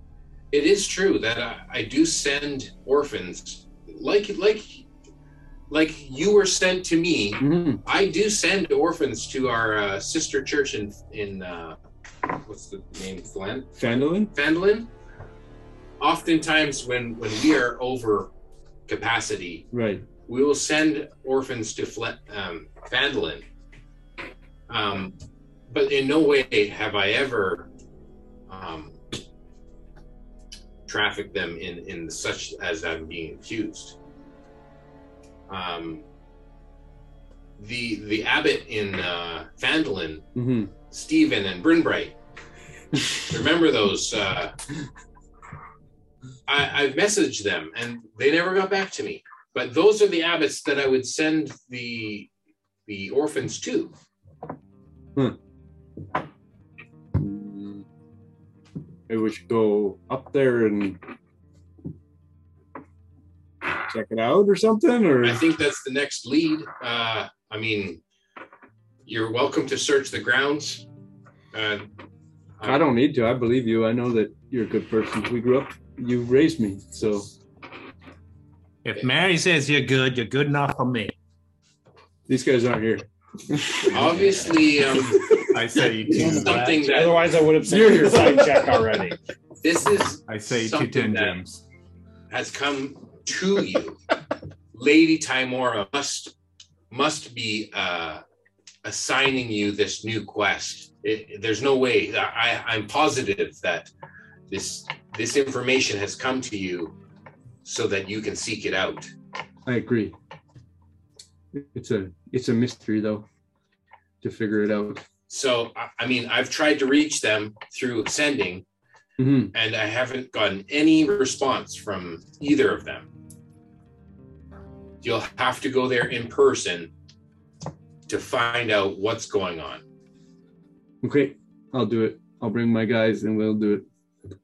[SPEAKER 10] it is true that I, I do send orphans, like like like you were sent to me.
[SPEAKER 2] Mhm.
[SPEAKER 10] I do send orphans to our uh, sister church in in uh, what's the name, Glen
[SPEAKER 2] Fandolin?
[SPEAKER 10] Fandolin. Oftentimes, when when we are over capacity,
[SPEAKER 2] Right.
[SPEAKER 10] we will send orphans to Fle- um, Fandolin. Um, but in no way have I ever um, trafficked them in, in such as I'm being accused. Um, the the abbot in uh, Fandolin,
[SPEAKER 2] Mhm.
[SPEAKER 10] Stephen and Brinbright. Remember those? Uh, I, I've messaged them and they never got back to me. But those are the abbots that I would send the the orphans to.
[SPEAKER 2] Mm-hmm. Maybe we should go up there and check it out or something. Or
[SPEAKER 10] I think that's the next lead. Uh, I mean, you're welcome to search the grounds. Uh,
[SPEAKER 2] I don't need to. I believe you. I know that you're a good person. We grew up. You raised me. So
[SPEAKER 4] If Mary says you're good, you're good enough for me.
[SPEAKER 2] these guys aren't here.
[SPEAKER 10] obviously, um,
[SPEAKER 4] I say
[SPEAKER 10] this
[SPEAKER 4] to
[SPEAKER 10] is something that
[SPEAKER 7] Otherwise, I would have
[SPEAKER 4] You're
[SPEAKER 7] sent
[SPEAKER 4] here.
[SPEAKER 7] you a side check already.
[SPEAKER 10] this is
[SPEAKER 4] I say to
[SPEAKER 10] something
[SPEAKER 4] ten
[SPEAKER 10] that
[SPEAKER 4] gems.
[SPEAKER 10] has come to you, Lady Timora must must be uh, assigning you this new quest. It, there's no way. I, I'm positive that this this information has come to you so that you can seek it out.
[SPEAKER 2] I agree. It's a it's a mystery though to figure it out.
[SPEAKER 10] So I, I mean, I've tried to reach them through sending,
[SPEAKER 2] Mhm.
[SPEAKER 10] and I haven't gotten any response from either of them. You'll have to go there in person to find out what's going on.
[SPEAKER 2] Okay, I'll do it. I'll bring my guys and we'll do it.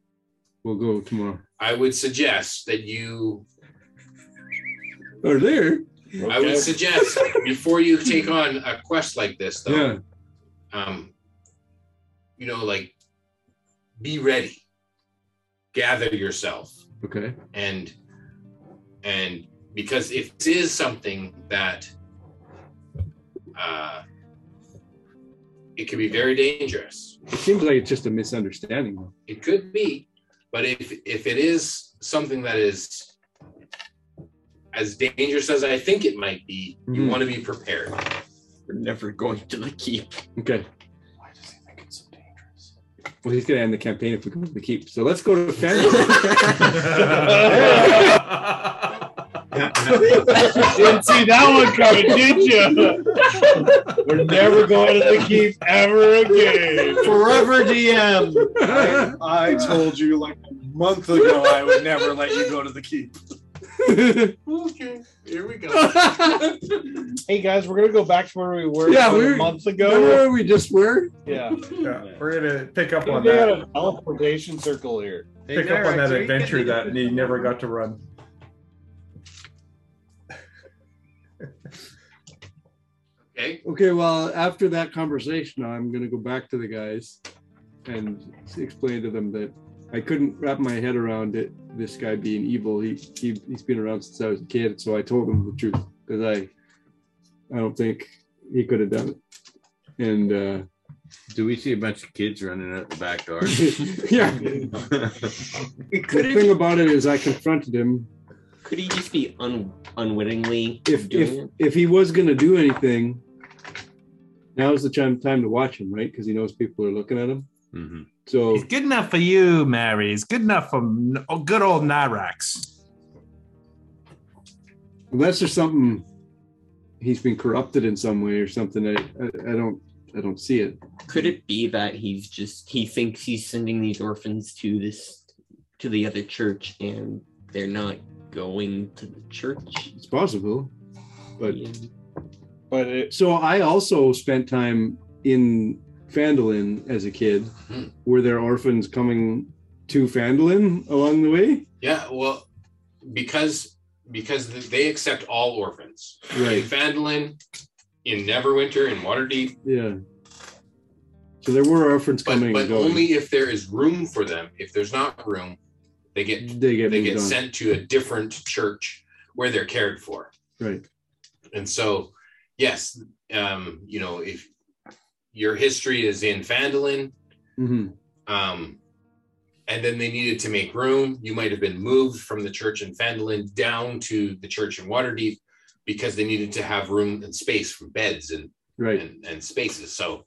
[SPEAKER 2] We'll go tomorrow.
[SPEAKER 10] I would suggest that you.
[SPEAKER 2] Or there.
[SPEAKER 10] I would suggest before you take on a quest like this, though.
[SPEAKER 2] Yeah.
[SPEAKER 10] Um, you know, like, be ready. Gather yourself.
[SPEAKER 2] Okay.
[SPEAKER 10] and and because if it is something that uh, it can be very dangerous
[SPEAKER 2] It seems like it's just a misunderstanding. though.
[SPEAKER 10] it could be but if if it is something that is as dangerous as i think it might be you
[SPEAKER 2] Mhm.
[SPEAKER 10] want to be prepared
[SPEAKER 9] We're never going to the keep.
[SPEAKER 2] Okay. Why does he think it's so dangerous? Well, he's gonna end the campaign if we go to the keep. So let's go to
[SPEAKER 7] Didn't see that one coming, did you? We're never going to the keep ever again.
[SPEAKER 6] Forever DM. I, I told you like a month ago I would never let you go to the keep.
[SPEAKER 2] okay, here we go.
[SPEAKER 6] hey guys, we're gonna go back to where we were
[SPEAKER 2] Yeah,
[SPEAKER 6] about a
[SPEAKER 2] we were-
[SPEAKER 6] month ago.
[SPEAKER 2] remember where we just were?
[SPEAKER 6] Yeah,
[SPEAKER 4] We're gonna pick up on
[SPEAKER 6] they had
[SPEAKER 4] that.
[SPEAKER 6] a teleportation circle here.
[SPEAKER 4] Pick up on that adventure that he never got to run.
[SPEAKER 10] Okay.
[SPEAKER 2] Okay. Well, after that conversation, I'm going to go back to the guys and explain to them that I couldn't wrap my head around it. This guy being evil. He, he he's been around since I was a kid, so I told him the truth because I I don't think he could have done it. And uh,
[SPEAKER 5] Do we see a bunch of kids running out the back door? Mm-hmm.
[SPEAKER 2] yeah, the
[SPEAKER 9] could've-
[SPEAKER 2] thing about it is I confronted him
[SPEAKER 9] Could he just be un- unwittingly
[SPEAKER 2] if
[SPEAKER 9] doing
[SPEAKER 2] if
[SPEAKER 9] it?
[SPEAKER 2] if he was going to do anything, now's the time time to watch him, right? Because he knows people are looking at him. So
[SPEAKER 4] He's good enough for you, Mary. He's good enough for n- oh, good old Nyrax.
[SPEAKER 2] unless there's something he's been corrupted in some way or something, I I, I don't I don't see it.
[SPEAKER 9] Could it be that he's just he thinks he's sending these orphans to this to the other church and they're not going to the church?
[SPEAKER 2] It's possible, but
[SPEAKER 6] but it,
[SPEAKER 2] so I also spent time in Fandolin as a kid.
[SPEAKER 10] Mm-hmm.
[SPEAKER 2] Were there orphans coming to Fandolin along the way?
[SPEAKER 10] Yeah, well, because because they accept all orphans
[SPEAKER 2] Right.
[SPEAKER 10] in Fandolin, in Neverwinter, in Waterdeep,
[SPEAKER 2] Yeah. So there were orphans coming
[SPEAKER 10] but
[SPEAKER 2] and going.
[SPEAKER 10] only if there is room for them. If there's not room, they get
[SPEAKER 2] they get
[SPEAKER 10] they
[SPEAKER 2] moved
[SPEAKER 10] get
[SPEAKER 2] on.
[SPEAKER 10] sent to a different church where they're cared for.
[SPEAKER 2] Right.
[SPEAKER 10] And so, yes, um, you know, if your history is in Fandolin,
[SPEAKER 2] Mhm.
[SPEAKER 10] um, and then they needed to make room. You might have been moved from the church in Fandolin down to the church in Waterdeep because they needed to have room and space for beds and
[SPEAKER 2] Right.
[SPEAKER 10] and, and spaces. So,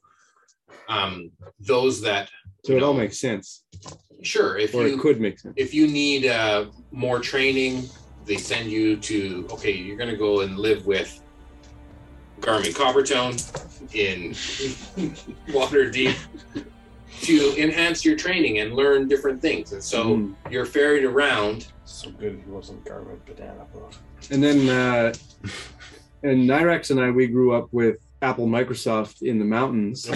[SPEAKER 10] um, those that
[SPEAKER 2] So it all makes sense.
[SPEAKER 10] sure, if
[SPEAKER 2] Or
[SPEAKER 10] you
[SPEAKER 2] it could make sense.
[SPEAKER 10] if you need uh, more training, they send you to okay, you're gonna go and live with Garmin Coppertone in Waterdeep to enhance your training and learn different things. And so
[SPEAKER 2] Mm.
[SPEAKER 10] you're ferried around.
[SPEAKER 7] So good he wasn't Garmin Banana Boat.
[SPEAKER 2] And then, uh, and Nyrax and I, we grew up with Apple Microsoft in the mountains.
[SPEAKER 10] in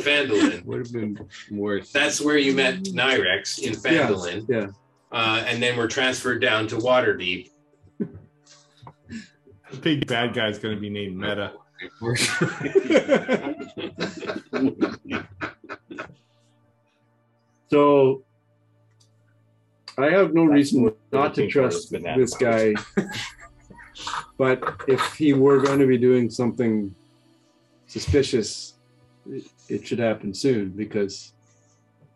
[SPEAKER 10] Fandolin.
[SPEAKER 2] Would have been worse.
[SPEAKER 10] That's where you met Nyrex in Fandolin.
[SPEAKER 2] Yeah. yeah.
[SPEAKER 10] Uh, and then we're transferred down to Waterdeep.
[SPEAKER 4] The big bad guy's going to be named Meta.
[SPEAKER 2] So I have no reason not to
[SPEAKER 7] looking for
[SPEAKER 2] trust
[SPEAKER 7] is banana
[SPEAKER 2] this guy. but if he were going to be doing something suspicious, it, it should happen soon because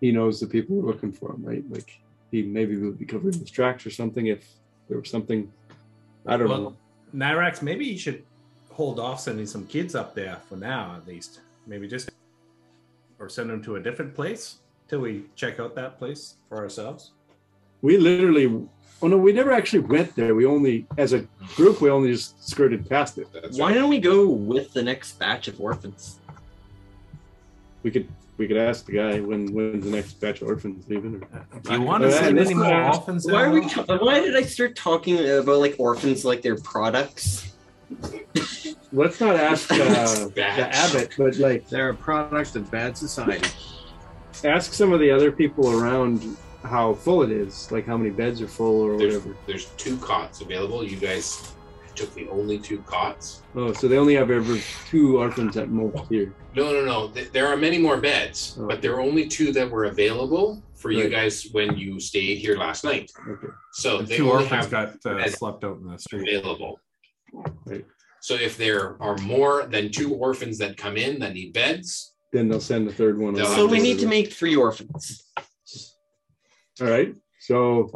[SPEAKER 2] he knows the people are looking for him, right? Like he maybe would be covering his tracks or something if there was something. I don't know.
[SPEAKER 4] Nyrax, maybe you should hold off sending some kids up there for now, at least. Maybe just or send them to a different place till we check out that place for ourselves.
[SPEAKER 2] We literally, oh no, we never actually went there. We only, as a group, we only just skirted past it.
[SPEAKER 9] Why don't we go with the next batch of orphans?
[SPEAKER 2] We could we could ask the guy when when's the next batch of orphans leaving. Or...
[SPEAKER 4] You want to
[SPEAKER 2] Uh,
[SPEAKER 4] send
[SPEAKER 2] this
[SPEAKER 4] any more
[SPEAKER 2] guy-
[SPEAKER 4] orphans?
[SPEAKER 9] Why are we?
[SPEAKER 4] down?
[SPEAKER 9] ta- why did I start talking about like orphans like their products?
[SPEAKER 2] Let's not ask uh, the
[SPEAKER 9] Batch.
[SPEAKER 2] abbot, but like
[SPEAKER 5] They're a product of bad society.
[SPEAKER 2] ask some of the other people around how full it is, like how many beds are full or
[SPEAKER 10] There's,
[SPEAKER 2] whatever.
[SPEAKER 10] there's two cots available. You guys took the only two cots.
[SPEAKER 2] Oh, so they only have ever two orphans at most here.
[SPEAKER 10] No, no, no. Th- There are many more beds, but there are only two that were available for you
[SPEAKER 2] Oh, Right.
[SPEAKER 10] guys when you stayed here last night.
[SPEAKER 2] Okay.
[SPEAKER 10] So
[SPEAKER 4] The
[SPEAKER 10] they
[SPEAKER 4] two
[SPEAKER 10] only
[SPEAKER 4] orphans
[SPEAKER 10] have
[SPEAKER 4] got uh,
[SPEAKER 10] beds
[SPEAKER 4] slept out in the street.
[SPEAKER 10] available.
[SPEAKER 2] Right.
[SPEAKER 10] So if there are more than two orphans that come in that need beds,
[SPEAKER 2] Then they'll send the third one.
[SPEAKER 10] No,
[SPEAKER 2] along
[SPEAKER 10] So
[SPEAKER 9] we
[SPEAKER 2] with
[SPEAKER 9] need to
[SPEAKER 2] it.
[SPEAKER 9] make three orphans.
[SPEAKER 2] All right. So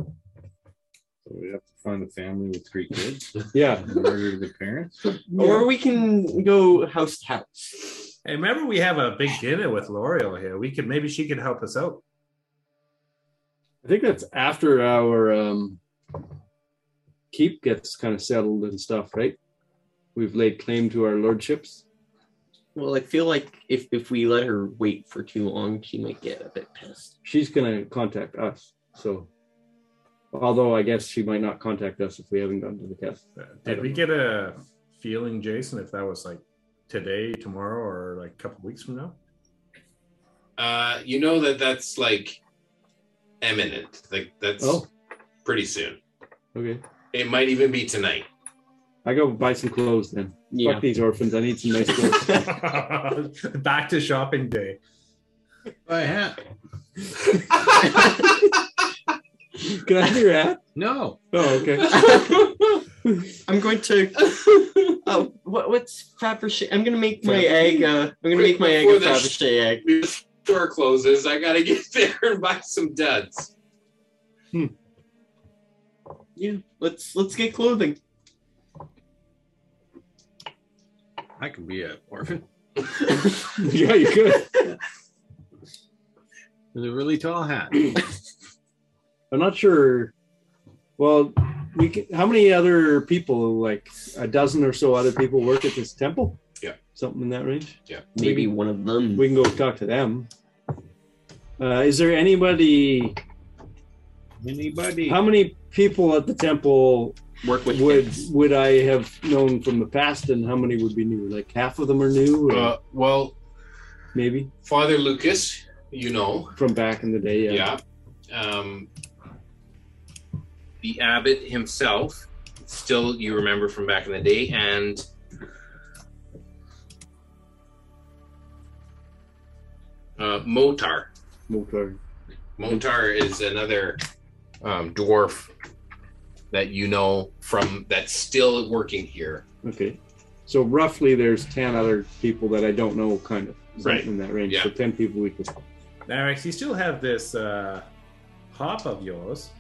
[SPEAKER 5] we have to find a family with three kids.
[SPEAKER 2] yeah,
[SPEAKER 5] Murder the parents.
[SPEAKER 9] Or we can go house to house.
[SPEAKER 4] Hey, remember we have a big dinner with L'Oreal here. We could maybe she could help us out.
[SPEAKER 2] I think that's after our um, keep gets kind of settled and stuff, right? We've laid claim to our lordships.
[SPEAKER 9] Well, I feel like if if we let her wait for too long, she might get a bit pissed.
[SPEAKER 2] She's gonna contact us. So Although I guess she might not contact us if we haven't gone to the cast.
[SPEAKER 4] Uh, Did we get a feeling, Jason, if that was like today, tomorrow, or like a couple weeks from now?
[SPEAKER 10] Uh, you know that that's like eminent. Like that's
[SPEAKER 2] Oh.
[SPEAKER 10] pretty soon.
[SPEAKER 2] Okay.
[SPEAKER 10] It might even be tonight.
[SPEAKER 2] I go buy some clothes then.
[SPEAKER 10] Yeah.
[SPEAKER 2] Fuck these orphans. I need some nice clothes.
[SPEAKER 4] Back to shopping day.
[SPEAKER 5] My hat.
[SPEAKER 2] Can I have your hat?
[SPEAKER 5] No.
[SPEAKER 2] Oh, okay.
[SPEAKER 9] I'm going to. Oh, what, what's Faberge? I'm gonna make my
[SPEAKER 10] Faberge?
[SPEAKER 9] egg. Uh, I'm gonna make my egg a
[SPEAKER 10] Before the sh-
[SPEAKER 9] Faberge egg.
[SPEAKER 10] Store closes. I gotta get there and buy some duds.
[SPEAKER 9] Yeah, let's let's get clothing.
[SPEAKER 5] I could be an orphan.
[SPEAKER 2] yeah, you could.
[SPEAKER 5] With a really tall hat.
[SPEAKER 2] I'm not sure. Well, we can, how many other people? Like a dozen or so other people work at this temple.
[SPEAKER 10] Yeah.
[SPEAKER 2] something in that range.
[SPEAKER 10] Yeah,
[SPEAKER 9] Maybe
[SPEAKER 2] one
[SPEAKER 9] of them.
[SPEAKER 2] We can go talk to them. Uh, is there anybody?
[SPEAKER 5] Anybody?
[SPEAKER 2] How many people at the temple
[SPEAKER 9] work with
[SPEAKER 2] would would I have known from the past, and how many would be new? Like half of them are new. or-
[SPEAKER 10] Uh, well,
[SPEAKER 2] maybe
[SPEAKER 10] Father Lucas, you know,
[SPEAKER 2] from back in the day.
[SPEAKER 10] yeah, um, the abbot himself, still you remember from back in the day, and uh, Motar.
[SPEAKER 2] Motar.
[SPEAKER 10] Motar is another um, dwarf that you know from that's still working here.
[SPEAKER 2] Okay. So roughly, there's ten other people that I don't know, kind of something
[SPEAKER 4] Right.
[SPEAKER 2] in that range.
[SPEAKER 4] Yeah.
[SPEAKER 2] So ten people we could.
[SPEAKER 4] Narex, you still have this uh, hop of yours.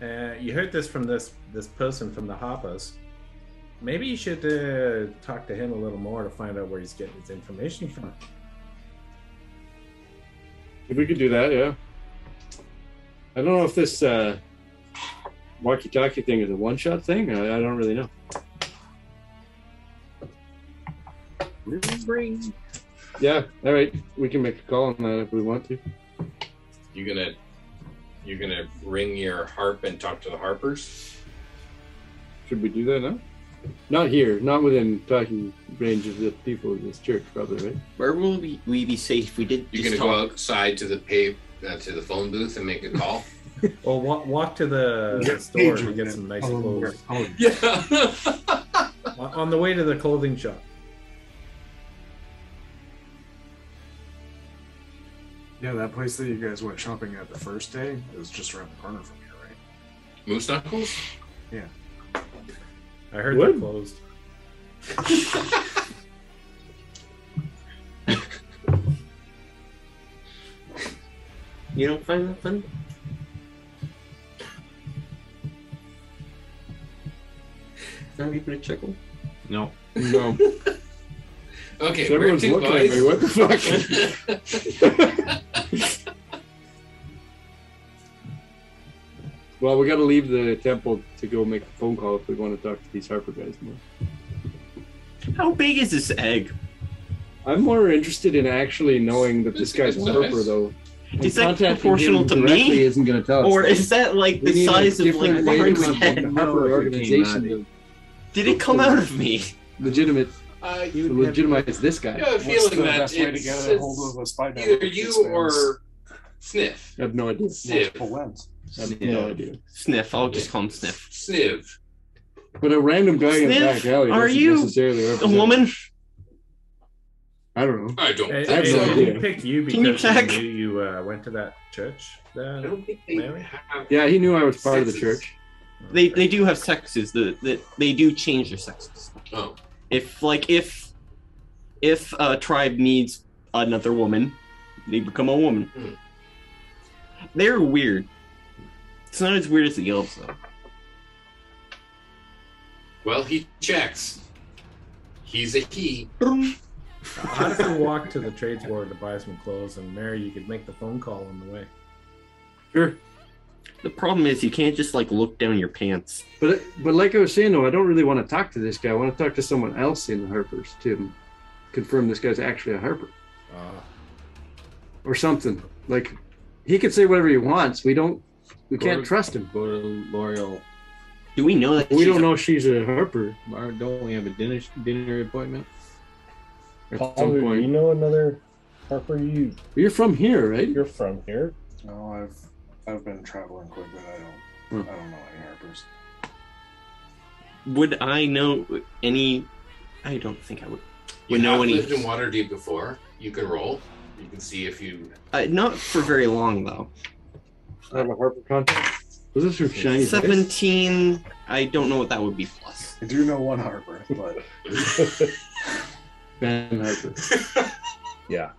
[SPEAKER 4] Uh, you heard this from this this person from the hoppers. Maybe you should uh, talk to him a little more to find out where he's getting his information from.
[SPEAKER 2] If we could do that, yeah. I don't know if this uh, walkie-talkie thing is a one-shot thing. I, I don't really know.
[SPEAKER 5] Bring.
[SPEAKER 2] Yeah. All right. We can make a call on that if we want to.
[SPEAKER 10] You gonna you're gonna ring your harp and talk to the harpers.
[SPEAKER 2] Should we do that now? Not here. Not within talking range of the people of this church, probably, right?
[SPEAKER 9] Where will we, we be safe? if We did.
[SPEAKER 10] You're
[SPEAKER 9] just
[SPEAKER 10] gonna
[SPEAKER 9] talk?
[SPEAKER 10] go outside to the pave uh, to the phone booth and make a call.
[SPEAKER 4] Or walk, walk to the,
[SPEAKER 10] Yeah,
[SPEAKER 4] the store
[SPEAKER 10] Adrian,
[SPEAKER 4] and get some nice
[SPEAKER 10] I'll-
[SPEAKER 4] clothes.
[SPEAKER 6] Oh,
[SPEAKER 10] Yeah.
[SPEAKER 4] on, on the way to the clothing shop.
[SPEAKER 6] Yeah, that place that you guys went shopping at the first day is just around the corner from here, right?
[SPEAKER 10] Moose knuckles.
[SPEAKER 6] Yeah.
[SPEAKER 4] I heard
[SPEAKER 6] What?
[SPEAKER 4] they're closed.
[SPEAKER 9] You don't find that fun? Not even a chuckle.
[SPEAKER 5] No.
[SPEAKER 2] No.
[SPEAKER 10] Okay,
[SPEAKER 2] So
[SPEAKER 10] where
[SPEAKER 2] everyone's
[SPEAKER 10] to,
[SPEAKER 2] looking at
[SPEAKER 10] guys?
[SPEAKER 2] me. What the fuck? well, we got to leave the temple to go make a phone call if we want to talk to these Harper guys more.
[SPEAKER 9] How big is this egg?
[SPEAKER 2] I'm more interested in actually knowing that this guy's a
[SPEAKER 9] Size.
[SPEAKER 2] Harper, though. And
[SPEAKER 9] Is that
[SPEAKER 2] contacting
[SPEAKER 9] proportional
[SPEAKER 2] him
[SPEAKER 9] to me?
[SPEAKER 2] directly Isn't going to tell us.
[SPEAKER 9] Or is that like
[SPEAKER 2] Oh, We
[SPEAKER 9] the
[SPEAKER 2] need a
[SPEAKER 9] size of like
[SPEAKER 2] different
[SPEAKER 9] a
[SPEAKER 2] way
[SPEAKER 9] bird's
[SPEAKER 2] to
[SPEAKER 9] head?
[SPEAKER 2] have Harper organization? to-
[SPEAKER 9] Did it come out of me?
[SPEAKER 2] Legitimate.
[SPEAKER 10] Uh,
[SPEAKER 2] to legitimize this guy.
[SPEAKER 10] You have a feeling that it's, it's
[SPEAKER 6] uh,
[SPEAKER 10] either you or Sniff.
[SPEAKER 2] I have no idea.
[SPEAKER 10] Sniff.
[SPEAKER 2] I have no idea.
[SPEAKER 9] Sniff. I'll just call him Sniff.
[SPEAKER 10] Sniff.
[SPEAKER 2] But a random guy in the
[SPEAKER 9] Sniff,
[SPEAKER 2] back alley
[SPEAKER 9] are
[SPEAKER 2] doesn't
[SPEAKER 9] you
[SPEAKER 2] necessarily
[SPEAKER 9] a
[SPEAKER 2] represent-
[SPEAKER 9] woman?
[SPEAKER 2] I don't know.
[SPEAKER 10] I don't.
[SPEAKER 4] Hey,
[SPEAKER 2] I have
[SPEAKER 4] hey,
[SPEAKER 2] no
[SPEAKER 4] did
[SPEAKER 2] idea.
[SPEAKER 4] we pick you
[SPEAKER 9] Can you
[SPEAKER 4] because
[SPEAKER 9] check?
[SPEAKER 4] we knew you uh, went to that church. There, I
[SPEAKER 10] don't think they have.
[SPEAKER 2] Yeah, he knew I was part of the
[SPEAKER 9] Sexes.
[SPEAKER 2] church.
[SPEAKER 9] They they do have sexes. The, the they do change their sexes.
[SPEAKER 10] Oh.
[SPEAKER 9] If like if if a tribe needs another woman, they become a woman.
[SPEAKER 10] Hmm.
[SPEAKER 9] They're weird. It's not as weird as the elves though.
[SPEAKER 10] Well, he checks. He's a he.
[SPEAKER 4] How if we walk to the trades ward to buy some clothes? And Mary, you could make the phone call on the way.
[SPEAKER 2] Sure.
[SPEAKER 9] The problem is you can't just like look down your pants.
[SPEAKER 2] But but like I was saying though, I don't really want to talk to this guy. I want to talk to someone else in the Harpers to confirm this guy's actually a Harper or something. Like he could say whatever he wants. We don't We can't trust him.
[SPEAKER 5] Go to L'Oreal.
[SPEAKER 9] Do we know that
[SPEAKER 2] We don't know she's a Harper.
[SPEAKER 5] Or don't we have a dinner dinner appointment? At
[SPEAKER 20] Paul,
[SPEAKER 5] some
[SPEAKER 20] do
[SPEAKER 5] point.
[SPEAKER 20] you know another Harper? You
[SPEAKER 2] You're from here, right?
[SPEAKER 20] you're from here.
[SPEAKER 6] No, I've I've been traveling quite a bit. I
[SPEAKER 4] Hmm.
[SPEAKER 6] don't I don't know any Harpers.
[SPEAKER 9] Would I know any? I don't think I would.
[SPEAKER 10] You
[SPEAKER 9] would
[SPEAKER 10] have
[SPEAKER 9] know any?
[SPEAKER 10] lived in Waterdeep before. You can roll. You can see if you.
[SPEAKER 9] Uh, not for very long though.
[SPEAKER 2] I have a Harper contact. Was this her shiny face?
[SPEAKER 9] Seventeen. I don't know what that would be plus.
[SPEAKER 6] I do know one Harper, but
[SPEAKER 2] Ben Harper.
[SPEAKER 20] Yeah.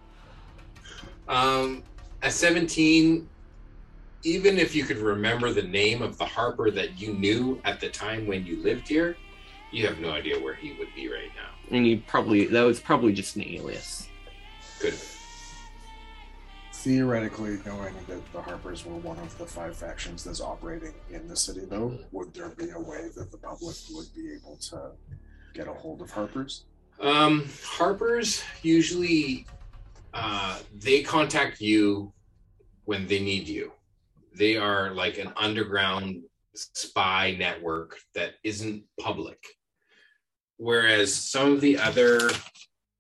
[SPEAKER 10] Um, at 17, even if you could remember the name of the Harper that you knew at the time when you lived here, you have no idea where he would be right now.
[SPEAKER 9] And you probably that was probably just an alias.
[SPEAKER 10] Good.
[SPEAKER 6] theoretically, knowing that the Harpers were one of the five factions that's operating in the city, though, would there be a way that the public would be able to get a hold of Harpers?
[SPEAKER 10] Um, Harpers usually uh, they contact you when they need you. They are like an underground spy network that isn't public. Whereas some of the other,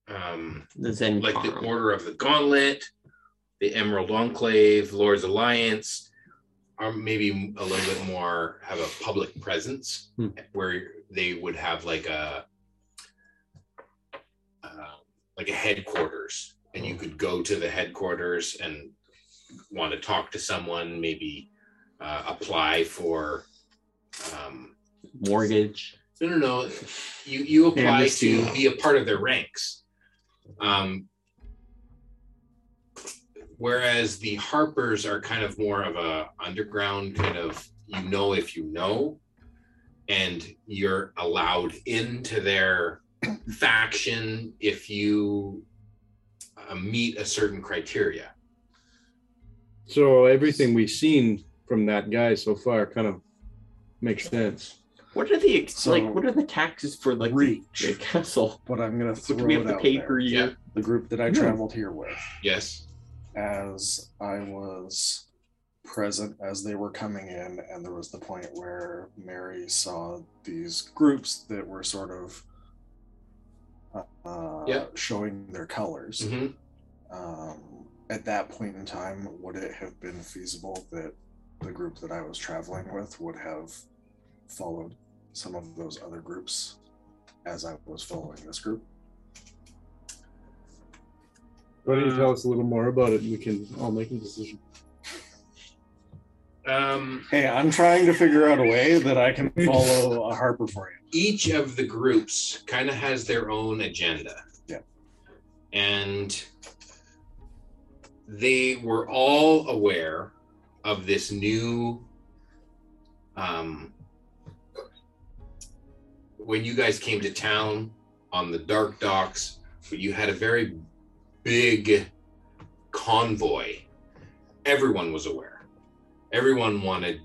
[SPEAKER 10] um,
[SPEAKER 9] The Zen
[SPEAKER 10] like the Order of the Gauntlet, the Emerald Enclave, Lord's Alliance, are maybe a little bit more have a public presence
[SPEAKER 2] Hmm.
[SPEAKER 10] where they would have like a uh, like a headquarters and you could go to the headquarters and want to talk to someone maybe uh, apply for um,
[SPEAKER 9] mortgage.
[SPEAKER 10] no no no you you apply
[SPEAKER 9] Amnesty.
[SPEAKER 10] to be a part of their ranks um, whereas the harpers are kind of more of a underground kind of you know if you know and you're allowed into their faction if you uh, meet a certain criteria.
[SPEAKER 2] So everything we've seen from that guy so far kind of makes sense.
[SPEAKER 9] What are the ex-
[SPEAKER 6] So-
[SPEAKER 9] like? What are the taxes for like the,
[SPEAKER 6] Reach.
[SPEAKER 9] the castle?
[SPEAKER 6] But I'm going to
[SPEAKER 9] What
[SPEAKER 6] throw
[SPEAKER 9] do we have
[SPEAKER 6] it
[SPEAKER 9] to
[SPEAKER 6] out
[SPEAKER 9] pay per
[SPEAKER 6] there.
[SPEAKER 9] year?
[SPEAKER 10] Yeah.
[SPEAKER 6] The group that I
[SPEAKER 2] Yeah.
[SPEAKER 6] traveled here with,
[SPEAKER 10] Yes.
[SPEAKER 6] as I was present as they were coming in, and there was the point where Mary saw these groups that were sort of uh,
[SPEAKER 10] Yeah.
[SPEAKER 6] showing their colors.
[SPEAKER 10] Mhm.
[SPEAKER 6] um, at that point in time, would it have been feasible that the group that I was traveling with would have followed some of those other groups as I was following this group?
[SPEAKER 2] Why don't you
[SPEAKER 4] Uh,
[SPEAKER 2] tell us a little more about it and we can all make a decision?
[SPEAKER 10] Um,
[SPEAKER 6] Hey, I'm trying to figure out a way that I can follow a Harper for you.
[SPEAKER 10] each of the groups kind of has their own agenda.
[SPEAKER 6] Yeah.
[SPEAKER 10] And they were all aware of this new um when you guys came to town on the dark docks, you had a very big convoy. Everyone was aware. Everyone wanted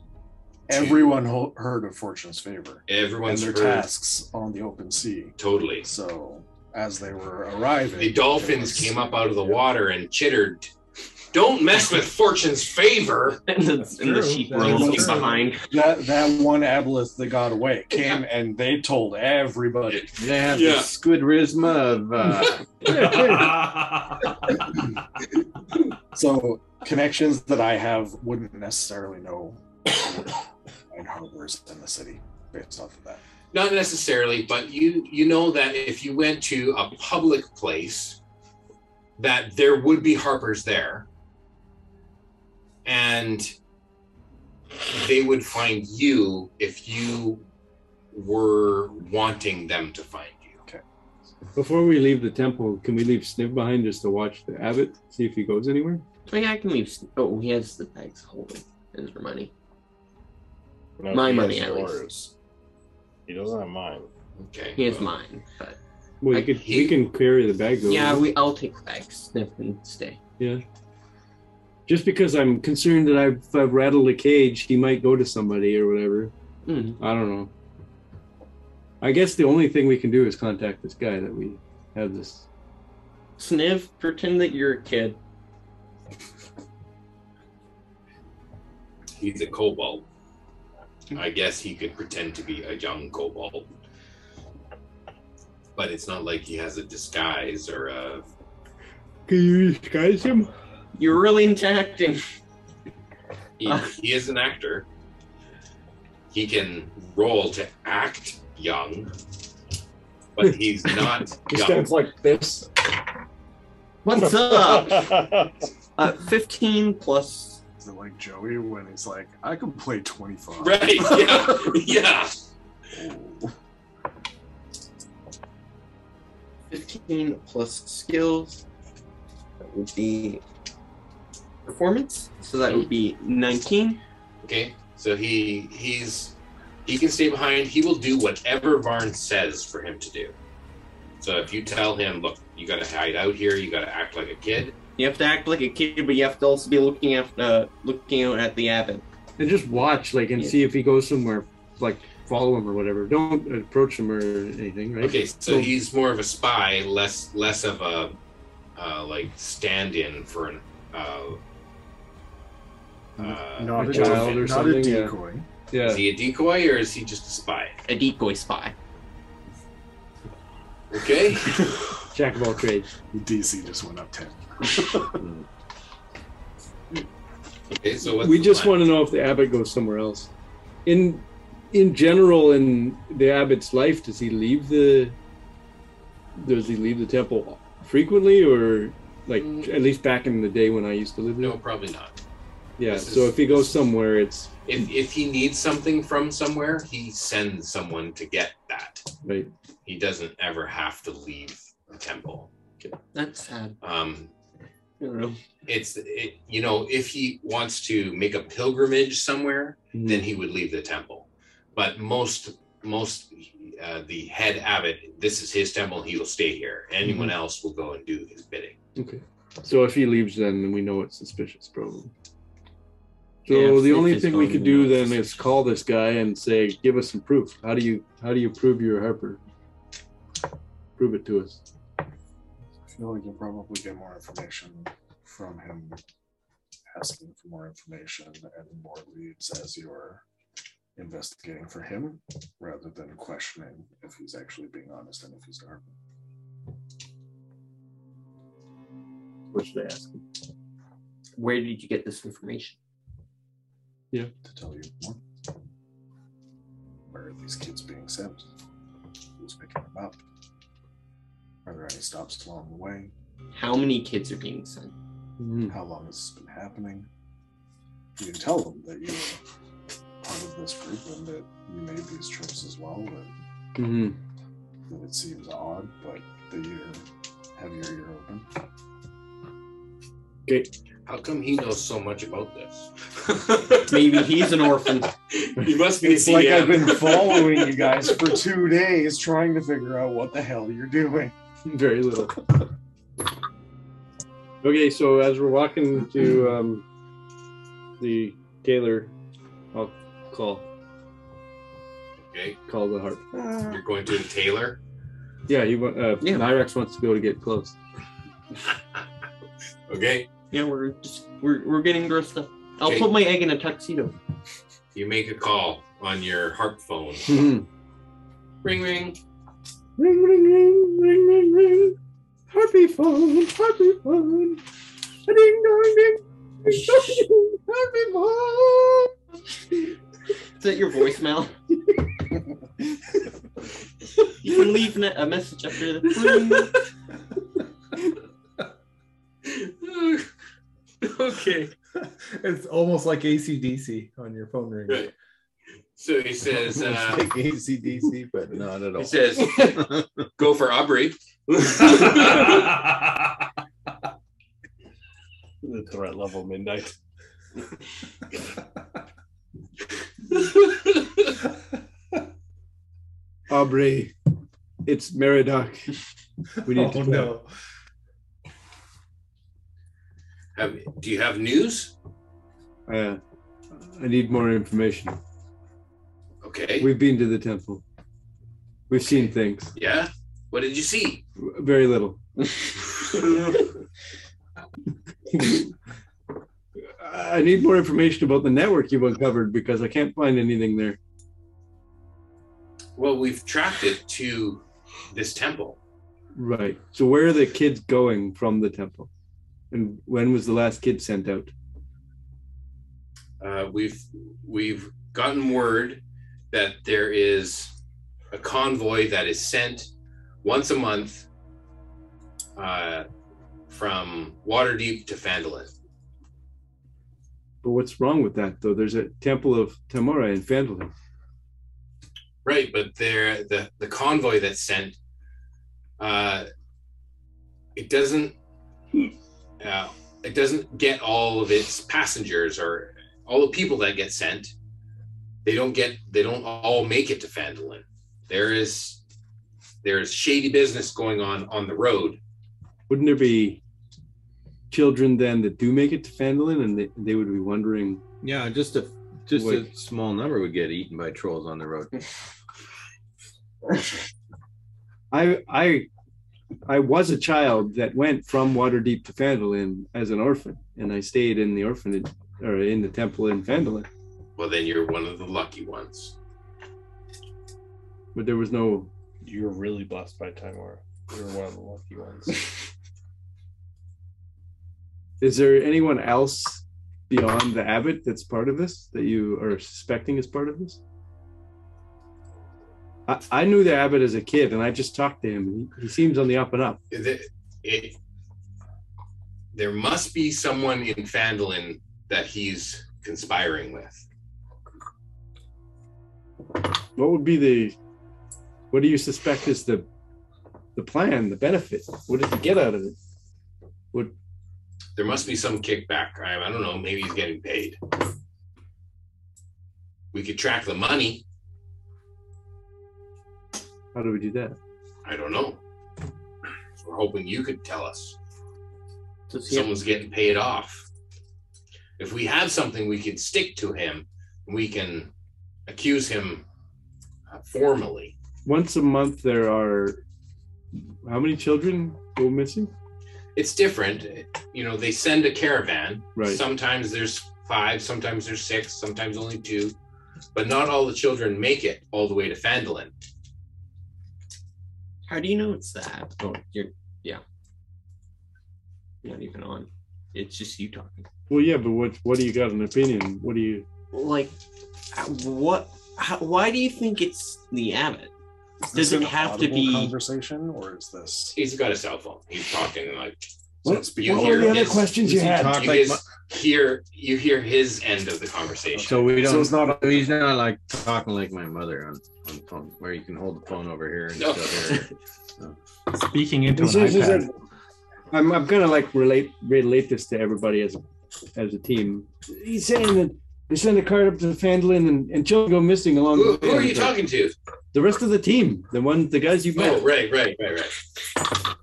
[SPEAKER 6] Everyone ho- heard of Fortune's favor and
[SPEAKER 10] everyone's
[SPEAKER 6] their
[SPEAKER 10] heard
[SPEAKER 6] tasks on the open sea.
[SPEAKER 10] totally.
[SPEAKER 6] So, as they were arriving,
[SPEAKER 10] The
[SPEAKER 6] it
[SPEAKER 10] dolphins
[SPEAKER 6] was-
[SPEAKER 10] came up out of the water and chittered, "Don't mess with fortune's favor."
[SPEAKER 9] and the, and the
[SPEAKER 4] true.
[SPEAKER 9] sheep were
[SPEAKER 4] That's
[SPEAKER 9] a little
[SPEAKER 6] true.
[SPEAKER 9] behind.
[SPEAKER 6] That that one aboleth that got away came and they told everybody.
[SPEAKER 5] They have
[SPEAKER 10] Yeah.
[SPEAKER 5] the squid risma of uh,
[SPEAKER 6] So connections that I have wouldn't necessarily know and harbors in the city based off of that.
[SPEAKER 10] Not necessarily, but you you know that if you went to a public place, that there would be harpers there, and they would find you if you were wanting them to find you.
[SPEAKER 2] Before we leave the temple, can we leave Sniv behind just to watch the abbot, see if he goes anywhere?
[SPEAKER 9] Oh yeah, I can leave. Sn- Oh, he has the bags holding his money.
[SPEAKER 7] No,
[SPEAKER 9] My
[SPEAKER 7] he
[SPEAKER 9] money,
[SPEAKER 7] has
[SPEAKER 9] at least.
[SPEAKER 7] yours. He doesn't have mine.
[SPEAKER 10] Okay.
[SPEAKER 9] He has
[SPEAKER 10] well,
[SPEAKER 9] mine, but
[SPEAKER 2] Well,
[SPEAKER 9] I-
[SPEAKER 2] you could,
[SPEAKER 10] he-
[SPEAKER 2] we can carry the bag though.
[SPEAKER 9] yeah, we. I'll take the bags. Sniff and stay.
[SPEAKER 2] Just because I'm concerned that I've, I've rattled a cage, he might go to somebody or whatever.
[SPEAKER 9] Mm.
[SPEAKER 2] I don't know. I guess the only thing we can do is contact this guy that we have this.
[SPEAKER 9] Sniff. Pretend that you're a kid.
[SPEAKER 10] He's a kobold. I guess he could pretend to be a young kobold. But it's not like he has a disguise or a.
[SPEAKER 12] Can you disguise him?
[SPEAKER 9] You're really into acting.
[SPEAKER 10] He, he is an actor. He can roll to act young, but he's not
[SPEAKER 2] He
[SPEAKER 10] young.
[SPEAKER 2] stands like this.
[SPEAKER 9] What's up? uh, 15 plus.
[SPEAKER 6] Is it like Joey when he's like, I can play 25?
[SPEAKER 10] Right, yeah, yeah.
[SPEAKER 6] Oh."
[SPEAKER 9] 15 plus skills. That would be performance. So that would be 19.
[SPEAKER 10] Okay, so he he's he can stay behind. He will do whatever Varn says for him to do. So if you tell him, look, you got to hide out here. You got to act like a kid.
[SPEAKER 9] You have to act like a kid, but you have to also be looking at uh, looking out at the abbot.
[SPEAKER 2] And just watch, like, and see if he goes somewhere. Like, follow him or whatever. Don't approach him or anything, right?
[SPEAKER 10] Okay, so he's more of a spy, less less of a uh, like stand-in for an uh, uh,
[SPEAKER 6] Not
[SPEAKER 2] a
[SPEAKER 6] a
[SPEAKER 2] child or
[SPEAKER 6] not
[SPEAKER 2] something,
[SPEAKER 6] a
[SPEAKER 2] yeah.
[SPEAKER 6] decoy.
[SPEAKER 2] Yeah.
[SPEAKER 10] Is he a decoy or is he just a spy?
[SPEAKER 9] A decoy spy.
[SPEAKER 10] Okay.
[SPEAKER 2] Jack of all trades.
[SPEAKER 6] DC just went up 10.
[SPEAKER 10] okay, so what's
[SPEAKER 2] we
[SPEAKER 10] the
[SPEAKER 2] just
[SPEAKER 10] plan?
[SPEAKER 2] want to know if the abbot goes somewhere else. In in general, in the abbot's life, does he leave the does he leave the temple frequently, or like at least back in the day when I used to live there?
[SPEAKER 10] Mm. No, probably not.
[SPEAKER 2] Yeah.
[SPEAKER 10] This
[SPEAKER 2] So
[SPEAKER 10] is-
[SPEAKER 2] if he goes somewhere, it's
[SPEAKER 10] If if he needs something from somewhere, he sends someone to get that.
[SPEAKER 2] right.
[SPEAKER 10] He doesn't ever have to leave the temple.
[SPEAKER 9] That's sad.
[SPEAKER 10] Um,
[SPEAKER 9] I don't know.
[SPEAKER 10] it's it, you know if he wants to make a pilgrimage somewhere
[SPEAKER 6] Hmm.
[SPEAKER 10] then he would leave the temple but most most uh, the head abbot this is his temple he'll stay here anyone
[SPEAKER 2] Mhm.
[SPEAKER 6] Hmm.
[SPEAKER 10] else will go and do his bidding
[SPEAKER 2] Okay. So if he leaves, then we know it's suspicious, probably. So
[SPEAKER 9] Yeah, if-
[SPEAKER 2] the
[SPEAKER 9] if
[SPEAKER 2] only
[SPEAKER 9] it's
[SPEAKER 2] thing we
[SPEAKER 9] gone,
[SPEAKER 2] could
[SPEAKER 9] we know
[SPEAKER 2] do
[SPEAKER 9] it's
[SPEAKER 2] then is call this guy and say, "Give us some proof. How do you how do you prove you're Harper? Prove it to us."
[SPEAKER 6] I feel like you'll probably get more information from him asking for more information and more leads as you're investigating for him rather than questioning if he's actually being honest and if he's not.
[SPEAKER 2] What should I ask him?
[SPEAKER 9] Where did you get this information?
[SPEAKER 2] Yeah.
[SPEAKER 6] To tell you more. Where are these kids being sent? Who's picking them up? Are there any stops along the way?
[SPEAKER 9] How many kids are being sent?
[SPEAKER 2] Hmm.
[SPEAKER 6] How long has this been happening? You can tell them that you're part of this group and that you made these trips as well, and
[SPEAKER 2] hmm
[SPEAKER 6] that it seems odd, but that you have your ear open.
[SPEAKER 2] Okay.
[SPEAKER 10] how come he knows so much about this
[SPEAKER 9] Maybe he's an orphan.
[SPEAKER 10] he must be
[SPEAKER 6] It's like I've been
[SPEAKER 10] DM.
[SPEAKER 6] following you guys for two days trying to figure out what the hell you're doing.
[SPEAKER 2] Very little. Okay, so as we're walking to um, the tailor, I'll call
[SPEAKER 10] okay
[SPEAKER 2] call the harp.
[SPEAKER 10] you're going to the tailor
[SPEAKER 2] Yeah, he wa- uh,
[SPEAKER 9] Yeah.
[SPEAKER 2] Nyrax wants to go to get clothes.
[SPEAKER 10] okay
[SPEAKER 9] Yeah, we're just we're, we're getting dressed up. I'll
[SPEAKER 10] Okay.
[SPEAKER 9] put my egg in a tuxedo.
[SPEAKER 10] you make a call on your harp phone
[SPEAKER 5] Mm-hmm.
[SPEAKER 2] ring,
[SPEAKER 10] ring ring
[SPEAKER 18] ring, ring, ring, ring, ring. Harpy phone, harpy phone. Ding dong, ding. ding, dong, Harpy phone.
[SPEAKER 9] Is that your voicemail? you can leave ne- a message after the
[SPEAKER 10] okay
[SPEAKER 19] It's almost like ACDC on your phone ring.
[SPEAKER 10] so he says uh,
[SPEAKER 5] like ACDC, but not at all.
[SPEAKER 10] he says go for aubrey
[SPEAKER 7] The threat level midnight.
[SPEAKER 2] Aubrey, it's Meridoc. We need to go.
[SPEAKER 10] Have, do you have news?
[SPEAKER 2] Uh, I need more information.
[SPEAKER 10] Okay.
[SPEAKER 2] We've been to the temple. We've seen things.
[SPEAKER 10] yeah. What did you see?
[SPEAKER 2] Very little. I need more information about the network you've uncovered because I can't find anything there.
[SPEAKER 10] Well, we've tracked it to this temple.
[SPEAKER 2] Right. So where are the kids going from the temple? And when was the last kid sent out?
[SPEAKER 10] Uh, we've we've gotten word that there is a convoy that is sent once a month uh, from Waterdeep to Fandolin.
[SPEAKER 2] But what's wrong with that though? There's a temple of Tamora in Fandolin.
[SPEAKER 10] Right, but there the the convoy that's sent, uh, it doesn't, uh, it doesn't get all of its passengers or all the people that get sent. They don't get they don't all make it to Fandolin. There is there is shady business going on on the road.
[SPEAKER 2] Wouldn't there be children then that do make it to Fandolin and they, they would be wondering
[SPEAKER 5] Yeah, just a just a
[SPEAKER 2] Wait.
[SPEAKER 5] small number would get eaten by trolls on the road.
[SPEAKER 2] I I I was a child that went from Waterdeep to Fandolin as an orphan, and I stayed in the orphanage or in the temple in Fandolin.
[SPEAKER 10] Well, then you're one of the lucky ones.
[SPEAKER 2] But there was no
[SPEAKER 7] You're really blessed by Timora. You're one of the lucky ones.
[SPEAKER 2] is there anyone else beyond the abbot that's part of this that you are suspecting is part of this? I, I knew the abbot as a kid and I just talked to him. He, he seems on the up and up.
[SPEAKER 10] It, it, there must be someone in Fandolin that he's conspiring with.
[SPEAKER 2] What would be the what do you suspect is the the plan, the benefit? What did he get out of it?
[SPEAKER 10] There must be some kickback. I, I don't know. Maybe he's getting paid. We could track the money.
[SPEAKER 2] How do we do that?
[SPEAKER 10] I don't know. We're hoping you could tell us.
[SPEAKER 9] Does he have-
[SPEAKER 10] Someone's getting paid off. If we have something, we can stick to him. We can accuse him uh, formally.
[SPEAKER 2] once a month there are how many children go missing
[SPEAKER 10] It's different. You know, they send a caravan.
[SPEAKER 2] Right.
[SPEAKER 10] Sometimes there's five, sometimes there's six, sometimes only two. But not all the children make it all the way to Fandolin.
[SPEAKER 9] How do you know it's that? Oh, you're yeah. Not even on. It's just you talking.
[SPEAKER 2] well yeah but what what do you got an opinion what do you
[SPEAKER 9] Like, uh, what? How, why do you think it's the abbot?
[SPEAKER 6] Is
[SPEAKER 9] Does
[SPEAKER 6] this
[SPEAKER 9] it
[SPEAKER 6] an
[SPEAKER 9] have to
[SPEAKER 6] audible
[SPEAKER 9] be?
[SPEAKER 6] conversation or is this?
[SPEAKER 10] He's got a cell phone. He's talking like.
[SPEAKER 6] What-
[SPEAKER 10] you
[SPEAKER 6] what were
[SPEAKER 10] hear
[SPEAKER 6] the other
[SPEAKER 10] his-
[SPEAKER 6] questions you
[SPEAKER 10] you
[SPEAKER 6] had?
[SPEAKER 10] talk
[SPEAKER 6] You
[SPEAKER 10] like
[SPEAKER 6] guys-
[SPEAKER 10] my- hear you hear his end of the conversation.
[SPEAKER 5] So we don't.
[SPEAKER 6] So it's
[SPEAKER 5] not. He's not like talking like my mother on on phone, where you can hold the phone over here and
[SPEAKER 10] No.
[SPEAKER 5] still hear. it.
[SPEAKER 19] Speaking into
[SPEAKER 2] This
[SPEAKER 19] an
[SPEAKER 2] is- this
[SPEAKER 19] iPad.
[SPEAKER 2] is a- I'm, I'm gonna like relate relate this to everybody as as a team he's saying that they send a card up to Fandolin and, and children go missing along
[SPEAKER 10] Who,
[SPEAKER 2] the
[SPEAKER 10] who are you talking to?
[SPEAKER 2] the rest of the team the one the guys you met
[SPEAKER 10] Oh, right, right, right, right.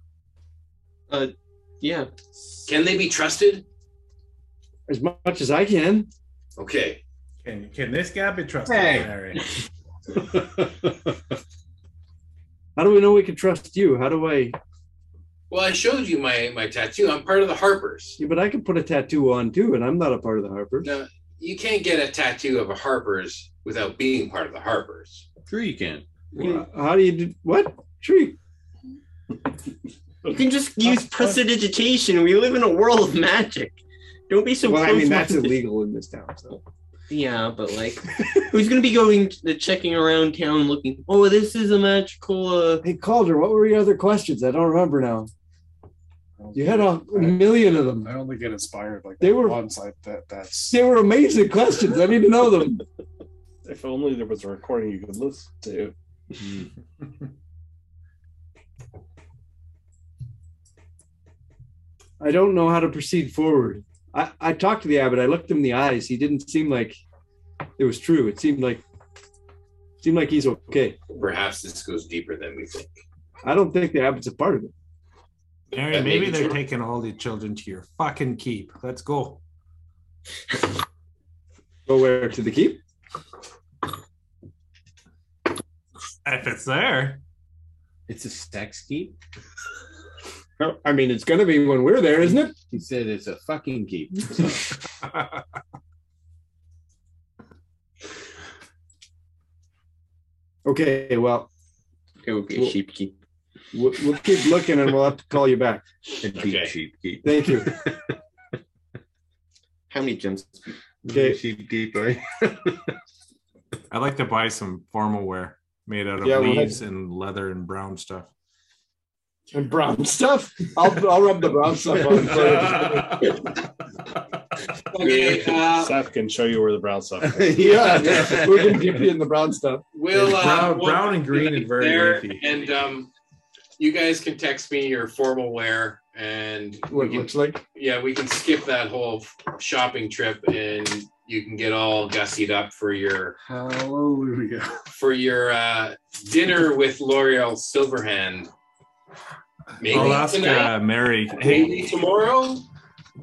[SPEAKER 9] Uh, yeah.
[SPEAKER 10] Can they be trusted?
[SPEAKER 2] as much as i can
[SPEAKER 10] Okay.
[SPEAKER 19] Can, can this guy be trusted?
[SPEAKER 2] Hey.
[SPEAKER 19] Larry?
[SPEAKER 2] how do we know we can trust you how do i
[SPEAKER 10] Well, I showed you my my tattoo. I'm part of the Harpers.
[SPEAKER 2] yeah, but i can put a tattoo on too and i'm not a part of the harper
[SPEAKER 10] No, you can't get a tattoo of a Harpers without being part of the Harpers.
[SPEAKER 5] Sure, you can.
[SPEAKER 2] how do you do what sure you
[SPEAKER 9] You can just use prestidigitation. We live in a world of magic. Don't be so.
[SPEAKER 2] well, I mean, that's
[SPEAKER 9] close-minded.
[SPEAKER 2] illegal in this town. So
[SPEAKER 9] Yeah, but like, who's gonna be going to checking around town looking? Oh, this is a magical. Uh,
[SPEAKER 2] hey, Calder, what were your other questions? I don't remember now. You had a million of them.
[SPEAKER 6] I only get inspired like
[SPEAKER 2] They
[SPEAKER 6] that
[SPEAKER 2] were-
[SPEAKER 6] once. I that that's
[SPEAKER 2] They were amazing questions. I need to know them.
[SPEAKER 7] if only there was a recording you could listen to.
[SPEAKER 2] I don't know how to proceed forward. I, I talked to the abbot. I looked him in the eyes. He didn't seem like it was true. It seemed like seemed like he's okay.
[SPEAKER 10] Perhaps this goes deeper than we think.
[SPEAKER 2] I don't think the abbot's a part of it.
[SPEAKER 19] Larry,
[SPEAKER 10] That may
[SPEAKER 19] maybe
[SPEAKER 10] be
[SPEAKER 19] they're
[SPEAKER 10] true.
[SPEAKER 19] taking all the children to your fucking keep. Let's go.
[SPEAKER 2] Go where to the keep?
[SPEAKER 19] If it's there.
[SPEAKER 5] It's a sex keep.
[SPEAKER 2] I mean, it's gonna be when we're there, isn't it?
[SPEAKER 5] He said it's a fucking keep.
[SPEAKER 2] Okay, well,
[SPEAKER 9] It would be a
[SPEAKER 2] Well-
[SPEAKER 9] sheep keep.
[SPEAKER 2] we'll, we'll keep looking and we'll have to call you back.
[SPEAKER 9] Okay.
[SPEAKER 2] Thank you.
[SPEAKER 9] How many gems?
[SPEAKER 2] Okay.
[SPEAKER 5] Sheep deep, right?
[SPEAKER 4] I'd like to buy some formal wear made out of
[SPEAKER 2] Yeah, we'll
[SPEAKER 4] leaves and leather and brown stuff.
[SPEAKER 2] And brown stuff. I'll, I'll rub the brown stuff on first.
[SPEAKER 10] Okay, uh,
[SPEAKER 7] Seth can show you where the brown stuff is.
[SPEAKER 2] yeah, we can dip you in the brown stuff.
[SPEAKER 10] We'll, uh,
[SPEAKER 4] brown,
[SPEAKER 10] we'll-
[SPEAKER 4] brown and green and very
[SPEAKER 10] there,
[SPEAKER 4] leafy.
[SPEAKER 10] and um, you guys can text me your formal wear, and
[SPEAKER 2] What
[SPEAKER 10] we
[SPEAKER 2] it
[SPEAKER 10] can,
[SPEAKER 2] looks like.
[SPEAKER 10] yeah, we can skip that whole shopping trip, and you can get all gussied up for your
[SPEAKER 6] Hallelujah.
[SPEAKER 10] for your uh, dinner with L'Oreal Silverhand. Maybe
[SPEAKER 4] I'll ask
[SPEAKER 10] tonight,
[SPEAKER 4] uh, Mary.
[SPEAKER 10] maybe
[SPEAKER 4] Hey,
[SPEAKER 10] tomorrow.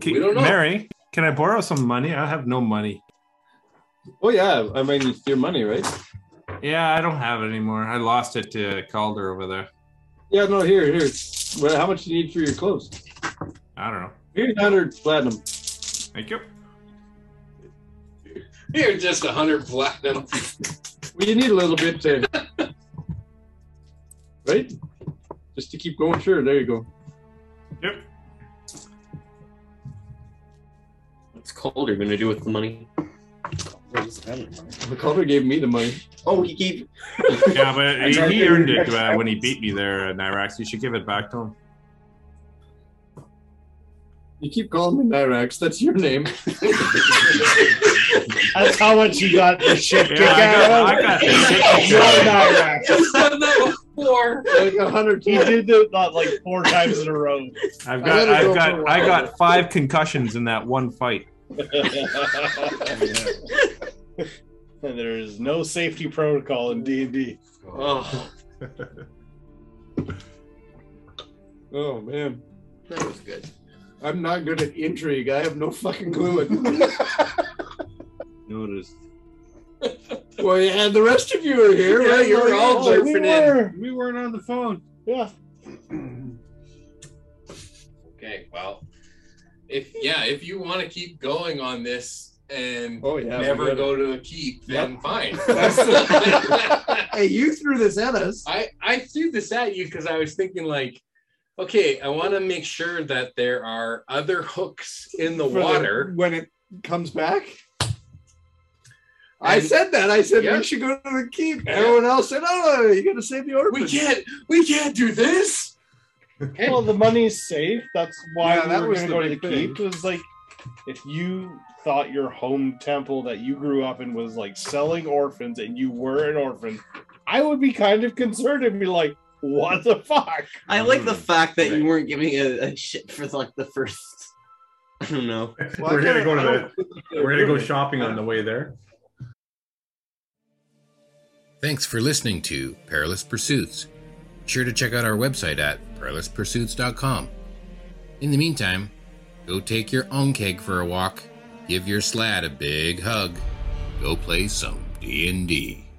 [SPEAKER 4] can-
[SPEAKER 10] we don't know.
[SPEAKER 4] Mary, can I borrow some money? I have no money.
[SPEAKER 12] Oh yeah, I mean your money, right?
[SPEAKER 4] Yeah, I don't have it anymore. I lost it to Calder over there.
[SPEAKER 12] Yeah, no, here, here. Well, how much do you need for your clothes?
[SPEAKER 4] I don't know.
[SPEAKER 12] Here's hundred platinum.
[SPEAKER 4] Thank you.
[SPEAKER 10] You're just a hundred platinum.
[SPEAKER 12] Well, you need a little bit to, right? Just to keep going. Sure, there you go.
[SPEAKER 9] What's Calder gonna do with the money?
[SPEAKER 12] The color gave me the money.
[SPEAKER 9] Oh, he gave.
[SPEAKER 4] Yeah, but
[SPEAKER 9] I tried
[SPEAKER 4] he, he
[SPEAKER 9] to-
[SPEAKER 4] earned it uh, when he beat me there, uh, Nyrax. You should give it back to him.
[SPEAKER 12] You keep calling me Nyrax. That's your name.
[SPEAKER 7] That's how much you got the shit
[SPEAKER 4] Yeah,
[SPEAKER 7] kicked out
[SPEAKER 4] I got, I got this shit.
[SPEAKER 7] of. You're Nyrax.
[SPEAKER 10] Just done that before.
[SPEAKER 12] Like a hundred.
[SPEAKER 7] He did that not like four times in a row.
[SPEAKER 4] I've
[SPEAKER 12] I
[SPEAKER 4] got,
[SPEAKER 12] gotta go
[SPEAKER 4] I've
[SPEAKER 12] for a
[SPEAKER 4] got,
[SPEAKER 12] while.
[SPEAKER 4] I got five concussions in that one fight.
[SPEAKER 7] there is no safety protocol in D and D.
[SPEAKER 9] Oh,
[SPEAKER 12] Oh man,
[SPEAKER 9] that was good.
[SPEAKER 12] I'm not good at intrigue. I have no fucking clue. What...
[SPEAKER 5] Noticed.
[SPEAKER 12] well, yeah, and the rest of you are here,
[SPEAKER 10] Yeah,
[SPEAKER 12] right?
[SPEAKER 10] you're all
[SPEAKER 7] Oh,
[SPEAKER 12] like,
[SPEAKER 10] surfing in.
[SPEAKER 5] We weren't on the phone.
[SPEAKER 7] Yeah.
[SPEAKER 10] Okay, well, if yeah, if you want to keep going on this and
[SPEAKER 12] Oh yeah. we
[SPEAKER 10] never
[SPEAKER 12] gotta-
[SPEAKER 10] go to the keep, then fine.
[SPEAKER 12] That's the- hey, you threw this at us.
[SPEAKER 10] I I threw this at you because I was thinking like, okay, I want to make sure that there are other hooks in the
[SPEAKER 12] for the-
[SPEAKER 10] water.
[SPEAKER 12] when it comes back. I
[SPEAKER 10] And-
[SPEAKER 12] said that. I said
[SPEAKER 10] Yeah.
[SPEAKER 12] we should go to the keep.
[SPEAKER 10] Yeah.
[SPEAKER 12] Everyone else said, "Oh, you got to save the orphan."
[SPEAKER 10] We can't we can't do this.
[SPEAKER 7] Well, the money's safe. That's why
[SPEAKER 12] Yeah,
[SPEAKER 7] we
[SPEAKER 12] that
[SPEAKER 7] were
[SPEAKER 12] was
[SPEAKER 7] going
[SPEAKER 12] the
[SPEAKER 7] to go to the
[SPEAKER 12] big thing.
[SPEAKER 7] keep. Was like, if you thought your home temple that you grew up in was like selling orphans, and you were an orphan, I would be kind of concerned and be like, "What the fuck?"
[SPEAKER 9] I like the fact that you weren't giving a, a shit for like the first. I don't know.
[SPEAKER 12] Well, I
[SPEAKER 4] we're
[SPEAKER 12] kinda-
[SPEAKER 4] gonna go
[SPEAKER 12] I
[SPEAKER 4] to
[SPEAKER 12] don't-
[SPEAKER 4] the, we're gonna go shopping on the way there.
[SPEAKER 3] Thanks for listening to Perilous Pursuits. Be sure to check out our website at perilouspursuits.com. In the meantime, go take your own keg for a walk, give your slad a big hug, go play some D&D.